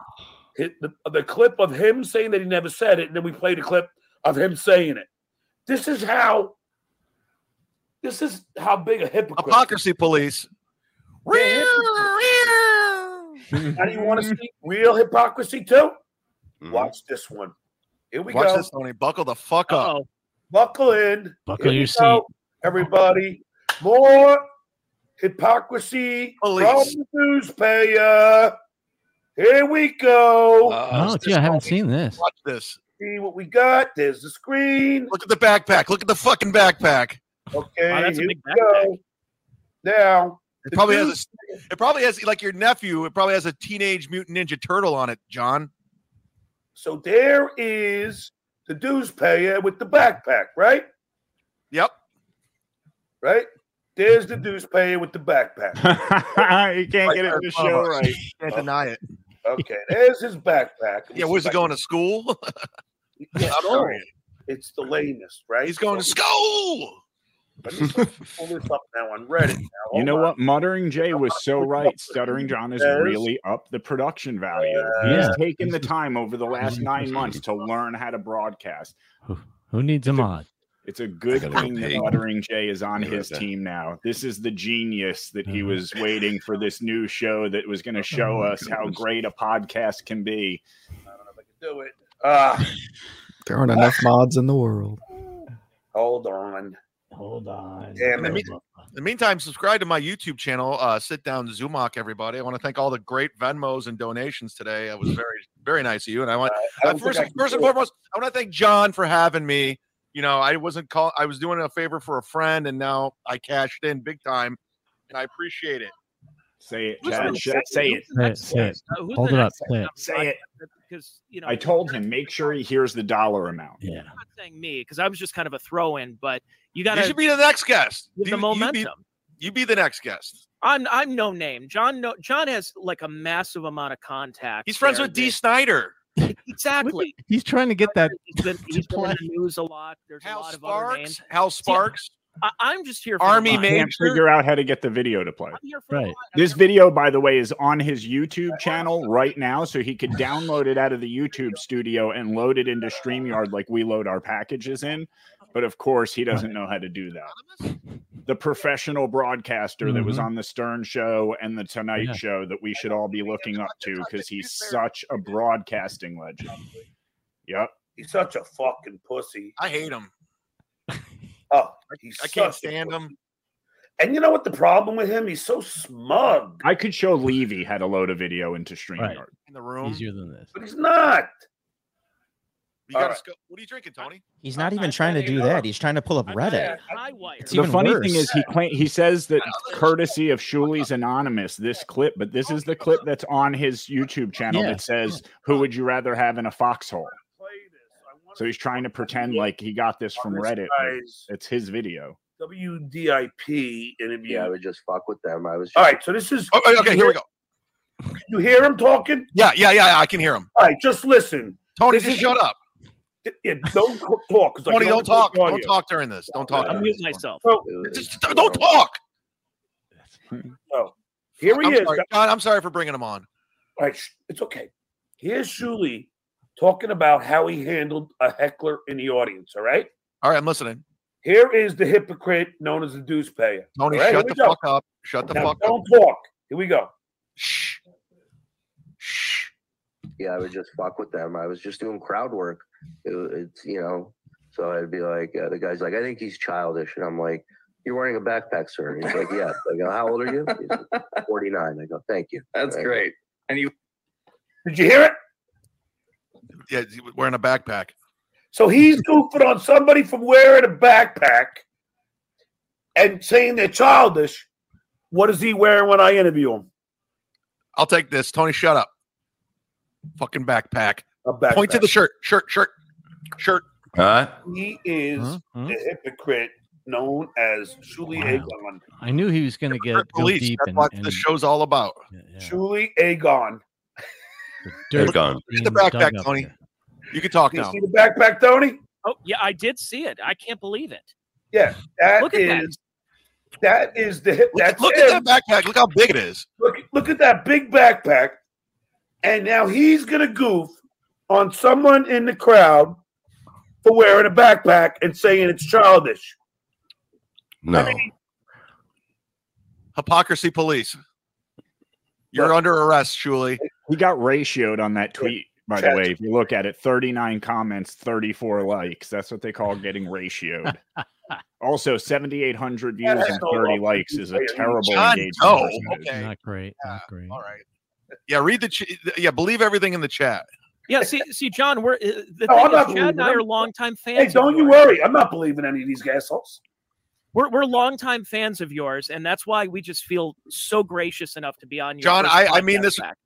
[SPEAKER 1] Hit the, the clip of him saying that he never said it, and then we played a clip of him saying it. This is how. This is how big a hypocrite.
[SPEAKER 9] Hypocrisy police.
[SPEAKER 1] Real, How do you want to see real hypocrisy too? Watch this one. Here we
[SPEAKER 9] Mm-hmm. Watch
[SPEAKER 1] go.
[SPEAKER 9] this, Tony. Buckle the fuck up.
[SPEAKER 1] Buckle in.
[SPEAKER 9] Buckle
[SPEAKER 1] Here we
[SPEAKER 9] your
[SPEAKER 1] go, everybody. More hypocrisy
[SPEAKER 9] Police.
[SPEAKER 1] from the newspaper. Here we go.
[SPEAKER 9] Uh,
[SPEAKER 2] oh, gee, I haven't seen this.
[SPEAKER 9] Watch this.
[SPEAKER 1] See what we got. There's the screen.
[SPEAKER 9] Look at the backpack. Look at the fucking backpack.
[SPEAKER 1] Okay,
[SPEAKER 9] that's a
[SPEAKER 1] here
[SPEAKER 9] big
[SPEAKER 1] we go. Now
[SPEAKER 9] It probably has a, it probably has like your nephew, it probably has a teenage mutant ninja turtle on it, John.
[SPEAKER 1] So there is the dues payer with the backpack, right?
[SPEAKER 9] Yep.
[SPEAKER 1] Right? There's the dues payer with the backpack.
[SPEAKER 8] you can't get it in the show right.
[SPEAKER 9] Can't deny it.
[SPEAKER 1] Okay, there's his backpack.
[SPEAKER 9] Yeah, where's he going to school?
[SPEAKER 1] Yeah, no, it's the lamest, right?
[SPEAKER 9] He's going to school.
[SPEAKER 1] Let me pull this up now on Reddit. Now. Oh
[SPEAKER 8] You know what? Muttering Jay was so right. Stuttering John is really up the production value. He's
[SPEAKER 2] Yeah.
[SPEAKER 8] taken the time over the last nine months to learn how to broadcast.
[SPEAKER 2] Who needs a mod?
[SPEAKER 8] It's a good
[SPEAKER 2] gotta go
[SPEAKER 8] thing that
[SPEAKER 2] pee.
[SPEAKER 8] Muttering Jay is on his
[SPEAKER 2] that.
[SPEAKER 8] team now. This is the genius that he was waiting for this new show that was going to show
[SPEAKER 1] Oh, my
[SPEAKER 8] us how
[SPEAKER 1] goodness.
[SPEAKER 8] great a podcast can be.
[SPEAKER 1] Do it. Uh,
[SPEAKER 13] There aren't enough mods in the world.
[SPEAKER 1] hold on.
[SPEAKER 9] Hold on.
[SPEAKER 1] Damn
[SPEAKER 9] in, the
[SPEAKER 1] it.
[SPEAKER 9] mean- in the meantime, subscribe to my YouTube channel, uh, Sit Down Zumok, everybody. I want to thank all the great Venmos and donations today. It was very, very nice of you. And I want,
[SPEAKER 1] I
[SPEAKER 9] uh,
[SPEAKER 1] don't
[SPEAKER 9] first,
[SPEAKER 1] think I can
[SPEAKER 9] first and
[SPEAKER 1] do it.
[SPEAKER 9] foremost, I want to thank John for having me. You know, I wasn't call. I was doing a favor for a friend, and now I cashed in big time, and I appreciate it.
[SPEAKER 8] Say it,
[SPEAKER 9] Chad.
[SPEAKER 8] Say it. Say it.
[SPEAKER 2] Say it, say it.
[SPEAKER 9] Uh,
[SPEAKER 2] Hold it up. Say it.
[SPEAKER 8] Say it.
[SPEAKER 14] Because you know,
[SPEAKER 8] I told him make sure he hears the dollar amount.
[SPEAKER 2] Yeah.
[SPEAKER 14] saying me because I was just kind of a throw in, but you got
[SPEAKER 9] you should be the next guest.
[SPEAKER 14] With
[SPEAKER 9] You-
[SPEAKER 14] the
[SPEAKER 9] you be-
[SPEAKER 14] momentum.
[SPEAKER 9] you be the next guest.
[SPEAKER 14] I'm I'm no name. John no John has like a massive amount of contact.
[SPEAKER 9] He's friends
[SPEAKER 14] there
[SPEAKER 9] with D.
[SPEAKER 14] that-
[SPEAKER 9] Snyder.
[SPEAKER 14] Exactly.
[SPEAKER 2] He's trying to get that.
[SPEAKER 14] He's been, he's been in the news a lot. There's a lot of other names.
[SPEAKER 9] Hal Sparks.
[SPEAKER 14] I, I'm just here for
[SPEAKER 9] Army
[SPEAKER 14] the
[SPEAKER 8] I
[SPEAKER 14] line.
[SPEAKER 8] can't figure out how to get the video to play.
[SPEAKER 14] Right.
[SPEAKER 8] This video, by the way, is on his YouTube channel right now, so he could download it out of the YouTube studio and load it into StreamYard like we load our packages in. But of course, he doesn't know how to do that. The professional broadcaster that was
[SPEAKER 2] Mm-hmm.
[SPEAKER 10] Mhm.
[SPEAKER 8] on the Stern Show and the Tonight Show that we should all be looking up to because he's such a broadcasting legend. Yep.
[SPEAKER 1] He's such a fucking pussy.
[SPEAKER 9] I hate him.
[SPEAKER 1] Oh, he's
[SPEAKER 9] I can't
[SPEAKER 1] such a
[SPEAKER 9] stand
[SPEAKER 1] pussy.
[SPEAKER 9] him.
[SPEAKER 1] And you know what the problem with him? He's so smug,
[SPEAKER 8] I could show Levy how to load a video into StreamYard.
[SPEAKER 9] in the room.
[SPEAKER 2] Easier than this.
[SPEAKER 1] but he's not.
[SPEAKER 9] You got to go. What are you drinking, Tony?
[SPEAKER 12] He's not even trying to do that. He's trying to pull up Reddit. It's
[SPEAKER 8] the
[SPEAKER 12] even
[SPEAKER 8] funny
[SPEAKER 12] worse.
[SPEAKER 8] thing is he claim, he says that courtesy of Shuli's Anonymous, this clip, but this is the clip that's on his YouTube channel
[SPEAKER 1] Yeah.
[SPEAKER 8] that says, Who would you rather have in a foxhole? So he's trying to pretend like he got this from Reddit. It's his video.
[SPEAKER 1] WDIP interview.
[SPEAKER 8] Yeah, I
[SPEAKER 1] would just fuck with them. I was. All right, so this is.
[SPEAKER 9] Oh, okay, here we go.
[SPEAKER 1] Can you hear him talking?
[SPEAKER 9] Yeah, yeah, yeah. I can hear him.
[SPEAKER 1] All right, just listen.
[SPEAKER 9] Tony,
[SPEAKER 1] This
[SPEAKER 9] just
[SPEAKER 1] is-
[SPEAKER 9] shut up.
[SPEAKER 1] Yeah, don't co- talk. 'cause I
[SPEAKER 9] Tony,
[SPEAKER 1] can
[SPEAKER 9] don't
[SPEAKER 1] only
[SPEAKER 9] talk.
[SPEAKER 1] hear
[SPEAKER 9] Don't
[SPEAKER 1] audio.
[SPEAKER 9] talk during this. Don't talk.
[SPEAKER 1] I'll
[SPEAKER 9] during
[SPEAKER 1] mute
[SPEAKER 9] this.
[SPEAKER 14] myself.
[SPEAKER 1] So,
[SPEAKER 9] Just don't talk.
[SPEAKER 1] No. Here he
[SPEAKER 9] I'm
[SPEAKER 1] is.
[SPEAKER 9] sorry. John, I'm sorry for bringing him on.
[SPEAKER 1] All right, sh- it's okay. Here's Shuli talking about how he handled a heckler in the audience. All right.
[SPEAKER 9] All right, I'm listening.
[SPEAKER 1] Here is the hypocrite known as the deuce payer.
[SPEAKER 9] Tony,
[SPEAKER 1] All right,
[SPEAKER 9] shut
[SPEAKER 1] here
[SPEAKER 9] the
[SPEAKER 1] we go.
[SPEAKER 9] fuck up. Shut the
[SPEAKER 1] Now,
[SPEAKER 9] fuck up.
[SPEAKER 1] don't talk. Here we go.
[SPEAKER 16] yeah, I would just fuck with them. I was just doing crowd work. It, it's you know, so I'd be like, uh, the guy's like, I think he's childish, and I'm like, you're wearing a backpack, sir. And he's like, yeah. I go, how old are you? He's like, 49. I go, thank you.
[SPEAKER 7] That's
[SPEAKER 16] I go,
[SPEAKER 7] great. And you
[SPEAKER 1] Did you hear it?
[SPEAKER 9] Yeah, he was wearing a backpack.
[SPEAKER 1] So he's goofing on somebody from wearing a backpack and saying they're childish. What is he wearing when I interview him?
[SPEAKER 9] I'll take this. Tony, shut up. Fucking backpack.
[SPEAKER 1] A backpack.
[SPEAKER 9] Point to the shirt. Shirt. Shirt. Shirt.
[SPEAKER 4] Huh?
[SPEAKER 1] He is the hypocrite known as Shuli Agon.
[SPEAKER 2] I knew he was going to get go
[SPEAKER 9] Police.
[SPEAKER 2] deep
[SPEAKER 9] That's
[SPEAKER 2] and,
[SPEAKER 9] what
[SPEAKER 2] and
[SPEAKER 9] this show's all about.
[SPEAKER 1] Shuli Agon.
[SPEAKER 2] dirt
[SPEAKER 4] Agon.
[SPEAKER 9] Get
[SPEAKER 2] being
[SPEAKER 9] the backpack,
[SPEAKER 2] dug up
[SPEAKER 9] Tony.
[SPEAKER 2] there.
[SPEAKER 9] You can talk
[SPEAKER 1] You
[SPEAKER 9] now.
[SPEAKER 1] see the backpack, Tony?
[SPEAKER 14] Oh yeah, I did see it. I can't believe it.
[SPEAKER 1] Yeah, that
[SPEAKER 14] Look at that.
[SPEAKER 1] is- that is the hip. That's
[SPEAKER 9] Look
[SPEAKER 1] him.
[SPEAKER 9] at that backpack. Look how big it is.
[SPEAKER 1] Look, look at that big backpack. And now he's gonna goof on someone in the crowd for wearing a backpack and saying it's childish.
[SPEAKER 4] No.
[SPEAKER 9] Hypocrisy police. You're under arrest, Shuli.
[SPEAKER 8] He got ratioed on that tweet, by the
[SPEAKER 9] Chad.
[SPEAKER 8] way. If you look at it, 39 comments, 34 likes. That's what they call getting ratioed. also, 7,800 views
[SPEAKER 9] That's
[SPEAKER 8] and
[SPEAKER 9] so
[SPEAKER 8] 30
[SPEAKER 9] awful.
[SPEAKER 8] likes is a
[SPEAKER 9] Wait,
[SPEAKER 8] terrible
[SPEAKER 9] John,
[SPEAKER 8] engagement.
[SPEAKER 9] no.
[SPEAKER 8] percentage.
[SPEAKER 9] Okay.
[SPEAKER 2] Not great. Not great.
[SPEAKER 9] All right. Yeah, read the ch- yeah, believe everything in the chat.
[SPEAKER 14] Yeah, see, see, John, we're uh, the
[SPEAKER 1] No, I'm
[SPEAKER 14] thing
[SPEAKER 1] not
[SPEAKER 14] is, Chad
[SPEAKER 1] believing
[SPEAKER 14] and I
[SPEAKER 1] him.
[SPEAKER 14] are longtime
[SPEAKER 1] Hey,
[SPEAKER 14] fans. of
[SPEAKER 1] don't you
[SPEAKER 14] yours.
[SPEAKER 1] worry. I'm not believing any of these assholes.
[SPEAKER 14] We're we're longtime fans of yours, and that's why we just feel so gracious enough to be on your
[SPEAKER 9] John,
[SPEAKER 14] first
[SPEAKER 9] I, I mean
[SPEAKER 14] podcast
[SPEAKER 9] this
[SPEAKER 14] back.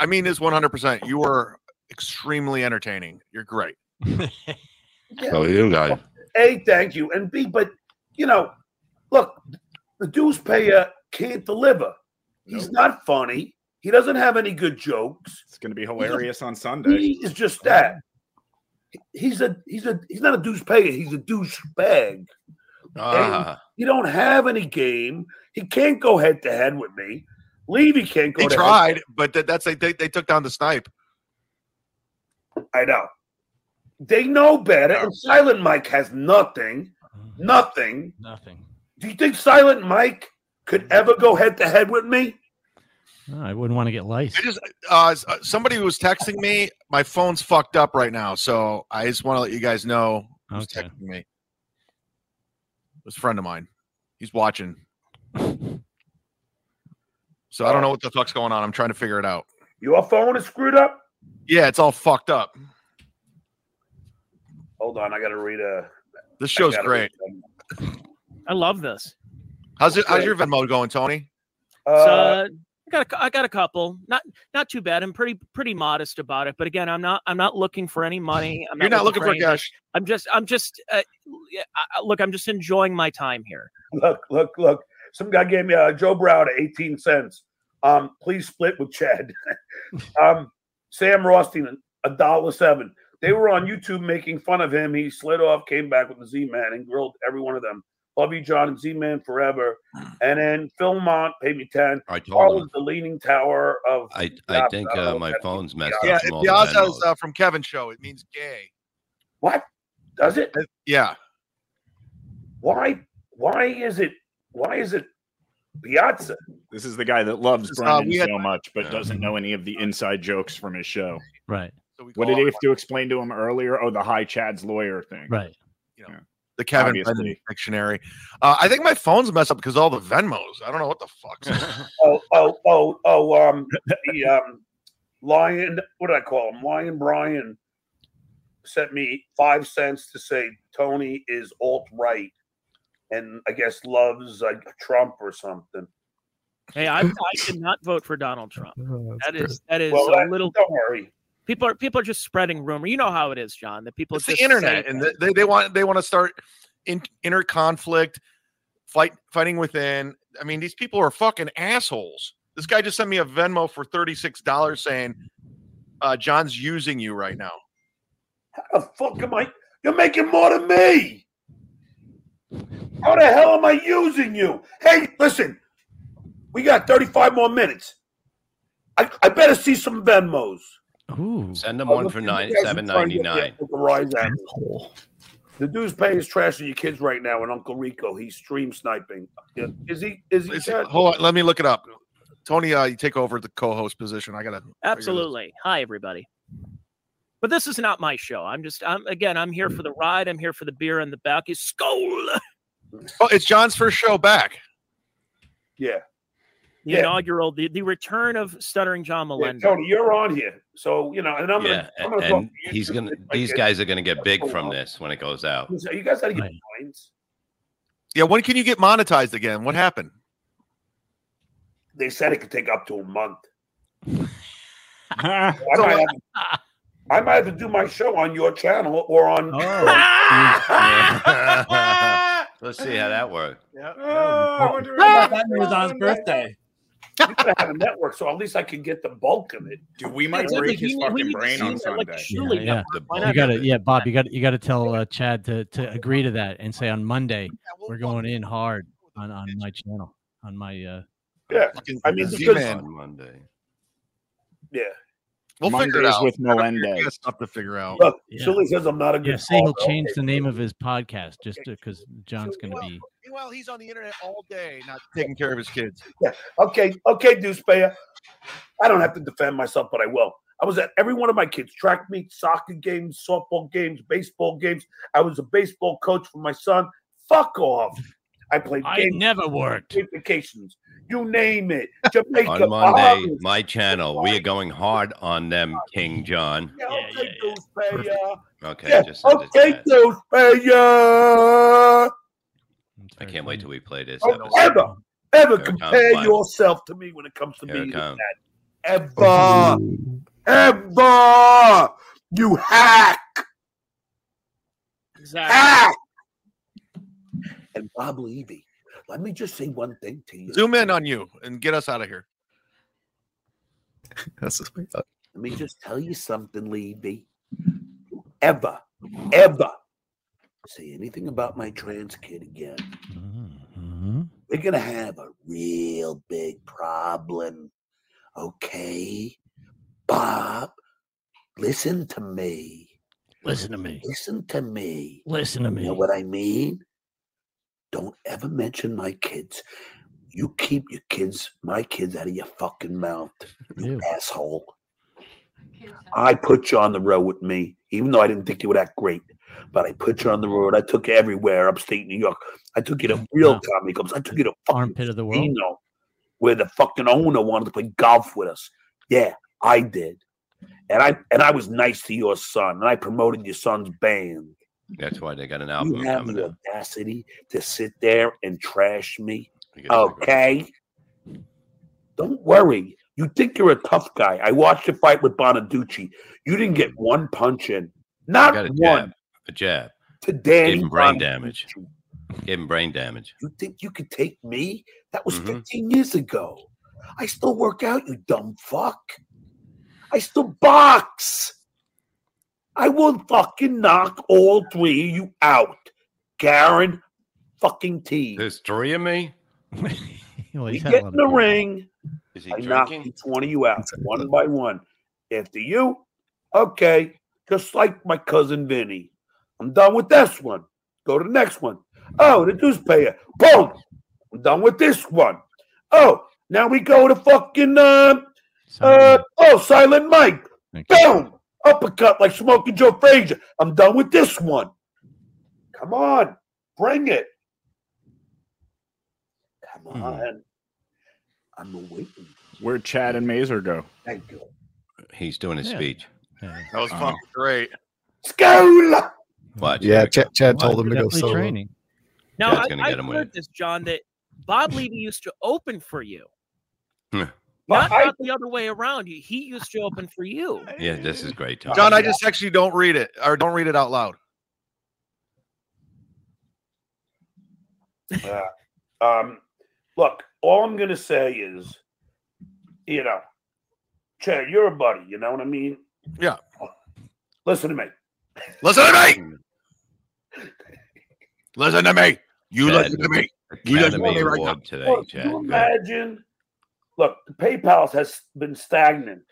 [SPEAKER 9] I mean this 100%. You were extremely entertaining. You're great.
[SPEAKER 4] So you guys.
[SPEAKER 1] A, thank you, and B, but you know, look, the dues payer can't deliver. He's not funny. He doesn't have any good jokes.
[SPEAKER 8] It's going to be hilarious on Sunday.
[SPEAKER 1] He is just that. He's a he's a he's not a douchebag. He's a douchebag.
[SPEAKER 4] Ah.
[SPEAKER 1] He don't have any game. He can't go head to head with me. Levy can't go.
[SPEAKER 9] They
[SPEAKER 1] to
[SPEAKER 9] tried, but that, that's they, they they took down the snipe.
[SPEAKER 1] I know. They know better. And Silent Mike has nothing. Nothing.
[SPEAKER 2] Nothing.
[SPEAKER 1] Do you think Silent Mike could ever go head to head with me?
[SPEAKER 2] No, I wouldn't want to get lice.
[SPEAKER 9] I just uh, s- uh, somebody was texting me. My phone's fucked up right now, so I just want to let you guys know who's texting me. It was a friend of mine. He's watching. So I don't know what the fuck's going on. I'm trying to figure it out.
[SPEAKER 1] Your phone is screwed up?
[SPEAKER 9] Yeah, it's all fucked up.
[SPEAKER 1] Hold on, I gotta read a
[SPEAKER 9] This
[SPEAKER 1] I
[SPEAKER 9] show's
[SPEAKER 1] gotta
[SPEAKER 9] great.
[SPEAKER 1] read something.
[SPEAKER 14] I love this.
[SPEAKER 9] How's it? How's your Venmo going, Tony? Uh,
[SPEAKER 1] Uh,
[SPEAKER 14] so I got a, cou- I got a couple. Not not too bad. I'm pretty pretty modest about it. But again, I'm not I'm not looking for any money. I'm
[SPEAKER 9] You're not looking for
[SPEAKER 14] anything.
[SPEAKER 9] cash.
[SPEAKER 14] I'm just I'm just uh, yeah, I- I- look. I'm just enjoying my time here.
[SPEAKER 1] Look, look, look. Some guy gave me a Joe Brown at 18 cents. Um, please split with Chad. um, Sam Rothstein, a dollar seven. They were on YouTube making fun of him. He slid off, came back with the Z Man and grilled every one of them. Love you, John and Z Man forever. And then Philmont paid me 10.
[SPEAKER 4] I told
[SPEAKER 1] Follows
[SPEAKER 4] him.
[SPEAKER 1] the leaning tower of
[SPEAKER 4] I I think uh, my phone's messed
[SPEAKER 9] Yeah,
[SPEAKER 4] up.
[SPEAKER 9] it-
[SPEAKER 4] from all the
[SPEAKER 9] Piazza's
[SPEAKER 4] Venmos.
[SPEAKER 9] uh, from Kevin's show. It means gay.
[SPEAKER 1] What? Does it?
[SPEAKER 9] Yeah.
[SPEAKER 1] Why why is it why is it Piazza?
[SPEAKER 8] This is the guy that loves
[SPEAKER 1] This is how
[SPEAKER 8] Brendan
[SPEAKER 1] we had-
[SPEAKER 8] so much, but doesn't know any of the inside jokes from his show.
[SPEAKER 2] Right.
[SPEAKER 8] what did he have to explain to him earlier? Oh, the high Chad's lawyer thing.
[SPEAKER 2] Right.
[SPEAKER 9] The Kevin
[SPEAKER 8] Obviously.
[SPEAKER 9] Brennan dictionary. Uh, I think my phone's messed up because all the Venmos. I don't know what the fuck.
[SPEAKER 1] oh, oh, oh, oh, um, the um, Lion, what do I call him? Lion Brian sent me five cents to say Tony is alt right and I guess loves uh, Trump or something.
[SPEAKER 14] Hey, I, I did not vote for Donald Trump.
[SPEAKER 9] Oh,
[SPEAKER 14] That is that is
[SPEAKER 1] Well,
[SPEAKER 14] a
[SPEAKER 1] that-
[SPEAKER 14] little.
[SPEAKER 1] Don't worry.
[SPEAKER 14] People are people are just spreading rumor. You know how it is, John. That people
[SPEAKER 9] it's the
[SPEAKER 14] just
[SPEAKER 9] internet,
[SPEAKER 14] say
[SPEAKER 9] and
[SPEAKER 14] things.
[SPEAKER 9] th- they, they want they want to start in, inner conflict, fight fighting within. I mean, these people are fucking assholes. This guy just sent me a Venmo for thirty six dollars, saying, uh, "John's using you right now."
[SPEAKER 1] How the fuck am I? You're making more than me. How the hell am I using you? Hey, listen, we got 35 more minutes. I, I better see some Venmos.
[SPEAKER 4] Send him
[SPEAKER 1] Oh,
[SPEAKER 4] one
[SPEAKER 1] look,
[SPEAKER 4] for
[SPEAKER 1] you
[SPEAKER 4] nine
[SPEAKER 1] guys are
[SPEAKER 4] seven
[SPEAKER 1] trying to
[SPEAKER 4] ninety
[SPEAKER 1] get me
[SPEAKER 4] nine.
[SPEAKER 1] up with the rise at me. The dude's paying his trash to your kids right now, and Uncle Rico, he's stream sniping. Yeah. Is he? Is he? Chad?
[SPEAKER 9] Hold on, let me look it up. Tony, uh, you take over the co-host position. I gotta
[SPEAKER 14] Absolutely. Hi, everybody. But this is not my show. I'm just I'm again I'm here for the ride. I'm here for the beer and the balcony. Skull.
[SPEAKER 9] Oh, it's John's first show back.
[SPEAKER 1] Yeah.
[SPEAKER 14] The
[SPEAKER 1] Yeah.
[SPEAKER 14] inaugural, the, the return of stuttering John
[SPEAKER 1] Yeah,
[SPEAKER 14] Melendez.
[SPEAKER 1] Tony, you're on here, so you know, and I'm
[SPEAKER 4] Yeah,
[SPEAKER 1] gonna, I'm
[SPEAKER 4] and,
[SPEAKER 1] gonna talk
[SPEAKER 4] and he's gonna. These
[SPEAKER 1] it.
[SPEAKER 4] guys are gonna get big from this when it goes out.
[SPEAKER 1] to you. You guys gotta get points.
[SPEAKER 9] Yeah, when can you get monetized again? What happened?
[SPEAKER 1] They said it could take up to a month.
[SPEAKER 8] I,
[SPEAKER 1] might have, I might have to do my show on your channel or on.
[SPEAKER 8] Ah!
[SPEAKER 4] Let's Oh. see how that works.
[SPEAKER 1] Oh,
[SPEAKER 7] that news on his birthday.
[SPEAKER 1] I'm gonna have a network, so at least I can get the bulk of it.
[SPEAKER 8] Dude, we might
[SPEAKER 1] Exactly.
[SPEAKER 8] break his
[SPEAKER 1] We need- we
[SPEAKER 8] fucking
[SPEAKER 1] need to
[SPEAKER 8] brain
[SPEAKER 1] see
[SPEAKER 8] on
[SPEAKER 1] that, like,
[SPEAKER 8] Sunday.
[SPEAKER 2] Yeah, yeah. You got to, yeah, Bob. You got to, you got to tell uh, Chad to to agree to that and say on Monday we're going in hard on on my channel on my. uh
[SPEAKER 1] Yeah, I mean, because,
[SPEAKER 4] on Monday.
[SPEAKER 1] yeah.
[SPEAKER 9] We'll figure it
[SPEAKER 8] Mondays
[SPEAKER 9] out.
[SPEAKER 8] with
[SPEAKER 9] I don't care.
[SPEAKER 8] Melendez.
[SPEAKER 9] You got Stuff to figure out.
[SPEAKER 1] Look, Chili says I'm not a good.
[SPEAKER 2] Yeah, say he'll
[SPEAKER 1] caller.
[SPEAKER 2] change
[SPEAKER 1] Okay.
[SPEAKER 2] the name of his podcast just because John's going to be.
[SPEAKER 9] Meanwhile, he's on the internet all day, not taking care of his kids.
[SPEAKER 1] Yeah. Okay. Okay, Deucepayer. I don't have to defend myself, but I will. I was at every one of my kids' track meets, soccer games, softball games, baseball games. I was a baseball coach for my son. Fuck off. I played.
[SPEAKER 2] I
[SPEAKER 1] games,
[SPEAKER 2] never worked.
[SPEAKER 1] played Vacations. You name it. Jamaica.
[SPEAKER 4] On Monday,
[SPEAKER 1] Bahamas.
[SPEAKER 4] my channel, we are going hard on them, King John.
[SPEAKER 1] Yeah, okay, Deucepayer.
[SPEAKER 4] Okay,
[SPEAKER 1] Yeah,
[SPEAKER 4] just send it to
[SPEAKER 1] okay,
[SPEAKER 4] Chad.
[SPEAKER 1] Deucepayer.
[SPEAKER 4] I can't wait till we play
[SPEAKER 8] Oh,
[SPEAKER 4] this
[SPEAKER 1] Don't
[SPEAKER 4] episode.
[SPEAKER 1] ever, ever
[SPEAKER 4] Here it comes,
[SPEAKER 1] compare
[SPEAKER 4] bud.
[SPEAKER 1] yourself to me when it comes to
[SPEAKER 4] Here it
[SPEAKER 1] me.
[SPEAKER 4] comes.
[SPEAKER 1] Ever, ever, you hack,
[SPEAKER 14] Exactly.
[SPEAKER 1] hack. And Bob Levy, let me just say one thing to you.
[SPEAKER 9] Zoom in on you and get us out of here.
[SPEAKER 13] That's just uh, my thought.
[SPEAKER 1] Let me just tell you something, Levy. Ever, ever say anything about my trans kid again, we're going to have a real big problem. Okay? Bob, listen to me.
[SPEAKER 2] Listen to me.
[SPEAKER 1] Listen to me.
[SPEAKER 2] Listen to me.
[SPEAKER 1] You know what I mean? Don't ever mention my kids. You keep your kids, my kids, out of your fucking mouth, you asshole. I put you on the road with me, even though I didn't think you were that great. But I put you on the road. I took you everywhere, upstate New York. I took you to real comedy clubs. I took you to
[SPEAKER 2] Armpit of the world.
[SPEAKER 1] casino where the fucking owner wanted to play golf with us. Yeah, I did. And I and I was nice to your son, and I promoted your son's band.
[SPEAKER 4] That's why they got an
[SPEAKER 1] You
[SPEAKER 4] album
[SPEAKER 1] have
[SPEAKER 4] coming
[SPEAKER 1] the
[SPEAKER 4] out.
[SPEAKER 1] audacity to sit there and trash me.
[SPEAKER 4] guess I got-
[SPEAKER 1] Okay. Don't worry. You think you're a tough guy. I watched your fight with Bonaducci. You didn't get one punch in. Not
[SPEAKER 4] got a
[SPEAKER 1] one.
[SPEAKER 4] jab. A jab.
[SPEAKER 1] To Danny
[SPEAKER 4] Gave him brain
[SPEAKER 1] Bonaducci.
[SPEAKER 4] damage. Gave him brain damage.
[SPEAKER 1] You think you could take me? That
[SPEAKER 4] Mm-hmm.
[SPEAKER 1] was 15 years ago. I still work out, you dumb fuck. I still box. I will fucking knock all three of you out. Garen fucking T.
[SPEAKER 4] There's three of me?
[SPEAKER 1] We
[SPEAKER 4] had
[SPEAKER 1] get
[SPEAKER 4] one
[SPEAKER 1] in the
[SPEAKER 4] of them.
[SPEAKER 1] ring.
[SPEAKER 4] Is he
[SPEAKER 1] I knock
[SPEAKER 4] drinking?
[SPEAKER 1] each one of you out one by one. After you, okay, just like my cousin Vinny. I'm done with this one. Go to the next one. Oh, the dues payer. Boom. I'm done with this one. Oh, now we go to fucking uh, uh oh Silent Mike. Boom! Uppercut like Smoking Joe Frazier. I'm done with this one. Come on, bring it. Come on. I'm waiting.
[SPEAKER 8] Where'd Chad and Mazer go?
[SPEAKER 1] Thank you.
[SPEAKER 4] He's doing his
[SPEAKER 8] Yeah.
[SPEAKER 4] speech.
[SPEAKER 9] That was fucking great.
[SPEAKER 1] School.
[SPEAKER 4] Watch.
[SPEAKER 13] Yeah, Chad, Chad
[SPEAKER 4] Well,
[SPEAKER 13] told him to go
[SPEAKER 4] definitely
[SPEAKER 13] solo.
[SPEAKER 4] training.
[SPEAKER 14] Now
[SPEAKER 4] Chad's
[SPEAKER 14] I,
[SPEAKER 4] gonna
[SPEAKER 14] I
[SPEAKER 4] get him with
[SPEAKER 14] heard this, John, that Bob Levy used to open for you.
[SPEAKER 4] Hmm.
[SPEAKER 14] Not, not the other way around. He he used to open for you.
[SPEAKER 4] Yeah, this is great. Tom.
[SPEAKER 9] John, I just actually don't read it or don't read it out loud.
[SPEAKER 1] Yeah. Um, look, all I'm gonna say is, you know, Chad, you're a buddy. You know what I mean?
[SPEAKER 9] Yeah.
[SPEAKER 1] Listen to me.
[SPEAKER 9] Listen to me. Listen to me. You
[SPEAKER 4] Hmm. Chad,
[SPEAKER 9] listen to me. You listen
[SPEAKER 4] Academy
[SPEAKER 9] to me right now.
[SPEAKER 4] Award today,
[SPEAKER 1] Look,
[SPEAKER 4] Chad.
[SPEAKER 1] you
[SPEAKER 4] Go ahead.
[SPEAKER 1] imagine? Look, PayPal has been stagnant.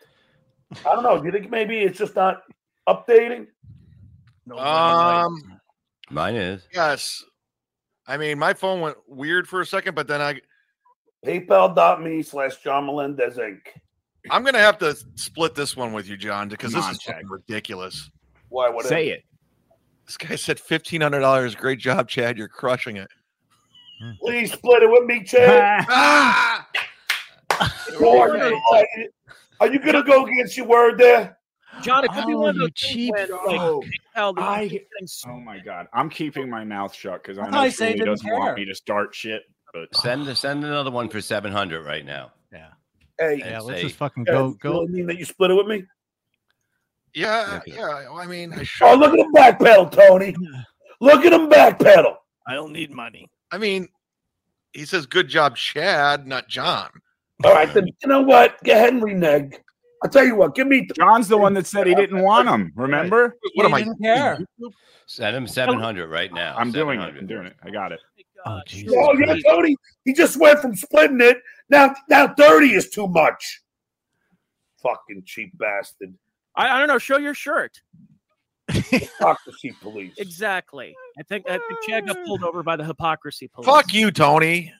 [SPEAKER 1] I don't know. Do you think maybe it's just not updating?
[SPEAKER 9] Um,
[SPEAKER 4] Mine is.
[SPEAKER 9] yes. I mean, my phone went weird for a second, but then I
[SPEAKER 1] PayPal.me slash John Melendez Inc.
[SPEAKER 9] I'm gonna have to split this one with you, John, because
[SPEAKER 1] Come
[SPEAKER 9] this
[SPEAKER 1] on,
[SPEAKER 9] is fucking ridiculous.
[SPEAKER 1] Why would
[SPEAKER 8] it?
[SPEAKER 9] This guy said fifteen hundred dollars. Great job, Chad. You're crushing it.
[SPEAKER 1] Please split it with me, Chad. Lord, Lord, Are you gonna go against your word there?
[SPEAKER 14] John, it could be
[SPEAKER 1] Oh,
[SPEAKER 14] one of
[SPEAKER 1] you
[SPEAKER 14] those
[SPEAKER 1] cheap
[SPEAKER 14] things where,
[SPEAKER 8] dog.
[SPEAKER 14] like, PayPal, the-
[SPEAKER 8] I- Oh my god, I'm keeping my mouth shut because I
[SPEAKER 14] thought
[SPEAKER 8] know
[SPEAKER 14] he said he
[SPEAKER 8] Julie
[SPEAKER 14] didn't
[SPEAKER 8] doesn't want
[SPEAKER 14] care.
[SPEAKER 8] me to start shit. But
[SPEAKER 4] Send send another one for seven hundred right now.
[SPEAKER 2] Yeah.
[SPEAKER 1] Hey,
[SPEAKER 2] Yeah, let's
[SPEAKER 4] say-
[SPEAKER 2] just fucking
[SPEAKER 1] Chad,
[SPEAKER 2] go.
[SPEAKER 1] you
[SPEAKER 2] Go.
[SPEAKER 1] really mean that you split it with me?
[SPEAKER 9] Yeah, yeah. I mean, I
[SPEAKER 1] Oh,
[SPEAKER 9] should.
[SPEAKER 1] look at him backpedal, Tony. Look at him backpedal.
[SPEAKER 2] I don't need money.
[SPEAKER 9] I mean, he says, "Good job, Chad," not John.
[SPEAKER 1] All right, then you know what? Go ahead and renege. I'll tell you what. Give me
[SPEAKER 8] John's the one that said he didn't want him. Remember?
[SPEAKER 9] What am I?
[SPEAKER 8] care.
[SPEAKER 4] Send him seven hundred right now.
[SPEAKER 8] I'm doing it.
[SPEAKER 4] 700.
[SPEAKER 8] I'm doing it. I got it.
[SPEAKER 2] Oh,
[SPEAKER 1] Oh yeah, Tony. He just went from splitting it. Now, now thirty is too much. Fucking cheap bastard.
[SPEAKER 14] I, I don't know. Show your shirt.
[SPEAKER 1] Hypocrisy police.
[SPEAKER 14] Exactly. I think I think Chad got pulled over by the hypocrisy police.
[SPEAKER 9] Fuck you, Tony.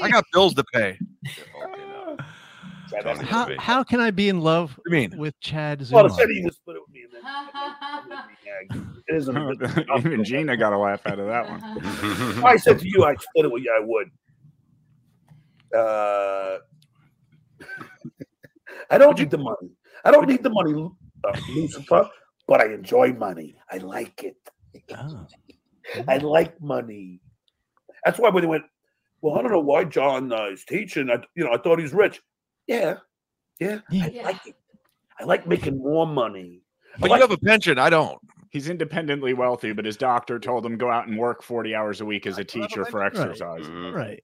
[SPEAKER 9] I got bills to pay.
[SPEAKER 1] Chad, that's a
[SPEAKER 2] How,
[SPEAKER 1] good bit.
[SPEAKER 2] how can I be in love
[SPEAKER 9] mean?
[SPEAKER 2] with Chad
[SPEAKER 1] Well, it
[SPEAKER 2] Zuma?
[SPEAKER 1] said he was split it with me, and then it isn't. a good-
[SPEAKER 8] Even Gina got a laugh out of that one.
[SPEAKER 1] If I said to you, I split it with you. I would. Uh, I don't need the money. I don't need the money, uh, Lucifer. But I enjoy money. I like it. I like money. That's why when they went, well, I don't know why John uh, is teaching. I, you know, I thought he's rich. Yeah, yeah. I like it. I like making more money.
[SPEAKER 9] But you have a pension. I don't.
[SPEAKER 8] He's independently wealthy, but his doctor told him go out and work 40 hours a week as a teacher for exercise.
[SPEAKER 2] Right.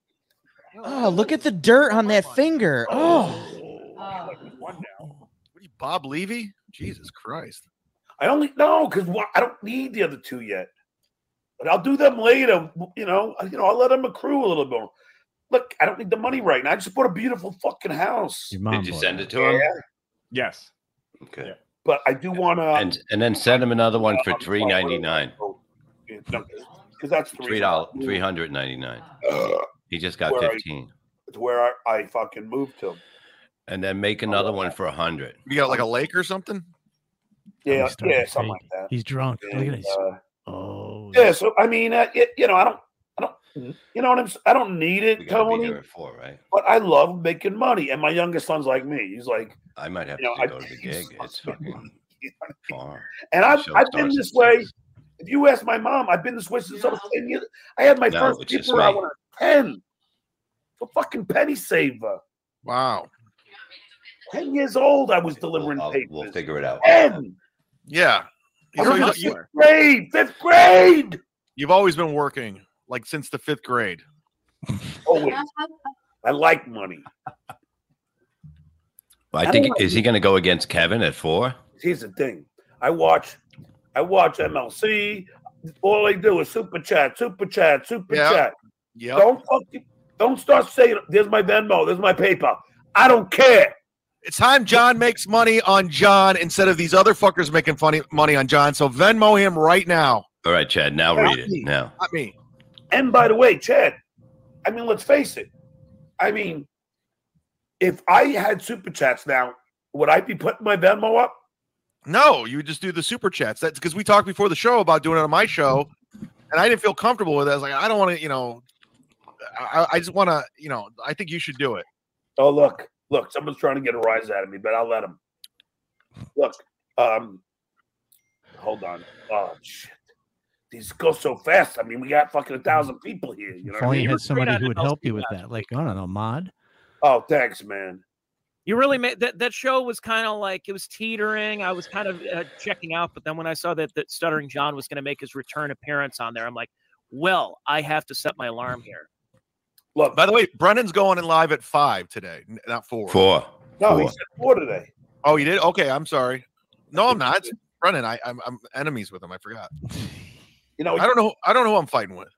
[SPEAKER 12] Oh, look at the dirt on that finger. Oh,
[SPEAKER 1] Like, one now.
[SPEAKER 9] Bob Levy? Jesus Christ.
[SPEAKER 1] I only no because I don't need the other two yet, but I'll do them later. You know, you know, I'll let them accrue a little more. Look, I don't need the money right now. I just bought a beautiful fucking house.
[SPEAKER 4] Did you send it to him?
[SPEAKER 8] Yes.
[SPEAKER 4] Okay.
[SPEAKER 1] But I do want to.
[SPEAKER 4] And and then send him another one for three ninety nine.
[SPEAKER 1] because that's the
[SPEAKER 4] Three
[SPEAKER 1] reason I
[SPEAKER 4] dollars
[SPEAKER 1] moved
[SPEAKER 4] three hundred ninety nine. He just got
[SPEAKER 1] Where are you?
[SPEAKER 4] fifteen.
[SPEAKER 1] to where I, I fucking moved to.
[SPEAKER 4] And then make another one for a hundred.
[SPEAKER 9] You got like a lake or something?
[SPEAKER 1] Yeah,
[SPEAKER 4] he's starting
[SPEAKER 1] yeah,
[SPEAKER 4] to
[SPEAKER 1] something like that.
[SPEAKER 2] He's drunk. Look at
[SPEAKER 1] And,
[SPEAKER 2] his.
[SPEAKER 1] uh,
[SPEAKER 2] oh,
[SPEAKER 1] yeah, so I mean, uh, y- you know, I don't, I don't, you know what I'm, s- I don't need it, Tony.
[SPEAKER 4] Four, right?
[SPEAKER 1] But I love making money, and my youngest son's like me. He's like,
[SPEAKER 4] I might have
[SPEAKER 1] You know,
[SPEAKER 4] to
[SPEAKER 1] I-
[SPEAKER 4] go to the gig. It's fucking far.
[SPEAKER 1] and I've,
[SPEAKER 4] Show
[SPEAKER 1] I've been
[SPEAKER 4] starts
[SPEAKER 1] this way. If you ask my mom, I've been this way since I was ten years. I had my
[SPEAKER 4] No,
[SPEAKER 1] first
[SPEAKER 4] it's just
[SPEAKER 1] paper when I
[SPEAKER 4] me.
[SPEAKER 1] was ten. A fucking penny saver.
[SPEAKER 9] Wow.
[SPEAKER 1] Ten years old, I was delivering
[SPEAKER 4] I'll-
[SPEAKER 1] papers.
[SPEAKER 4] We'll figure it out.
[SPEAKER 1] Ten.
[SPEAKER 9] Yeah.
[SPEAKER 1] I
[SPEAKER 9] So
[SPEAKER 1] was in
[SPEAKER 9] you-
[SPEAKER 1] fifth grade, fifth grade.
[SPEAKER 9] You've always been working like since the fifth grade.
[SPEAKER 1] Always. I like money.
[SPEAKER 4] I
[SPEAKER 1] I
[SPEAKER 4] think
[SPEAKER 1] don't like
[SPEAKER 4] is he going to go against Kevin at four?
[SPEAKER 1] Here's the thing. I watch, I watch MLC. All they do is super chat, super chat, super
[SPEAKER 9] Yeah.
[SPEAKER 1] chat.
[SPEAKER 9] Yep.
[SPEAKER 1] Don't fucking, don't start saying, "There's my Venmo, there's my PayPal." I don't care.
[SPEAKER 9] It's time John makes money on John instead of these other fuckers making funny money on John. So Venmo him right now.
[SPEAKER 4] All right, Chad. Now
[SPEAKER 1] Yeah.
[SPEAKER 4] read it. Now
[SPEAKER 9] Not me.
[SPEAKER 1] And by the way, Chad, I mean, let's face it. I mean, if I had super chats now, would I be putting my Venmo up?
[SPEAKER 9] No, you would just do the super chats. That's because we talked before the show about doing it on my show, and I didn't feel comfortable with it. I was like, I don't want to, you know, I, I just want to, you know, I think you should do it.
[SPEAKER 1] Oh, look, look, someone's trying to get a rise out of me, but I'll let him. Look, um, hold on. Oh shit, these go so fast. I mean, we got fucking a thousand people here. You
[SPEAKER 2] If
[SPEAKER 1] know what I
[SPEAKER 2] only
[SPEAKER 1] mean?
[SPEAKER 2] you had somebody who would help you with that. Like, I don't know, mod.
[SPEAKER 1] Oh, thanks, man.
[SPEAKER 14] You really made that. That show was kind of like it was teetering. I was kind of uh, checking out, but then when I saw that that Stuttering John was going to make his return appearance on there, I'm like, well, I have to set my alarm here.
[SPEAKER 1] Look,
[SPEAKER 9] by the way, Brennan's going in live at five today, n- not four.
[SPEAKER 4] four.
[SPEAKER 1] No, he
[SPEAKER 4] Four.
[SPEAKER 1] said four today.
[SPEAKER 9] Oh, you did? Okay, I'm sorry. No, I'm not. Brennan, I, I'm, I'm enemies with him. I forgot.
[SPEAKER 1] You know,
[SPEAKER 9] I don't know. I don't know who I'm fighting with.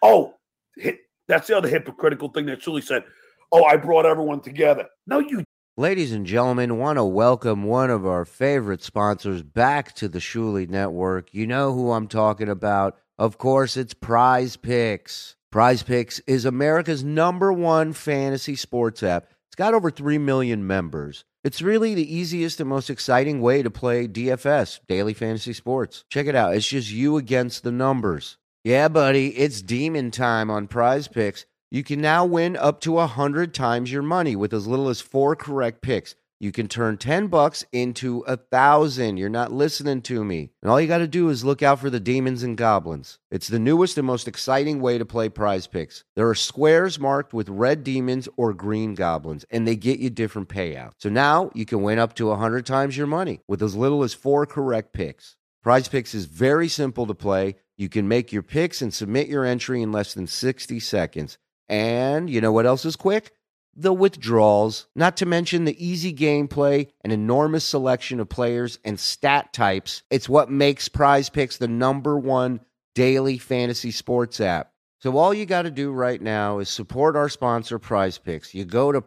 [SPEAKER 1] Oh, hi- that's the other hypocritical thing that Julie said. Oh, I brought everyone together. No, you
[SPEAKER 3] Ladies and gentlemen, want to welcome one of our favorite sponsors back to the Shuli Network. You know who I'm talking about. Of course, it's Prize Picks. Prize Picks is America's number one fantasy sports app. It's got over 3 million members. It's really the easiest and most exciting way to play DFS, daily fantasy sports. Check it out. It's just you against the numbers. Yeah, buddy, it's demon time on prize picks. You can now win up to 100 times your money with as little as four correct picks. You can turn 10 bucks into a thousand. You're not listening to me. And all you got to do is look out for the demons and goblins. It's the newest and most exciting way to play prize picks. There are squares marked with red demons or green goblins, and they get you different payouts. So now you can win up to 100 times your money with as little as four correct picks. Prize Picks is very simple to play. You can make your picks and submit your entry in less than 60 seconds. And you know what else is quick? The withdrawals, not to mention the easy gameplay, an enormous selection of players and stat types. It's what makes Prize Picks the number one daily fantasy sports app. So all you got to do right now is support our sponsor Prize Picks. You go to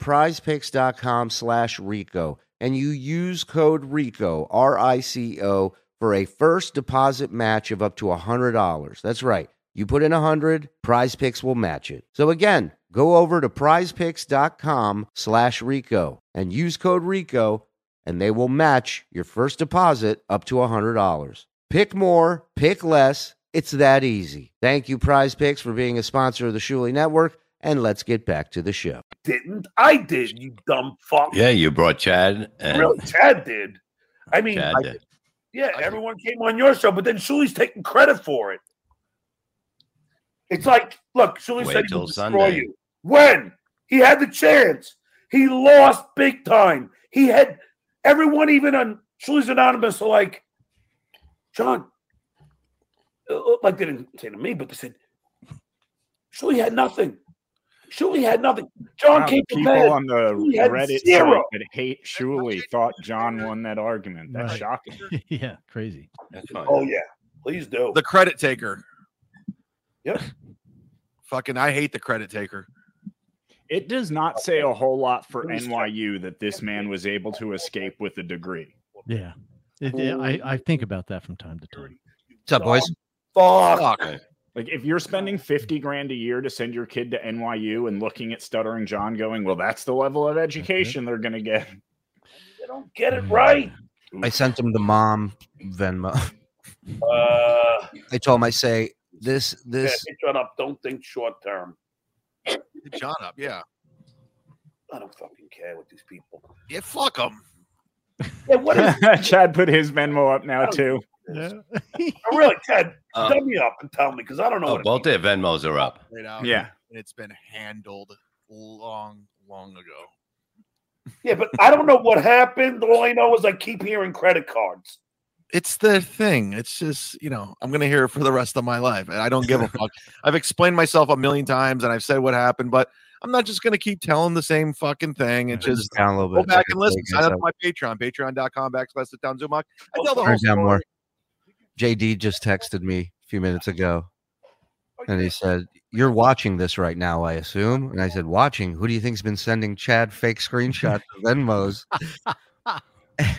[SPEAKER 3] prizepicks.com slash Rico and you use code RICO, R-I-C-O, for a first deposit match of up to $100. That's right. You put in 100, Prize Picks will match it. So again, go over to prizepicks.com slash Rico and use code RICO and they will match your first deposit up to $100. Pick more, pick less. It's that easy. Thank you, Prize Picks, for being a sponsor of the Shuli Network. And let's get back to the show.
[SPEAKER 1] didn't. I did. You dumb fuck.
[SPEAKER 4] Yeah, you brought Chad and
[SPEAKER 1] Really, Chad did. I mean,
[SPEAKER 4] Chad
[SPEAKER 1] I-
[SPEAKER 4] did.
[SPEAKER 1] yeah, everyone came on your show, but then Shuli's taking credit for it. It's like, look, Shuli
[SPEAKER 4] Wait
[SPEAKER 1] said he
[SPEAKER 4] till
[SPEAKER 1] would destroy
[SPEAKER 4] Sunday.
[SPEAKER 1] you. When he had the chance, he lost big time. He had everyone, even on Shuli's Anonymous, are like, John, uh, uh, like they didn't say to me, but they said, Shuli had nothing. Shuley had nothing. John
[SPEAKER 8] Wow,
[SPEAKER 1] came
[SPEAKER 8] people
[SPEAKER 1] prepared.
[SPEAKER 8] on the
[SPEAKER 1] Shuley had
[SPEAKER 8] Reddit
[SPEAKER 1] zero.
[SPEAKER 8] site that hate Shuley thought John won that argument. That's shocking.
[SPEAKER 2] yeah, crazy.
[SPEAKER 1] Oh yeah, please do.
[SPEAKER 9] The credit taker.
[SPEAKER 1] Yep.
[SPEAKER 9] Fucking, I hate the credit taker.
[SPEAKER 8] It does not say a whole lot for NYU that this man was able to escape with a degree.
[SPEAKER 2] Yeah. It- it- I, I think about that from time to time.
[SPEAKER 8] What's up, boys?
[SPEAKER 9] Fuck.
[SPEAKER 8] Like if you're spending 50 grand a year to send your kid to NYU and looking at stuttering John going, well, that's the level of education they're going to get.
[SPEAKER 1] They don't get it right.
[SPEAKER 3] I sent him the mom Venmo.
[SPEAKER 1] Uh,
[SPEAKER 3] I told him I say this
[SPEAKER 1] yeah,
[SPEAKER 3] this
[SPEAKER 1] shut up. Don't think short term.
[SPEAKER 9] John up, yeah.
[SPEAKER 1] I don't fucking care with these people.
[SPEAKER 9] Yeah, fuck them.
[SPEAKER 1] Yeah, what is Oh.
[SPEAKER 8] Chad put his Venmo up now too.
[SPEAKER 1] I Oh, really, Ted,
[SPEAKER 4] Um,
[SPEAKER 1] dumb me up and tell me because I don't know
[SPEAKER 4] Oh,
[SPEAKER 1] what.
[SPEAKER 4] both their Venmos are up.
[SPEAKER 9] Right out.
[SPEAKER 8] Yeah.
[SPEAKER 9] And it's been handled long, long ago.
[SPEAKER 1] Yeah, but I don't know what happened. All I know is I keep hearing credit cards.
[SPEAKER 9] It's the thing. It's just, you know, I'm going to hear it for the rest of my life. And I don't give a fuck. I've explained myself a million times and I've said what happened, but I'm not just going to keep telling the same fucking thing. It's just
[SPEAKER 3] down a little
[SPEAKER 9] go
[SPEAKER 3] bit.
[SPEAKER 9] back and listen. Sign up to
[SPEAKER 3] Turn
[SPEAKER 9] my Patreon, patreon.com backslash the town Zumach. I tell the whole
[SPEAKER 3] down
[SPEAKER 9] story.
[SPEAKER 4] Oh,
[SPEAKER 3] more. JD just texted me a few minutes ago,
[SPEAKER 4] Oh,
[SPEAKER 3] and he said, "You're watching this right now, I assume." And I said, "Watching? Who do you think's been sending Chad fake screenshots of Venmos?"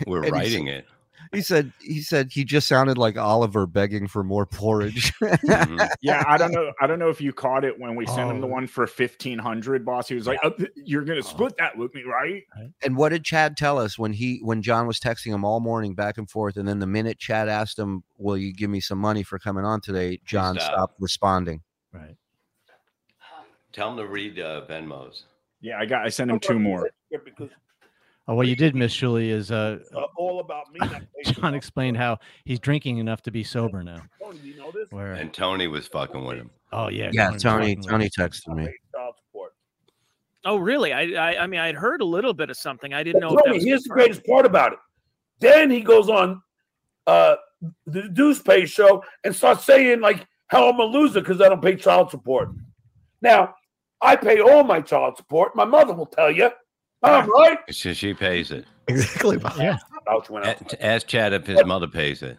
[SPEAKER 4] We're
[SPEAKER 3] And he
[SPEAKER 4] writing
[SPEAKER 3] said-
[SPEAKER 4] it.
[SPEAKER 3] He said, "He said he just sounded like Oliver begging for more porridge."
[SPEAKER 4] Mm-hmm.
[SPEAKER 8] yeah, I don't know. I don't know if you caught it when we sent him the one for 1500 boss. He was like, "Oh, you're going to split that with me, right?
[SPEAKER 3] And what did Chad tell us when he when John was texting him all morning back and forth? And then the minute Chad asked him, Will you give me some money for coming on today? John
[SPEAKER 4] stopped.
[SPEAKER 3] stopped responding.
[SPEAKER 4] Tell them to read uh, Venmos.
[SPEAKER 8] Yeah, I got I sent him two more.
[SPEAKER 1] Because
[SPEAKER 2] Oh, what you did miss, Shuley, is uh,
[SPEAKER 1] uh, all about me. not taking
[SPEAKER 2] John explained how he's drinking enough to be sober now.
[SPEAKER 1] Tony, you know this?
[SPEAKER 2] Where?
[SPEAKER 4] And Tony was fucking with him.
[SPEAKER 2] Oh yeah,
[SPEAKER 3] Yeah,
[SPEAKER 2] Tony's
[SPEAKER 3] Tony,
[SPEAKER 2] fucking with
[SPEAKER 3] Tony
[SPEAKER 2] us.
[SPEAKER 3] texted me.
[SPEAKER 1] Child support.
[SPEAKER 14] Oh, really? I, I I mean, I'd heard a little bit of something. I didn't know. if that
[SPEAKER 1] Tony,
[SPEAKER 14] was
[SPEAKER 1] here's the
[SPEAKER 14] confirmed.
[SPEAKER 1] greatest part about it. Then he goes on uh the Deuce Pay show and starts saying like how I'm a loser because I don't pay child support. Now, I pay all my child support. My mother will tell you. I'm right.
[SPEAKER 4] She, she pays it.
[SPEAKER 17] Exactly. Yeah.
[SPEAKER 1] Ouch, went out.
[SPEAKER 4] A- Ask Chad if his mother pays it.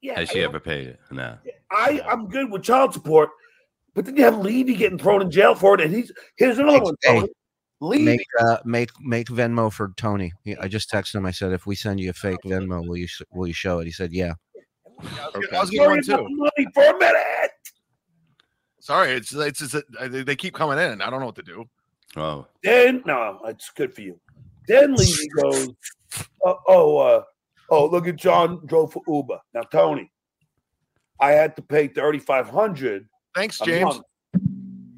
[SPEAKER 1] Yeah,
[SPEAKER 4] Has she ever paid it? No.
[SPEAKER 1] I, I'm good with child support, but then you have Levy getting thrown in jail for it, and he's here's another one. Tony. Levy.
[SPEAKER 3] Make uh, make make Venmo for Tony. He- I just texted him. I said, if we send you a fake Venmo, will you sh- will you show it? He said, yeah.
[SPEAKER 9] I was
[SPEAKER 1] Worry
[SPEAKER 9] going
[SPEAKER 1] about
[SPEAKER 9] too.
[SPEAKER 1] the money for a minute.
[SPEAKER 9] Sorry, it's it's, it's I- they they keep coming in. I don't know what to do.
[SPEAKER 4] Oh,
[SPEAKER 1] Then no, it's good for you. Then Levy goes, oh, oh, uh, oh, look at John drove for Uber. Now Tony, I had to pay thirty five hundred.
[SPEAKER 9] Thanks, James.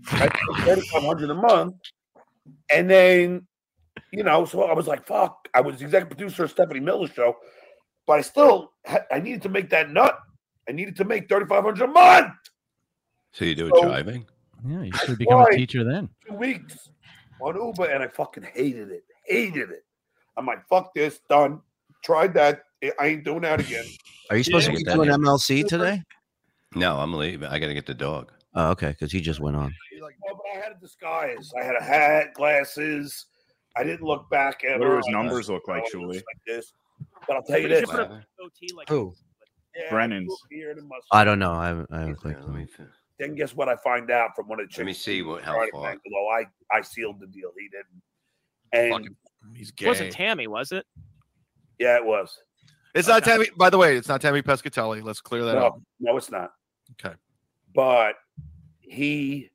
[SPEAKER 1] Thirty five hundred a month, and then you know, so I was like, fuck. I was executive producer of Stephanie Miller's show, but I still ha- I needed to make that nut. I needed to make thirty five hundred a month.
[SPEAKER 4] so you do
[SPEAKER 1] So-
[SPEAKER 4] driving?
[SPEAKER 2] Yeah, you should become a
[SPEAKER 1] Why?
[SPEAKER 2] teacher then.
[SPEAKER 1] two weeks on Uber, and I fucking hated it. Hated it. I'm like, fuck this, done. Tried that. I- I ain't doing that again.
[SPEAKER 3] Are you supposed
[SPEAKER 4] Yeah,
[SPEAKER 3] to be
[SPEAKER 4] get that
[SPEAKER 3] doing
[SPEAKER 4] in.
[SPEAKER 3] MLC today?
[SPEAKER 4] No, I'm leaving. I got to get the dog.
[SPEAKER 3] Oh, okay, because he just went on.
[SPEAKER 1] He's like, no, but I had a disguise. I had a hat, glasses. I didn't look back at
[SPEAKER 8] What do his numbers look like, Julie?
[SPEAKER 1] this. But I'll tell you this.
[SPEAKER 3] Who?
[SPEAKER 1] Yeah,
[SPEAKER 8] Brennan's.
[SPEAKER 1] beard and mustache.
[SPEAKER 3] I don't know. I haven't, I haven't clicked on it.
[SPEAKER 1] Then guess what I find out from one of the chicks?
[SPEAKER 4] Let me see what how
[SPEAKER 1] Friday
[SPEAKER 4] far.
[SPEAKER 1] night, Although I, I sealed the deal. He didn't. And
[SPEAKER 9] He's
[SPEAKER 14] It
[SPEAKER 9] gay.
[SPEAKER 14] wasn't Tammy, was it?
[SPEAKER 1] yeah, it was.
[SPEAKER 9] It's not Tammy. By the way, it's not Tammy Pescatelli. Let's clear that up.
[SPEAKER 1] Oh, No, no, it's not.
[SPEAKER 9] Okay.
[SPEAKER 1] But he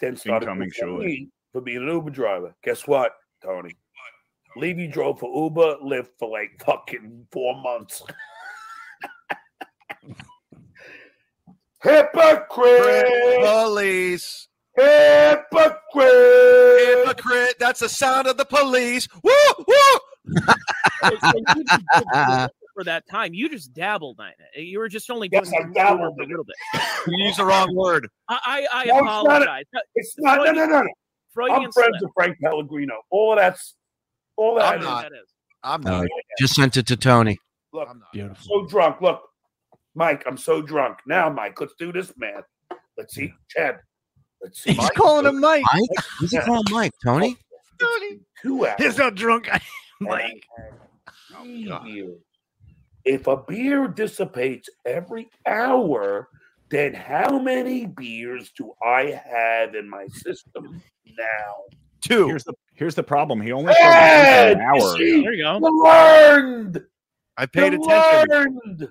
[SPEAKER 1] then started
[SPEAKER 8] Incoming,
[SPEAKER 1] goofing on
[SPEAKER 8] surely.
[SPEAKER 1] me for being an Uber driver. Guess what, Tony? Levy drove for Uber, lived for like fucking four months. Hypocrite!
[SPEAKER 9] Police.
[SPEAKER 1] Hypocrite!
[SPEAKER 9] Hypocrite. That's the sound of the police. Woo! Woo!
[SPEAKER 14] So- so you just did it for that time, you just dabbled in it. You were just only doing
[SPEAKER 1] Yes,
[SPEAKER 14] it
[SPEAKER 1] I
[SPEAKER 14] a little
[SPEAKER 1] dabbled
[SPEAKER 14] bit. a little bit.
[SPEAKER 9] You used the wrong word.
[SPEAKER 14] I, I, I
[SPEAKER 1] No, it's not a-
[SPEAKER 14] apologize.
[SPEAKER 1] It's not. No, no, no, no.
[SPEAKER 14] Freudian
[SPEAKER 1] I'm friends
[SPEAKER 14] slip.
[SPEAKER 1] with Frank Pellegrino. All of that's all that.
[SPEAKER 9] I'm
[SPEAKER 1] is-
[SPEAKER 9] not. I'm
[SPEAKER 3] Uh,
[SPEAKER 9] not.
[SPEAKER 3] just sent it to Tony.
[SPEAKER 1] Look,
[SPEAKER 2] Beautiful.
[SPEAKER 1] so drunk. Look, Mike, I'm so drunk. Now, Mike, let's do this, man. Let's see, Chad. Let's see.
[SPEAKER 18] He's calling him Mike.
[SPEAKER 10] Mike? Who's he calling Mike? Tony?
[SPEAKER 1] Tony. Two hours.
[SPEAKER 18] He's not drunk.
[SPEAKER 1] Mike.
[SPEAKER 18] Oh,
[SPEAKER 1] If a beer dissipates every hour, then how many beers do I have in my system now?
[SPEAKER 8] Two. Here's the here's the problem. He only
[SPEAKER 1] Hey,
[SPEAKER 8] served us for
[SPEAKER 1] you
[SPEAKER 8] an
[SPEAKER 1] see?
[SPEAKER 8] hour.
[SPEAKER 1] Learned.
[SPEAKER 8] I paid attention.
[SPEAKER 1] Learned.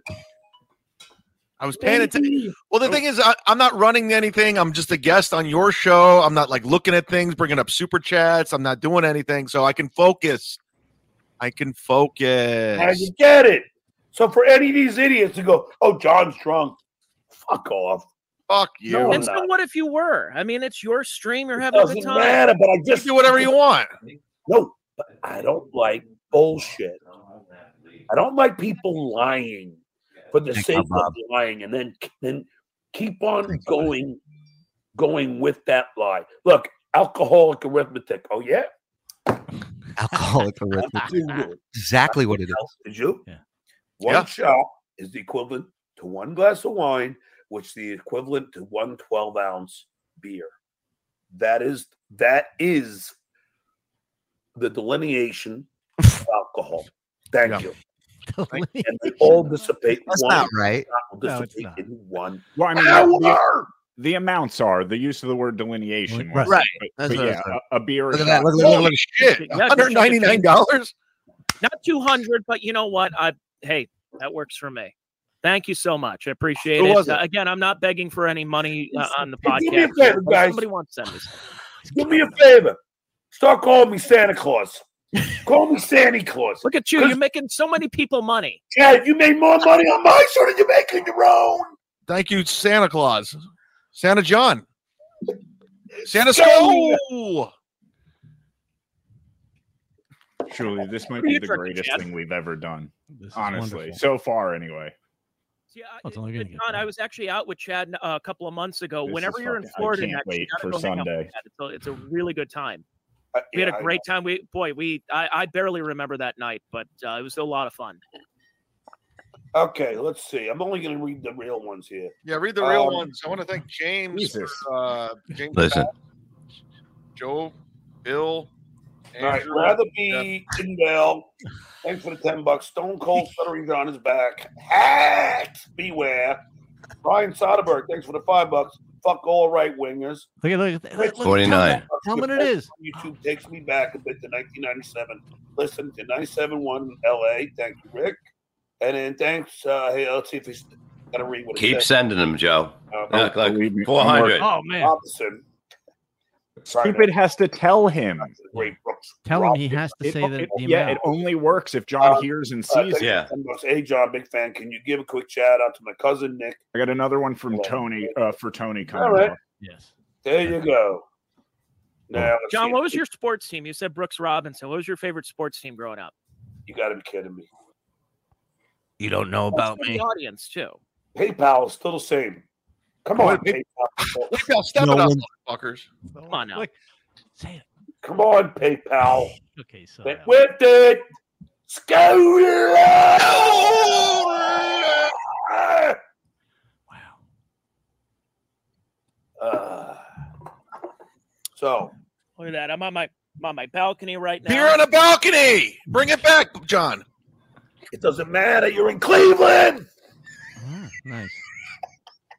[SPEAKER 9] I was paying attention. Well, the thing is, I, I'm not running anything. I'm just a guest on your show. I'm not like looking at things, bringing up super chats. I'm not doing anything, so I can focus. I can focus.
[SPEAKER 1] I get it. So for any of these idiots to go, oh, John's drunk, fuck off.
[SPEAKER 9] Fuck
[SPEAKER 1] No, I'm
[SPEAKER 14] and so
[SPEAKER 1] not.
[SPEAKER 14] what if you were? I mean, it's your stream. You're having a
[SPEAKER 1] doesn't
[SPEAKER 14] good time.
[SPEAKER 1] matter, but I just
[SPEAKER 9] do whatever you want.
[SPEAKER 1] No, but I don't like bullshit. I don't like people lying for the
[SPEAKER 10] Thanks,
[SPEAKER 1] sake
[SPEAKER 10] Bob.
[SPEAKER 1] of lying and then then keep on going going with that lie. Look, alcoholic arithmetic. Oh yeah?
[SPEAKER 10] Alcoholic arithmetic. exactly what it is.
[SPEAKER 1] Did you? One shot is the equivalent to one glass of wine, which is the equivalent to one 12 ounce beer. That is that is the delineation of alcohol. Thank you. And they all dissipate.
[SPEAKER 10] That's
[SPEAKER 1] one
[SPEAKER 10] not right.
[SPEAKER 1] shot will
[SPEAKER 10] No, it's
[SPEAKER 1] dissipate in one.
[SPEAKER 8] Well, I mean, the,
[SPEAKER 1] hour!
[SPEAKER 8] the amounts are the use of the word delineation, was-
[SPEAKER 14] Right.
[SPEAKER 8] But,
[SPEAKER 14] That's
[SPEAKER 8] but
[SPEAKER 14] what I
[SPEAKER 8] yeah,
[SPEAKER 14] was
[SPEAKER 8] a,
[SPEAKER 14] saying.
[SPEAKER 8] a beer.
[SPEAKER 14] Look
[SPEAKER 8] a
[SPEAKER 14] at that.
[SPEAKER 8] shot.
[SPEAKER 14] Look at that. Look at that. Shit, $199? Not two hundred, but you know what? I hey, that works for me. Thank you so much. I appreciate
[SPEAKER 1] Who
[SPEAKER 14] it.
[SPEAKER 1] was it?
[SPEAKER 14] Uh, again, I'm not begging for any money uh, on the
[SPEAKER 1] Hey, do me a
[SPEAKER 14] podcast.
[SPEAKER 1] favor,
[SPEAKER 14] If
[SPEAKER 1] guys.
[SPEAKER 14] Somebody wants to send me.
[SPEAKER 1] Do
[SPEAKER 14] something.
[SPEAKER 1] me a favor. Start calling me Santa Claus. Call me Santa Claus.
[SPEAKER 14] Look at you. You're making so many people money.
[SPEAKER 1] Chad, you made more money on my show than you make on your own.
[SPEAKER 9] Thank you, Santa Claus, Santa John, Santa
[SPEAKER 1] So-
[SPEAKER 9] Skull.
[SPEAKER 8] Truly, this might
[SPEAKER 9] Are
[SPEAKER 8] be
[SPEAKER 9] you
[SPEAKER 8] the
[SPEAKER 9] drinking,
[SPEAKER 8] greatest
[SPEAKER 9] Chad?
[SPEAKER 8] thing we've ever done.
[SPEAKER 2] This is
[SPEAKER 8] Honestly,
[SPEAKER 2] wonderful.
[SPEAKER 8] so far anyway.
[SPEAKER 14] Yeah, I-
[SPEAKER 2] it's only gonna
[SPEAKER 14] but
[SPEAKER 2] get
[SPEAKER 14] John, I was actually out with Chad uh, a couple of months ago.
[SPEAKER 8] This
[SPEAKER 14] Whenever
[SPEAKER 8] is
[SPEAKER 14] you're in
[SPEAKER 8] fucking- I
[SPEAKER 14] Florida,
[SPEAKER 8] can't
[SPEAKER 14] next,
[SPEAKER 8] wait
[SPEAKER 14] you gotta
[SPEAKER 8] for
[SPEAKER 14] go hang out with
[SPEAKER 8] Sunday.
[SPEAKER 14] Chad. It's a, it's a really good time. We
[SPEAKER 1] Uh, yeah,
[SPEAKER 14] had a
[SPEAKER 1] I
[SPEAKER 14] great time. We boy, we I, I barely remember that night, but uh, it was a lot of fun.
[SPEAKER 1] Okay, let's see. I'm only going to read the real ones here.
[SPEAKER 9] Yeah, read the real
[SPEAKER 1] Um,
[SPEAKER 9] ones. I want to thank James,
[SPEAKER 1] Jesus.
[SPEAKER 9] for, uh, James
[SPEAKER 4] Listen.
[SPEAKER 9] Fat, Joe, Bill,
[SPEAKER 1] All right,
[SPEAKER 9] Andrew,
[SPEAKER 1] rather be in Bell. Thanks for the ten bucks. Stone Cold Stuttering's on his back. Hacks, beware. Brian Soderberg, thanks for the five bucks. Fuck all right wingers.
[SPEAKER 2] Look at look at look, look,
[SPEAKER 4] 49.
[SPEAKER 2] Tell them what it is.
[SPEAKER 1] YouTube takes me back a bit to 1997. Listen to 97.1 LA. Thank you, Rick. And then thanks. Uh, hey, let's see if he's gonna read what it
[SPEAKER 4] Keep
[SPEAKER 1] says.
[SPEAKER 4] sending them, Joe.
[SPEAKER 1] Uh,
[SPEAKER 4] Look,
[SPEAKER 8] believe
[SPEAKER 4] look,
[SPEAKER 8] me,
[SPEAKER 4] four hundred.
[SPEAKER 2] Oh, man.
[SPEAKER 1] Robinson. Sorry,
[SPEAKER 8] Stupid has to tell him.
[SPEAKER 1] Great Brooks.
[SPEAKER 2] Tell him he has to
[SPEAKER 8] It-
[SPEAKER 2] say
[SPEAKER 8] it-
[SPEAKER 2] that the
[SPEAKER 8] yeah, it
[SPEAKER 2] amount.
[SPEAKER 8] only works if John
[SPEAKER 1] Uh,
[SPEAKER 8] hears and
[SPEAKER 1] Uh,
[SPEAKER 8] sees
[SPEAKER 1] thanks
[SPEAKER 8] it.
[SPEAKER 1] for the $10. Hey, John, big fan. Can you give a quick shout out to my cousin Nick?
[SPEAKER 8] I got another one from Tony uh, for Tony coming.
[SPEAKER 1] All right.
[SPEAKER 8] up.
[SPEAKER 2] Yes.
[SPEAKER 1] There you go. Now, let's
[SPEAKER 14] John,
[SPEAKER 1] see.
[SPEAKER 14] what was your sports team? You said Brooks Robinson. What was your favorite sports team growing up?
[SPEAKER 1] You got to be kidding me.
[SPEAKER 10] You don't know about
[SPEAKER 14] The
[SPEAKER 10] me.
[SPEAKER 14] audience too.
[SPEAKER 1] PayPal is still the same. Come on,
[SPEAKER 9] Wait,
[SPEAKER 1] PayPal.
[SPEAKER 9] PayPal, step
[SPEAKER 2] No
[SPEAKER 9] it up,
[SPEAKER 2] one-
[SPEAKER 9] motherfuckers.
[SPEAKER 14] Come on now.
[SPEAKER 2] Look, say it.
[SPEAKER 1] Come on, PayPal.
[SPEAKER 2] Okay, so
[SPEAKER 1] Get with it. Scola! Uh, so
[SPEAKER 14] Look at that. I'm on my I'm on my balcony right now.
[SPEAKER 9] Beer on a balcony. Bring it back, John.
[SPEAKER 1] it doesn't matter. You're in Cleveland.
[SPEAKER 2] Ah, nice.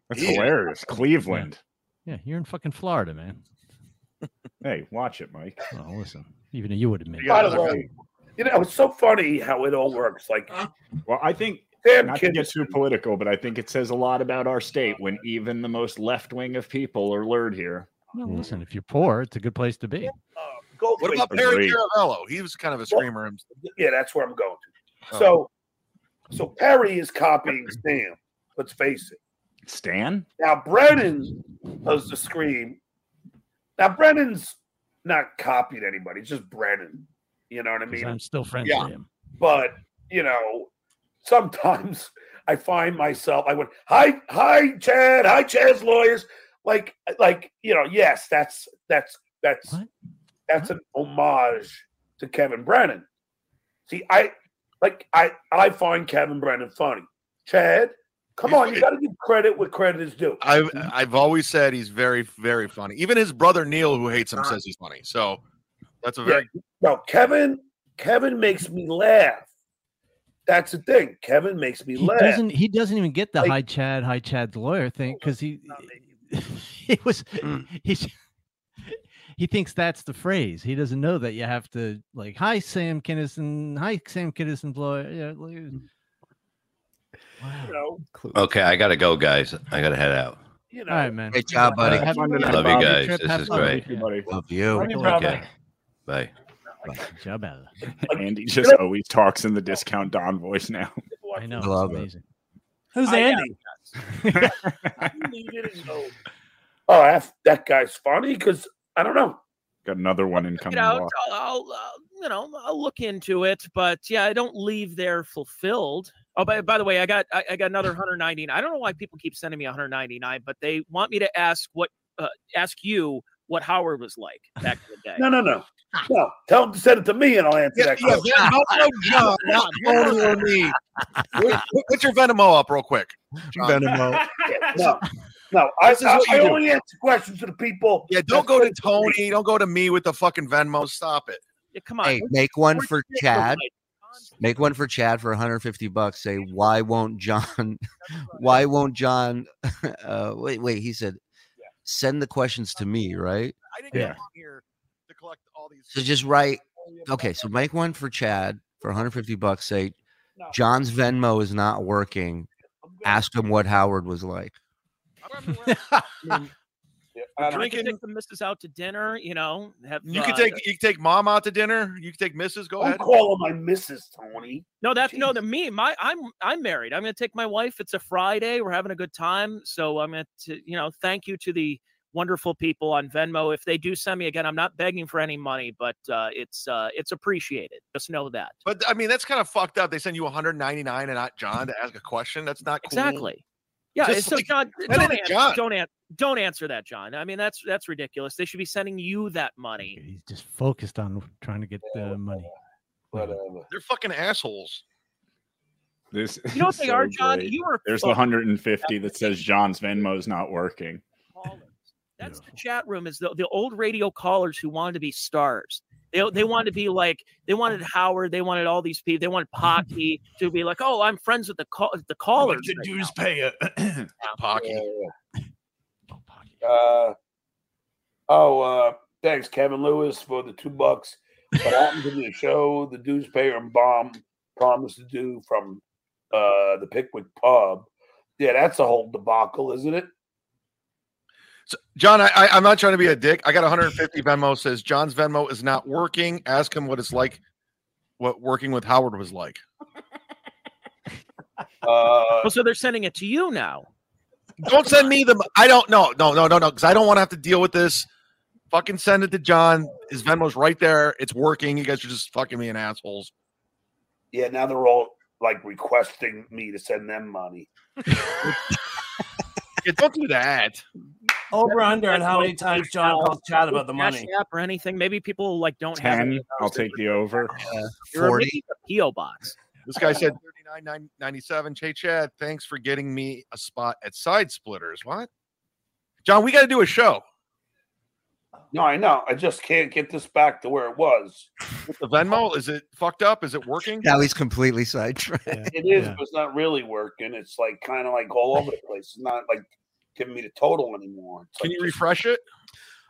[SPEAKER 8] That's hilarious. Cleveland.
[SPEAKER 2] Yeah, you're in fucking Florida, man.
[SPEAKER 8] Hey, watch it, Mike.
[SPEAKER 2] Oh, listen, even you would admit.
[SPEAKER 1] By the
[SPEAKER 2] it.
[SPEAKER 1] way, you know it's so funny how it all works. Like
[SPEAKER 8] Well, I think
[SPEAKER 1] Sam
[SPEAKER 8] not to get too political, but I think it says a lot about our state when even the most left wing of people are lured here.
[SPEAKER 2] No, listen, if you're poor, it's a good place to be.
[SPEAKER 1] Go
[SPEAKER 9] What
[SPEAKER 1] wait,
[SPEAKER 9] about Perry
[SPEAKER 8] Agreed.
[SPEAKER 9] Caravello? He was kind of a screamer. himself.
[SPEAKER 1] yeah, that's where I'm going to.
[SPEAKER 9] Oh.
[SPEAKER 1] So, so Perry is copying Sam. Let's face it.
[SPEAKER 8] Stan?
[SPEAKER 1] Now Brennan does the scream. Now Brennan's not copied anybody; it's just Brennan. You know what I
[SPEAKER 2] 'Cause
[SPEAKER 1] mean?
[SPEAKER 2] I'm still friends
[SPEAKER 1] Yeah.
[SPEAKER 2] with him.
[SPEAKER 1] But you know, sometimes I find myself. I went, "Hi, hi, Chad. Hi, Chad's lawyers." Like, like you know, yes, that's that's that's
[SPEAKER 2] What?
[SPEAKER 1] that's an homage to Kevin Brennan. See, I like I I find Kevin Brennan funny. Chad, Come on, you got to give credit where credit is due.
[SPEAKER 9] I've
[SPEAKER 10] Mm-hmm.
[SPEAKER 9] I've always said he's very very funny. Even his brother Neil, who hates him,
[SPEAKER 1] Uh-huh.
[SPEAKER 9] says he's funny. So that's a very
[SPEAKER 1] No, Kevin. Kevin makes me laugh. That's the thing. Kevin makes me
[SPEAKER 2] He
[SPEAKER 1] laugh.
[SPEAKER 2] doesn't. He doesn't even get the high Chad, high Chad's lawyer thing because he he was
[SPEAKER 8] Mm.
[SPEAKER 2] he's he thinks that's the phrase. He doesn't know that you have to like, hi Sam Kinison, hi Sam Kinison's lawyer. Yeah, like-
[SPEAKER 1] You know,
[SPEAKER 4] Okay, I gotta go, guys. I gotta head out.
[SPEAKER 1] you
[SPEAKER 2] All right, man.
[SPEAKER 10] Great job, buddy.
[SPEAKER 4] I love you guys. This is great.
[SPEAKER 10] Love you.
[SPEAKER 1] Love you, brother.
[SPEAKER 4] Okay. Bye.
[SPEAKER 2] Job
[SPEAKER 8] Andy just always talks in the discount Don voice now.
[SPEAKER 2] I know.
[SPEAKER 8] I love it.
[SPEAKER 7] Who's
[SPEAKER 1] I
[SPEAKER 7] Andy?
[SPEAKER 1] gotta- you need it, so- Oh, that, that guy's funny because I don't know.
[SPEAKER 8] Got another one incoming.
[SPEAKER 14] Get out.
[SPEAKER 8] Walk.
[SPEAKER 14] I'll, I'll, uh, you know, I'll look into it, but yeah, I don't leave there fulfilled. Oh, by, by the way, I got I, I got another 199. I don't know why people keep sending me 199, but they want me to ask what uh, ask you what Howard was like back in the day.
[SPEAKER 1] No, no, no. No, tell him to send it to me and I'll answer that
[SPEAKER 9] Yeah, Venmo,
[SPEAKER 1] question.
[SPEAKER 9] no, John, not Tony or me. Put- Put your Venmo up real quick. John.
[SPEAKER 1] no, no. I,
[SPEAKER 9] This is
[SPEAKER 1] I,
[SPEAKER 9] what you
[SPEAKER 1] I
[SPEAKER 9] do.
[SPEAKER 1] only answer questions to the people.
[SPEAKER 9] Yeah, don't go to Tony. Don't go to me with the fucking Venmo. Stop it.
[SPEAKER 14] Yeah, come on.
[SPEAKER 10] Hey, make one for Chad. Make one for Chad for 150 bucks. Say, why won't John? Why won't John? Uh, wait, wait. He said, send the questions to me, right?
[SPEAKER 9] I didn't
[SPEAKER 10] yeah.
[SPEAKER 9] To collect all these.
[SPEAKER 10] So just write. Okay, so make one for Chad for 150 bucks. Say, John's Venmo is not working. Ask him what Howard was like.
[SPEAKER 14] I
[SPEAKER 9] don't-
[SPEAKER 14] can take the missus out to dinner. You know, have
[SPEAKER 9] You
[SPEAKER 14] uh,
[SPEAKER 9] could take you could take mom out to dinner. You could take Mrs. Go
[SPEAKER 1] Don't
[SPEAKER 9] ahead.
[SPEAKER 1] call her my Mrs. Tony.
[SPEAKER 14] No, that's no to me. My I'm I'm married. I'm gonna take my wife. It's a Friday. We're having a good time. So I'm gonna t- you know, thank you to the wonderful people on Venmo. If they do send me again, I'm not begging for any money, but uh it's uh it's appreciated. Just know that.
[SPEAKER 9] But I mean, that's kind of fucked up. They send you 199 and not John to ask a question. That's not cool.
[SPEAKER 14] Exactly. Yeah,
[SPEAKER 9] Just
[SPEAKER 14] it's so
[SPEAKER 9] like,
[SPEAKER 14] John,
[SPEAKER 9] send it
[SPEAKER 14] don't
[SPEAKER 9] to
[SPEAKER 14] answer,
[SPEAKER 9] John.
[SPEAKER 14] don't an- don't answer that, John. I mean, that's that's ridiculous. They should be sending you that money.
[SPEAKER 2] Just focused on trying to get the money.
[SPEAKER 14] uh,
[SPEAKER 9] They're fucking assholes.
[SPEAKER 8] This
[SPEAKER 14] You know
[SPEAKER 8] is
[SPEAKER 14] what they are,
[SPEAKER 8] so
[SPEAKER 14] John?
[SPEAKER 8] great.
[SPEAKER 14] You are
[SPEAKER 8] There's the
[SPEAKER 14] fucked.
[SPEAKER 8] 150 that says John's Venmo's not working.
[SPEAKER 14] That's the chat room is the, the old radio callers who wanted to be stars. They, they wanted to be like they wanted Howard, they wanted all these people, they wanted Pocky to be like, oh, I'm friends with the call the callers.
[SPEAKER 9] the
[SPEAKER 14] right
[SPEAKER 9] dues
[SPEAKER 14] now."
[SPEAKER 9] payer. Pocky.
[SPEAKER 1] Uh, oh, uh, thanks, Kevin Lewis, for the two bucks. What happened to the show the dues payer and bomb promised to do from uh, the Pickwick Pub? Yeah, that's a whole debacle, isn't it?
[SPEAKER 9] John, I, I, I'm not trying to be a dick. I got 150 Venmo says John's Venmo is not working. Ask him what it's like, what working with Howard was like.
[SPEAKER 1] Uh,
[SPEAKER 14] Well, Oh, so they're sending it to you now.
[SPEAKER 9] Don't send me the. I don't know. No, no, no, no. Because I don't want to have to deal with this. Fucking send it to John. His Venmo's right there. It's working. You guys are just fucking being assholes.
[SPEAKER 1] Yeah, now they're all like requesting me to send them money.
[SPEAKER 9] Yeah, don't do that.
[SPEAKER 7] Over under on how many times John calls Chad about the
[SPEAKER 14] Cash
[SPEAKER 7] money.
[SPEAKER 14] App or anything. Maybe people like don't have
[SPEAKER 8] 10.
[SPEAKER 14] any of
[SPEAKER 8] I'll
[SPEAKER 14] those.
[SPEAKER 8] take the over.
[SPEAKER 14] You're making a PO box.
[SPEAKER 9] This guy said 39.97. Hey Chad, thanks for getting me a spot at Side Splitters. What? John, we got to do a show.
[SPEAKER 1] No, I know. I just can't get this back to where it was.
[SPEAKER 9] With the Venmo, is it fucked up? Is it working?
[SPEAKER 10] Now he's completely sidetracked.
[SPEAKER 1] It is, but it's not really working. It's like kind of like all over the place. It's not like giving me the total anymore. It's
[SPEAKER 9] Can
[SPEAKER 1] like
[SPEAKER 9] you refresh it?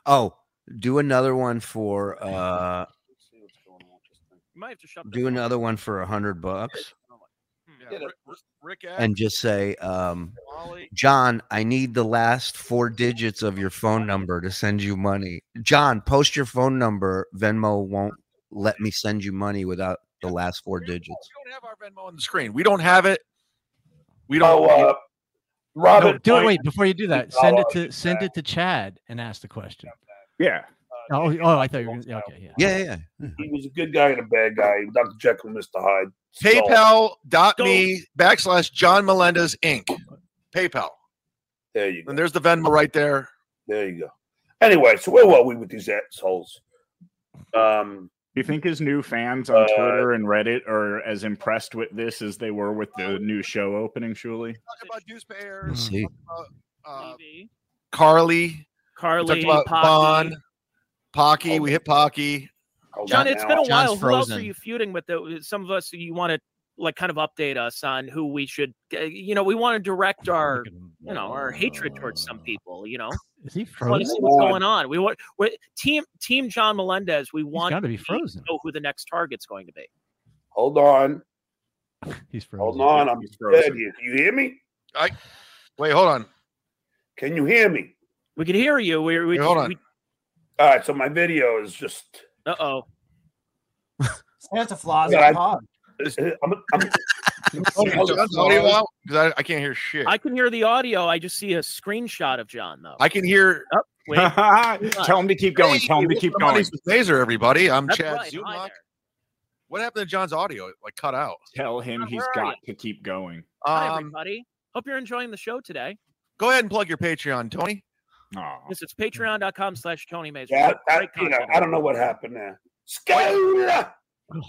[SPEAKER 10] Oh, do another one for uh
[SPEAKER 14] You might have to shut
[SPEAKER 10] do another one for a hundred bucks
[SPEAKER 9] Yeah, hmm, Rick, Rick asked,
[SPEAKER 10] and just say, um, John, I need the last four digits of your phone number to send you money. John, post your phone number. Venmo won't let me send you money without the last four digits.
[SPEAKER 9] on the screen. We don't have it. We don't.
[SPEAKER 1] uh,
[SPEAKER 2] No, do it. Wait, before you do that, send it
[SPEAKER 1] $20
[SPEAKER 2] to send it to Chad and ask the question.
[SPEAKER 8] Yeah.
[SPEAKER 14] Uh,
[SPEAKER 2] Oh, oh, I thought you were. Gonna, yeah, okay, yeah.
[SPEAKER 10] Yeah, yeah.
[SPEAKER 1] He was a good guy and a bad guy. Dr. Jekyll and Mr. Hyde.
[SPEAKER 9] PayPal.me backslash John Melendez Inc. PayPal.
[SPEAKER 1] There you go.
[SPEAKER 9] And there's the Venmo right there.
[SPEAKER 1] There you go. Anyway, so where were we with these assholes? Um, uh,
[SPEAKER 8] Do you think his new fans on Twitter and Reddit are as impressed with this as they were with the new show opening, Shuli?
[SPEAKER 9] We'll
[SPEAKER 10] see.
[SPEAKER 9] Carly.
[SPEAKER 14] Carly,
[SPEAKER 9] We talked about
[SPEAKER 14] Pocky.
[SPEAKER 9] Bond, Pocky. we hit Pocky.
[SPEAKER 14] John, it's been a while. Who else are you feuding with? though? Some of us you want to like kind of update us on who we should. uh, You know, we want to direct our you know our hatred towards some people. You know,
[SPEAKER 2] Is he
[SPEAKER 14] we want
[SPEAKER 2] frozen?
[SPEAKER 14] to see what's going on. We want we're, team team John Melendez. We want
[SPEAKER 2] gotta be
[SPEAKER 14] to
[SPEAKER 2] frozen.
[SPEAKER 14] Know who the next target's going to be.
[SPEAKER 1] Hold on.
[SPEAKER 2] He's
[SPEAKER 1] Hold on. I'm dead. You, you hear me?
[SPEAKER 9] I wait. Hold on.
[SPEAKER 1] Can you hear me?
[SPEAKER 14] We can hear you. We, we
[SPEAKER 1] hold on. All right. So my video is just.
[SPEAKER 14] Uh oh.
[SPEAKER 7] Santa Claus
[SPEAKER 1] Yeah, I-
[SPEAKER 7] on pod.
[SPEAKER 9] uh,
[SPEAKER 1] I'm, I'm,
[SPEAKER 9] Is John's audio out? 'Cause I, I can't hear shit.
[SPEAKER 14] I can hear the audio. I just see a screenshot of John though.
[SPEAKER 9] I can hear.
[SPEAKER 14] Oh, wait.
[SPEAKER 8] Tell him to keep going. Tell him to keep going.
[SPEAKER 9] Laser, everybody. I'm
[SPEAKER 14] That's
[SPEAKER 9] Chad
[SPEAKER 14] right.
[SPEAKER 9] Zulak.
[SPEAKER 14] Hi there.
[SPEAKER 9] What happened to John's audio? It, Like cut out.
[SPEAKER 8] Tell him he's
[SPEAKER 14] Where are
[SPEAKER 8] got to keep going.
[SPEAKER 14] Hi,
[SPEAKER 9] Um,
[SPEAKER 14] everybody. Hope you're enjoying the show today.
[SPEAKER 9] go ahead and plug your Patreon, Tony.
[SPEAKER 14] This is patreon.com slash Tony Mays.
[SPEAKER 1] Yeah,
[SPEAKER 14] Great
[SPEAKER 1] I, you know,
[SPEAKER 14] content.
[SPEAKER 1] I don't know what happened there. Scola!
[SPEAKER 10] Oh,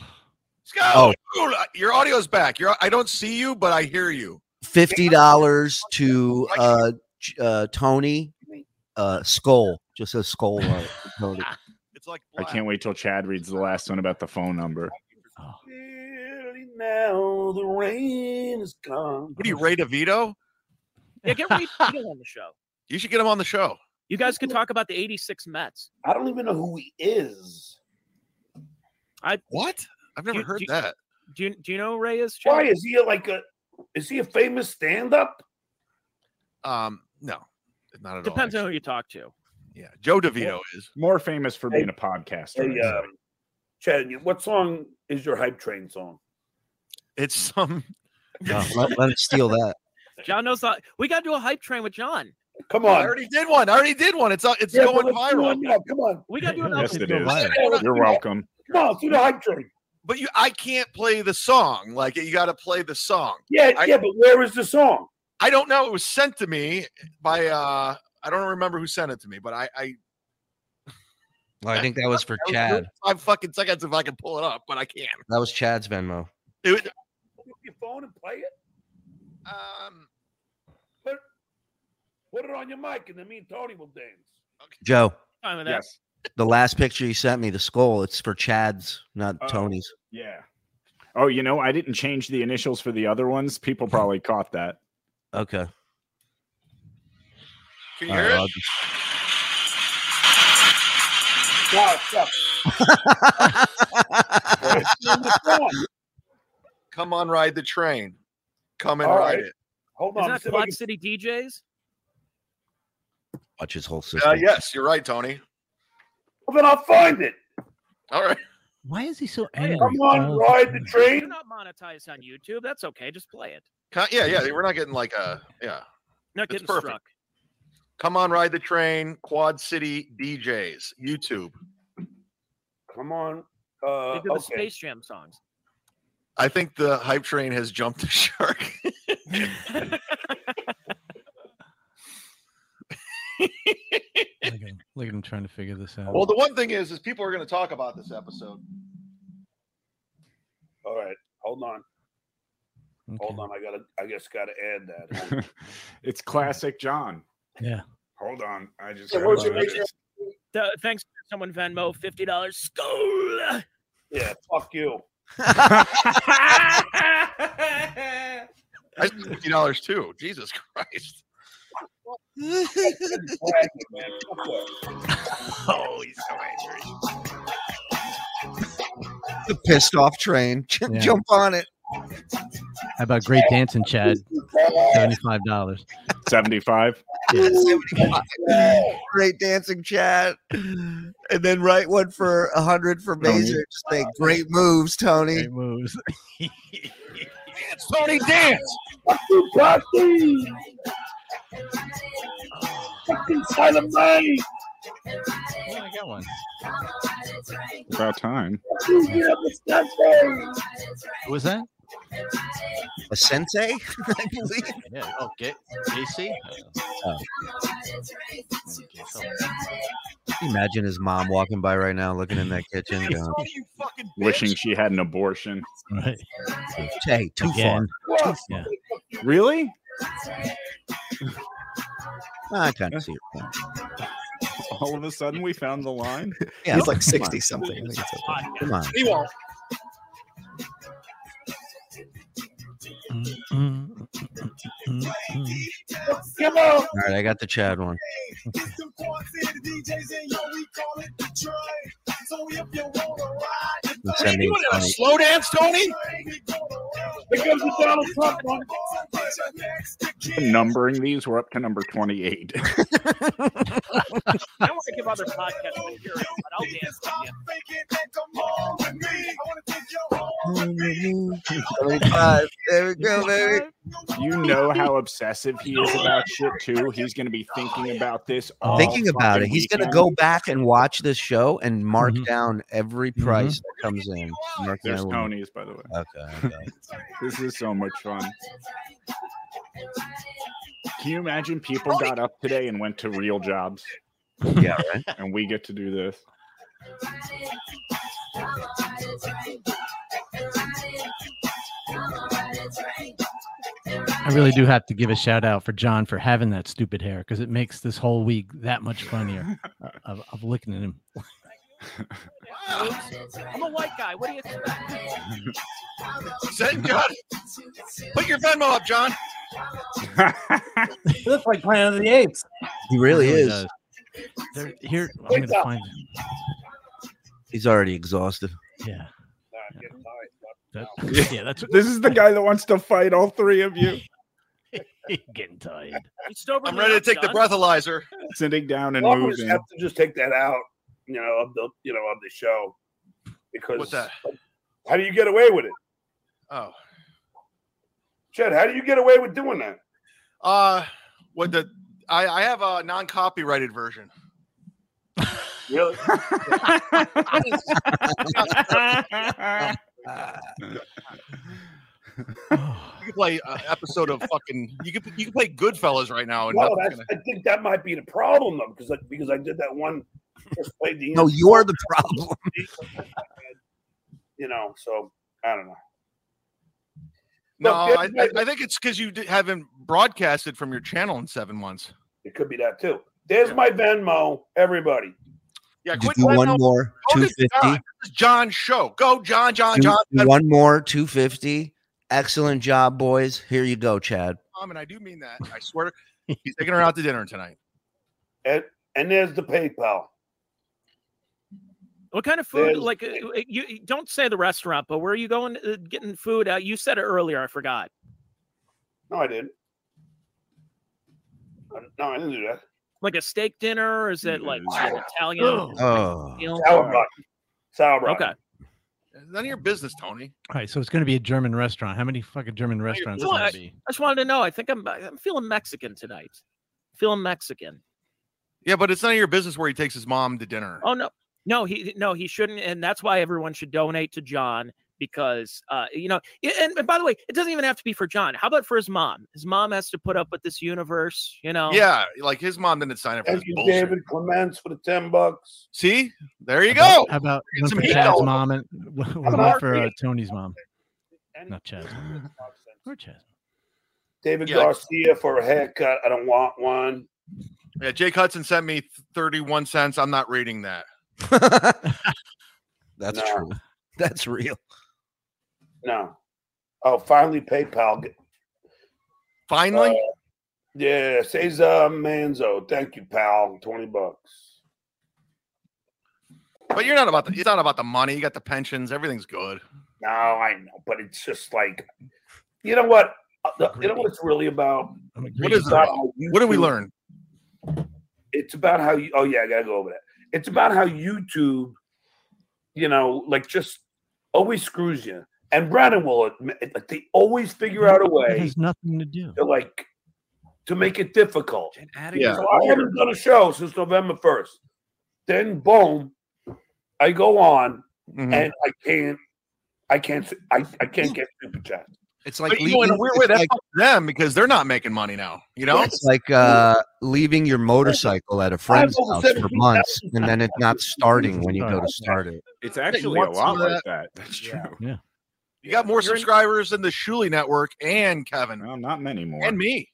[SPEAKER 9] Scott, uh, your audio's back. You're, I don't see you, but I hear you.
[SPEAKER 10] fifty dollars to uh, J- uh, Tony uh, Skull. Just a skull uh, on it, Tony.
[SPEAKER 8] I can't wait till Chad reads the last one about the phone number.
[SPEAKER 1] Now the rain is gone.
[SPEAKER 9] What are you, Ray DeVito?
[SPEAKER 14] Yeah, get Ray Beal on the show.
[SPEAKER 9] You should get him on the show.
[SPEAKER 14] You guys could talk about the 86 Mets.
[SPEAKER 1] I don't even know who he is.
[SPEAKER 14] I
[SPEAKER 9] What? I've
[SPEAKER 14] never
[SPEAKER 9] heard that.
[SPEAKER 14] Do you, do you know who Ray is? Chad?
[SPEAKER 1] Why is he like a? Is he a famous stand-up?
[SPEAKER 9] Um, no, not at
[SPEAKER 14] Depends on who you talk to.
[SPEAKER 9] all. Yeah, Joe DeVito is
[SPEAKER 8] more famous for being a podcaster.
[SPEAKER 1] Hey, um, Chad, you- what song is your hype train song?
[SPEAKER 9] It's some.
[SPEAKER 10] No, let, let him steal that.
[SPEAKER 14] John knows that. We got to do a hype train with John.
[SPEAKER 1] Come
[SPEAKER 9] I already did one. I already did one. It's uh, it's
[SPEAKER 1] Yeah, but
[SPEAKER 9] going
[SPEAKER 1] let's do
[SPEAKER 9] viral.
[SPEAKER 1] one now. Come on,
[SPEAKER 14] We got to do another
[SPEAKER 8] Yes,
[SPEAKER 14] one.
[SPEAKER 8] it is.
[SPEAKER 9] Viral.
[SPEAKER 8] You're welcome.
[SPEAKER 1] come on, do the hype train.
[SPEAKER 9] But you, I can't play the song. Like you got to play the song.
[SPEAKER 1] Yeah,
[SPEAKER 9] I-
[SPEAKER 1] yeah, but where is the song?
[SPEAKER 9] I don't know. It was sent to me by. uh I don't remember who sent it to me, but I. I
[SPEAKER 10] Well, I think that was for Chad.
[SPEAKER 9] Five fucking seconds if I can pull it up, but I can't.
[SPEAKER 10] That was Chad's Venmo.
[SPEAKER 9] It was-
[SPEAKER 1] Pick up your phone and play it.
[SPEAKER 9] Um,
[SPEAKER 1] put put it on your mic, and then me and Tony will dance.
[SPEAKER 10] Joe,
[SPEAKER 14] Fine with that.
[SPEAKER 8] Yes.
[SPEAKER 10] the last picture you sent me, the skull. It's for Chad's, not
[SPEAKER 8] Oh.
[SPEAKER 10] Tony's.
[SPEAKER 8] Yeah. Oh, you know, I didn't change the initials for the other ones. People probably caught that.
[SPEAKER 10] Okay.
[SPEAKER 9] can you
[SPEAKER 10] All
[SPEAKER 9] hear
[SPEAKER 10] right,
[SPEAKER 9] it?
[SPEAKER 10] I'll just-
[SPEAKER 1] Wow, stop.
[SPEAKER 9] Come on, ride the train. Come and
[SPEAKER 1] All
[SPEAKER 9] ride
[SPEAKER 1] right.
[SPEAKER 9] it.
[SPEAKER 1] Hold
[SPEAKER 14] Isn't
[SPEAKER 1] on.
[SPEAKER 14] that
[SPEAKER 1] see if I
[SPEAKER 14] Quad
[SPEAKER 1] can-
[SPEAKER 14] City DJs?
[SPEAKER 10] Watch his whole
[SPEAKER 9] Uh,
[SPEAKER 10] system.
[SPEAKER 9] yes, you're right, Tony.
[SPEAKER 1] Well, then I'll find it.
[SPEAKER 9] All right.
[SPEAKER 2] Why is he so
[SPEAKER 1] Come
[SPEAKER 2] angry?
[SPEAKER 1] on,
[SPEAKER 2] all the
[SPEAKER 1] ride
[SPEAKER 2] time?
[SPEAKER 1] the
[SPEAKER 14] You're
[SPEAKER 1] train.
[SPEAKER 14] not monetized on YouTube. That's okay. Just play it.
[SPEAKER 9] Ca- Yeah, yeah. We're not getting like a yeah.
[SPEAKER 14] Not
[SPEAKER 9] It's
[SPEAKER 14] getting
[SPEAKER 9] perfect.
[SPEAKER 14] struck.
[SPEAKER 9] Come on, ride the train. Quad City DJs. YouTube.
[SPEAKER 1] Come on.
[SPEAKER 14] They
[SPEAKER 1] Uh,
[SPEAKER 14] do the
[SPEAKER 1] okay.
[SPEAKER 14] Space Jam songs.
[SPEAKER 9] I think the hype train has jumped the shark.
[SPEAKER 2] Look at him- Look at him trying to figure this out.
[SPEAKER 9] well, the one thing is, is people are going to talk about this episode.
[SPEAKER 1] All right. Hold on. Hold on. I gotta. I just gotta add that.
[SPEAKER 8] it's classic John.
[SPEAKER 2] Yeah.
[SPEAKER 8] Hold on. I just
[SPEAKER 1] Yeah, what's
[SPEAKER 8] gotta
[SPEAKER 1] your
[SPEAKER 8] do this.
[SPEAKER 14] Th- thanks to someone Venmo, fifty dollars. School.
[SPEAKER 1] Yeah. Fuck you.
[SPEAKER 9] I spent fifty dollars too. Jesus Christ! Oh, he's so angry.
[SPEAKER 10] the pissed off train.
[SPEAKER 2] Yeah.
[SPEAKER 10] Jump on it.
[SPEAKER 2] How about great dancing, Chad? Seventy-five dollars.
[SPEAKER 8] 75.
[SPEAKER 10] great dancing chat and then write one for a hundred for
[SPEAKER 8] Tony.
[SPEAKER 10] Mazer. Just say great moves, Tony.
[SPEAKER 2] Great moves.
[SPEAKER 9] Dance, Tony, dance.
[SPEAKER 1] Fucking party. Fucking silent night.
[SPEAKER 2] Oh, I got one.
[SPEAKER 8] About time.
[SPEAKER 1] Fucking get up and stand there.
[SPEAKER 2] What was that?
[SPEAKER 10] A sensei, I believe.
[SPEAKER 18] Yeah. Oh, Ga- Gacy.
[SPEAKER 10] Oh. Can you Imagine his mom walking by right now, looking in that kitchen, going,
[SPEAKER 8] wishing she had an abortion.
[SPEAKER 2] Right.
[SPEAKER 10] "Hey, too
[SPEAKER 8] Again.
[SPEAKER 10] far." Too far.
[SPEAKER 8] Really?
[SPEAKER 10] I kind of see your point.
[SPEAKER 8] All of a sudden, we found the line.
[SPEAKER 10] Yeah, He's like come on. 60 something. I think it's okay. Come on.
[SPEAKER 7] He won't.
[SPEAKER 1] Come on.
[SPEAKER 10] All right, I got the Chad one. And send me
[SPEAKER 7] You
[SPEAKER 10] a
[SPEAKER 7] want a
[SPEAKER 10] funny-
[SPEAKER 7] slow dance, Tony?
[SPEAKER 1] Here comes the Donald Trump one.
[SPEAKER 8] Numbering these, we're up to number twenty-eight.
[SPEAKER 14] I want to give other podcasts material, but I'll dance with you.
[SPEAKER 10] Twenty-five. There we go, baby.
[SPEAKER 8] You know how obsessive he is about shit too. He's going to be thinking about this. all
[SPEAKER 10] Thinking about
[SPEAKER 8] Oh,
[SPEAKER 10] it,
[SPEAKER 8] fucking
[SPEAKER 10] he's going to
[SPEAKER 8] weekend. Mm-hmm.
[SPEAKER 10] go back and watch this show and mark down every price that comes in. Mark
[SPEAKER 8] There's
[SPEAKER 10] down-
[SPEAKER 8] Tony's, by the way.
[SPEAKER 10] Okay. okay.
[SPEAKER 8] This is so much fun. Can you imagine people got up today and went to real jobs?
[SPEAKER 10] Yeah, right.
[SPEAKER 8] And we get to do this.
[SPEAKER 2] I really do have to give a shout out for John for having that stupid hair because it makes this whole week that much funnier of, of looking at him.
[SPEAKER 14] I'm a white guy. What do you expect?
[SPEAKER 9] Send John. Put your Venmo up, John.
[SPEAKER 7] He looks like Planet of the Apes.
[SPEAKER 10] He really is.
[SPEAKER 2] does. There, here, I'm gonna find.
[SPEAKER 10] He's already exhausted.
[SPEAKER 2] Yeah. That, yeah, that's
[SPEAKER 8] this is the guy that wants to fight all three of you.
[SPEAKER 2] getting tired.
[SPEAKER 9] I'm ready to take the breathalyzer.
[SPEAKER 8] Sitting down and
[SPEAKER 1] Well, I'm just
[SPEAKER 8] moving.
[SPEAKER 1] have to just take that out, you know, of the you know of the show because
[SPEAKER 9] What's that?
[SPEAKER 1] how do you get away with it,
[SPEAKER 9] Oh,
[SPEAKER 1] Chad? How do you get away with doing that?
[SPEAKER 9] uh, what the? I, I have a non-copyrighted version.
[SPEAKER 1] Really?
[SPEAKER 9] you can play an episode of fucking. You can you can play Goodfellas right now. And
[SPEAKER 1] No,
[SPEAKER 9] Oh, nothing's
[SPEAKER 1] that's,
[SPEAKER 9] gonna-
[SPEAKER 1] I think that might be the problem though, because I, because I did that one. Just played the
[SPEAKER 10] No, you're the problem.
[SPEAKER 1] you know, so I don't know.
[SPEAKER 9] No,
[SPEAKER 1] Look,
[SPEAKER 9] I,
[SPEAKER 1] the-
[SPEAKER 9] I- I think it's because you di- haven't broadcasted from your channel in seven months.
[SPEAKER 1] It could be that too. There's my Venmo, oh, everybody.
[SPEAKER 9] Yeah,
[SPEAKER 10] Just do one more,
[SPEAKER 9] Go to
[SPEAKER 10] 250.
[SPEAKER 9] John. This is John's show. Go, John, John,
[SPEAKER 10] Do-
[SPEAKER 9] John.
[SPEAKER 10] do one more, 250. Excellent job, boys. Here you go, Chad.
[SPEAKER 9] Mom, and I do mean that. I swear. He's taking her out to dinner tonight.
[SPEAKER 1] And and there's the PayPal.
[SPEAKER 14] What kind of food?
[SPEAKER 1] There's-
[SPEAKER 14] Like uh, uh, you you- don't say the restaurant, but where are you going uh, getting food? Uh, you said it earlier. I forgot.
[SPEAKER 1] No, I didn't. Uh, No, I didn't do that.
[SPEAKER 14] Like a steak dinner, or is it like
[SPEAKER 1] Mm.
[SPEAKER 14] Italian?
[SPEAKER 1] Ugh.
[SPEAKER 10] Oh.
[SPEAKER 14] meal?
[SPEAKER 1] Sauerbraten. Sauerbraten.
[SPEAKER 14] Okay.
[SPEAKER 9] None of your business, Tony.
[SPEAKER 2] All right, so it's gonna be a German restaurant. How many fucking German restaurants?
[SPEAKER 14] Well,
[SPEAKER 2] Are
[SPEAKER 14] I,
[SPEAKER 2] there
[SPEAKER 14] I just wanted to know. I think I'm I'm feeling Mexican tonight. Feeling Mexican.
[SPEAKER 9] Yeah, but it's none of your business where he takes his mom to dinner.
[SPEAKER 14] Oh no, no, he no, he shouldn't, and that's why everyone should donate to John because uh, you know. i- And, and by the way, it doesn't even have to be for John. How about for his mom? His mom has to put up with this universe, you know.
[SPEAKER 9] Yeah, like his mom didn't sign up for
[SPEAKER 1] Thank
[SPEAKER 9] this
[SPEAKER 1] you,
[SPEAKER 9] bullshit.
[SPEAKER 1] David Clements, for the ten bucks.
[SPEAKER 9] See, there
[SPEAKER 2] How
[SPEAKER 9] you go.
[SPEAKER 2] about- How about
[SPEAKER 9] Get
[SPEAKER 2] one
[SPEAKER 9] some
[SPEAKER 2] for
[SPEAKER 9] heat
[SPEAKER 2] Chad's
[SPEAKER 9] going.
[SPEAKER 2] mom and one
[SPEAKER 1] about
[SPEAKER 2] for uh,
[SPEAKER 1] Archie?
[SPEAKER 2] Tony's mom? Not Chad's. mom. Or Chad.
[SPEAKER 1] David
[SPEAKER 9] Yeah.
[SPEAKER 1] Garcia for a haircut. I don't want one.
[SPEAKER 9] Yeah, Jake Hudson sent me thirty-one cents. I'm not reading that.
[SPEAKER 10] That's
[SPEAKER 1] No.
[SPEAKER 10] true. That's real.
[SPEAKER 1] No. Oh, finally PayPal. G-
[SPEAKER 9] Finally,
[SPEAKER 1] Uh, yeah, Cesar Manzo. Thank you, pal. Twenty bucks.
[SPEAKER 9] but you're not about the. It's not about the money. You got the pensions. Everything's good.
[SPEAKER 1] No, I know, but it's just like, you know what? Uh, the- You know what it's really about.
[SPEAKER 9] What is it? about? What did we learn?
[SPEAKER 1] it's about how you oh yeah i gotta go over that it's about how youtube you know like just always screws you and brandon will admit like they always figure out a
[SPEAKER 2] It
[SPEAKER 1] way
[SPEAKER 2] has nothing to do.
[SPEAKER 1] to like to make it difficult
[SPEAKER 9] adding Yeah. is
[SPEAKER 1] so i haven't done a show since november 1st then boom i go on
[SPEAKER 9] Mhm.
[SPEAKER 1] and i can't I can't. I, I can't get super chat.
[SPEAKER 10] It's
[SPEAKER 9] But, you know, in a weird way, that helps them because they're not making money now. You know,
[SPEAKER 10] it's like uh, leaving your motorcycle at a friend's
[SPEAKER 9] over
[SPEAKER 10] house for
[SPEAKER 9] 17,000
[SPEAKER 10] months and then it not starting when you go to start it.
[SPEAKER 8] It's actually a
[SPEAKER 9] want
[SPEAKER 8] lot
[SPEAKER 9] some of
[SPEAKER 8] like that. That's true.
[SPEAKER 2] Yeah.
[SPEAKER 9] You got more subscribers than the Shuli Network and Kevin.
[SPEAKER 8] Well, not many more.
[SPEAKER 9] And me.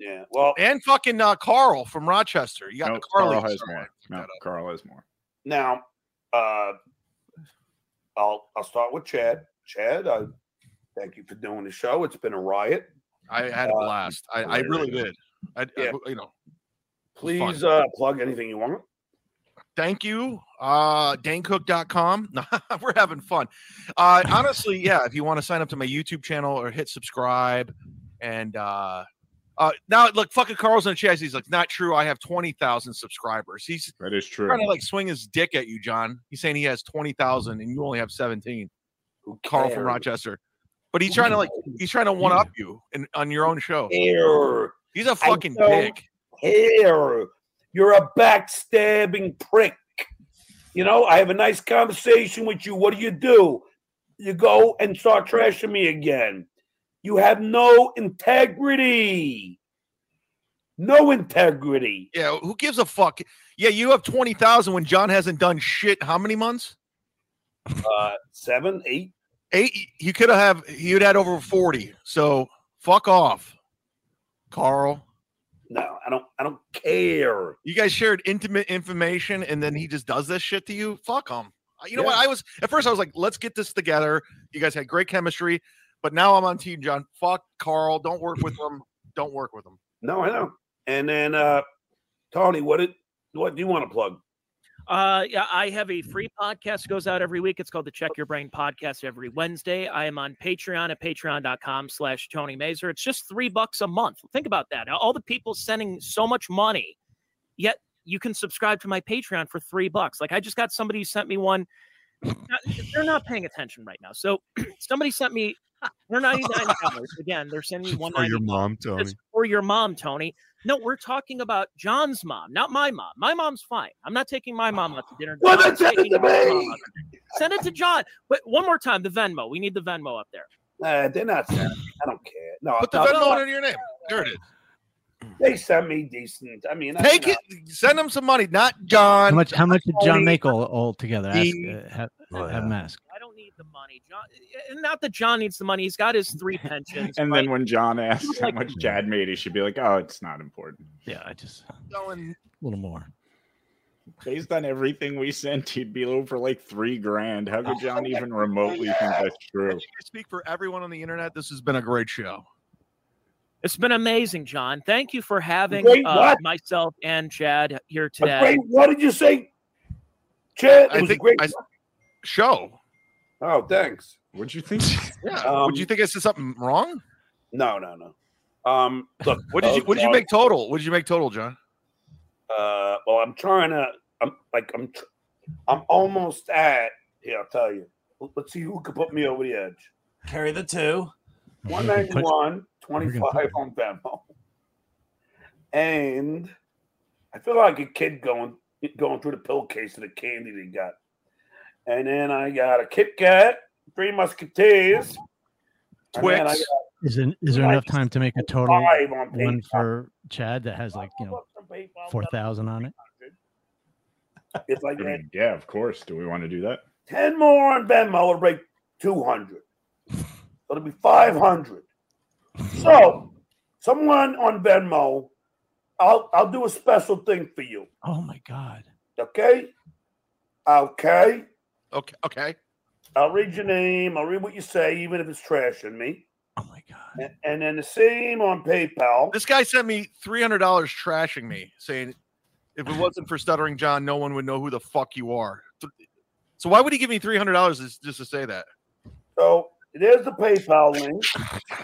[SPEAKER 1] Yeah. Well,
[SPEAKER 9] and fucking uh, Carl from Rochester. You got
[SPEAKER 8] No,
[SPEAKER 9] the Carly.
[SPEAKER 8] Carl has
[SPEAKER 9] sorry.
[SPEAKER 8] more. No, Carl has more.
[SPEAKER 1] Now, uh, I'll I'll start with Chad. Chad, I thank you for doing the show. It's been a riot. Uh,
[SPEAKER 9] I had a blast. I, I really did. I, I- you know,
[SPEAKER 1] Please uh, plug anything you want.
[SPEAKER 9] thank you. Uh, dancook.com. We're having fun. Uh, honestly, yeah, if you want to sign up to my YouTube channel or hit subscribe and, uh, uh, now look, fucking Carl's in the chat. He's like, not true. I have twenty thousand subscribers. He's
[SPEAKER 8] that is true.
[SPEAKER 9] Trying to like swing his dick at you, John. He's saying he has twenty thousand and you only have seventeen. Carl from
[SPEAKER 1] cares?
[SPEAKER 9] Rochester, but he's trying to like he's trying to one up you in, on your own show.
[SPEAKER 1] Here.
[SPEAKER 9] He's a
[SPEAKER 1] I
[SPEAKER 9] fucking
[SPEAKER 1] don't
[SPEAKER 9] dick.
[SPEAKER 1] Here, you're a backstabbing prick. You know, I have a nice conversation with you. What do you do? You go and start trashing me again. You have no integrity. No integrity.
[SPEAKER 9] Yeah, who gives a fuck? Yeah, you have twenty thousand when John hasn't done shit. How many months?
[SPEAKER 1] Uh, seven, eight,
[SPEAKER 9] eight. You could have you'd had over forty. So fuck off, Carl.
[SPEAKER 1] No, I don't. I don't care.
[SPEAKER 9] You guys shared intimate information, and then he just does this shit to you. Fuck him. You know
[SPEAKER 1] Yeah.
[SPEAKER 9] what? I was at first. I was like, let's get this together. You guys had great chemistry, but now I'm on team John. Fuck Carl. Don't work with him. Don't work with him.
[SPEAKER 1] No, I know. And then uh Tony, what did what do you want to plug?
[SPEAKER 14] Uh, yeah, I have a free
[SPEAKER 10] Mm-hmm.
[SPEAKER 14] podcast goes out every week. It's called the Check Your Brain Podcast every Wednesday. I am on Patreon at patreon.com slash Tony Mazer. It's just three bucks a month. Think about that. All the people sending so much money, yet you can subscribe to my Patreon for three bucks. Like I just got somebody who sent me one. They're not paying attention right now. So somebody sent me. They're ninety nine dollars again. They're sending me one
[SPEAKER 10] For your mom, Tony.
[SPEAKER 14] it's for your mom, Tony. No, we're talking about John's mom, not my mom. My mom's fine. I'm not taking my mom out to dinner.
[SPEAKER 1] Well, then
[SPEAKER 14] John's
[SPEAKER 1] send it
[SPEAKER 14] taking
[SPEAKER 1] to
[SPEAKER 14] my mom
[SPEAKER 1] me.
[SPEAKER 14] out to dinner. Send it to John. But one more time, the Venmo. We need the Venmo up there.
[SPEAKER 1] Uh, they're not. sending me. I don't care. No,
[SPEAKER 9] Put the
[SPEAKER 1] no,
[SPEAKER 9] Venmo
[SPEAKER 1] no,
[SPEAKER 9] under your name. There it is.
[SPEAKER 1] They sent me decent. I mean,
[SPEAKER 9] Take
[SPEAKER 1] I,
[SPEAKER 9] it. Send him some money, not John.
[SPEAKER 2] How much? How much did John
[SPEAKER 9] Tony,
[SPEAKER 2] make all, all together? Ask,
[SPEAKER 9] the-
[SPEAKER 2] uh, have, have mask.
[SPEAKER 14] And Eh, Not that John needs the money. He's got his three pensions.
[SPEAKER 8] And then when John asks how
[SPEAKER 14] Like-
[SPEAKER 8] much Chad made, he should be like, "Oh, it's not important."
[SPEAKER 2] "Hmm." Yeah, I just a
[SPEAKER 9] Going
[SPEAKER 2] little more.
[SPEAKER 8] Based on everything we sent, he'd be over like three grand. How could John even remotely think that's true?
[SPEAKER 9] I speak for everyone on the internet. This has been a great show.
[SPEAKER 14] It's been amazing, John. Thank you for having
[SPEAKER 9] Great
[SPEAKER 14] uh,
[SPEAKER 9] what?
[SPEAKER 14] myself and Chad here today.
[SPEAKER 1] great what did you say? Chad, it
[SPEAKER 9] I
[SPEAKER 1] was a
[SPEAKER 9] think
[SPEAKER 1] great
[SPEAKER 9] I- show.
[SPEAKER 1] Oh, thanks. Um,
[SPEAKER 8] What'd you think?
[SPEAKER 9] Yeah. would you think I said something wrong?
[SPEAKER 1] No, no, no. Um, look,
[SPEAKER 9] What did you What did you make total? What did you make total, John?
[SPEAKER 1] Uh, well, I'm trying to. I'm like I'm. Tr- I'm almost at. Yeah, I'll tell you. Let's see who can put me over the edge.
[SPEAKER 7] Carry the two.
[SPEAKER 1] 191, 25 on Venmo. And I feel like a kid going going through the pill case of the candy they got. And then I got a Kit Kat, three Musketeers, and then I
[SPEAKER 2] Twix. Is there, is there
[SPEAKER 1] Like
[SPEAKER 2] enough time to make a total
[SPEAKER 1] five on
[SPEAKER 2] one
[SPEAKER 1] PayPal.
[SPEAKER 2] for Chad that has like you know four thousand on it?
[SPEAKER 1] got- it's like
[SPEAKER 8] I mean, yeah, of course. Do we want to do that?
[SPEAKER 1] 10 more on Venmo will break 200. It'll be 500. So, someone on Venmo, I'll, I'll do a special thing for you.
[SPEAKER 2] Oh my god!
[SPEAKER 1] Okay. Okay.
[SPEAKER 9] Okay. Okay.
[SPEAKER 1] I'll read your name. I'll read what you say, even if it's trashing me. Oh my god. And, then the same on PayPal.
[SPEAKER 9] This guy sent me three hundred dollars trashing me, saying if it wasn't for stuttering John, no one would know who the fuck you are. So why would he give me three hundred dollars just to say that?
[SPEAKER 1] So there's the PayPal link.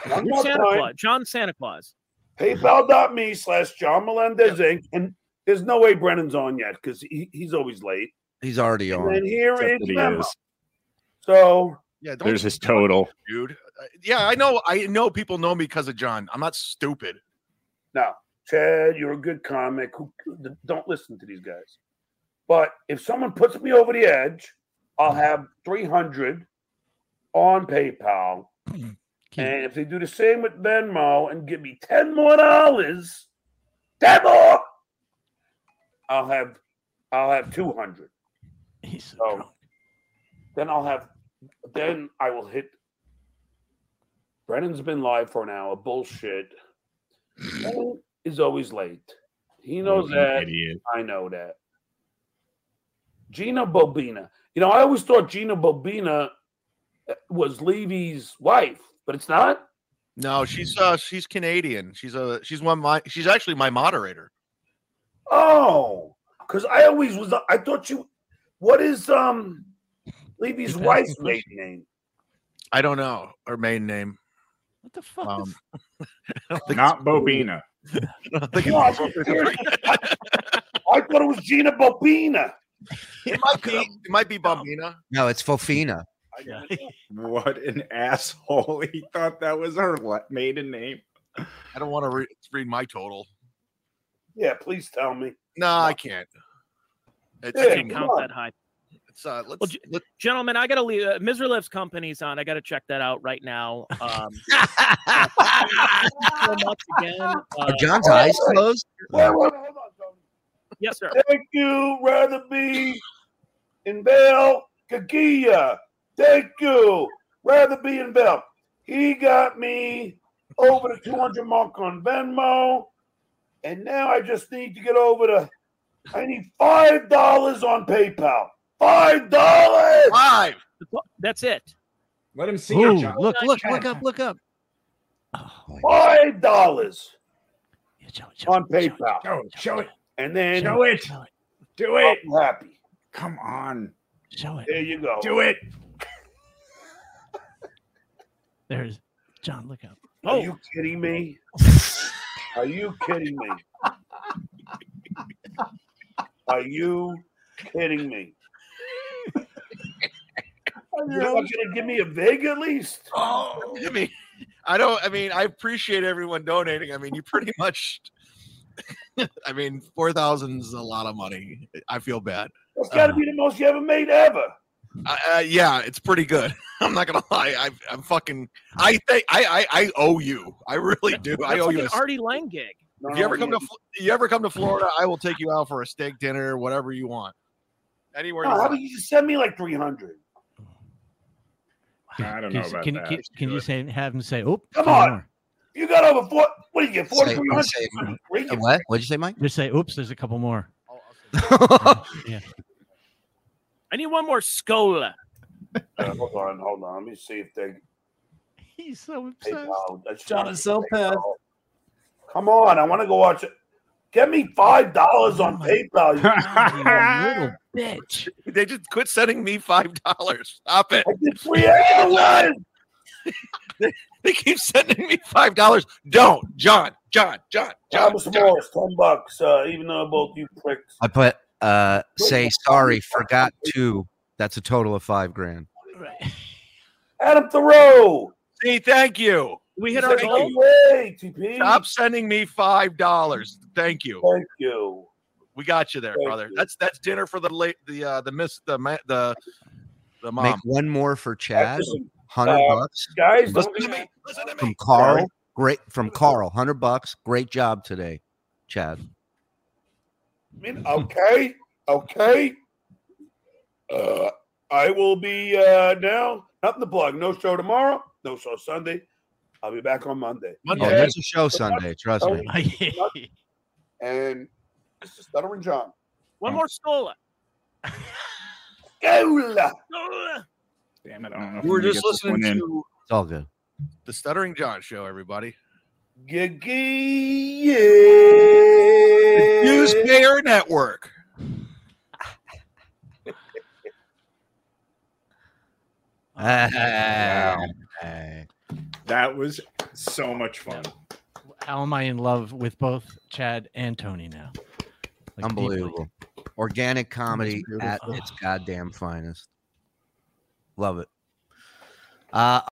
[SPEAKER 1] One
[SPEAKER 14] You're
[SPEAKER 1] more
[SPEAKER 14] Santa
[SPEAKER 1] time.
[SPEAKER 14] Claus. John Santa Claus.
[SPEAKER 1] PayPal.me slash John Melendez Inc. And there's no way Brennan's on yet because he, he's always late.
[SPEAKER 10] He's already
[SPEAKER 1] And
[SPEAKER 10] on.
[SPEAKER 1] then here
[SPEAKER 8] Except
[SPEAKER 1] is
[SPEAKER 8] that he
[SPEAKER 1] Venmo.
[SPEAKER 8] is.
[SPEAKER 1] So
[SPEAKER 9] Yeah, don't
[SPEAKER 8] There's his total.
[SPEAKER 9] dude. Uh, Yeah, I know. I know people know me because of John. I'm not stupid.
[SPEAKER 1] Now, Chad, you're a good comic. Who don't listen to these guys. But if someone puts me over the edge, I'll have 300 on PayPal. And if they do the same with Venmo and give me ten more dollars, ten more, I'll have I'll have two hundred. so then I'll have then I will hit. Brennan's been live for an hour. Bullshit. Brennan is always late. He knows
[SPEAKER 8] an
[SPEAKER 1] that.
[SPEAKER 8] idiot.
[SPEAKER 1] I know that. Gina Bobina. You know, I always thought Gina Bobina uh, was Levy's wife, but it's not.
[SPEAKER 9] No, she's uh she's Canadian. She's a she's one of my she's actually my moderator.
[SPEAKER 1] Oh, because I always was. I thought you. What is um Levy's wife's maiden name?
[SPEAKER 9] I don't know her maiden name.
[SPEAKER 2] What the fuck?
[SPEAKER 9] Um,
[SPEAKER 8] Not Bobina.
[SPEAKER 9] I don't think
[SPEAKER 1] No, I,
[SPEAKER 9] it's-
[SPEAKER 1] thought- I thought it was Gina Bobina.
[SPEAKER 9] It might be it might be Bobina.
[SPEAKER 10] No, it's Fofina.
[SPEAKER 8] What an asshole! He thought that was her la- maiden name.
[SPEAKER 9] I don't want to re- read my total.
[SPEAKER 1] Yeah, please tell me.
[SPEAKER 9] No, I can't. It's,
[SPEAKER 14] I can't count that high.
[SPEAKER 9] It's, uh, let's,
[SPEAKER 14] well, g- gentlemen, I gotta leave. Uh, Misery Lives Company's on. I gotta check that out right now. Um, thank you so much again.
[SPEAKER 1] uh,
[SPEAKER 10] Are John's eyes closed?
[SPEAKER 14] Yes, sir.
[SPEAKER 1] Thank you, Ratherby and Bell Kagia. Thank you, Ratherby and Bell. He got me over the 200 mark on Venmo, and now I just need to get over the. I need five dollars on PayPal. Five dollars.
[SPEAKER 9] Five.
[SPEAKER 14] That's it.
[SPEAKER 7] Let him see
[SPEAKER 2] Ooh,
[SPEAKER 7] it, John.
[SPEAKER 2] look, look, look up, look up.
[SPEAKER 1] Five dollars on PayPal.
[SPEAKER 8] Show it. Show it.
[SPEAKER 1] And then
[SPEAKER 8] Show it. Do it.
[SPEAKER 1] I'm happy.
[SPEAKER 8] Come on.
[SPEAKER 2] Show it.
[SPEAKER 1] There you go.
[SPEAKER 8] Do it.
[SPEAKER 2] There's John. Look up.
[SPEAKER 9] Oh.
[SPEAKER 1] Are you kidding me? Are you kidding me? Are you kidding me? You're not gonna give me a vig at least.
[SPEAKER 9] Oh, I mean, I don't. I mean, I appreciate everyone donating. I mean, you pretty much. I mean, four thousand is a lot of money. I feel bad.
[SPEAKER 1] That's gotta be the most you ever made ever.
[SPEAKER 9] I, uh, yeah, it's pretty good. I'm not gonna lie. I, I'm fucking. I think I, I I owe you. I really do.
[SPEAKER 14] That's
[SPEAKER 9] I owe
[SPEAKER 14] like
[SPEAKER 9] you.
[SPEAKER 14] an
[SPEAKER 9] a-
[SPEAKER 14] Artie Lang gig.
[SPEAKER 9] if you ever come to Fl- you ever come to Florida, I will take you out for a steak dinner, whatever you want. Anywhere
[SPEAKER 1] No,
[SPEAKER 9] you
[SPEAKER 1] how
[SPEAKER 9] want.
[SPEAKER 1] about you just send me like three hundred?
[SPEAKER 8] I don't
[SPEAKER 2] Can,
[SPEAKER 8] know
[SPEAKER 2] you-
[SPEAKER 8] about
[SPEAKER 2] can,
[SPEAKER 8] that.
[SPEAKER 2] can, can you say have him say? Oh,
[SPEAKER 1] Come
[SPEAKER 2] four
[SPEAKER 1] on.
[SPEAKER 2] more."
[SPEAKER 1] You got over four. What do you get? Four
[SPEAKER 10] Say-
[SPEAKER 1] three hundred.
[SPEAKER 10] say- What? What'd you say, Mike?
[SPEAKER 2] Just say, "Oops, there's a couple more." yeah.
[SPEAKER 14] I need one more Scola.
[SPEAKER 1] Uh, hold on, hold on. Let me see if they
[SPEAKER 2] He's so
[SPEAKER 1] PayPal. That's
[SPEAKER 7] John
[SPEAKER 1] right.
[SPEAKER 7] is so pissed.
[SPEAKER 1] Come on, I want to go watch it. Get me five
[SPEAKER 7] Oh
[SPEAKER 1] dollars on PayPal. you-
[SPEAKER 2] little bitch.
[SPEAKER 9] They just quit sending me five dollars. Stop it.
[SPEAKER 1] I did three hours.
[SPEAKER 9] They keep sending me five dollars. Don't, John, John, John, John.
[SPEAKER 1] Thomas
[SPEAKER 9] John.
[SPEAKER 1] Morris, ten bucks. Uh, even though both you pricks.
[SPEAKER 10] I put uh say sorry, forgot two. That's a total of five grand.
[SPEAKER 1] Adam Thoreau.
[SPEAKER 9] See, thank you.
[SPEAKER 14] We hit our
[SPEAKER 9] Thank
[SPEAKER 14] goal.
[SPEAKER 9] you.
[SPEAKER 1] Hey, TP.
[SPEAKER 9] Stop sending me five dollars. Thank you.
[SPEAKER 1] Thank you.
[SPEAKER 9] We got you there,
[SPEAKER 1] Thank
[SPEAKER 9] brother.
[SPEAKER 1] you.
[SPEAKER 9] That's that's dinner for the late the uh the miss the ma- the the
[SPEAKER 10] Make
[SPEAKER 9] mom.
[SPEAKER 10] one more for Chad.
[SPEAKER 1] Listen,
[SPEAKER 10] Hundred
[SPEAKER 1] uh,
[SPEAKER 10] bucks
[SPEAKER 1] guys,
[SPEAKER 9] Listen
[SPEAKER 1] don't
[SPEAKER 9] to
[SPEAKER 1] be
[SPEAKER 9] me. Listen to me.
[SPEAKER 10] from Carl. Great from Carl. Hundred bucks. Great job today, Chad.
[SPEAKER 1] I mean, okay, okay. Uh, I will be uh, now. Nothing to plug. No show tomorrow. No show Sunday. I'll be back on Monday.
[SPEAKER 10] Oh,
[SPEAKER 9] Monday.
[SPEAKER 10] there's a show Sunday. Trust me.
[SPEAKER 14] Oh,
[SPEAKER 1] And this is Stutter and John.
[SPEAKER 14] One more Scola.
[SPEAKER 1] Gola.
[SPEAKER 14] Scola.
[SPEAKER 8] Damn it! I don't know. if
[SPEAKER 9] We're
[SPEAKER 8] I'm gonna get
[SPEAKER 9] just
[SPEAKER 8] this
[SPEAKER 9] listening
[SPEAKER 8] one in.
[SPEAKER 9] to
[SPEAKER 10] It's all good.
[SPEAKER 9] the Stuttering John show, everybody.
[SPEAKER 1] Gigi. yeah.
[SPEAKER 9] Newspayer Network.
[SPEAKER 10] Hey.
[SPEAKER 8] That was so much fun.
[SPEAKER 2] How am I in love with both Chad and Tony now? Like,
[SPEAKER 10] Unbelievable.
[SPEAKER 2] deeply.
[SPEAKER 10] Organic comedy at
[SPEAKER 2] beautiful.
[SPEAKER 10] its goddamn finest. Love it. Uh